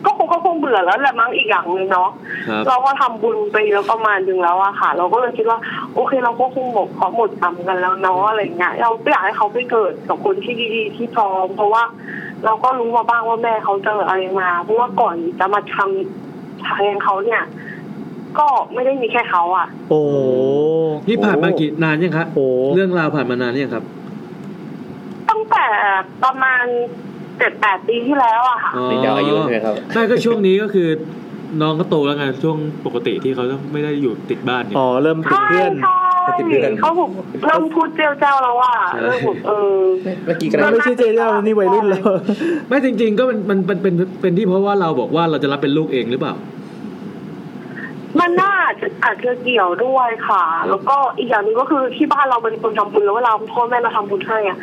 ก็คงก็คงเบื่อแล้วแหละมั้งอีกอย่างหนึ่งเนาะ ครับ เราก็ทำบุญไปแล้วประมาณหนึงแล้วอะค่ะ เราก็เลยคิดว่า โอเคเราก็คงหมดขอหมดกรรมกันแล้วเนาะอะไรอย่างเงี้ยเราไม่อยากให้เขาไปเกิดกับคนที่ดีๆที่พร้อมเพราะว่าเราก็รู้มาบ้างว่าแม่เขาเจออะไรมาเพราะว่าก่อนจะมาทำทางเขาเนี่ย ก็ไม่ได้มีแค่เขาอะ โอ้นี่ผ่านมากี่นานยังครับเรื่องราวผ่านมานานยังครับ ตั้งแต่ประมาณเจ็ดแปดปีที่แล้วอะค่ะ นี่ดาวอายุใช่ไหมครับใช่ก็ช่วงนี้ก็คือน้องก็โตแล้วไงช่วงปกติที่เขาไม่ได้อยู่ติดบ้านเนี่ย อ๋อเริ่มติดเพื่อน ติดเพื่อนเขาบอกเริ่มพูดเจ้าเจ้าแล้วว่าเริ่มบอกเออ เมื่อกี้ มันไม่ใช่เจ๊เล่านี่วัยรุ่นแล้ว ไม่จริง ๆ ก็มันมันเป็นเป็นเป็นที่เพราะว่าเราบอกว่าเราจะรับเป็นลูกเองหรือเปล่า มันน่าจะอาจจะเกี่ยวด้วยค่ะ แล้วก็อีกอย่างหนึ่งก็คือที่บ้านเราเป็นคนทำบุญแล้วเวลาพ่อแม่เราทำบุญให้อะ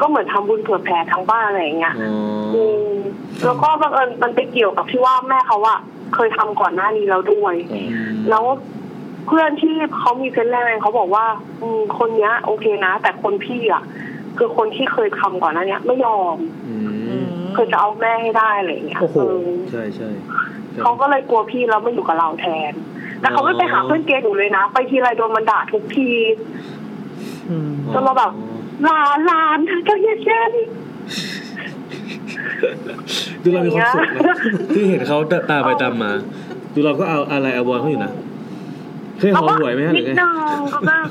ก็เหมือนทำบุญเผื่อแผ่ทั้งบ้านอะไรอย่างเงี้ยอืมแล้วก็บังเอิญมันไปเกี่ยวกับที่ว่าแม่เขาอะเคยทำก่อนหน้านี้แล้วด้วย แล้วเพื่อนที่เขามีเซนส์แรงๆเขาบอกว่า อืมคนเนี้ย โอเคนะ แต่คนพี่อะ คือคนที่เคยทำก่อนหน้าเนี้ยไม่ยอมคือจะเอาแม่ให้ได้อะไรอย่างเงี้ย โอ้โห เออ ใช่ใช่ เขาก็เลยกลัวพี่แล้วไม่อยู่กับเราแทนแต่เขาไม่ไปหาเพื่อนเกย์หนูเลยนะ ไปทีไรโดนมันด่าทุกทีจนเราแบบลาลานเจ้าเย็นเย็น ดูเรามีความสุขนะที่เห็นเขาตามไปตามมา ดูเราก็เอาอะไรเอาบอลเขาอยู่นะเคยหอมหวยไหมฮะห นิ รือ ด ไง นึงก็แบบ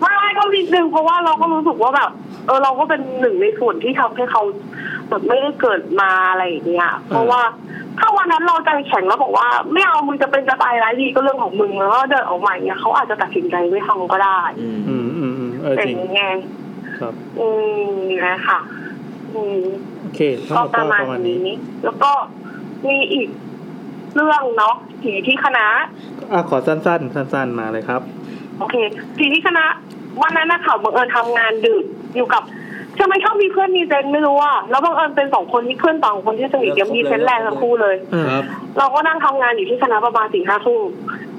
ไม่ก็นิดนึงเพราะว่าเราก็รู้สึกว่าแบบ เออเราก็เป็นหนึ่งในส่วนที่ทำให้เขาแบบไม่ได้เกิดมาอะไรอย่างเงี้ย เพราะว่าถ้าวันนั้นเราใจแข็งแล้วบอกว่าไม่เอามึงจะเป็นจะตายร้ายดีก็เรื่องของมึงแล้วก็เดินออกมาอย่างเงี้ยเขาอาจจะตัดสินใจไม่ทำก็ได้ อืมอืมอืมเออ เป็ จ น ริง ไง ครับ อืมนะคะอืม โอเคทั้งหมด ป ก็ ระมาณ ประมาณนี้ นี้ แล้วก็มีอีกเรื่องเนาะผีที่คณะ อ่ะขอสั้นๆ สั้นๆ มาเลยครับ โอเค ทีนี้คณะวันนั้นนะคะบังเอิญทำงานดึกอยู่กับทำไมชอบมีเพื่อนมีเซนต์ไม่รู้อ่ะแล้วบังเอิญเป็นสองคนที่เพื่อนสองคนที่สนิทยังมีเซนต์แรงทั้งคู่เลย ครับ เราก็นั่งทำงานอยู่ที่คณะประมาณสี่ห้าทุ่ม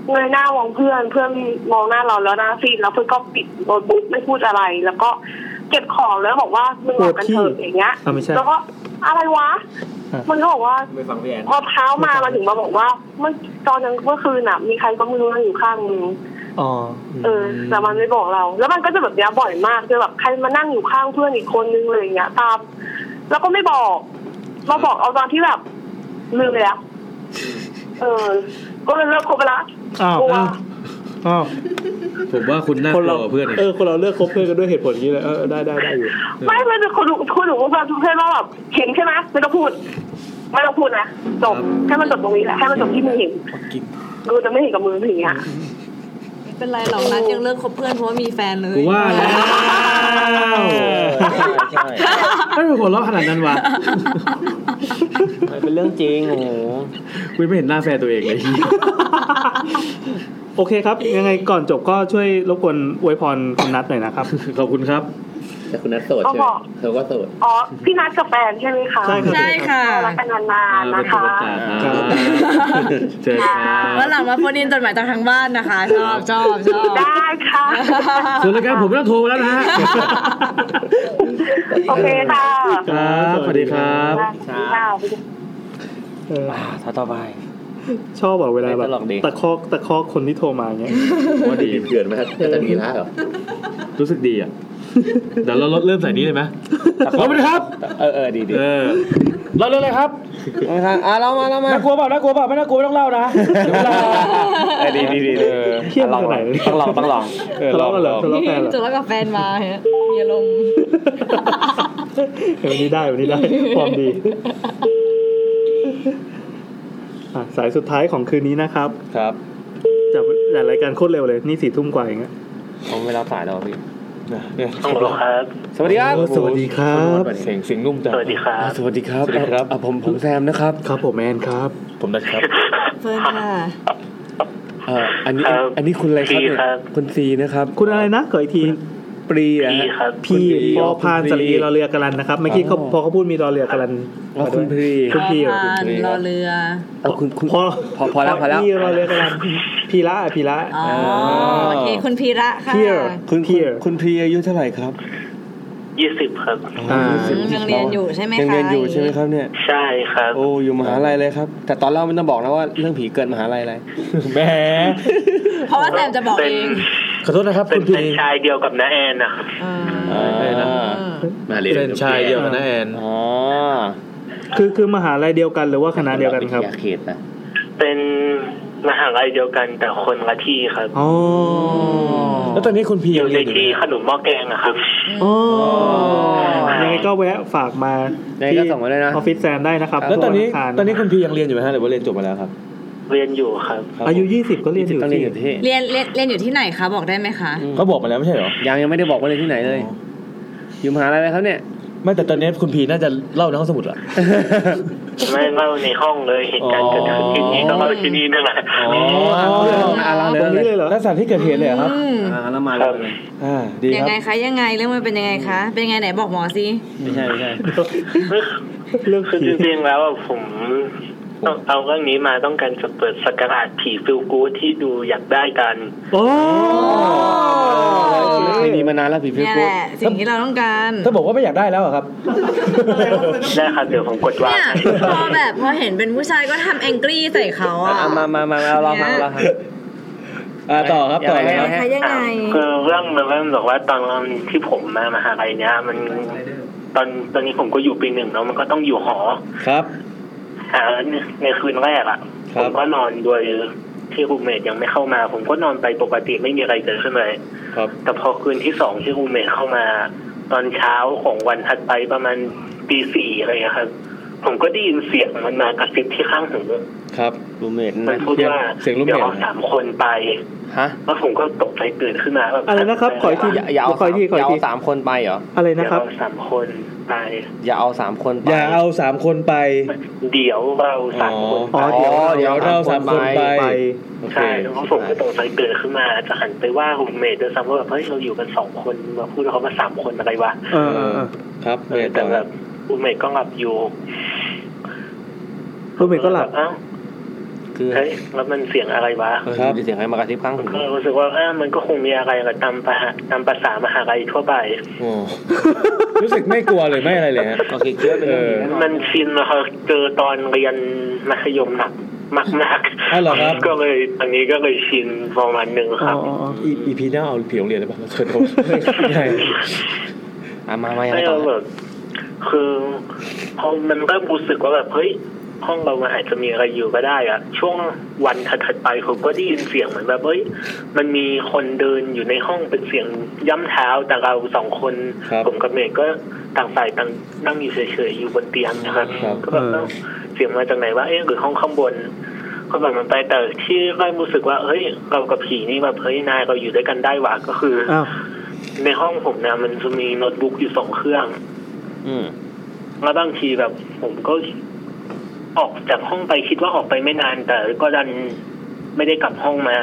เงยหน้ามองเพื่อนเพื่อนมองหน้าเราแล้วหน้าซีดแล้วเพื่อนก็ปิดโน้ตบุ๊กไม่พูดอะไร แล้วก็เก็บของแล้วบอกว่ามึงออกกันเถอะอย่างเงี้ย อ่ะไม่ใช่ แล้วก็อะไรวะ มันก็บอกว่า ไปฟังพี่แอน พอเช้ามามันถึงมาบอกว่าเมื่อตอนนั้นเมื่อคืนน่ะมีใครก็ไม่รู้นั่งอยู่ข้างมึง อ๋อ เออแต่มันไม่บอกเรา แล้วมันก็จะแบบเนี้ยบ่อยมากจะแบบใครมานั่งอยู่ข้างเพื่อนอีกคนนึงเลยอย่างเงี้ยตาม แล้วก็ไม่บอกมาบอกเอาตอนที่แบบลืมไปแล้วเออ ก็เลยเลิกคบไปละ อ้าว กลัว อ้าว ผมว่าคุณน่ากลัวกว่าเพื่อน เออ คนเราเลือกคบเพื่อนกันด้วยเหตุผลอย่างนี้เลย เออ ได้ได้ได้อยู่ ไม่ไม่เป็นคนหนูคนหนูว่าเพื่อนว่าแบบเห็นใช่ไหมไม่ต้องพูดไม่ต้องพูดนะจบให้มันจบตรงนี้แหละให้มันจบที่มึงเห็นกูจะไม่เห็นกับมือถึงเงี้ย ไม่เป็นไรหรอกนัดยังเลิกคบเพื่อนเพราะว่ามีแฟนเลย กูว่าแล้ว ไม่เป็นหัวเราะขนาดนั้นวะ เป็นเรื่องจริงโอ้โห กูยังไม่เห็นหน้าแฟนตัวเองเลย โอเคครับ ยังไงก่อนจบก็ช่วยรบกวนอวยพรคุณนัทหน่อยนะครับ ขอบคุณครับ แต่คุณนัทโสดใช่ไห อ๋ ม อ เธอก็โสด อ๋อพี่นัดกับแฟนใช่ไหมคะ ใช่ครับใช่ค่ะ รักกันนานๆนะคะ เจอครับ วันหลังมาโฟนอินจดหมายจากทางบ้านนะคะ ชอบชอบชอบ ได้ค่ะ ส่วนรายการผมไม่ต้องโทรมาแล้วนะฮะ โอเคค่ะ ครับสวัสดีครับ สวัสดีค่ะ เออ ถ้าต่อไป ชอบแบบเวลาแบบ ตลกดี ตะคอกตะคอกคนที่โทรมาอย่างเงี้ย ว่าดีเถื่อนมากอาจารย์มีล่าเหรอ รู้สึกดีอ่ะ เดี๋ยวเราลดเริ่มใส่นี้เลยไหมขอบคุณครับ เออเออดีดี เออ เล่าเรื่องอะไรครับ อ่ะเรามาเรามา น่ากลัวเปล่าน่ากลัวเปล่าไม่น่ากลัวไม่ต้องเล่านะเดี๋ยวเวลา เออดีดีดีดี เที่ยงไหน ต้องลองต้องลอง เออทะเลาะกันเหรอทะเลาะกันเหรอ จุดแล้วกับแฟนมาเนี่ยมีอารมณ์ เออวันนี้ได้วันนี้ได้ความดีอ่ะสายสุดท้ายของคืนนี้นะครับ ครับ จับจัดรายการโคตรเร็วเลย นี่สี่ทุ่มกว่าเองอะ ผมไม่รับสายเราพี่ ต้องรอครับ สวัสดีครับ โอ้สวัสดีครับ เสียงเสียงนุ่มจัง สวัสดีครับ อ่าสวัสดีครับ สวัสดีครับ อ่ะผมผมแซมนะครับ ครับผมแมนครับ ผมนัทครับ เฟิร์นค่ะ อ่าอันนี้ ครับ อันนี้คุณอะไรครับ ซี เนี่ย ครับ คุณซีนะครับ คุณอะไรนะขออีกที ปรีอะฮะ พี่พอพานสลีรอเรือกัลันนะครับเมื่อกี้เขา อ๋อ พอเขาพูดมีรอเรือกัลัน อ๋อคุณปรี คุณพี่เหรอ พานรอเรือ เอาคุณคุณ พอ พอพอแล้วพอแล้ว พี่รอเรือกัลันพีระพีระ อ๋อโอเคคุณพีระค่ะ เพียร์ คุณคุณคุณพีอายุเท่าไหร่ครับ ยี่สิบครับ อ่า อืมยังเรียนอยู่ใช่ไหมคะ ยังเรียนอยู่ใช่ไหมครับเนี่ย ใช่ครับ โอ้อยู่มหาลัยเลยครับ แต่ตอนเล่าไม่ต้องบอกนะว่าเรื่องผีเกิดมหาลัยอะไร แหม เพราะว่าแซมจะบอกเอง ขอโทษนะครับ เป็ คุ น ณพี เป็นชายเดียวกับน้าแอนนะครับ อ่า มาเลย เป็นชายเดียวกับน้าแอน อ๋อ คือคือมหาลัยเดียวกันหรือว่าคณะเดียวกันครับ อยากเขตนะ เป็นมหาลัยเดียวกันแต่คนละที่ครับ อ๋อ แล้วตอนนี้คุณพี อ ยัง ยู่ใน เรียนอยู่ไหม ที่ขนมหม้อแกงอะครับ อ๋อยังไงก็แวะฝากมา ยังไงก็ส่งมาด้วยนะ ออฟฟิศแซมได้นะครับ แล้วตอนนี้ ทุกวัอังคาร ตอนนี้คุณพียังเรียนอยู่ไหมฮะหรือว่าเรียนจบมาแล้วครับ เรียนอยู่ครับ อายุ 20 ก็เรียนอยู่ ต้องเรียนอยู่ สิ ที่ เรียนเรียนเรียนอยู่ที่ไหนคะบอกได้ไหมคะ ก็บอกมาแล้วไม่ใช่เหรอ ยังยังไม่ได้บอกว่าเรียนที่ไหนเลย อยู่มหาลัยอะไรครับเนี่ย ไม่แต่ตอนนี้คุณพีน่าจะเล่าในห้องสมุดเหรอ ไม่เล่าในห้องเลยเหตุการณ์เกิดขึ้นที่นี่ก็เล่าที่นี่นั่นแหละ อ๋อ อ่ะเล่าเลย ตรงนี้เลยเหรอ แล้วสถานที่เกิดเหตุเลยเหรอครับ อืม อ่าแล้วมาเลย อ่าดี ยังครับ ไงคะยังไงเรื่องมันเป็นยังไงคะ เป็นยังไงไหนบอกหมอสิ ไม่ใช่ไม่ใช่ เรื่อง คือ ผี จริงๆแล้วอะผม ต้องเอาเรื่องนี้มาต้องการจะเปิดสกราดผีฟิลกูดที่ดูอยากได้กัน โอ้ ไม่มีมานานแล้วผีพิ เนี่ยแหละ สิ่งที่เราต้องการ ถ้าบอกว่าไม่อยากได้แล้วอะครับ ได้ครับเดี๋ยวผมกดวาง เนี่ยพอแบบพอเห็นเป็นผู้ชายก็ทำแองกี้ใส่เขาอ่ะ อ่ะมามามาเอาลองมาลองครับ อ่าต่อครับต่อครับ ใช้ยังไง คือเรื่องมันเริ่มบอกว่าตอนที่ผมมามหาลัยเนี้ยมันตอนตอนนี้ผมก็อยู่ปีหนึ่งแล้วมันก็ต้องอยู่หอ ครับ อ่าในคืนแรกอะ ครั ผ บ มก็นอนโดยที่รูมเมทยังไม่เข้ามา ผมก็นอนไปปกติไม่มีอะไรเกิดขึ้นเลย ครับ แต่พอคืนที่สองที่รูมเมทเข้ามา ตอนเช้าของวันถัดไปประมาณตีสี่อะไรอย่างเงี้ยครับ ผมก็ได้ยินเสียงมันมากระซิบที่ข้างหู ครับ รูมเมท มันพูดว่า เสียงรูม เดี๋ยวเมท เอาสามคนไป ฮะ แล้วผมก็ตกใจตื่นขึ้นมาแบบ อะไรนะครับขออีกที อย่าอย่าเอา ขอ สาม อีกทีขอ อ อีก ย่า ที เอาสามคนไปเหรอ อะไรนะครับ เดี๋ยวเาสามคนไป อย่าเอาสามคนไป อย่าเอาสามคนไป เดี๋ยวเราสามคน อ๋ออ๋อเดี๋ยวเราสามคนไป โอเคใช่แล้วผมก็ตกใจตื่นขึ้นมา จะหันไปว่ารูมเมทด้วยซ้ำว่าแบบเฮ้ยเราอยู่กันสองคนมาพูดเขามาสามคนอะไรวะ เออเออเออ ครับ เออแต่แบบรูมเมทก็หลับอยู่ รูปเมทก็หลับ เอ้า คือ เฮ้ยแล้วมันเสียงอะไรวะ ครับเสียงอะไรมากระซิบข้างหู ก็รู้สึกว่าเอ้ามันก็คงมีอะไรกับตามภาษาตามภาษามหาลัยทั่วไป รู้สึกไม่กลัวเลยไม่อะไรเลย ฮะ ก็คิดเยอะไป เออ มันชินนะครับเจอตอนเรียนมัธยมหนักมาก อ้าวเหรอครับ ๆก็เลยอันนี้ก็เลยชินประมาณหนึ่งครับ อี อีพีหน้าเอาผีโรงเรียนได้ป่ะเราเชิญ เขา อ่ะมามายังไง ไม่ ต่อ เราแบบคือพอมันเริ่มรู้สึกว่าแบบเฮ้ยห้องเรามันอาจจะมีอะไรอยู่ก็ได้อะช่วงวันถัดๆไปผมก็ได้ยินเสียงเหมือนแบบเฮ้ยมันมีคนเดินอยู่ในห้องเป็นเสียงย่ำเท้าแต่เราสองคน ครับ ผมกับเมย์ก็ต่างฝ่ายต่างนั่งอยู่เฉยๆอยู่บนเตียงนะครับ ครับ ก็แบบเอ้าเสียงมาจากไหนวะเอ๊ะหรือห้องข้างบนก็แบบมันไปแต่ที่เริ่มรู้สึกว่าเฮ้ยเรากับผีนี่แบบเฮ้ยนายเราอยู่ด้วยกันได้หว่าก็คือ อ้าว ในห้องผมนะมันจะมีโน้ตบุ๊กอยู่สองเครื่อง อืม แล้วบางทีแบบ ผมก็ออกจากห้องไปคิดว่าออกไปไม่นาน แต่ก็ดันไม่ได้กลับห้องมา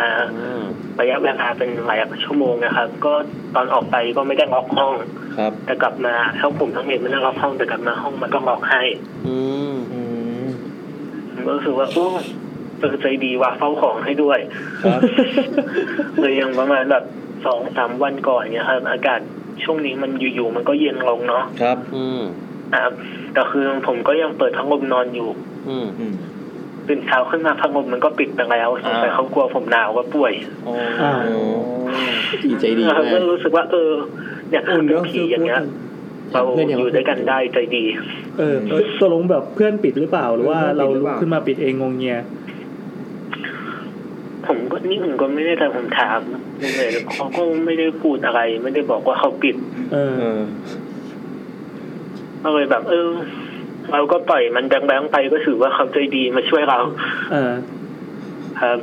ระยะเวลาเป็นหลายชั่วโมงนะครับ ก็ตอนออกไปก็ไม่ได้ล็อกห้อง ครับ แต่กลับมาทั้งผมทั้งเมดไม่ได้ล็อกห้องแต่กลับมาห้องมันก็ล็อกให้ อืม ผมก็รู้สึกว่าโอ้เออใจดีว่ะเฝ้าของให้ด้วย ครับ เลยยังประมาณแบบสองสามวันก่อนเนี่ยครับ อากาศช่วงนี้มันอยู่ๆมันก็เย็นลงเนาะ ครับ อืม ครับแต่คือผมก็ยังเปิดพัดลมนอนอยู่ อืม ตื่นเช้าขึ้นมาพัดลมมันก็ปิดไปแล้วสงสัย อ่า เขากลัวผมหนาวว่าป่วย อ้าว ผีใจดี นะครับ เล ก็ ย รู้สึกว่า เออเนี่ยถ้าเป็นผีอย่างเงี้ยเราอยู่ด้วยกันได้ใจดี เออเออตกลงแบบเพื่อนปิดหรือเปล่าหรือว่าเราลุกขึ้นมาปิดเองงงเงีย ผมก็นี่ผมก็ไม่ได้แต่ผมถามเลยเขาก็ไม่ได้พูดอะไร ไม่ได้บอกว่าเขาปิด เออ ก็เลยแบบ เออ เราก็ปล่อยมันแบงๆไปก็ถือว่าเขาใจดีมาช่วยเรา เออ ครับ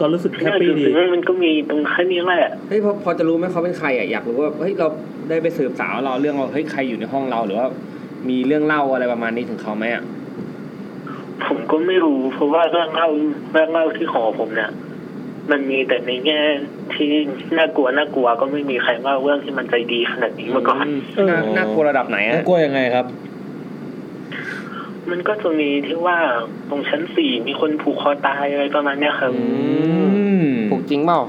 ก็รู้สึกแฮป เนี่ย ปี้ดี ถึงมันก็มีตรงแค่นี้แหละ เฮ้ยพอพอจะรู้ไหมเขาเป็นใครอ่ะอยากรู้ว่าเฮ้ยเราได้ไปสืบสาวเราเรื่องว่าเฮ้ยใครอยู่ในห้องเราหรือว่า มีเรื่องเล่าอะไรประมาณนี้ถึงเขาไหมอ่ะ ผมก็ไม่รู้ เพราะว่าเรื่องเล่าเรื่องเล่าที่หอผมเนี่ยมันมีแต่ในแง่ที่น่ากลัวน่ากลัวก็ไม่มีใครเล่าเรื่องที่มันใจดีขนาดนี้มาก่อน เออ น่าน่ากลัวระดับไหน แล้ อ่ะ วกลัวยังไงครับ มันก็จะมีที่ว่าตรงชั้นสี่มีคนผูกคอตายอะไรประมาณเนี้ยครับ ถูกจริงเปล่า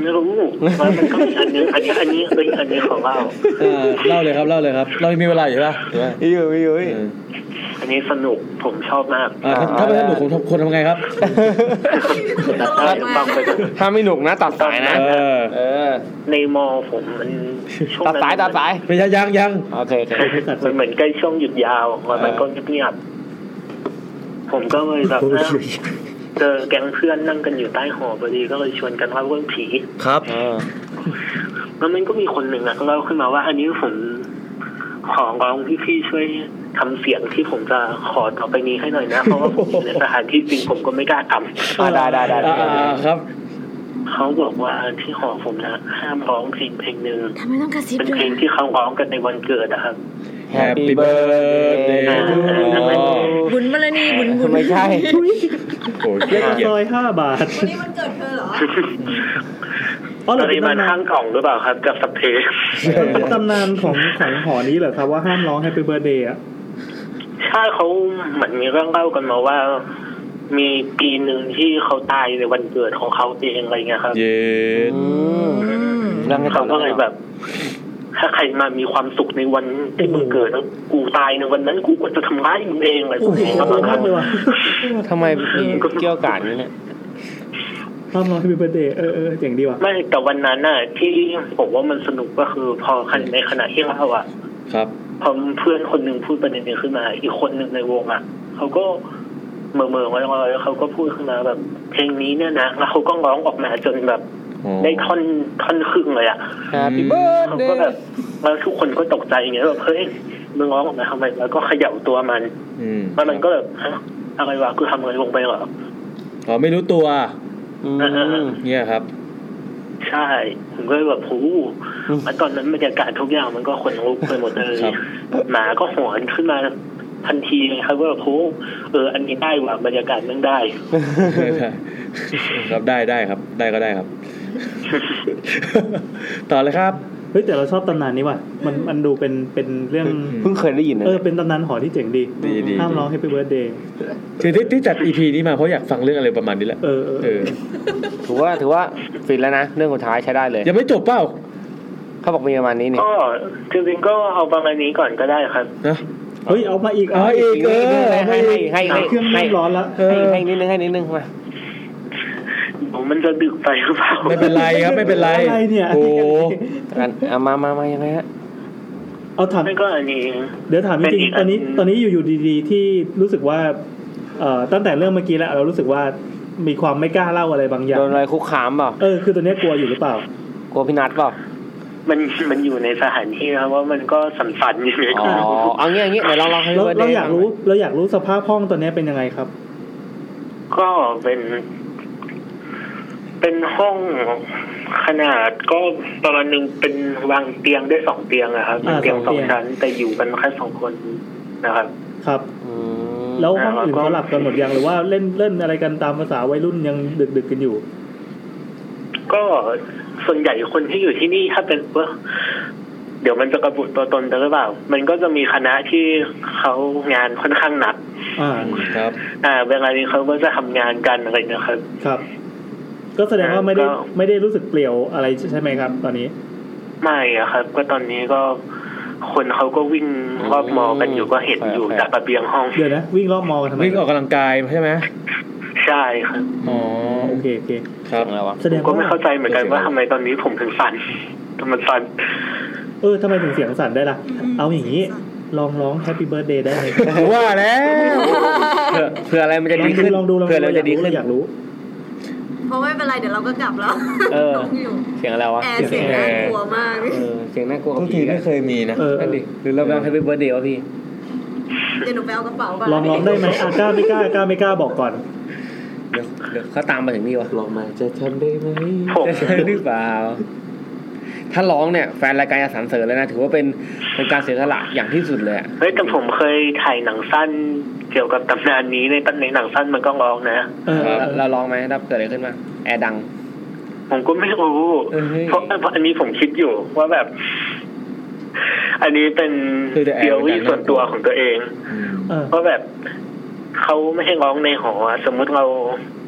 ไม่รู้ว่ามันก็มีอันนึงอันนี้อันนี้เอ้ยอันนี้ของเล่า เออเล่าเลยครับเล่าเลยครับ เรามีเวลาอยู่ป่ะอยู่ป่ะ อยู่อยู่ อันนี้สนุกผมชอบมาก อ่าถ้าถ้าไม่สนุกผมทำคนทำไงครับ ได้ฟังไปเถอะ ถ้าไม่หนุกนะตัดสายนะ เออ เออ ในมอผมมันช่วง ตัด นั้น สายตัดสาย ไม่ใช่ยังยัง โอเคโอเค มันเหมือนใกล้ช่วงหยุดยาวแล้วมันก็เงียบๆผมก็เลยแบบเอ้าเจอแก๊งเพื่อนนั่งกันอยู่ใต้หอพอดีก็เลยชวนกันเล่าเรื่องผี ครับ แล้วมันก็มีคนหนึ่งอะเล่าขึ้นมาว่า อันนี้ผมขอร้องพี่ๆช่วยทำเสียงที่ผมจะขอต่อไปนี้ให้หน่อยนะ เพราะว่าผมอยู่ในสถานที่จริงผมก็ไม่กล้าทำ อ่ะได้ได้ได้ อ่าอ่าครับ เขาบอกว่าที่หอผมนะห้ามร้องเพลงเพลงหนึ่ง ทำไมต้องกระซิบ เป็น ด้ว เพ ย ลงที่เขาร้องกันในวันเกิดนะครับ Happy birthday บุญมาเลยนี่บุญบุญ ไม่ใช่ โอ้ย เล็กซอยห้าบาท วันนี้มันเกิดเธอเหรอ อ๋อเหร ป อเป็ ริ น มาณ ตำนาน ข้างกล่องหรือเปล่าครับ กับสับเท เป็นตำนานของของหอนี้เหรอครับว่าห้ามร้องให้เป็นเบอร์เดย์อ่ะ ใ ใช่เขาเหมือนมีเรื่องเล่ากันมาว่า มีปีหนึ่งที่เขาตายในวันเกิดของเขาเองอะไรเงี้ยครับ เย็นนั่งให้ เขาก็เลยแบบ ถ้าใครมามีความสุขในวันที่มึงเกิดนะกูตายในวันนั้นกูก็จะทำร้ายมึงเองอะไรพวกนี้ครับางครับ ทำไมมีเกี่ยวกาดนี่เนี่ย ห้ามร้อยเป็นเบอร์เดย์เออเออเจ๋งดีว่ะ ไม่แต่วันนั้นน่ะ ที่ผมว่ามันสนุกก็คือ พอในขณะที่เราอะ ครับ พอเพื่อนคนหนึ่งพูดประเด็นนี้ขึ้นมา อีกคนหนึ่งในวงอะเขาก็เมื่อเมื่อไว้แล้วเขาก็พูดขึ้นมาแบบ เพลงนี้เนี่ยนะแล้วเขาก็ร้องออกมาจนแบบ ได้ท่อนท่อนครึ่งเลยอะ Happy เขาก็แบบแล้วทุกคนก็ตกใจอย่างเงี้ยแบบเฮ้ยมึงร้องออกมาทำไมแล้วก็เขย่าตัวมัน อืม แล้วมันก็แบบฮะอะไรวะกูทำอะไรลงไปเหรอ อ๋อไม่รู้ตัวเนี่ย ครับ ใช่ ผมก็เลยแบบโู้แล้วตอนนั้นบรรยากาศทุกอย่างมันก็ขนลุกไปหมดเลยหมาก็หอนขึ้นมาทันทีเลยครับว่าโอ้เออ อันนี้ได้ว่ะบรรยากาศนั่งได้ ครับได้ได้ครับ ได้ก็ได้ครับ ต่อเลยครับ เฮ้ยแต่เราชอบตำนานนี้ว่ะ มันมันดูเป็นเป็นเรื่อง เพิ่งเคยได้ยินนะ เออเป็นตำนานหอที่เจ๋งดี ดีดี ห้ามร้อง Happy Birthday คือที่ที่จัดอีพีนี้มาเพราะอยากฟังเรื่องอะไรประมาณนี้แหละ เออ เออถือว่าถือว่าฟินแล้วนะเรื่องสุดท้ายใช้ได้เลยยังไม่จบเปล่าเขาบอกมีประมาณนี้นี่ ก็จริงๆก็เอาประมาณนี้ก่อนก็ได้ครับ เฮ้ยเอามาอีก อ๋ออีกเออ ให้ให้ให้ให้ เครื่องไม่ร้อนละ ให้ให้นิดนึงให้นิดนึงมา ผมมันจะดึกไปหรือเปล่า ไม่เป็นไรครับไม่เป็นไร อะไรเนี่ย โอ้กันเอามามามายังไงฮะ เอาถาม ไม่ก็อันนี้ เดี๋ยวถามจ เป็น ริ อี ง ก ๆตอนนี้ อันหนึ่ง ตอนนี้อยู่ๆดีๆที่รู้สึกว่าเอ่อตั้งแต่เรื่องเมื่อกี้แล้วเรารู้สึกว่ามีความไม่กล้าเล่าอะไรบางอย่าง โดนอะไรคุกคามเปล่า เออคือตอนนี้กลัวอยู่หรือเปล่า กลัวพี่นัดเปล่า มันมันอยู่ในสถานที่ครับว่ามันก็สันสันๆอย่างเงี้ย อ๋อเอางี้เอางี้เดี๋ยวเราลองให้ เรา บิดด เรา ย์ อยากรู้เราอยากรู้สภาพห้องตอนนี้เป็นยังไงครับ ก็เป็น เป็นห้องขนาดก็ประมาณหนึ่งเป็นวางเตียงได้สองเตียงนะครับเป็น อ่า เตียง ส ส อ อง ง เตียง ชั้นแต่อยู่กันแค่สองคนนะครับ ครับแล้วห้องอื่นเขาหลับกันหมดยังหรือว่าเล่นเล่นอะไรกันตามภาษาวัยรุ่นยังดึกดึกๆกันอยู่ ก็ส่วนใหญ่คนที่อยู่ที่นี่ถ้าเป็นว่าเดี๋ยวมันจะกระบุตัวตนไปหรือเปล่า มันก็จะมีคณะที่เขางานค่อนข้างหนัก อ่า ครับ อ่าเวลานี้เขาก็จะทำงานกันอะไรนะครับ ครับ ก็แสดงว่าไม่ได้ ก็ ไม่ได้รู้สึกเปลี่ยวอะไรใช่ไหมครับ ตอนนี้ ไม่อะครับ ก็ตอนนี้ก็คนเขาก็วิ่งรอบมอกันอยู่ก็เห็นอยู่จากระเบียงห้อง เดี๋ยวนะ วิ่งรอบมอกันทำไม วิ่งออกกำลังกายใช่ไหม ใช่ครับ อ๋อ โอเคโอเค ครับ แสดง ก็ไม่ ว่า เข้าใจเหมือนกันว่าทำไมตอนนี้ผมถึงสั่นทำไมสั่น เออทำไมถึงเสียงสั่นได้ล่ะ เอาอย่างนี้ ลองร้อง Happy Birthday ได้ไหม ว่าแล้ว เผื่อเผื่ออะไรมันจะดีขึ้น ลองดูลองดู เผื่ออะไรมันจะดีขึ้น อยากรู้ เพราะไม่เป็นไรเดี๋ยวเราก็กลับแล้ว เออ งอยู่ เสียงอะไรวะ แอร์เสียงน่ากลัวมาก เออเสียงน่ากลัว ทุกทีไม่เคยมีนะ นั่นดิหรือเราไปให้เป็นเบอร์เดย์วะพี่ เดี๋ยวหนูไปเอากระเป๋าก่อน ลองร้องได้ไหมอ่ะกล้าไม่กล้ากล้าไม่กล้าบอกก่อน เดี๋ยวเดี๋ยวเขาตามมาถึงนี่วะ ลองมาจะทำได้ไหม ผม จะใช่หรือเปล่า ถ้าร้องเนี่ย แฟนรายการจะสรรเสริญเลยนะ ถือว่าเป็นเป็นการเสียสละอย่างที่สุดเลยอะ เฮ้ยแต่ผมเคยถ่ายหนังสั้น เกี่ยวกับตำนานนี้ในตำในหนังสั้นมันก็ร้องนะ เออ เราเราร้องไหมถ้าเกิดอะไรขึ้นมา แอร์ดัง ผมก็ไม่รู้เพราะเพราะอันนี้ผมคิดอยู่ว่าแบบ อันนี้เป็น คือแต่แอร์ เดียว มันดัง ส่วนตัวของตัวเอง เออ เพราะแบบเขาไม่ให้ร้องในหออะสมมุติเรา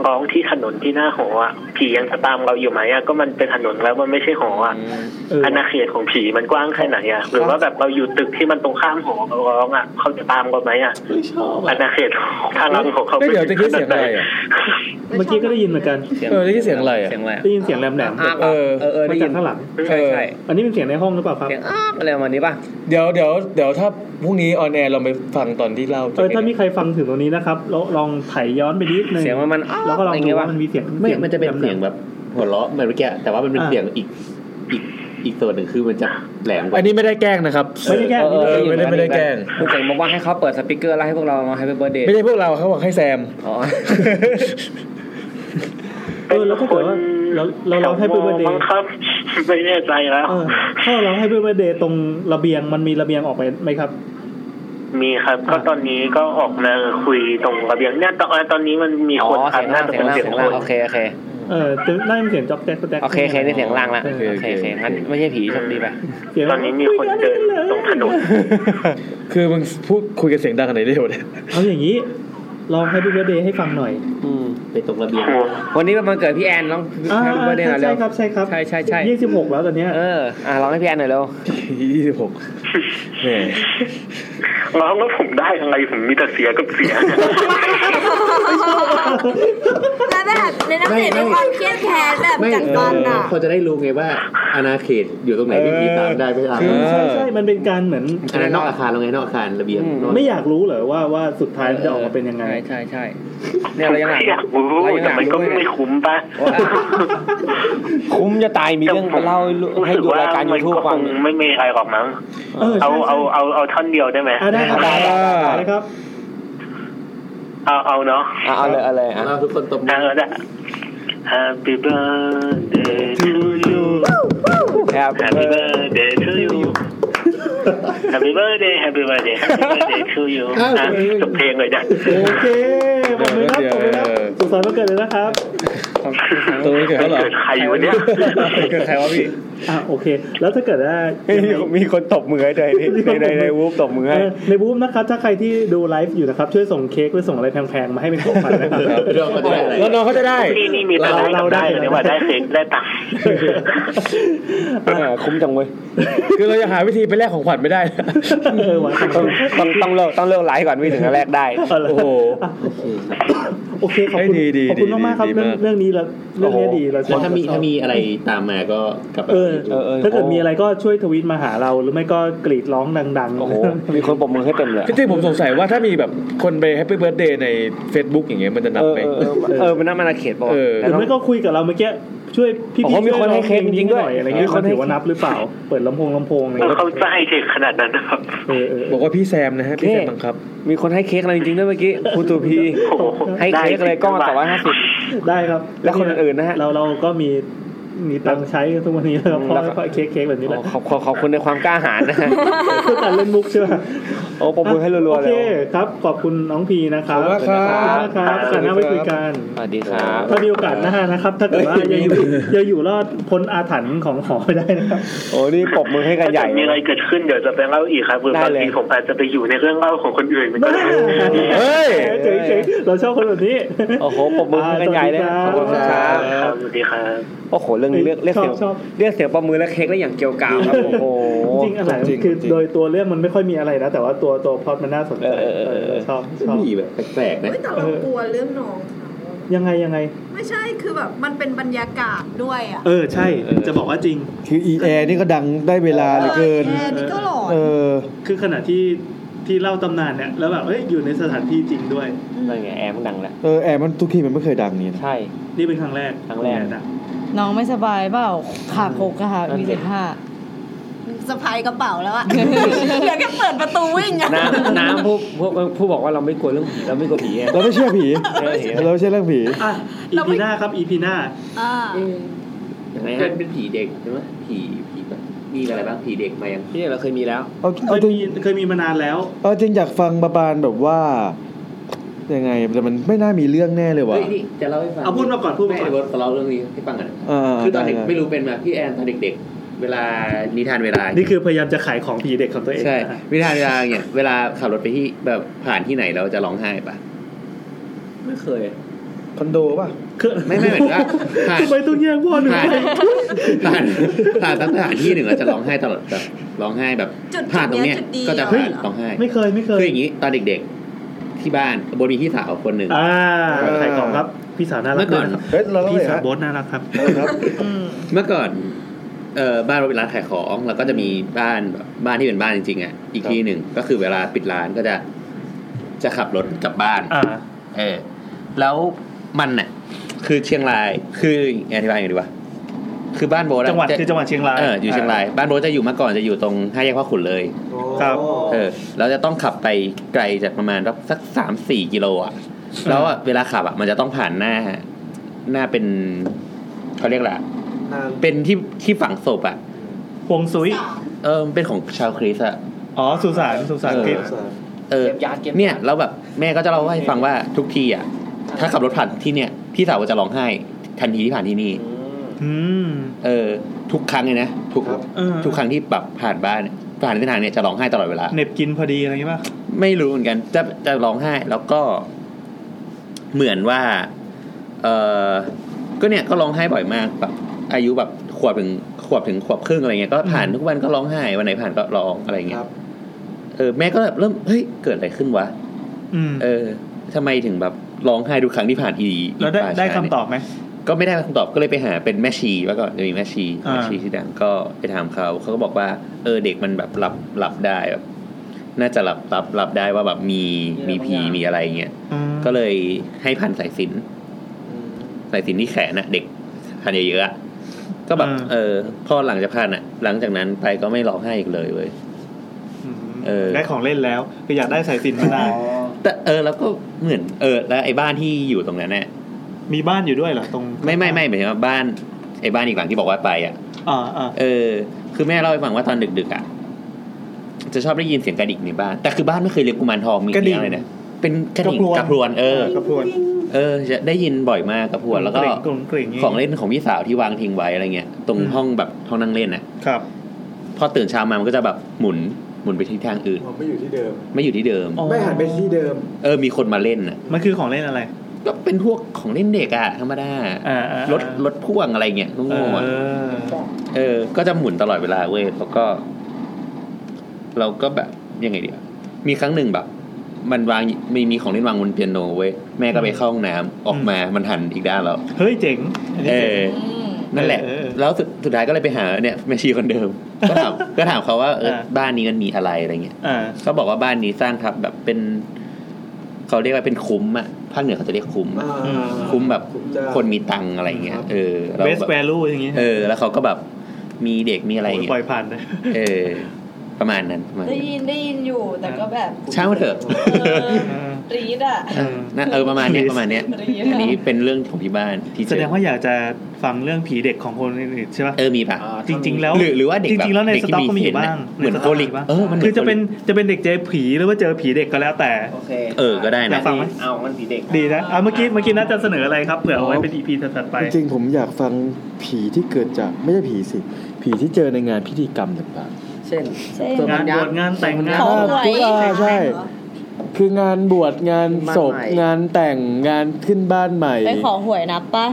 ร้องที่ถนนที่หน้าหออะผียังจะตามเราอยู่ไหมอะก็มันเป็นถนนแล้วมันไม่ใช่หออะ เออ อาณาเขตของผีมันกว้างแค่ไหนอะหรือว่าแบบเราอยู่ตึกที่มันตรงข้ามหอเราร้องอะเขาจะตามเราไหมอะ ไม่ชอบ อาณาเขตทางหลังของเขา ไม่เดี๋ยวจะคิดเสียงอะไรอ่ะ เมื่อกี้ก็ได้ยินเหมือนกัน เออได้ยินเสียงอะไรอ่ะ เสียงอะไรอะ ได้ยินเสียงแหลมแหลม อ้าก เออ เออเออ มา ได้ จากยิน ข้างหลัง ใช่ใช่ อันนี้เป็นเสียงในห้องหรือเปล่าครับ เสียงอ้ากอะไรประมาณนี้ป่ะ เดี๋ยวเดี๋ยวเดี๋ยวถ้าพรุ่งนี้ออนแอร์เราไปฟังตอนที่เล่า เออถ้ามีใครฟังถึงตรงนี้นะครับลองลองไถย้อนไปนิดนึง เสียงมันมันอ้า แล้วก็ลอง อะไร ดู เงี้ย ว่า ป่ะ มันมีเสียง ไม่ สียง มันจะเป็น แหล เสียงแบบ หัวเราะเหมือนเมื่อกี้แต่ว่ามันเป็นเสียงอีกอีกอีกส่วนหนึ่งคือมันจะแหลมกว่า อันนี้ไม่ได้แกล้งนะครับ ไม่ได้แกล้ง เออไม่ได้ไม่ได้แกล้ง คุณเก่งบอกว่าให้เขาเปิดสปีกเกอร์แล้วให้พวกเรามาให้เป็นเบอร์เดย์ ไม่ใช่พวกเราเขาบอกให้แซม อ๋ อ เออแล้วถ้าเกิดว่าเราเราร้องให้เบอร์เบอร์เด บัง ย์ คับ ไม่แน่ใจแล้ว เออถ้าเราร้องให้เบอร์เบอร์เดย์ตรงระเบียงมันมีระเบียงออกไปไหมครับ มีครับก็ตอนนี้ก็ออกมาคุยตรงระเบียงเนี่ยตอนตอนนี้มันมีคน อ๋อ ครับ เสีน่ายงล่าง จะ เสีย เป็ ง น ล่าง เสียเสีย งคนงล่างโอเคโอเค เออจะได้ยินเสียงจ๊อกแจ๊กจ๊กแจ๊ก โอเคโอเคได้เสียงล่างละ เออ โอเคโอเคงั้นไม่ใช่ผีโชคดีไป เสียง ตอนนี้มีคนเดินตรงถนน คือมึงพูดคุยกันเสียงดังขนาดไหนได้หมดเนี่ย เอาอย่างนี้ลองให้พี่เบเดย์ให้ฟังหน่อย ไปตกระเบียง วันนี้เป็นวันเกิดพี่แอนลอง อ่า ให้พี่เบิร์ดเดย์หน่อยเร็ ใช่ ว ครับใช่ครับ ใช่ใช่ใช่ ยี่สิบหกแล้วตอนเนี้ย เอออ่ะลองให้พี่แอนหน่อยเร็ว ยี่สิบหกแหม ร้องแล้วผมได้ยังไงผมมีแต่เสียกับเสี ย แล้วแบบในน้ำเสียงในความเครียดแค้นแบบ ไม่ กัดฟันอ่ะ เขาจะได้รู้ไงว่าอาณาเขตอยู่ตรงไหนที่ผีตามได้ไม่ตาม คือใช่ใช่มันเป็นการเหมือน อันนั้นนอกอาคารเราไงนอกอาคารระเบียงนก ไม่อยากรู้เหรอว่าว่าสุดท้ายมันจะออกมาเป็นยังไง ใช่ใช่ใช่เนี่ยเรายังหลัง อยากรู้ เรายังห แต่ ลัง มันก็ไม่คุ้มปะ คุ้มจะ ตายมีเรื่องมาเล่าให้ลูก รู้ ให้ สึกว่ารดูายการ มั ยู น ทูบ ก็ค ฟัง งไม่มีอะไรหรอกมั้ง เออใช่ เอา ใช่ เอาเอาเอาท่อนเดียวได้ไหม อ่ะได้ครับได้ครับได้ครับ เอาเอาเนาะ เอาเลยเอาเลยอ่ะ เราทุกคนตบมือ เอาได้ Happy birthday to you Happy birthday to you Happy birthday Happy birthday Happy birthday to you อ้าว อ่ะจบเพลงเลยจ้ะ โอเคผมไม่รับผมไม่รับสุขสันต์วันเกิดเลยนะครับ ตัวมันเกิดเขาเหรอ เกิดใครวะเนี่ย เกิดใครวะพี่ อ่ะโอเค แล้วถ้าเกิดว่า มีคนตบมือให้ ด้วยนี่ในในในวูฟตบมือ เอ ให้ อในบูมนะครับ ถ้าใครที่ดูไลฟ์อยู่นะครับ ช่วยส่งเค้กหรือส่งอะไรแพงๆ มาให้เป็นของขวัญ นะครับ ครับ แล้วน้องเขาจะได้ นี่นี่มีแต่ได้กับได้เลยว่าได้เซ็งได้ตังค์ คุ้มจังเว้ย คือเราจะหาวิธีไปแลกของขวัญไม่ได้ ต้องต้องต้องเลิกต้องเลิกไลฟ์ก่อนพี่ถึงจะแลกได้ โอ้โห โอเค ขอบ เฮ้ย คุณ ดีดี ขอบคุณมากๆครับ ดี เรื่อง มาก เรื่องนี้แล้วเรื่องนี้ดีเราชอบ ถ้ามี เรชอบ ถ้ามีอะไรตามมาก็กลับไป เออ ถ้าเกิดมีอะไรก็ช่วยทวีตมาหาเรา หรือไม่ก็กรีดร้องดังๆ โอ้โห มีคนปรบมือให้เต็มเลย จริงๆผมสงสัยว่าถ้ามีแบบคนไปแฮปปี้เบิร์ดเดย์ใน Facebook อย่างเงี้ยมันจะนับ เออ ไหม เออเออเออมันน่ามันอาเขตบอก เออ หรือไม่ก็คุยกับเราเมื่อกี้ช่วยพี่ โอ้ พี่ โหมี ช่วย คนให้ ร้อง เค เพล ส ง จริ นี้ งๆด้วย หน่อยอะไรเงี้ย มีคนให้ ถือว่านับหรือเปล่า เปิดลำโพงลำโพงอะไร เออ เงี้ย เขาใจถึงขนาดนั้นนะครับ เออเออเอ บอก อ ว่าพี่แซมนะฮะพี่แซมบังคับ มีคนให้เค้กเราจริงๆด้วยเมื่อกี้ครูตูพี โอ้โห ให้เค้กอะไรกล้องละสองร้อยห้าสิบ ได้ครับ และคนอื่นๆนะฮะ เราเราก็มีมีตังค์ใช้ทุกวันนี้แล้วเพราะเพราะเค้กเค้กแบบนี้แหละ ขอบขอบขอบคุณในความกล้าหาญนะฮะ คือการเล่นมุกใช่ไหม โอ้ปรบมือให้รัว โอ ๆเล เค ย ครับ ขอบคุณน้องพีนะครับ ขอบคุณมากครับ ขอบคุณมากครับโอกาสหน้าไว้คุยกัน สวัสดีครับ ถ้ามีโอกาสหน้านะครับ ถ้าเกิดว่ายังอยู่ยังอยู่รอดพ้นอาถรรพ์ของหอไปได้นะครับ โอ้นี่ปรบมือให้กัน ถ้า ให เกิ ญ่ ด เล มีอะไร ย เกิดขึ้นเดี๋ยวจะไปเล่าอีกครับคือบาง ได้เลย ทีผมอาจจะไปอยู่ในเรื่องเล่าของคนอื่นมันก็ได้ เฮ้ย เจ๋งเจ๋งๆเราชอบคนแบบนี้ โอ้โหปรบมือให้กันใหญ่เลย ขอบคุณครั ครับ บสวัสดีครับ โอ้โห เรื่องนี้เรียกเรียก ชอ เสีย บ ง ชอบ เรียกเสียงปรบมือและเค้กได้อย่างเกรี่ยวกราวครับ โอ้โห จริงๆอะไรคือโดยตัวเรื่องมันไม่ค่อยมีอะไรนะ แต่ว่าตัวตัวพล็อตมันน่าสนใจ เออเออเออ เออชอบชอบ มีแบบแปลกๆนะ เฮ้ยแต่เรากลัวเรื่องน้อง ยังไงยังไง ไม่ใช่คือแบบมันเป็นบรรยากาศด้วยอ่ะ เออใช่จะบอกว่าจริง คืออีแอนี่ก็ดังได้เวลาเหลือเกิน แอร์นี่ก็หลอน เออ คือขณะที่ที่เล่าตำนานเนี่ยแล้วแบบเอ้ยอยู่ในสถานที่จริงด้วย นั่นไงแอร์มันดังแล้ว เออแอร์มันทุกทีมันไม่เคยดังนี่นะ ใช่ นี่เป็นครั้งแรก ครั้งแรก นะ น้องไม่สบายเปล่าขาโคกอะค่ะมีสิบห้า สะพายกระเป๋าแล้วอ่ะ อยากแค่เปิดประตูวิ่งอ่ะ น้ำ น้ำผู้ผู้ผู้บอกว่าเราไม่กลัวเรื่องผีเราไม่กลัวผีไง เราไม่เชื่อผี เออเห็นไหม เราไม่เชื่อเรื่องผี อ่ะอีพีหน้าครับอีพีหน้า อ่า ยังไง เป็ ฮะ นเป็นผีเด็กใช่ไหมผีผีแบบมีอะไรบ้างผีเด็กมายัง ที่เนี่ยเราเคยมีแล้ว เอา เค เอา ย จริง มีเคยมีมานานแล้ว เอาจริงอยากฟังประบาณแบบว่า ยังไงแต่มันไม่น่ามีเรื่องแน่เลยว่ะ เฮ้ยนี่จะเล่าให้ฟัง เอาพูดมาก่อนพูดมา แม่ ก่อน เวิร์ดเขาเล่าเรื่องนี้ให้ฟังกันนะ เออ คือตอนเด็ก ได้ ไม่รู้เป็นมาพี่แอนตอนเด็กๆ เวลานิทานเวลา นี่คือพยายามจะขายของผีเด็กของตัวเอง ใช่ นะ นิทานเวลาเนี่ยเวลาขับรถไปที่แบบผ่านที่ไหนเราจะร้องไห้ปะ ไม่เคย คอนโดป่ะ คือ ไม่ไม่เหมือนว่าผ่าน ทำไมต้องแย่งพ่อหนู ผ่านผ่านผ่านสถานที่หนึ่งเราจะร้องไห้ตลอดแบบร้องไห้แบบ จุด ผ่านตรงเนี้ย จุดเนี้ย ก็ จุดเดียจะว ผ่านร้องไห้ ไม่เคยไม่เคย คืออย่างนี้ตอนเด็กๆ ที่บ้านบนมีพี่สาวคนหนึ่ง อ่าขายของครับพี่สาวน่ารัก เมื่อก่อน ด้วย เฮ้ยเราเล่า พี่ เลย สาว ฮะ โบอสน่ารักครับ ครับ เมื่อก่อนเอ่อบ้านเราเป็นร้านขายของแล้วก็จะมีบ้านแบบบ้านที่เป็นบ้านจริงๆอ่ะอีกที่หนึ่งก็คือเวลาปิดร้านก็จะจะขับรถกลับบ้าน อ่า เออ แล้วมันน่ะ คือเชียงรายคืออธิบายอย่างไงดีวะคือบ้านโบทอะ จังหวัดคือจังหวัดเชียงราย เอออยู่เชียงราย บ้านโบทจะอยู่มาก่อนจะอยู่ตรงห้าแยกพ่อขุนเลย ครับ เออเราจะต้องขับไปไกลจากประมาณสักสามสี่กิโลอ่ะแล้วอะเวลาขับอ่ะมันจะต้องผ่านหน้า หน้าเป็นเขาเรียกอะไรอะเป็นที่ที่ฝังศพอ่ะ พวงซุย เออมันเป็นของชาวคริสต์อ่ะ อ๋อสุสานสุสาน เออ คริส เออ เก็บยาเก็บ เนี่ยแล้วแบบแม่ก็จะเล่าให้ฟังว่าทุกทีอ่ะถ้าขับรถผ่านที่เนี่ย พี่สาวจะร้องไห้ ทันทีที่ผ่านที่นี่ อืม เออ ทุกครั้งเลยนะทุก เออ ทุกครั้งที่แบบผ่านบ้านเนี่ยผ่านเส้นทางเนี่ยจะร้องไห้ตลอดเวลา เหน็บกินพอดีอะไรอย่างงี้ป่ะ ไม่รู้เหมือนกัน จะจะร้องไห้แล้วก็เหมือนว่า เออก็เนี่ยก็ร้องไห้บ่อยมากแบบอายุแบบขวบถึงขวบถึงขวบครึ่งอะไรเงี้ยก็ผ่านทุกวันก็ร้องไห้วันไหนผ่านก็ร้องอะไรเงี้ยเออแม่ก็แบบเริ่มเฮ้ยเกิดอะไรขึ้นวะ อืม เออทำไมถึงแบบร้องไห้ทุกครั้งที่ผ่านอี แล้วได้ ป่าช้า ได้คำ เนี่ย ตอบไหม ก็ไม่ได้คำตอบก็เลยไปหาเป็นแม่ชีว่าก่อนจะมีแม่ชี อ่า แม่ชีที่ดังก็ไปถามเขาเขาก็บอกว่า เออเด็กมันแบบรับรับได้แบบน่าจะรับรับรับได้ว่าแบบมีมีผีมีอะไรเงี้ยก็เลยให้พันสายสิญจนสายสิญจนที่แขนน่ะ เด็กพันเยอะๆอะก็แบบเออพอหลังจากพันอ่ะ หลังจากนั้นไปก็ไม่ร้องไห้อีกเลยเว้ยเออ ได้ของเล่นแล้วก็อยากได้สายสิญจนมานาน แต่เออแล้วก็เหมือนเออ แล้วไอ้บ้านที่อยู่ตรงนั้นเนี่ย มีบ้านอยู่ด้วยเหรอตรง ไม่ไม่ไม่หมายถึงว่าบ้านไอ้บ้านอีกหลังที่บอกว่าไปอ่ะ อ่าอ่า เออ คือแม่เล่าให้ฟังว่าตอนดึกๆอ่ะ จะชอบได้ยินเสียงกระดิ่งในบ้าน แต่คือบ้านไม่เคยเลี้ยงกุมารทองมี กระดิ่ง อะไรเนี่ยเป็นกระดิ่งกระพรวน เออ กระพรวน เออ จะได้ยินบ่อยมากกระพรวน แล้วก็ กริ่งกริ่งกริ่งอย่างงี้ ของเล่นของพี่สาวที่วางทิ้งไว้อะไรเงี้ย ตรงห้องแบบห้องนั่งเล่นน่ะ ครับ พอตื่นเช้ามามันก็จะแบบหมุนหมุนไปทิศทางอื่น ผมไม่อยู่ที่เดิม ไม่อยู่ที่เดิม ไม่หันไปที่เดิม เออ มีคนมาเล่นน่ะ มันคือของเล่นอะไร ก็เป็นพวกของเล่นเด็กอะธรรมดา อ่าอ่าร ถรถพ่วงอะไรเงี้ยงงๆอะ เออ เออ ก็จะหมุนตลอดเวลาเว้ยแล้วก็ เราก็แบบยังไงดีอะมีครั้งหนึ่งแบบ มันวางมีมีของเล่นวางบนเปียโนเว้ยแม่ก็ไปเข้าห้องน้ำออกมามันหันอีกด้านแล้ว เฮ้ยเจ๋งอันนี้ เอ เจ๋ง อ นั่นแหละ เออเออ แล้วสุดสุดท้ายก็เลยไปหาเนี่ยแม่ชีคนเดิม ก็ถามก็ถามเขาว่าเออ อ่า บ้านนี้มันมีอะไรอะไรเงี้ย อ่า เขาบอกว่าบ้านนี้สร้างทับแบบเป็นเขาเรียกว่าเป็นคุ้มอะภาคเหนือเขาจะเรียกคุ้มอะ อ่า คุ้มแบบคนมีตังค์อะไรเงี้ยเออแล้ว เบ แบ ส บ แวลูอย่างงี้ เออ แล้วเขาก็แบบมีเด็กมีอะไรเงี้ย ปล่อยผ่านนะ เออ ประมาณนั้นประมาณ ได้ นั้น ยินได้ยินอยู่แต่ก็แบบ ช่างมันเถอะ รีดอ่ะ เออนะเออประมาณเนี้ยประมาณเนี้ยอันนี้เป็นเรื่องของที่บ้านที่เจอ แสดงว่าอยากจะฟังเรื่องผีเด็กของคนอื่นๆใช่ปะ เออมีป่ะ จริง ๆ แล้ว หรือหรือว่าเด็ก จ แบบ ริงๆแล้วใน เด็ก ส ที่ ต็อก มี ก็มีอยู่ เซนส์ บ้าง อะเหมือน ใส โก ต็ ลิก มีบ้าง เออมันเหมือน คือจะ โกลิก เป็นจะเป็นเด็กเจอผีหรือว่าเจอผีเด็กก็แล้วแต่ โอเค เออก็ได้ อ นะ ยากฟังไหม เอางั้นผีเด็ก ดีนะอ่ะเมื่อกี้เมื่อกี้นัดจะเสนออะไรครับเผื่อเอาไว้เป็นอีพีถัดๆไป จริงๆผมอยากฟังผีที่เกิดจากไม่ใช่ผีสิ ผีที่เจอในงานพิธีกรรมต่าง เช่น เช่น งานบวชงานแต่งงาน ๆอ่าใช่ คืองานบวชงานศพงานแต่งงานขึ้นบ้านใหม่ ไปขอหวยนับปะ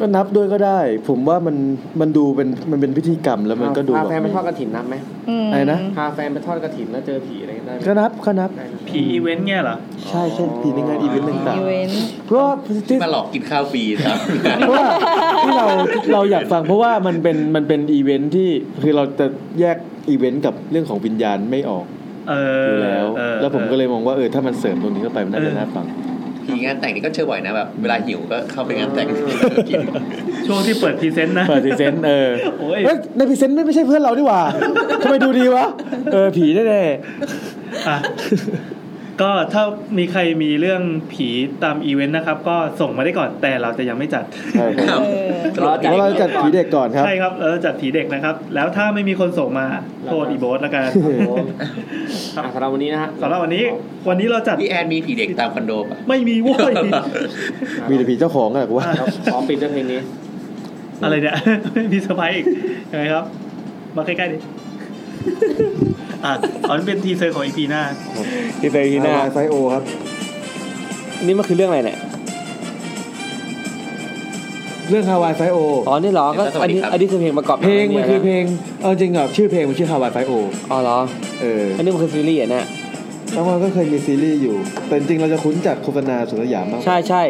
ก็นับด้วยก็ได้ ผมว่ามันมันดูเป็นมันเป็นพิธีกรรมแล้วมันก็ดู พา แบบ แฟนไป มี ทอดกระถินนับไหม อืม อะไรนะ พาแฟนไปทอดกระถินแล้วเจอผีอะไรก็ได้ไหม ก็นับก็นับ ผีอีเวนต์เงี้ยเหรอ ใช่ใช่ผีในงานอีเวนต์ต่าง อีเวนต์ ๆเพราะว่าที่ มาหลอกกินข้าวฟรีครับ เพราะว่าที่เราเราอยากฟังเพราะว่ามันเป็นมันเป็นอีเวนท์ที่คือเราจะแยกอีเวนต์กับเรื่องของวิญญาณไม่ออก เอ อ อยู่ แล้ว ออ แล้วผมก็เลยมองว่าเออถ้ามันเสริมตรงนี้เข้าไปมันน่า เอ จะ อ น่าฟัง ผีงานแต่งนี่ก็เชื่อบ่อยนะแบบเวลาหิวก็เข้าไปงานแต่งกิน ช่วงที่เปิดพรีเซนต์นะ เปิดพรีเซนต์เออ โอ้ย เอ้ยในพรีเซนต์ไม่ไม่ใช่เพื่อนเราดีหว่า ทำไมดูดีวะเออผีแน่ อ่ะก็ถ้ามีใครมีเรื่องผีตามอีเวนต์นะครับ ก็ส่งมาได้ก่อนแต่เราจะยังไม่จัด ๆใช่ครับ จัด เพราะเราจัดผีเด็กก่อนครับ ใช่ครับเออจัดผีเด็กนะครับ แล้วถ้าไม่มีคนส่งมาโทษอีโบสแล้วกัน อ่ะสำหรับวันนี้นะฮะ สำหรับวันนี้ วันนี้เราจัด พี่แอนมีผีเด็กตามคอนโดปะ ไม่มีโว้ย มีแต่ผีเจ้าของอะกูว่า ครับขอปิดด้วยเพลงนี้ อะไรเนี่ย มีสไปอีกยังไงครับ มาใกล้ๆดิอ่ะอันเป็นทีเซอร์ของอีพีหน้า ที่ไปที่หน้าไซโอครับ นี่มันคือเรื่องอะไรเนี่ย เรื่องฮาวายไฟโอ อ๋อ นี่เหรอ ก็ เดี๋ยว อันนี้ สวัสดีครับ อันนี้คือเพลงประกอบ เพลงมันคือเพ ลง ลงเอาจริงอ่ะชื่อเพลงมันชื่อฮาวายไฟโอ อ๋อเหรอ เออ อันนี้มันคือซีรีส์อ่ะเนี่ย แล้วมันก็เคยมีซีรีส์อยู่ แต่จริงๆเราจะคุ้นจากโฆษณาสุนทรยามมากกว่า ใช่ใช่